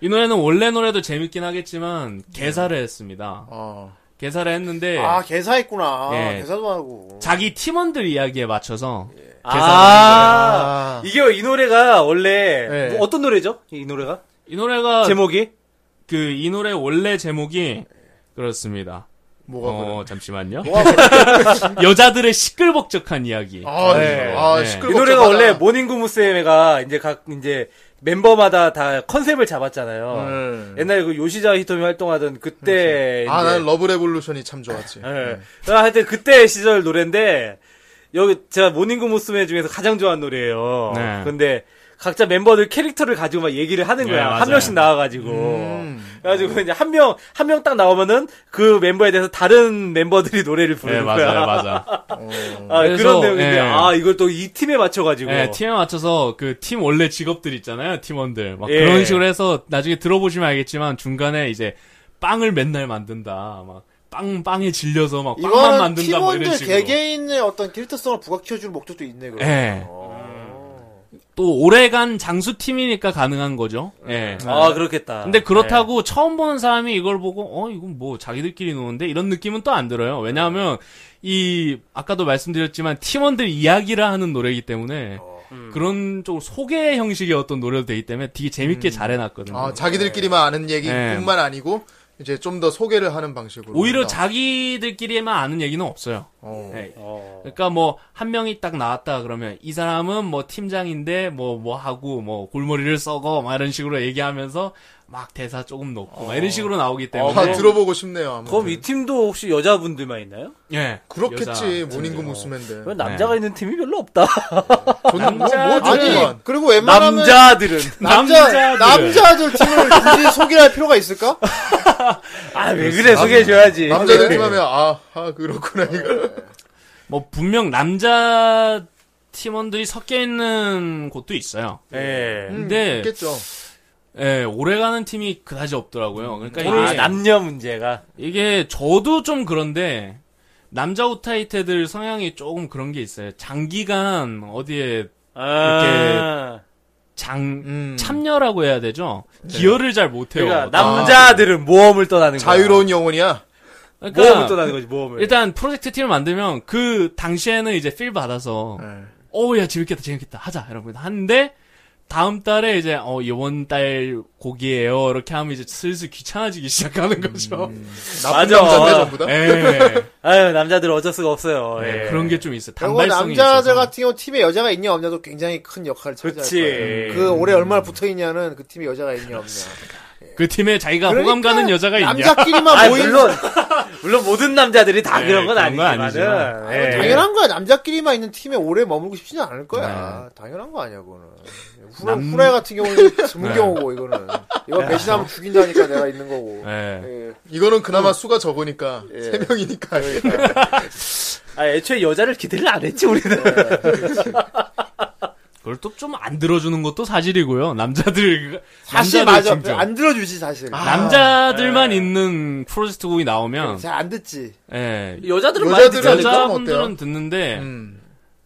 G: 이 노래는 원래 노래도 재밌긴 하겠지만 개사를
C: 예.
G: 했습니다.
D: 어.
G: 개사를 했는데
B: 아, 개사했구나.
G: 예.
B: 개사도 하고.
G: 자기 팀원들 이야기에 맞춰서
C: 예. 아,
D: 아.
C: 이게 이 노래가 원래
D: 네.
C: 뭐 어떤 노래죠? 이 노래가
G: 이 노래가
C: 제목이
G: 그 이 노래 원래 제목이 그렇습니다.
D: 뭐가 그래.
G: 어, 잠시만요. 여자들의 시끌벅적한 이야기.
D: 아,
C: 네.
D: 아,
G: 네.
C: 이뭐
D: 시끌벅적.
C: 노래가 원래 모닝구무쌤가 이제 각 이제 멤버마다 다 컨셉을 잡았잖아요.
G: 네.
C: 옛날에 그 요시자 히토미 활동하던 그때
G: 그렇죠.
D: 아,
C: 이제
D: 난 러브 레볼루션이 참 좋았지.
C: 예.
G: 네.
C: 아, 하여튼 그때 시절 노래인데 여기 제가 모닝구 무스메 중에서 가장 좋아하는 노래예요.
G: 네.
C: 근데 각자 멤버들 캐릭터를 가지고 막 얘기를 하는 거야.
G: 네,
C: 한
G: 맞아요. 음.
C: 명씩 나와가지고. 그래가지고 이제 한 명, 한 명 딱 나오면은 그 멤버에 대해서 다른 멤버들이 노래를
G: 네,
C: 부르는 거야.
G: 맞아요, 맞아.
C: 아, 그런
G: 그래서,
C: 내용인데,
G: 예.
C: 아, 이걸 또 이 팀에 맞춰가지고.
G: 네, 팀에 맞춰서 그 팀 원래 직업들 있잖아요, 팀원들. 막
C: 예.
G: 그런 식으로 해서 나중에 들어보시면 알겠지만 중간에 이제 빵을 맨날 만든다. 막 빵, 빵에 질려서 막 빵만
B: 이건
G: 만든다. 뭐 이런
B: 팀원들
G: 식으로.
B: 개개인의 어떤 캐릭터성을 부각시켜주는 목적도 있네. 그럼.
G: 예. 또 오래간 장수팀이니까 가능한 거죠. 예.
C: 아, 그렇겠다.
G: 근데 그렇다고
D: 네.
G: 처음 보는 사람이 이걸 보고 어 이건 뭐 자기들끼리 노는데 이런 느낌은 또 안 들어요.
D: 네.
G: 왜냐하면 이 아까도 말씀드렸지만 팀원들 이야기를 하는 노래이기 때문에
D: 어.
G: 그런 쪽으로 소개 형식의 어떤 노래도 되기 때문에 되게 재밌게 잘 해놨거든요.
D: 아, 자기들끼리만 아는 얘기뿐만 아니고 이제 좀 더 소개를 하는 방식으로.
G: 오히려
D: 한다.
G: 자기들끼리만 아는 얘기는 없어요.
D: 어.
G: 예.
C: 네.
G: 그러니까 뭐 한 명이 딱 나왔다 그러면 이 사람은 뭐 팀장인데 뭐 뭐 하고 뭐 골머리를 썩어 막 이런 식으로 얘기하면서 막 대사 조금 넣고 막 이런 식으로 나오기
D: 아,
G: 때문에
D: 들어보고 싶네요. 아마.
C: 그럼 이 팀도 혹시 여자분들만
D: 네.
C: 있나요?
G: 예
D: 그렇겠지.
G: 여자.
D: 모닝구 무스맨데.
C: 왜 남자가 있는 팀이 별로 없다.
D: 존나 뭐,
G: 남자-
D: 뭐
B: 아니
D: 좋구만.
B: 그리고 웬만하면
C: 남자들은.
B: 남자
G: 남자들.
B: 남자들 팀을 굳이 소개할 를 필요가 있을까?
C: 아, 왜 그래, 소개해줘야지.
G: 네.
C: 네.
D: 남자들 팀 하면 아, 아 그렇구나 이거.
G: 뭐 분명 남자 팀원들이 섞여 있는 곳도 있어요.
C: 예.
G: 근데
D: 있겠죠.
G: 예, 오래가는 팀이 그다지 없더라고요. 그러니까
C: 아,
G: 이게,
C: 남녀 문제가.
G: 이게 저도 좀 그런데 남자 오타이테들 성향이 조금 그런 게 있어요. 장기간 어디에
C: 아,
G: 장
D: 음.
G: 참여라고 해야 되죠. 기여를 잘 못해요.
C: 네. 그러니까 남자들은 모험을 떠나는 거야.
D: 자유로운 영혼이야.
G: 그러니까
C: 모험을 떠나는 거지 모험을.
G: 일단 프로젝트 팀을 만들면 그 당시에는 이제 필 받아서
D: 네.
G: 어우야 재밌겠다 재밌겠다 하자 여러분 하는데 다음 달에 이제 어 이번 달 곡이에요 이렇게 하면 이제 슬슬 귀찮아지기 시작하는 거죠.
B: 음.
D: 나쁜
C: 맞아.
D: 남자인데 전부 다.
B: 네.
G: 예.
C: 아유 남자들은 어쩔 수가 없어요. 예.
G: 네, 그런 게 좀 있어요.
B: 그리고
G: 단발성이
B: 남자들
G: 있어서.
B: 같은 경우 팀에 여자가 있냐 없냐도 굉장히 큰 역할을 차지할
C: 그치.
B: 거예요. 그
G: 음.
B: 올해 얼마나 붙어 있냐는 그 팀에 여자가 있냐 없냐.
G: 그 팀에 자기가 호감
B: 그러니까
G: 가는 여자가 있냐?
B: 남자끼리만
C: 아
B: 모인
C: 물론 물론 모든 남자들이 다
G: 예,
C: 네, 그런 건
G: 그런 건
C: 아니지만은
G: 아니지만.
C: 예.
B: 당연한 거야. 남자끼리만 있는 팀에 오래 머물고 싶지는 않을 거야. 당연한 거 아니야, 그거는. 후라,
G: 네. 남-
B: 후라이 같은 경우는 드문
G: 네.
B: 경우고, 이거는. 이거 배신하면 죽인다니까 내가 있는 거고.
G: 예.
B: 예.
D: 이거는 그나마 수가 적으니까
B: 예. 그러니까.
D: 세 명이니까.
C: 아, 애초에 여자를 기대를 안 했지 우리는.
G: 그걸 또 좀 안 들어주는 것도 사실이고요. 남자들
B: 사실
G: 남자들
B: 맞아.
G: 징조.
B: 안 네. 들어주지, 사실.
G: 아. 남자들만 있는 프로젝트 곡이 나오면
B: 잘 안 듣지.
G: 예.
C: 여자들은 많이
D: 여자들은
C: 듣지 않을까?
D: 그럼
G: 여자분들은
D: 어때요?
G: 듣는데
D: 음.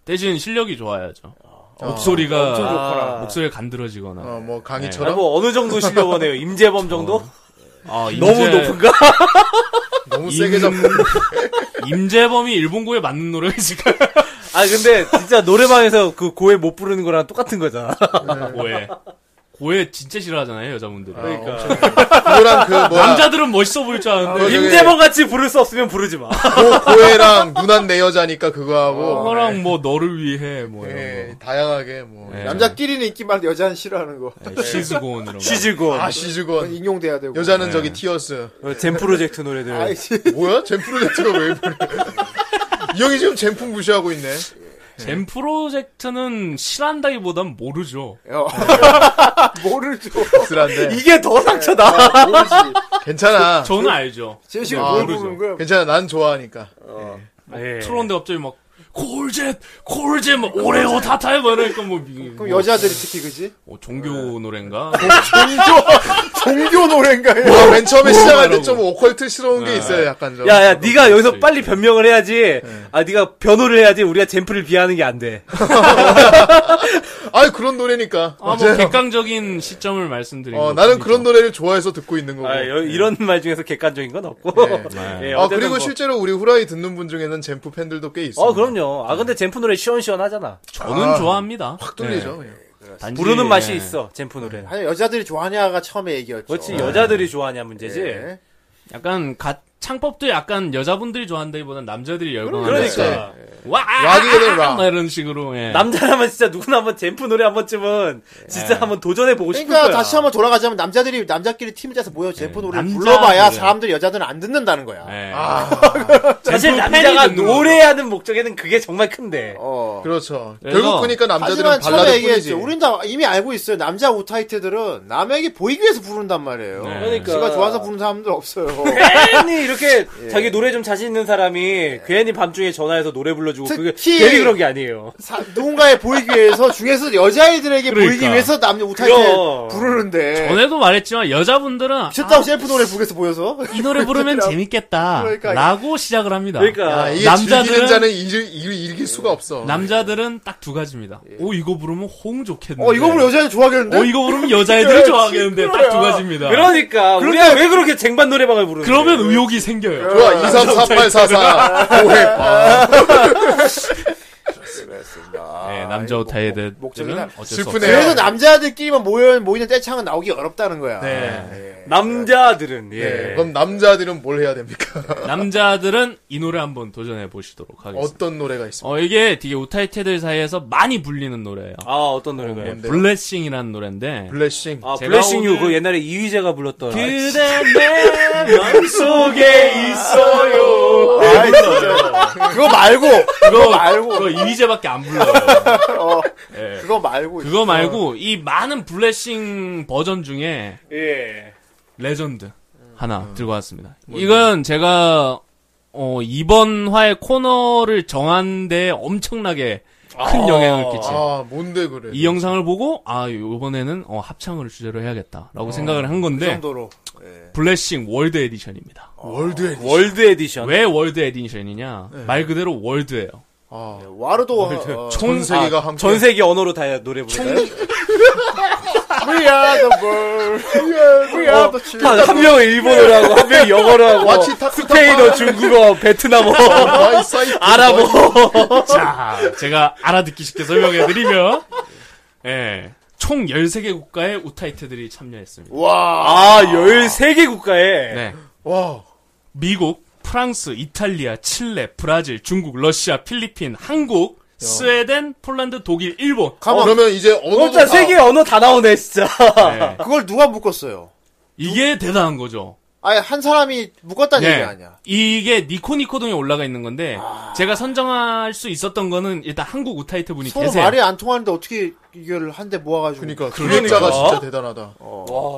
G: 대신 실력이 좋아야죠.
B: 어,
G: 어, 목소리가 네.
C: 엄청 좋거라.
G: 목소리가 간드러지거나.
D: 어, 뭐
C: 아,
D: 강의처럼
C: 뭐 어느 어, 정도 실력 원해요? 임재범 정도?
G: 아, 임재-
C: 너무 높은가?
D: 너무 세게
G: 임-
D: 잡고
G: 임재범이 일본고에 맞는 노래가 지금
C: 아 근데 진짜 노래방에서 그 고에 못 부르는 거랑 똑같은 거잖아.
D: 네.
G: 고에. 고에 진짜 싫어하잖아요 여자분들이.
C: 그러니까
D: 그거랑 그 뭐야 네,
G: 남자들은 멋있어 보일 줄 아는데.
D: 저기-
C: 임재범 같이 부를 수 없으면 부르지 마.
D: 아, 고, 고해랑 누난 내 여자니까 그거 하고
G: 그거랑 뭐 너를 위해 뭐 이런
D: 예, 다양하게 뭐
G: 예.
B: 남자끼리는 인기 많은데 여자는 싫어하는 거.
G: 거. 예, 시즈고온 이런 거.
C: 시즈고
G: 네.
D: 아
B: 그건
D: 시즈건
B: 인용돼야 되고.
D: 여자는 저기 티어스
C: 어, 젠 프로젝트 노래들.
B: 아이,
D: 뭐야 젠 프로젝트가 왜 이래 이 형이 지금 젠풍 무시하고 있네
G: 젠 프로젝트는 싫어한다기보단 모르죠.
B: 어. 뭐를 줘. 아,
D: 쓰란데
C: 이게 더 상처다.
B: 모르지.
D: 괜찮아
G: 저는 알죠.
B: 제식을
D: 아,
B: 뭘
G: 모르죠.
B: 부르는 거야?
D: 괜찮아 난 좋아하니까
C: 예.
D: 네.
G: 틀었는데 갑자기 막 콜젯 콜젯 막 오레오 타타에 막 이러니까 뭐
B: 그럼 여자들이 특히 그지?
G: 어, 종교 노래인가?
B: 종교 노래인가?
D: 와, 뭐, 맨 처음에 시작할 때
G: 뭐라고.
D: 좀 오컬트스러운
B: 아,
D: 게 있어요 약간 좀
C: 야, 야, 네가 여기서
G: 그렇지.
C: 빨리 변명을 해야지. 아, 네가 변호를 해야지. 우리가 젠프를 비하는 게 안 돼.
D: 아이 그런 노래니까
G: 아, 뭐 객관적인 시점을 말씀드린
B: 그러니까,
D: 어,
G: 것
D: 나는
G: 뿐이죠.
D: 그런 노래를 좋아해서 듣고 있는 거고
C: 아, 여- 이런 말 중에서 객관적인 건 없고.
G: 네.
C: 예,
D: 아
C: 어쨌든
D: 그리고
C: 뭐.
D: 실제로 우리 후라이 듣는 분 중에는 젠프 팬들도 꽤 있어.
C: 어, 그럼요. 아, 근데 젠프 노래 시원시원하잖아.
G: 저는 좋아합니다.
D: 확 뚫리죠.
C: 네.
D: 예. 그냥.
G: 단지-
C: 부르는 맛이
G: 예.
C: 있어, 젠프 노래.
B: 아니 여자들이 좋아하냐가 처음에 얘기였죠. 네.
C: 그렇지, 여자들이 좋아하냐 문제지.
B: 예.
G: 약간 가, 창법도 약간 여자분들이 좋아한다기보다는 남자들이 열광하는
C: 그러니까
G: 와
D: 락이거든, 락.
G: 막 이런 식으로 예.
C: 남자라면 진짜 누구나 한번 잼프 노래 한 번쯤은
G: 네.
C: 진짜 한번 도전해 보고 싶을
B: 그러니까
C: 거야.
B: 다시 한번 돌아가자면 남자들이 남자끼리 팀을 짜서 모여 제프 노래를
G: 남자
B: 불러봐야
G: 노래.
B: 사람들이 여자들은 안 듣는다는 거야.
G: 예.
C: 사실
G: 젠틀
C: 남자가
G: 팬이 듣는 거죠.
C: 노래하는 목적에는 그게 정말 큰데.
B: 어.
D: 그렇죠.
G: 그래서-
D: 결국 보니까 남자들은
B: 하지만 처음에
D: 발라드
B: 얘기했지.
D: 뿐이지.
B: 우린 다 이미 알고 있어요. 남자 오타이트들은 남에게 보이기 위해서 부른단 말이에요.
G: 네.
C: 그러니까.
B: 지가 좋아서 부르는 사람들 없어요.
C: 괜히 이렇게
B: 예.
C: 자기 노래 좀 자신 있는 사람이 괜히 밤중에 전화해서 노래 불러주고 그게
B: 특히-
C: 괜히 그런 게 아니에요.
B: 사- 누군가에 보이기 위해서 중에서 여자아이들에게 보이기
G: 그러니까.
B: 위해서 남녀 오타이트
C: 그럼.
B: 부르는데.
G: 예. 전에도 말했지만 여자분들은
B: 셋다 셀프 노래 부르겠어 보여서.
G: 이 노래 부르면 재밌겠다
B: 그러니까.
G: 라고 시작을 합니다.
C: 그러니까
D: 아, 이게
G: 남자들은-
D: 즐기는 자는 이를, 이를 이길 수가 없어.
G: 남자들은 딱 두 가지를 가지입니다. 오 이거 부르면 호응 좋겠는데.
B: 어 이거 보면 여자애들 좋아하겠는데.
G: 어, 이거 부르면 여자애들이 좋아하겠는데 딱 두 가지입니다.
C: 그러니까 우리가 왜 그렇게 쟁반 노래방을 부르는
G: 예. 그러면 의욕이 생겨요.
D: 좋아, 아, 2, 3, 4, 8, 4, 4. 5회
C: 아,
G: 네, 남자 오타이들은
B: 목적이 나-
G: 어쩔 수
D: 슬프네요.
G: 없어요.
B: 그래서 남자들끼리만 모여 모이는 떼창은 나오기 어렵다는 거야.
C: 네. 남자들은 예.
D: 네. 그럼 남자들은 뭘 해야 됩니까?
G: 남자들은 이 노래 한번 도전해 보시도록 하겠습니다.
D: 어떤 노래가 있습니까?
G: 어, 이게 되게 오타이테들 사이에서 많이 불리는 노래예요.
C: 아 어떤 노래가요?
D: 뭔데요?
G: 블레싱이라는 노래인데
D: 블레싱.
C: 아
G: 제가
C: 블레싱 유
G: 오늘-
C: 그 옛날에 이휘재가 불렀던
G: 그대 내 마음속에 있어요.
B: 아이, 진짜. 그거 말고
G: 그거 말고 그거 이휘재밖에 안 불러요. 예.
B: 그거 말고
G: 그거 말고 이 많은 블레싱 버전 중에
C: 예.
G: 레전드 하나 들고 왔습니다. 이건 제가 어, 이번 화의 코너를 정한데 엄청나게 큰 영향을 끼친
D: 아, 뭔데 그래.
G: 이 영상을 보고 아 이번에는 어, 합창을 주제로 해야겠다라고 생각을 한
B: 그
G: 건데
B: 정도로. 어.
G: 블레싱 월드 에디션입니다.
D: 월드에.
C: 월드 에디션.
G: 왜 월드 에디션이냐?
B: 네.
G: 말 그대로 월드예요.
D: 아,
B: 와르도 어,
D: 전 세계가 함께.
C: 전 세계 언어로 다 노래 부르는
B: We are the world. We are, we are the children.
C: 한 명은 일본어로 하고 한 명이 영어로 하고
D: 와치 아, 타쿠
C: 스페인어, 중국어, 베트남어,
D: 알아보.
B: 뭐.
G: 자, 제가 알아듣기 쉽게 설명해드리면, 예, 총 13개 국가의 우타이트들이 참여했습니다.
B: 와.
C: 아 13개 국가에
G: 네.
D: 와.
G: 미국, 프랑스, 이탈리아, 칠레, 브라질, 중국, 러시아, 필리핀, 한국, 스웨덴, 폴란드, 독일, 일본.
D: 어, 그러면 이제
C: 어,
D: 어느
B: 아.
D: 아.
C: 진짜 세계 언어 다 나오네 진짜.
G: 네.
B: 그걸 누가 묶었어요?
G: 이게 대단한 거죠.
B: 아니 한 사람이 묶었다는
G: 네.
B: 얘기 아니야.
G: 이게 니코니코동에 올라가 있는 건데,
B: 아.
G: 제가 선정할 수 있었던 거는 일단 한국 우타이트 분이
B: 서로
G: 계세요.
B: 말이 안 통하는데 어떻게 이걸 한 대 모아가지고.
D: 그러니까
G: 그러니까.
D: 기획자가 진짜 대단하다.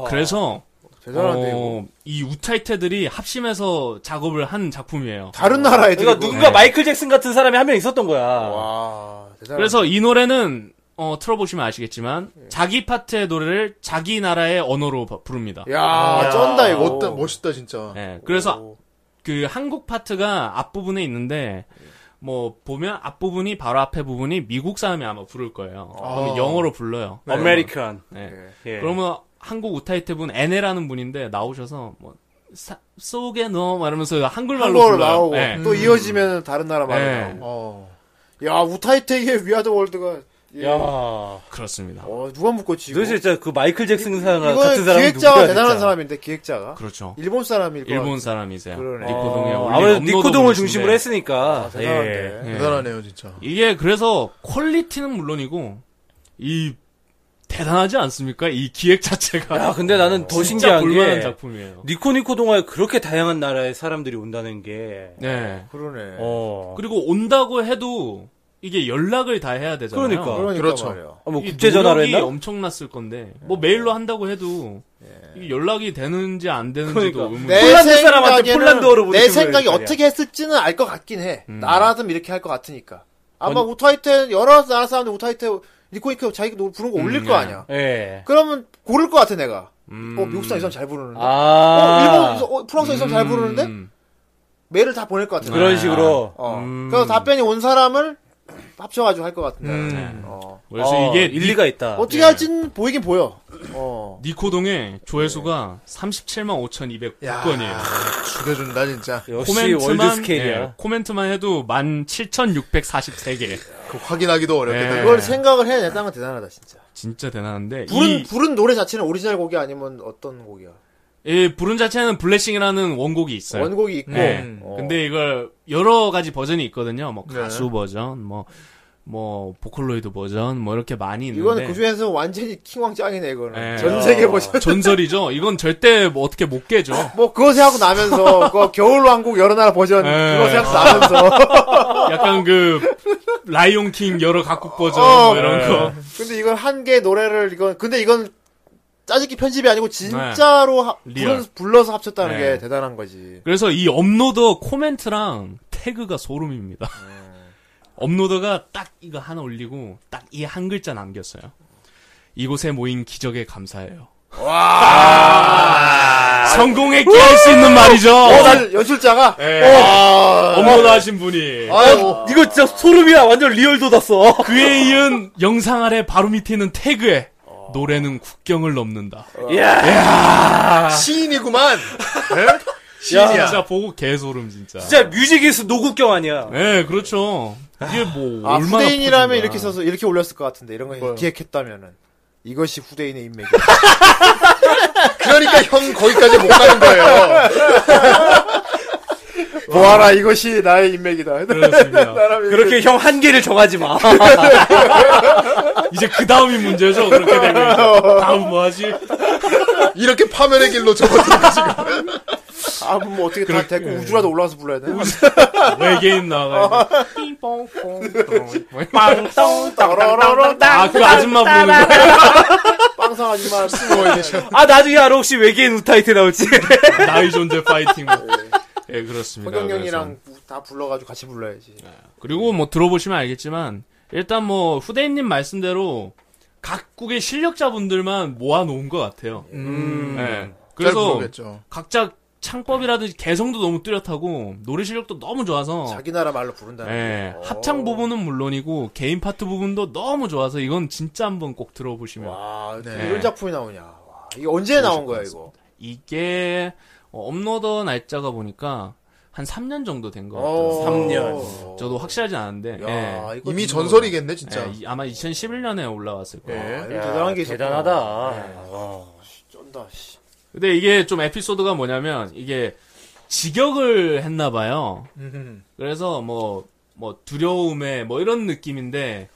G: 그래서,
B: 대단한데 이거.
G: 어, 이 우타이트들이 합심해서 작업을 한 작품이에요.
B: 다른 나라 애들.
C: 그러니까 누군가
G: 네.
C: 마이클 잭슨 같은 사람이 한 명 있었던 거야.
B: 네. 와. 대단하다.
G: 그래서 이 노래는 어, 틀어보시면 아시겠지만 자기 파트의 노래를 자기 나라의 언어로 바- 부릅니다.
B: 야, 아, 쩐다 이거.
D: 멋다, 멋있다 진짜.
C: 네.
G: 예, 그래서 그 한국 파트가 앞부분에 있는데 뭐 보면 앞부분이 바로 앞에 부분이 미국 사람이 아마 부를 거예요. 그러면 영어로 불러요.
C: 네. 아메리칸.
G: 예.
B: 네.
C: 예.
G: 그러면 한국 우타이테 분 에네라는 분인데 나오셔서 뭐 사- 속에 넣어 말하면서 한글말로
B: 한국어로
G: 불러요.
B: 나오고
C: 음.
G: 예.
B: 또 이어지면 다른 나라 말이
C: 네.
G: 예.
B: 나오고.
D: 어.
B: 야 우타이테의 위아더 월드가. 예.
C: 야.
G: 그렇습니다.
B: 어 누가 묶었지? 이거?
C: 도대체 진짜 그 마이클 잭슨 사람
B: 이건
C: 같은 사람이
B: 기획자가
C: 누구야,
B: 대단한
C: 진짜.
B: 사람인데 기획자가
G: 그렇죠.
B: 일본 사람일 거
G: 일본 사람이세요.
B: 그러네.
G: 니코동에
C: 어,
G: 올린
C: 아무래도
G: 업로드
C: 니코동을
G: 분이신데.
C: 중심으로 했으니까.
B: 아, 대단한데.
G: 예.
D: 대단하네요 진짜.
G: 이게 그래서 퀄리티는 물론이고 이 대단하지 않습니까? 이 기획 자체가
C: 예. 야, 근데 나는 더 신기한
G: 진짜 볼만한
C: 게
G: 작품이에요.
C: 니코니코 동화에 그렇게 다양한 나라의 사람들이 온다는 게.
G: 네.
B: 그러네.
C: 어.
G: 그리고 온다고 해도 이게 연락을 다 해야 되잖아요.
C: 그러니까.
B: 그러니까
D: 그렇죠.
B: 말이야.
C: 아, 뭐
G: 이
C: 국제 전화로
G: 노력이
C: 했나? 예.
G: 엄청났을 건데 뭐 메일로 한다고 해도 이게 연락이 되는지 안 되는지도
C: 그러니까.
G: 의문.
B: 내
C: 폴란드 사람한테
B: 생각에는
C: 폴란드어로 음.
B: 내
C: 부르시면
B: 생각이
C: 되는 거
B: 어떻게 했을지는 알 것 같긴 해. 나라든 이렇게 할 것 같으니까. 아마 우타이테 여러 나라 사람들 우타이테 니코니코 자기가 노래 부른 거 올릴
G: 음,
B: 거
G: 네.
B: 아니야.
C: 예.
B: 그러면 고를 것 같아 내가.
G: 음.
B: 어 미국 사람 이 사람 잘 부르는데. 어,
C: 아.
B: 일본 어, 프랑스 사람 이 사람 잘 부르는데
G: 음.
B: 메일을 다 보낼 것 같아. 내가.
C: 그런 식으로.
B: 어.
G: 음.
B: 그래서 답변이 온 사람을 합쳐가지고 할 것 같은데.
C: 음.
B: 어.
G: 그래서
C: 어,
G: 이게
C: 일리가
G: 아,
C: 있다.
G: 예.
B: 어떻게 할진 보이긴 보여. 어.
G: 니코동의 조회수가 37만 5,209건이에요.
C: 네.
D: 죽여준다 진짜.
C: 역시 월드
G: 코멘트만
C: 스케일이야.
G: 예, 코멘트만 해도 17,643개.
D: 그 확인하기도 어렵겠다.
G: 네.
D: 이걸
B: 그걸 생각을 해냈다는 건 대단하다 진짜.
G: 진짜 대단한데
B: 부른
G: 이
B: 부른 노래 자체는 오리지널 곡이 아니면 어떤 곡이야?
G: 이 부른 예, 자체는 블레싱이라는 원곡이 있어요.
B: 원곡이 있고.
G: 네.
B: 어. 네.
G: 근데 이걸 여러 가지 버전이 있거든요. 뭐 가수 버전, 뭐, 뭐, 보컬로이드 버전, 뭐 이렇게 많이 있는데.
B: 이거는 그 중에서 완전히 킹왕 짱이네 이거는.
G: 네.
B: 전 세계 버전.
G: 전설이죠. 이건 절대 뭐 어떻게 못 깨죠.
B: 뭐 그거 생각하고 나면서 그 겨울왕국 여러 나라 버전
G: 네.
B: 그거 생각하고 나면서.
G: 약간 그 라이온킹 여러 각국 버전
B: 어,
G: 뭐 이런 거.
B: 근데 이건 한 개 노래를 이건 근데 이건 짜집기 편집이 아니고 진짜로 하-
G: 리얼.
B: 불러서, 불러서 합쳤다는
G: 네.
B: 게 대단한 거지.
G: 그래서 이 업로더 코멘트랑 태그가 소름입니다.
B: 네.
G: 업로더가 딱 이거 하나 올리고 딱 이 한 글자 남겼어요. 이곳에 모인 기적에 감사해요. 성공에 끼할 수 있는 말이죠.
B: 어, 아, 난 연출자가
C: 네.
G: 업로드 하신 예. 분이
C: 아, 이거 진짜 소름이야. 완전 리얼 돋았어.
G: 그에 이은 영상 아래 바로 밑에 있는 태그에 노래는 국경을 넘는다.
C: 예. 아.
D: 시인이구만.
G: 진짜 보고 개소름 진짜.
C: 진짜 뮤직이스 노국경 아니야.
G: 네, 그렇죠. 이게 뭐
B: 아,
G: 얼마나
B: 후대인이라면
G: 퍼진다.
B: 이렇게 써서 이렇게 올렸을 것 같은데 이런 거 기획했다면은 이것이 후대인의 인맥이.
D: 그러니까 형 거기까지 못 가는 거예요.
B: 보아라 이것이 나의 인맥이다.
G: 그렇습니다.
C: 그렇게 형 한계를 정하지 마.
G: 이제 그 다음이 문제죠. 그렇게 되면
B: 어.
G: 이제 다음 뭐 하지?
D: 이렇게 파멸의 길로 접어든
B: 아, 뭐 어떻게 다 데리고 우주라도 올라와서 불러야 되나?
G: 외계인 나가.
B: 어.
G: 아, 그 아줌마 부르는 거.
B: 빵상하지만
C: 아, 나중에 알아. 혹시 외계인 우타이트 나올지.
G: 나의 존재 파이팅. 뭐. 예, 그렇습니다.
B: 성경령이랑 다 불러가지고 같이 불러야지.
G: 그래서. 그리고 뭐 들어보시면 알겠지만 일단 뭐 후대인님 말씀대로 각국의 실력자분들만 모아놓은 것 같아요.
D: 음.
B: 네.
G: 예.
D: 잘
G: 그래서
D: 모르겠죠.
G: 각자 창법이라든지 개성도 너무 뚜렷하고 노래 실력도 너무 좋아서
B: 자기 나라 말로 부른다는
G: 예,
B: 거.
D: 어.
G: 합창 부분은 물론이고 개인 파트 부분도 너무 좋아서 이건 진짜 한번 꼭 들어보시면
B: 와,
G: 네.
B: 이런 작품이 나오냐. 와, 이게 언제 나온 거야 이거?
G: 이게 어, 업로더 날짜가 보니까 한 3년 정도 된 것
B: 어.
G: 같아요.
C: 삼 년.
G: 저도 확실하진 않은데
B: 야,
G: 예.
B: 아, 이거
D: 이미
B: 정말-
D: 전설이겠네 진짜.
G: 예, 이- 아마 2011년에 올라왔을 거예요.
B: 아, 이거
D: 예.
B: 대단한 게 있었구나. 쩐다. 씨.
G: 근데 이게 좀 에피소드가 뭐냐면 이게 직역을 했나 봐요. 그래서 뭐, 뭐 두려움에 뭐 이런 느낌인데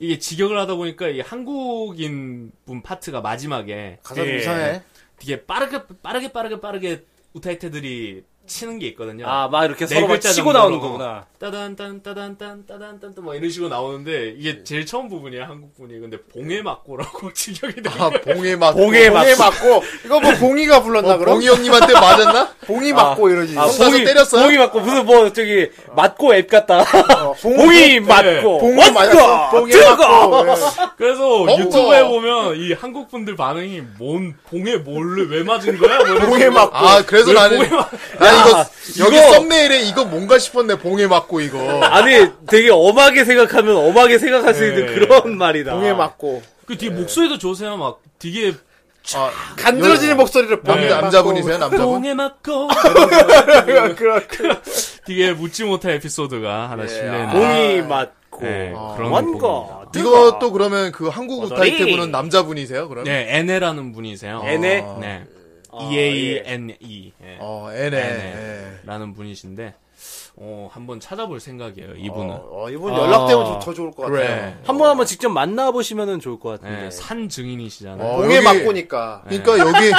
G: 이게 직역을 하다 보니까 이 한국인 분 파트가 마지막에
B: 가사 좀 이상해.
G: 되게 빠르게 빠르게 빠르게 빠르게 우타이테들이 치는 게 있거든요.
C: 아, 막 이렇게
G: 네
C: 서로 막
G: 글자
C: 치고
G: 정도로.
C: 나오는 거구나.
G: 따단딴 따단딴 따단딴 뭐 이런 식으로 나오는데 이게 제일 처음 부분이야 한국 분이 근데 봉해 맞고라고 직역이 돼.
D: 아 봉에 맞.
C: 봉에 맞-
B: 봉에 맞고 이거 뭐 봉이가 불렀나
D: 어,
B: 그럼?
D: 봉이 형님한테 맞았나?
B: 봉이 맞고 이러지.
C: 아,
D: 형 가서
C: 봉이-
D: 때렸어요?
C: 봉이 맞고 무슨 뭐 저기 맞고 앱 같다.
B: 어, 봉-
C: 봉이
B: 네.
C: 맞고
B: 봉이
C: 왔고,
B: 맞았어. 봉이
C: 뜨거.
B: 맞고. 예.
G: 그래서
D: 어?
G: 유튜브에
D: 어.
G: 보면 이 한국 분들 반응이 뭔 봉해 뭘왜 맞은 거야? 뭐 이런
B: 예. 봉에
G: 식으로.
B: 맞고.
D: 아 그래서
G: 왜
D: 나는
G: 봉해 맞-
D: 나 이거 여기
C: 이거-
D: 썸네일에 이거 뭔가 싶었네 봉에 맞고 이거.
C: 아니 되게 엄하게 생각하면 엄하게 생각할 수 있는
G: 네.
C: 그런 말이다.
B: 봉에 맞고.
G: 그
D: 네.
G: 뒤에 목소리도 좋으세요 막 되게
D: 아, 네,
B: 간드러지는 목소리를 봉에
D: 남,
B: 맞고.
D: 남자분이세요 남자분?
G: 봉해 맞고
B: 그런- 그런-
G: 되게 묻지 못할 에피소드가
D: 예.
G: 하나 실려
D: 아,
G: 있는
C: 봉이 맞고
G: 네, 그런
C: 아, 원거
D: 이것도 그러면 그 한국 우타이테 분은 남자분이세요 그럼?
G: 네 에네라는 분이세요.
C: 얘네
G: 네.
C: 아,
G: E A N E
D: 어 애네. 예.
G: 라는 분이신데 어, 한번 찾아볼 생각이에요. 이분은
B: 어, 이분 연락되면 더- 더 좋을 것 같아.
D: 그래.
B: 요
C: 한번 한번 직접 만나보시면 좋을 것
G: 네,
C: 같은데.
G: 산 증인이시잖아요.
D: 아, 예. 어,
B: 봉에
D: 여기-
B: 맞고니까.
D: 그러니까 여기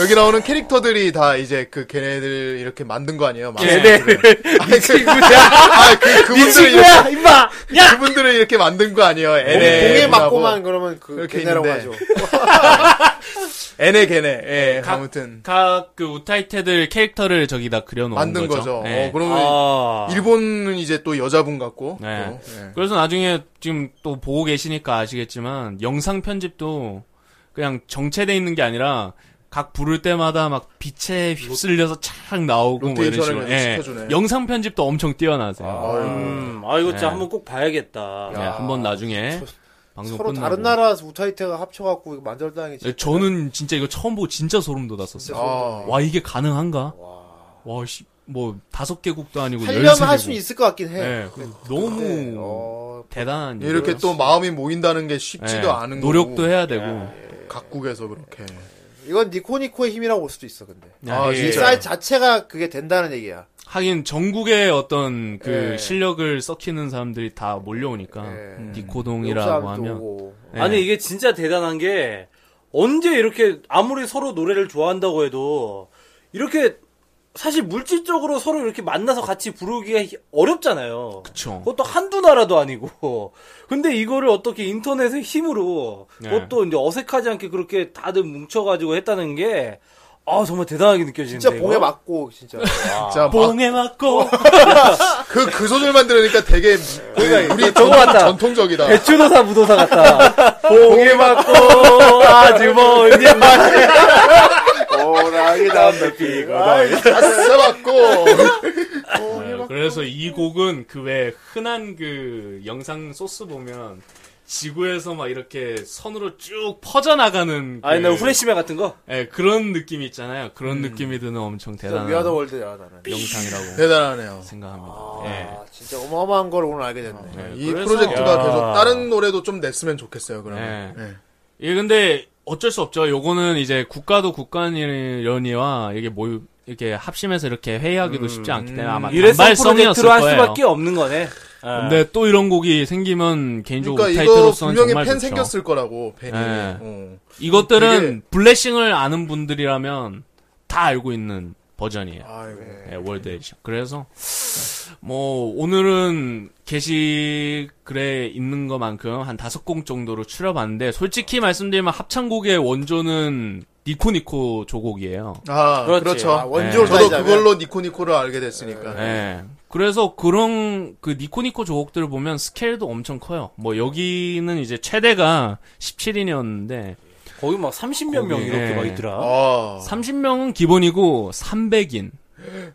D: 여기 나오는 캐릭터들이 다 이제 그 걔네들 이렇게 만든 거 아니에요? 걔네들 친구야. 그 그분들을 이렇게,
C: 친구야 임마.
D: 그분들을 이렇게 만든 거 아니에요?
B: 봉-
D: 애네
B: 봉에
D: 분하고.
B: 맞고만 그러면 그
D: 이렇게
B: 걔네라고 하죠.
D: 있는데. 애네 걔네. 예
G: 각-
D: 아무튼
G: 각그 우타이테들 캐릭터를 저기다 그려놓은
D: 만든 거죠.
G: 네.
D: 어, 그러면
C: 아.
D: 일본은 이제 또 여자분 같고.
G: 네.
D: 또, 예.
G: 그래서 나중에 지금 또 보고 계시니까 아시겠지만 영상 편집도 그냥 정체돼 있는 게 아니라 각 부를 때마다 막 빛에 휩쓸려서 착 나오고 뭐 이런 식으로
D: 로테이션을 시켜주네.
G: 영상 편집도 엄청 뛰어나세요.
C: 음, 아 이거 진짜
G: 네.
C: 한번 꼭 봐야겠다.
G: 네, 한번 나중에 방송
B: 서로
G: 끝나고.
B: 다른 나라 우타이테가 합쳐갖고 만절당이
G: 네, 저는 진짜 이거 처음 보고 진짜 소름 돋았었어요.
D: 아,
G: 와 이게 가능한가? 와, 씨, 뭐 다섯 개국도 아니고
B: 하려면
G: 열세
B: 할 수는
G: 개국.
B: 있을 것 같긴 해.
G: 네, 그 너무
B: 네, 어,
G: 대단한
D: 이렇게
G: 일이고요.
D: 또 마음이 모인다는 게 쉽지도
G: 네,
D: 않은
G: 노력도
D: 거고.
G: 해야 되고
D: 각국에서 그렇게.
B: 이건 니코니코의 힘이라고 볼 수도 있어 근데
D: 아,
G: 예.
B: 이
D: 진짜요?
B: 쌀 자체가 그게 된다는 얘기야.
G: 하긴 전국의 어떤 그
B: 예.
G: 실력을 썩히는 사람들이 다 몰려오니까
B: 예.
G: 니코동이라고
B: 욕사람도
G: 하면
B: 오고.
G: 예.
C: 아니 이게 진짜 대단한 게 언제 이렇게 아무리 서로 노래를 좋아한다고 해도 이렇게 사실 물질적으로 서로 이렇게 만나서 같이 부르기가 히- 어렵잖아요.
G: 그쵸.
C: 그것도 한두 나라도 아니고. 근데 이거를 어떻게 인터넷의 힘으로
G: 네.
C: 그것도 이제 어색하지 않게 그렇게 다들 뭉쳐가지고 했다는 게 아, 정말 대단하게 느껴지는데.
B: 진짜 봉에
C: 이거?
B: 맞고 진짜.
D: 자, 막,
G: 뽕에 맞고
D: 그, 그 소절만 들으니까 되게, 그 우리
C: 저거 같다.
D: 전통적이다.
C: 배추도사 무도사 같다. 봉에 맞고 아주머니 맞
B: 아, 오랑이 담배 피고.
D: 다 써봤고.
B: 아,
G: 그래서 이 곡은 그 왜 흔한 그 영상 소스 보면 지구에서 막 이렇게 선으로 쭉 퍼져나가는 그,
C: 아니 나 후레쉬맨 같은 거.
G: 예, 그런 느낌이 있잖아요. 그런 느낌이 드는 엄청 대단한
B: 음. 위아더 월드야 나는.
G: 네. 영상이라고
D: 대단하네요.
G: 생각합니다. 예.
B: 아 진짜 어마어마한 걸 오늘 알게 됐네.
D: 이
G: 그래서-
D: 프로젝트가
C: 야.
D: 계속 다른 노래도 좀 냈으면 좋겠어요, 그러면.
G: 네.
D: 네.
G: 예, 근데 어쩔 수 없죠. 요거는 이제 국가도 국간이연이와 이게 모유 이렇게 합심해서 이렇게 회의하기도 쉽지 않기 때문에
D: 음,
G: 네, 아마
C: 이래서
G: 단발성이었을
C: 음, 프로젝트로 할
G: 거예요.
C: 수밖에 없는 거네. 아.
G: 근데 또 이런 곡이 생기면 개인적으로
D: 그러니까 이거
G: 타이틀로서는
D: 분명히
G: 정말
D: 팬
G: 좋죠.
D: 생겼을 거라고, 팬이.
G: 네.
D: 어.
G: 이것들은 블레싱을 아는 분들이라면 다 알고 있는 버전이에요.
D: 아이고.
G: 예, 월드 에디션. 그래서 뭐 오늘은 게시글에 있는 것만큼 한 다섯 곡 정도로 추려봤는데 솔직히 말씀드리면 합창곡의 원조는 니코니코 조곡이에요.
D: 아,
C: 그렇지.
D: 그렇죠.
C: 아,
B: 원조를
D: 저도
B: 따지자면.
D: 그걸로 니코니코를 알게 됐으니까.
G: 예. 그래서 그런 그 니코니코 조곡들을 보면 스케일도 엄청 커요. 뭐 여기는 이제 최대가 17인이었는데
C: 거기 막 30몇 명
G: 거기,
C: 이렇게
G: 예.
C: 막 있더라.
D: 아.
G: 30명은 기본이고 300인,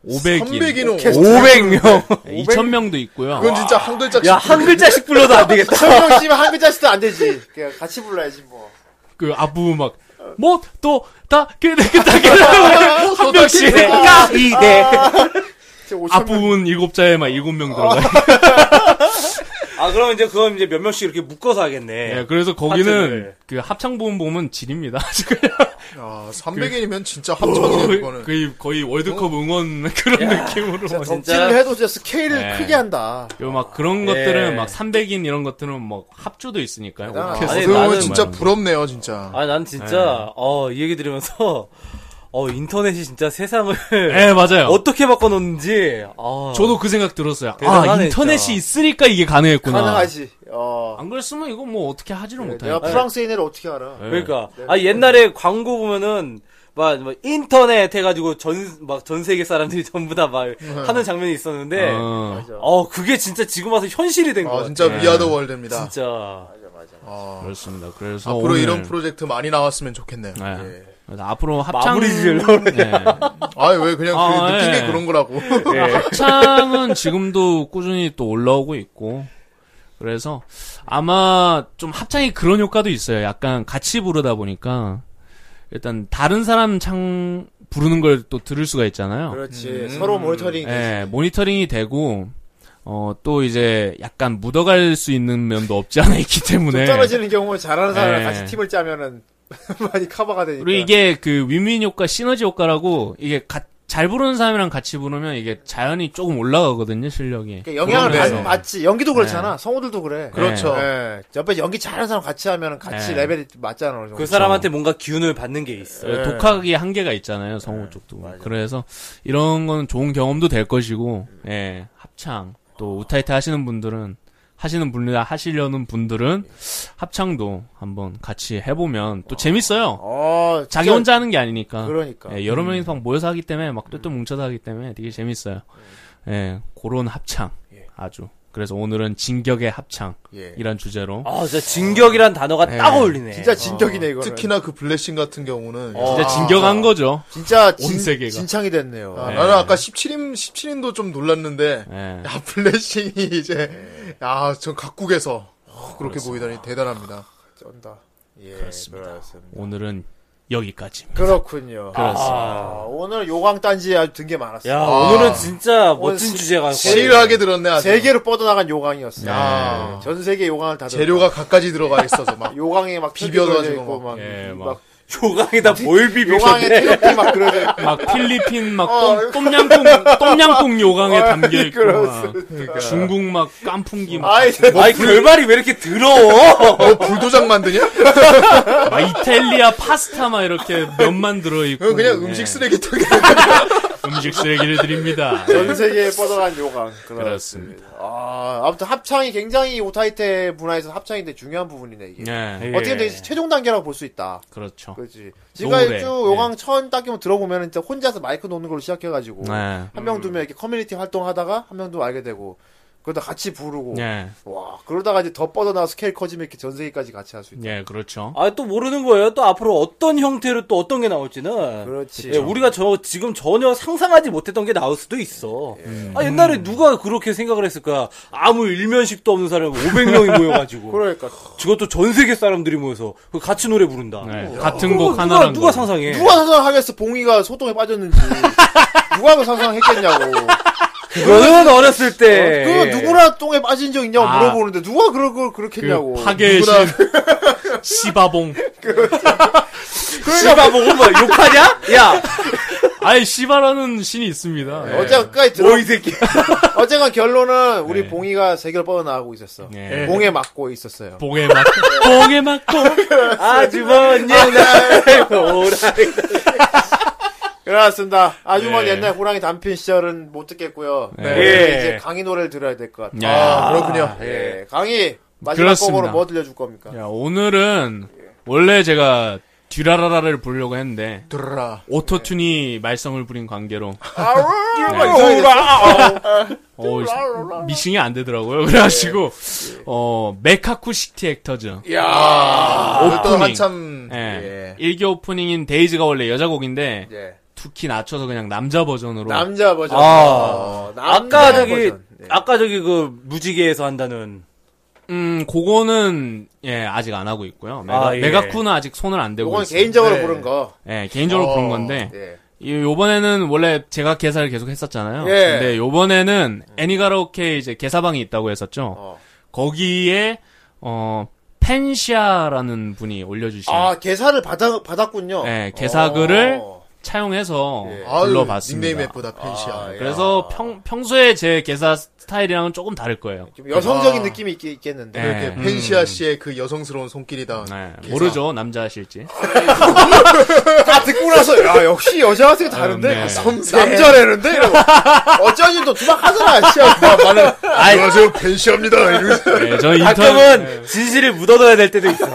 G: 500인,
D: 300인은
C: 500명.
G: 2000명도 있고요.
D: 그건 진짜 한 글자씩.
C: 야, 한 글자씩 불러도 안 되겠다.
B: 설명 씨면 한 글자씩도 안 되지. 그냥 같이 불러야지 뭐.
G: 그 앞부분 막, 뭐, 또, 다, 그래, 그다, 그래. 한 명씩.
C: 이대. 네.
B: 진짜 5천
G: 앞부분 일곱 자에 막 일곱 명 들어가요.
C: 아, 그럼 이제 그건 이제 몇 명씩 이렇게 묶어서 하겠네.
G: 예, 그래서 거기는
B: 네.
C: 하여튼,
G: 그 합창 부분 보면 질입니다. 지금
D: 아, 300인이면 진짜 합창이네, 그거는.
G: 거의, 거의
B: 어?
G: 월드컵 응원 그런 느낌으로.
B: 덕질을 해도 진짜 스케일을
G: 네.
B: 크게 한다.
G: 요, 막, 그런 것들은,
C: 예.
G: 막, 300인 이런 것들은, 막, 합주도 있으니까요.
B: 대단하다.
G: 오케스트라.
C: 아니,
D: 그거
C: 나는
D: 진짜
G: 뭐.
D: 부럽네요, 진짜.
C: 아, 난 진짜,
G: 네.
C: 어, 이 얘기 들으면서, 어, 인터넷이 진짜 세상을
G: 예, 맞아요.
C: 어떻게 바꿔놓는지, 아.
G: 저도 그 생각 들었어요. 아,
C: 대단하네,
G: 인터넷이
C: 진짜.
G: 있으니까 이게 가능했구나.
B: 가능하지. 어.
G: 안 그랬으면 이거 뭐, 어떻게 하지를
B: 내가
G: 못해요.
B: 프랑스인을 어떻게 알아?
G: 예.
C: 그러니까. 아, 옛날에 광고 보면은, 막, 막 인터넷 해가지고 전, 막, 전 세계 사람들이 전부 다 막, 하는 장면이 있었는데, 어.
B: 네.
G: 어,
C: 그게 진짜 지금 와서 현실이 된
D: 아,
C: 거야.
D: 진짜 위아더 월드입니다.
C: 진짜.
D: 아,
G: 그렇습니다. 그래서.
D: 앞으로
G: 오늘-
D: 이런 프로젝트 많이 나왔으면 좋겠네요. 예.
G: 네. 그래서 앞으로 합창.
C: 마무리 지으려고
G: 네.
D: 아, 왜 그냥
G: 아,
D: 그 느낀
G: 예.
D: 게 그런 거라고.
G: 합창은 지금도 꾸준히 또 올라오고 있고. 그래서 아마 좀 합창이 그런 효과도 있어요. 약간 같이 부르다 보니까 일단 다른 사람 창 부르는 걸 또 들을 수가 있잖아요.
B: 그렇지. 서로 모니터링.
G: 예, 모니터링이 되고 어 또 이제 약간 묻어갈 수 있는 면도 없지 않아 있기
B: 좀
G: 때문에
B: 떨어지는 경우 잘하는 사람이랑
G: 네.
B: 같이 팀을 짜면은 많이 커버가 되니까.
G: 그리고 이게 그 윈윈 효과, 시너지 효과라고 이게 가- 잘 부르는 사람이랑 같이 부르면 이게 자연히 조금 올라가거든요 실력이.
B: 그러니까 영향을
G: 그러면서. 네.
B: 받, 받지. 연기도 그렇잖아. 성우들도 그래.
D: 그렇죠.
B: 예. 옆에 연기 잘하는 사람 같이 하면은 같이
G: 네.
B: 레벨이 맞잖아. 어느 정도.
C: 그 사람한테 뭔가 기운을 받는 게 있어.
G: 어, 독학이 한계가 있잖아요 성우 쪽도. 그래서 이런 건 좋은 경험도 될 것이고, 예 합창 또 우타이트 하시는 분들은 하시는 분들 하시려는 분들은 합창도 한번 같이 해보면 또 재밌어요.
B: 어,
G: 자기
B: 진짜-
G: 혼자 하는 게 아니니까.
B: 그러니까.
G: 예, 여러 명이서 막 모여서 하기 때문에 막 똘똘 뭉쳐서 하기 때문에 되게 재밌어요. 예, 그런 합창 아주. 그래서 오늘은 진격의 합창
B: 예.
G: 이란 주제로
C: 아, 진짜 진격이란 단어가 딱 어울리네.
B: 진짜 진격이네 이거.
D: 특히나 그 블레싱 같은 경우는.
G: 진짜 진격한 거죠.
B: 진짜
G: 온
B: 진,
G: 세계가.
B: 진창이 됐네요.
D: 아, 나는 아까 17인, 17인도 좀 놀랐는데.
G: 예.
D: 야, 블레싱이
B: 네.
D: 이제, 야, 전 각국에서 어, 그렇게 보이다니 대단합니다.
B: 쩐다. 예, 그렇습니다.
G: 오늘은 여기까지.
B: 그렇군요.
G: 그렇습니다.
B: 아, 오늘 요강 단지에 아주 든 게 많았어요.
C: 야,
D: 아.
C: 오늘은 진짜 멋진
B: 오늘
C: 주제가.
D: 제일 하게 들었네, 아주.
B: 세계로 뻗어나간 요강이었어요. 아,
D: 야.
B: 전 세계 요강을 다
D: 재료가 각가지 들어가 있어서 막.
B: 들었어요. 요강에 막
D: 비벼가지고
B: 있고
D: 막.
B: 막,
G: 예,
B: 막
G: 막
C: 요강에다 뭘
D: 용왕의
C: 비비는데
D: 태극기 막 그러는
B: 아.
G: 막 필리핀 막
D: 어,
G: 똠- 똠양꿍 똠양꿍 요강에 담겨 있고 막 중국 막 깐풍기 막,
D: 아이 뭐,
C: 아이 결말이 왜 이렇게 더러워?
D: 뭐 불도장 만드냐?
G: 막 이탈리아 파스타 막 이렇게 면만 들어 있고 예,
D: 그건 그냥 음식 쓰레기통에
G: 음식 쓰레기를 드립니다.
B: 전 세계에 뻗어간 요강.
G: 그렇습니다.
B: 아, 아무튼 합창이 굉장히 오타이테 문화에서 합창인데 중요한 부분이네 이게.
G: 네,
B: 어떻게 보면 이제 최종 단계라고 볼 수 있다.
G: 그렇죠.
B: 그렇지. 지금까지
G: 노래.
B: 쭉 요강 처음 딱 들어보면 진짜 혼자서 마이크 놓는 걸로 시작해가지고
G: 네.
B: 한 명 두 명 이렇게 커뮤니티 활동하다가 한 명도 알게 되고 그러다 같이 부르고
G: 예,
B: 와 그러다가 이제 더 뻗어나와 스케일 커지면 이렇게 전 세계까지 같이 할 수 있다.
G: 예, 그렇죠.
C: 아 또 모르는 거예요. 또 앞으로 어떤 형태로 또 어떤 게 나올지는
B: 그렇지.
C: 예, 우리가 저 지금 전혀 상상하지 못했던 게 나올 수도 있어.
B: 예.
C: 아 옛날에 누가 그렇게 생각을 했을까? 아무 일면식도 없는 사람 500명이 모여가지고
B: 그러니까
C: 그것도 전 세계 사람들이 모여서 그 같이 노래 부른다.
G: 네,
C: 야,
G: 같은
C: 그거
G: 곡
C: 누가-
G: 하나라는
C: 누가
G: 거.
C: 상상해?
B: 누가 상상하겠어 봉이가 소동에 빠졌는지 누가 그 상상했겠냐고.
C: 그거는 어렸을 때.
B: 그거 누구나 똥에 빠진 적 있냐고
G: 예, 아.
B: 물어보는데 누가 그런 걸 그렇게 했냐고.
G: 그 파괴의 신 시바봉.
C: 예.
B: 그러니까
C: 씨바 보고 뭐 욕하냐? 야,
G: 아이 시바라는 신이 있습니다.
B: 네.
G: 예.
B: 어제까지 들어.
C: 뭐이 새끼.
B: 어쨌건 결론은 우리
G: 네.
B: 봉이가 세계를 뻗어나가고 있었어.
G: 예.
B: 봉에 맞고 있었어요.
G: 봉에 맞 봉에 맞고
C: 아주머니 날 오라이.
B: 그렇습니다. 아주 먼
G: 네.
B: 옛날 호랑이 단편 시절은 못 듣겠고요.
G: 네.
B: 네.
C: 예.
B: 이제 강의 노래를 들어야 될 것 같아요.
G: 예.
D: 아, 그렇군요.
B: 예. 강의 마지막
G: 그렇습니다.
B: 곡으로 뭐 들려줄 겁니까?
G: 야, 오늘은 원래 제가 듀라라라를 부르려고 했는데
D: 들어라.
G: 오토튠이 말썽을 부린 관계로 어, 미싱이 안 되더라고요. 그래가지고 어 메카쿠 시티 액터즈
B: 아,
D: 야 오늘
G: 오프닝.
D: 한참
G: 예.
D: 예.
G: 일기 오프닝인 데이즈가 원래 여자 곡인데
B: 예.
G: 투키 낮춰서 그냥 남자 버전으로
B: 남자 버전.
C: 아.
B: 어, 남자
C: 아까 저기
B: 버전. 예.
C: 아까 저기 그 무지개에서 한다는
G: 음 그거는 예 아직 안 하고 있고요. 메가,
C: 아, 예.
G: 메가쿠는 아직 손을 안 대고
B: 이건
G: 있어요.
B: 개인적으로
D: 네.
B: 부른 거.
G: 예 개인적으로
D: 어,
G: 부른 건데
B: 예.
G: 이- 요번에는 원래 제가 개사를 계속 했었잖아요.
B: 예.
G: 근데 요번에는 애니가로케 이제 개사방이 있다고 했었죠.
B: 어.
G: 거기에 어 펜시아라는 분이 올려주신
B: 아, 개사를 받아, 받았군요.
G: 예, 개사글을
B: 어.
G: 차용해서
D: 아유, 닉네임
G: 불러봤습니다.
D: 예쁘다 펜시야.
B: 아, 예.
G: 그래서 평, 평소에 제 개사 스타일이랑은 조금 다를 거예요.
B: 좀 여성적인
D: 아.
B: 느낌이 있, 있겠는데.
G: 예.
D: 이렇게
G: 음.
D: 펜시아 씨의 그 여성스러운 손길이다.
G: 네,
D: 개사.
G: 모르죠 남자 실지.
B: 다 듣고 나서 야 역시 여자 학생 다른데
G: 음, 네.
B: 섬세. 남자라는데 이러고 어쩐지 또 투박하잖아 씨야 나는
D: 안녕하세요 펜시아입니다. 이러면서.
G: 네, 저는
C: 아,
G: 인터넷
C: 가끔은 진실을 묻어둬야 될 때도 있어.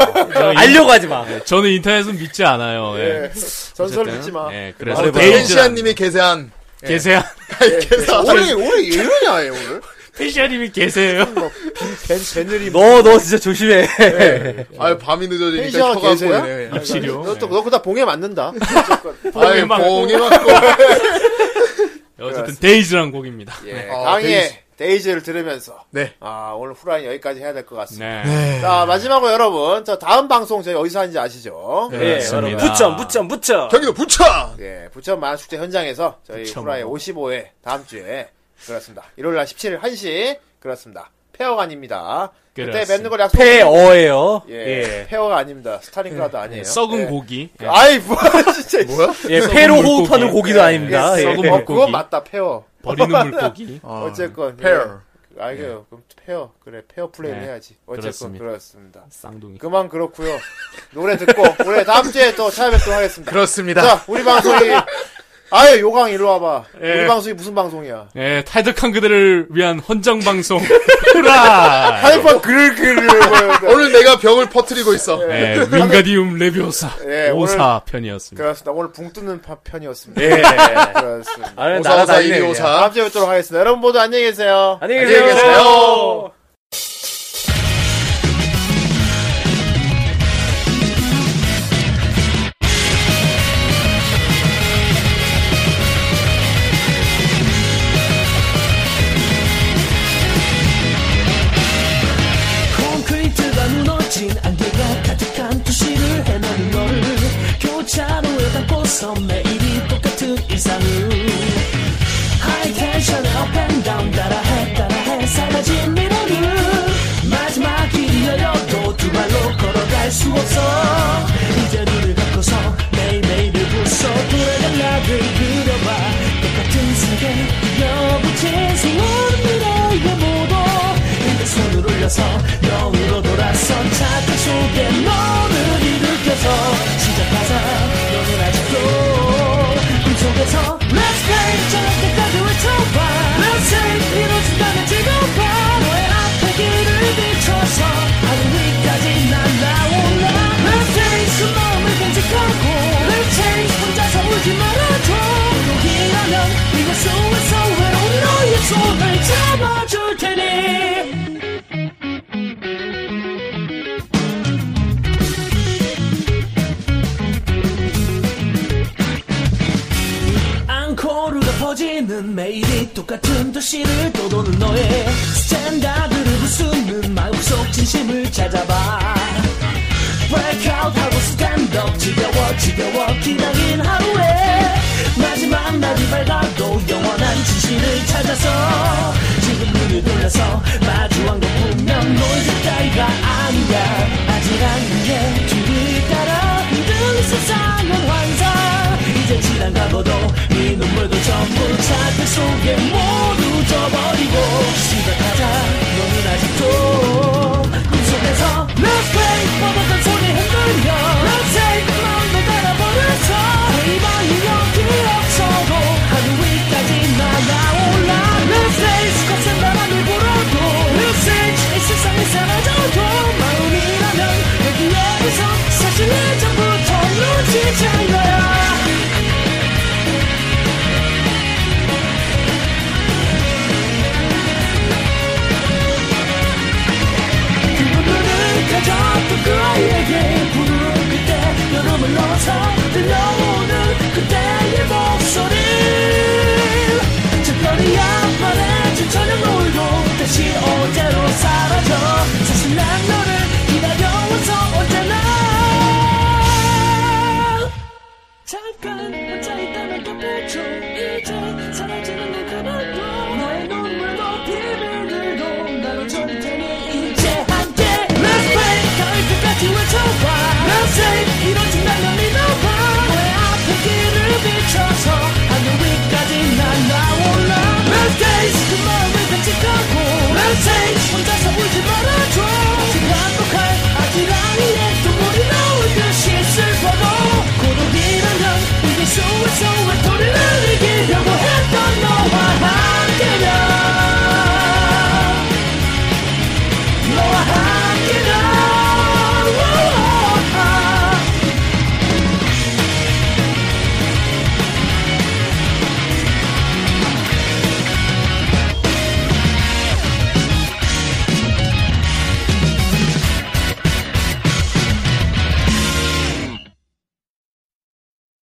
C: 알려고 하지 마.
G: 저는 인터넷은 믿지 않아요. 예.
B: 전설 믿지 마
G: 예,
B: 말해봐.
G: 그래서 데이즈
D: 펜시아님이 개세한
G: 개세야
B: 예,
D: 개사.
B: 오늘 오늘 이러냐 얘 오늘
G: 펜시아님이 계세요.
B: 벤 벤을이 뭐
C: 너 너 진짜 조심해.
B: 예.
D: 아 밤이
B: 펜시아가
D: 늦어지니까 켜가
B: 개세야?
D: 보이네.
G: 입시료. 예.
B: 너또 예. 너그 다 봉에 맞는다
D: 아이
G: 막-
D: 봉이 맞고.
G: 어쨌든 데이즈란 곡입니다.
B: 예,
D: 아,
B: 강의 데이즈를 들으면서
D: 네.
B: 아 오늘 후라이 여기까지 해야 될 것 같습니다
G: 네.
B: 자 마지막으로 여러분 저 다음 방송 저희 어디서 하는지 아시죠
G: 네, 그렇습니다.
C: 예, 여러분. 붙점 붙점 붙점.
D: 경기도 부차.
B: 예 부천 만화축제 현장에서 저희 후라이 55회 다음 주에 그렇습니다 일요일 날 17일 1시 그렇습니다 폐허관입니다 그때
G: 그렇습니다.
B: 뵙는 걸 약속
C: 폐어예요.
B: 예. 페어가 아닙니다. 스타링가드 아니에요.
G: 썩은
B: 예.
G: 고기. 예.
B: 아이, 뭐야, 진짜.
D: 뭐야?
C: 예, 폐로
G: 물고기.
C: 호흡하는 고기도 아닙니다.
G: 예,
C: 예.
G: 썩은
B: 어, 그건
G: 물고기. 아,
B: 맞다, 페어.
G: 버리는 물고기.
B: 어쨌건.
D: 페어.
B: 예. 알겠어요. 그럼 페어. 그래, 페어 플레이를
G: 네.
B: 해야지. 어쨌건
G: 그렇습니다.
B: 그렇습니다.
G: 쌍둥이.
B: 그만 그렇고요 노래 듣고, 우리 다음 주에 또 찾아뵙도록 하겠습니다.
D: 그렇습니다.
B: 자, 우리 방송이. 아유, 요강 일로 와봐.
G: 예.
B: 우리 방송이 무슨 방송이야?
G: 예, 탈덕한 그들을 위한 헌정 방송. 후라.
B: 하늘판 그를 그를.
D: 오늘 내가 병을 퍼뜨리고 있어.
G: 예, 윙가디움 레비오사
B: 예, 오늘-
G: 오사 편이었습니다.
B: 그렇습니다. 오늘 붕 뜨는 파- 편이었습니다. 예. 그렇습니다.
C: 아,
D: 오사오사
C: 날아다니네, 그냥.
D: 이오사.
B: 다음 주에 뵙도록 하겠습니다. 여러분 모두 안녕히 계세요.
C: 안녕히
D: 안녕히 계세요.
C: 계세요.
F: 콘크리트가 무너진 안개가 가득한 도시를 헤매는 너를 교차로에 담고서 매일이 똑같은 일상을 하이 텐션의 up and down 따라해 따라해 사라진 미로를 마지막 길이 열려도 두 발로 걸어갈 수 없어 이제 눈을 감고서 돌아서 영으로 돌아서 자꾸 속에 너를 일으켜서 시작하자 너는 아직도 꿈속에서 Let's play 저녁 때까지 외쳐봐 Let's say 이뤄진다면 지금 바로의 앞에 길을 비춰서 하늘 위까지 날아올라 Let's say 그 마음을 간직하고 Let's change 혼자서 울지 말아줘 여기라면 이곳 속에서 외로운 너의 손을 잡아줄 테니 앙코르가 퍼지는 매일이 똑같은 도시를 떠도는 너의 스탠다드를 부수는 마음속 진심을 찾아봐 브레이크아웃하고 스탠드업 지겨워 지겨워 기다린 하루에 마지막 날이 밝아도 영원한 진실을 찾아서 지금 눈을 돌려서 마주한 건 분명 노이즈 따위가 아니야 아직 안개 뒤를 따라 흔든 세상은 환상 이제 지난 과거도 이 눈물도 전부 차트 속에 모두 그 Oh,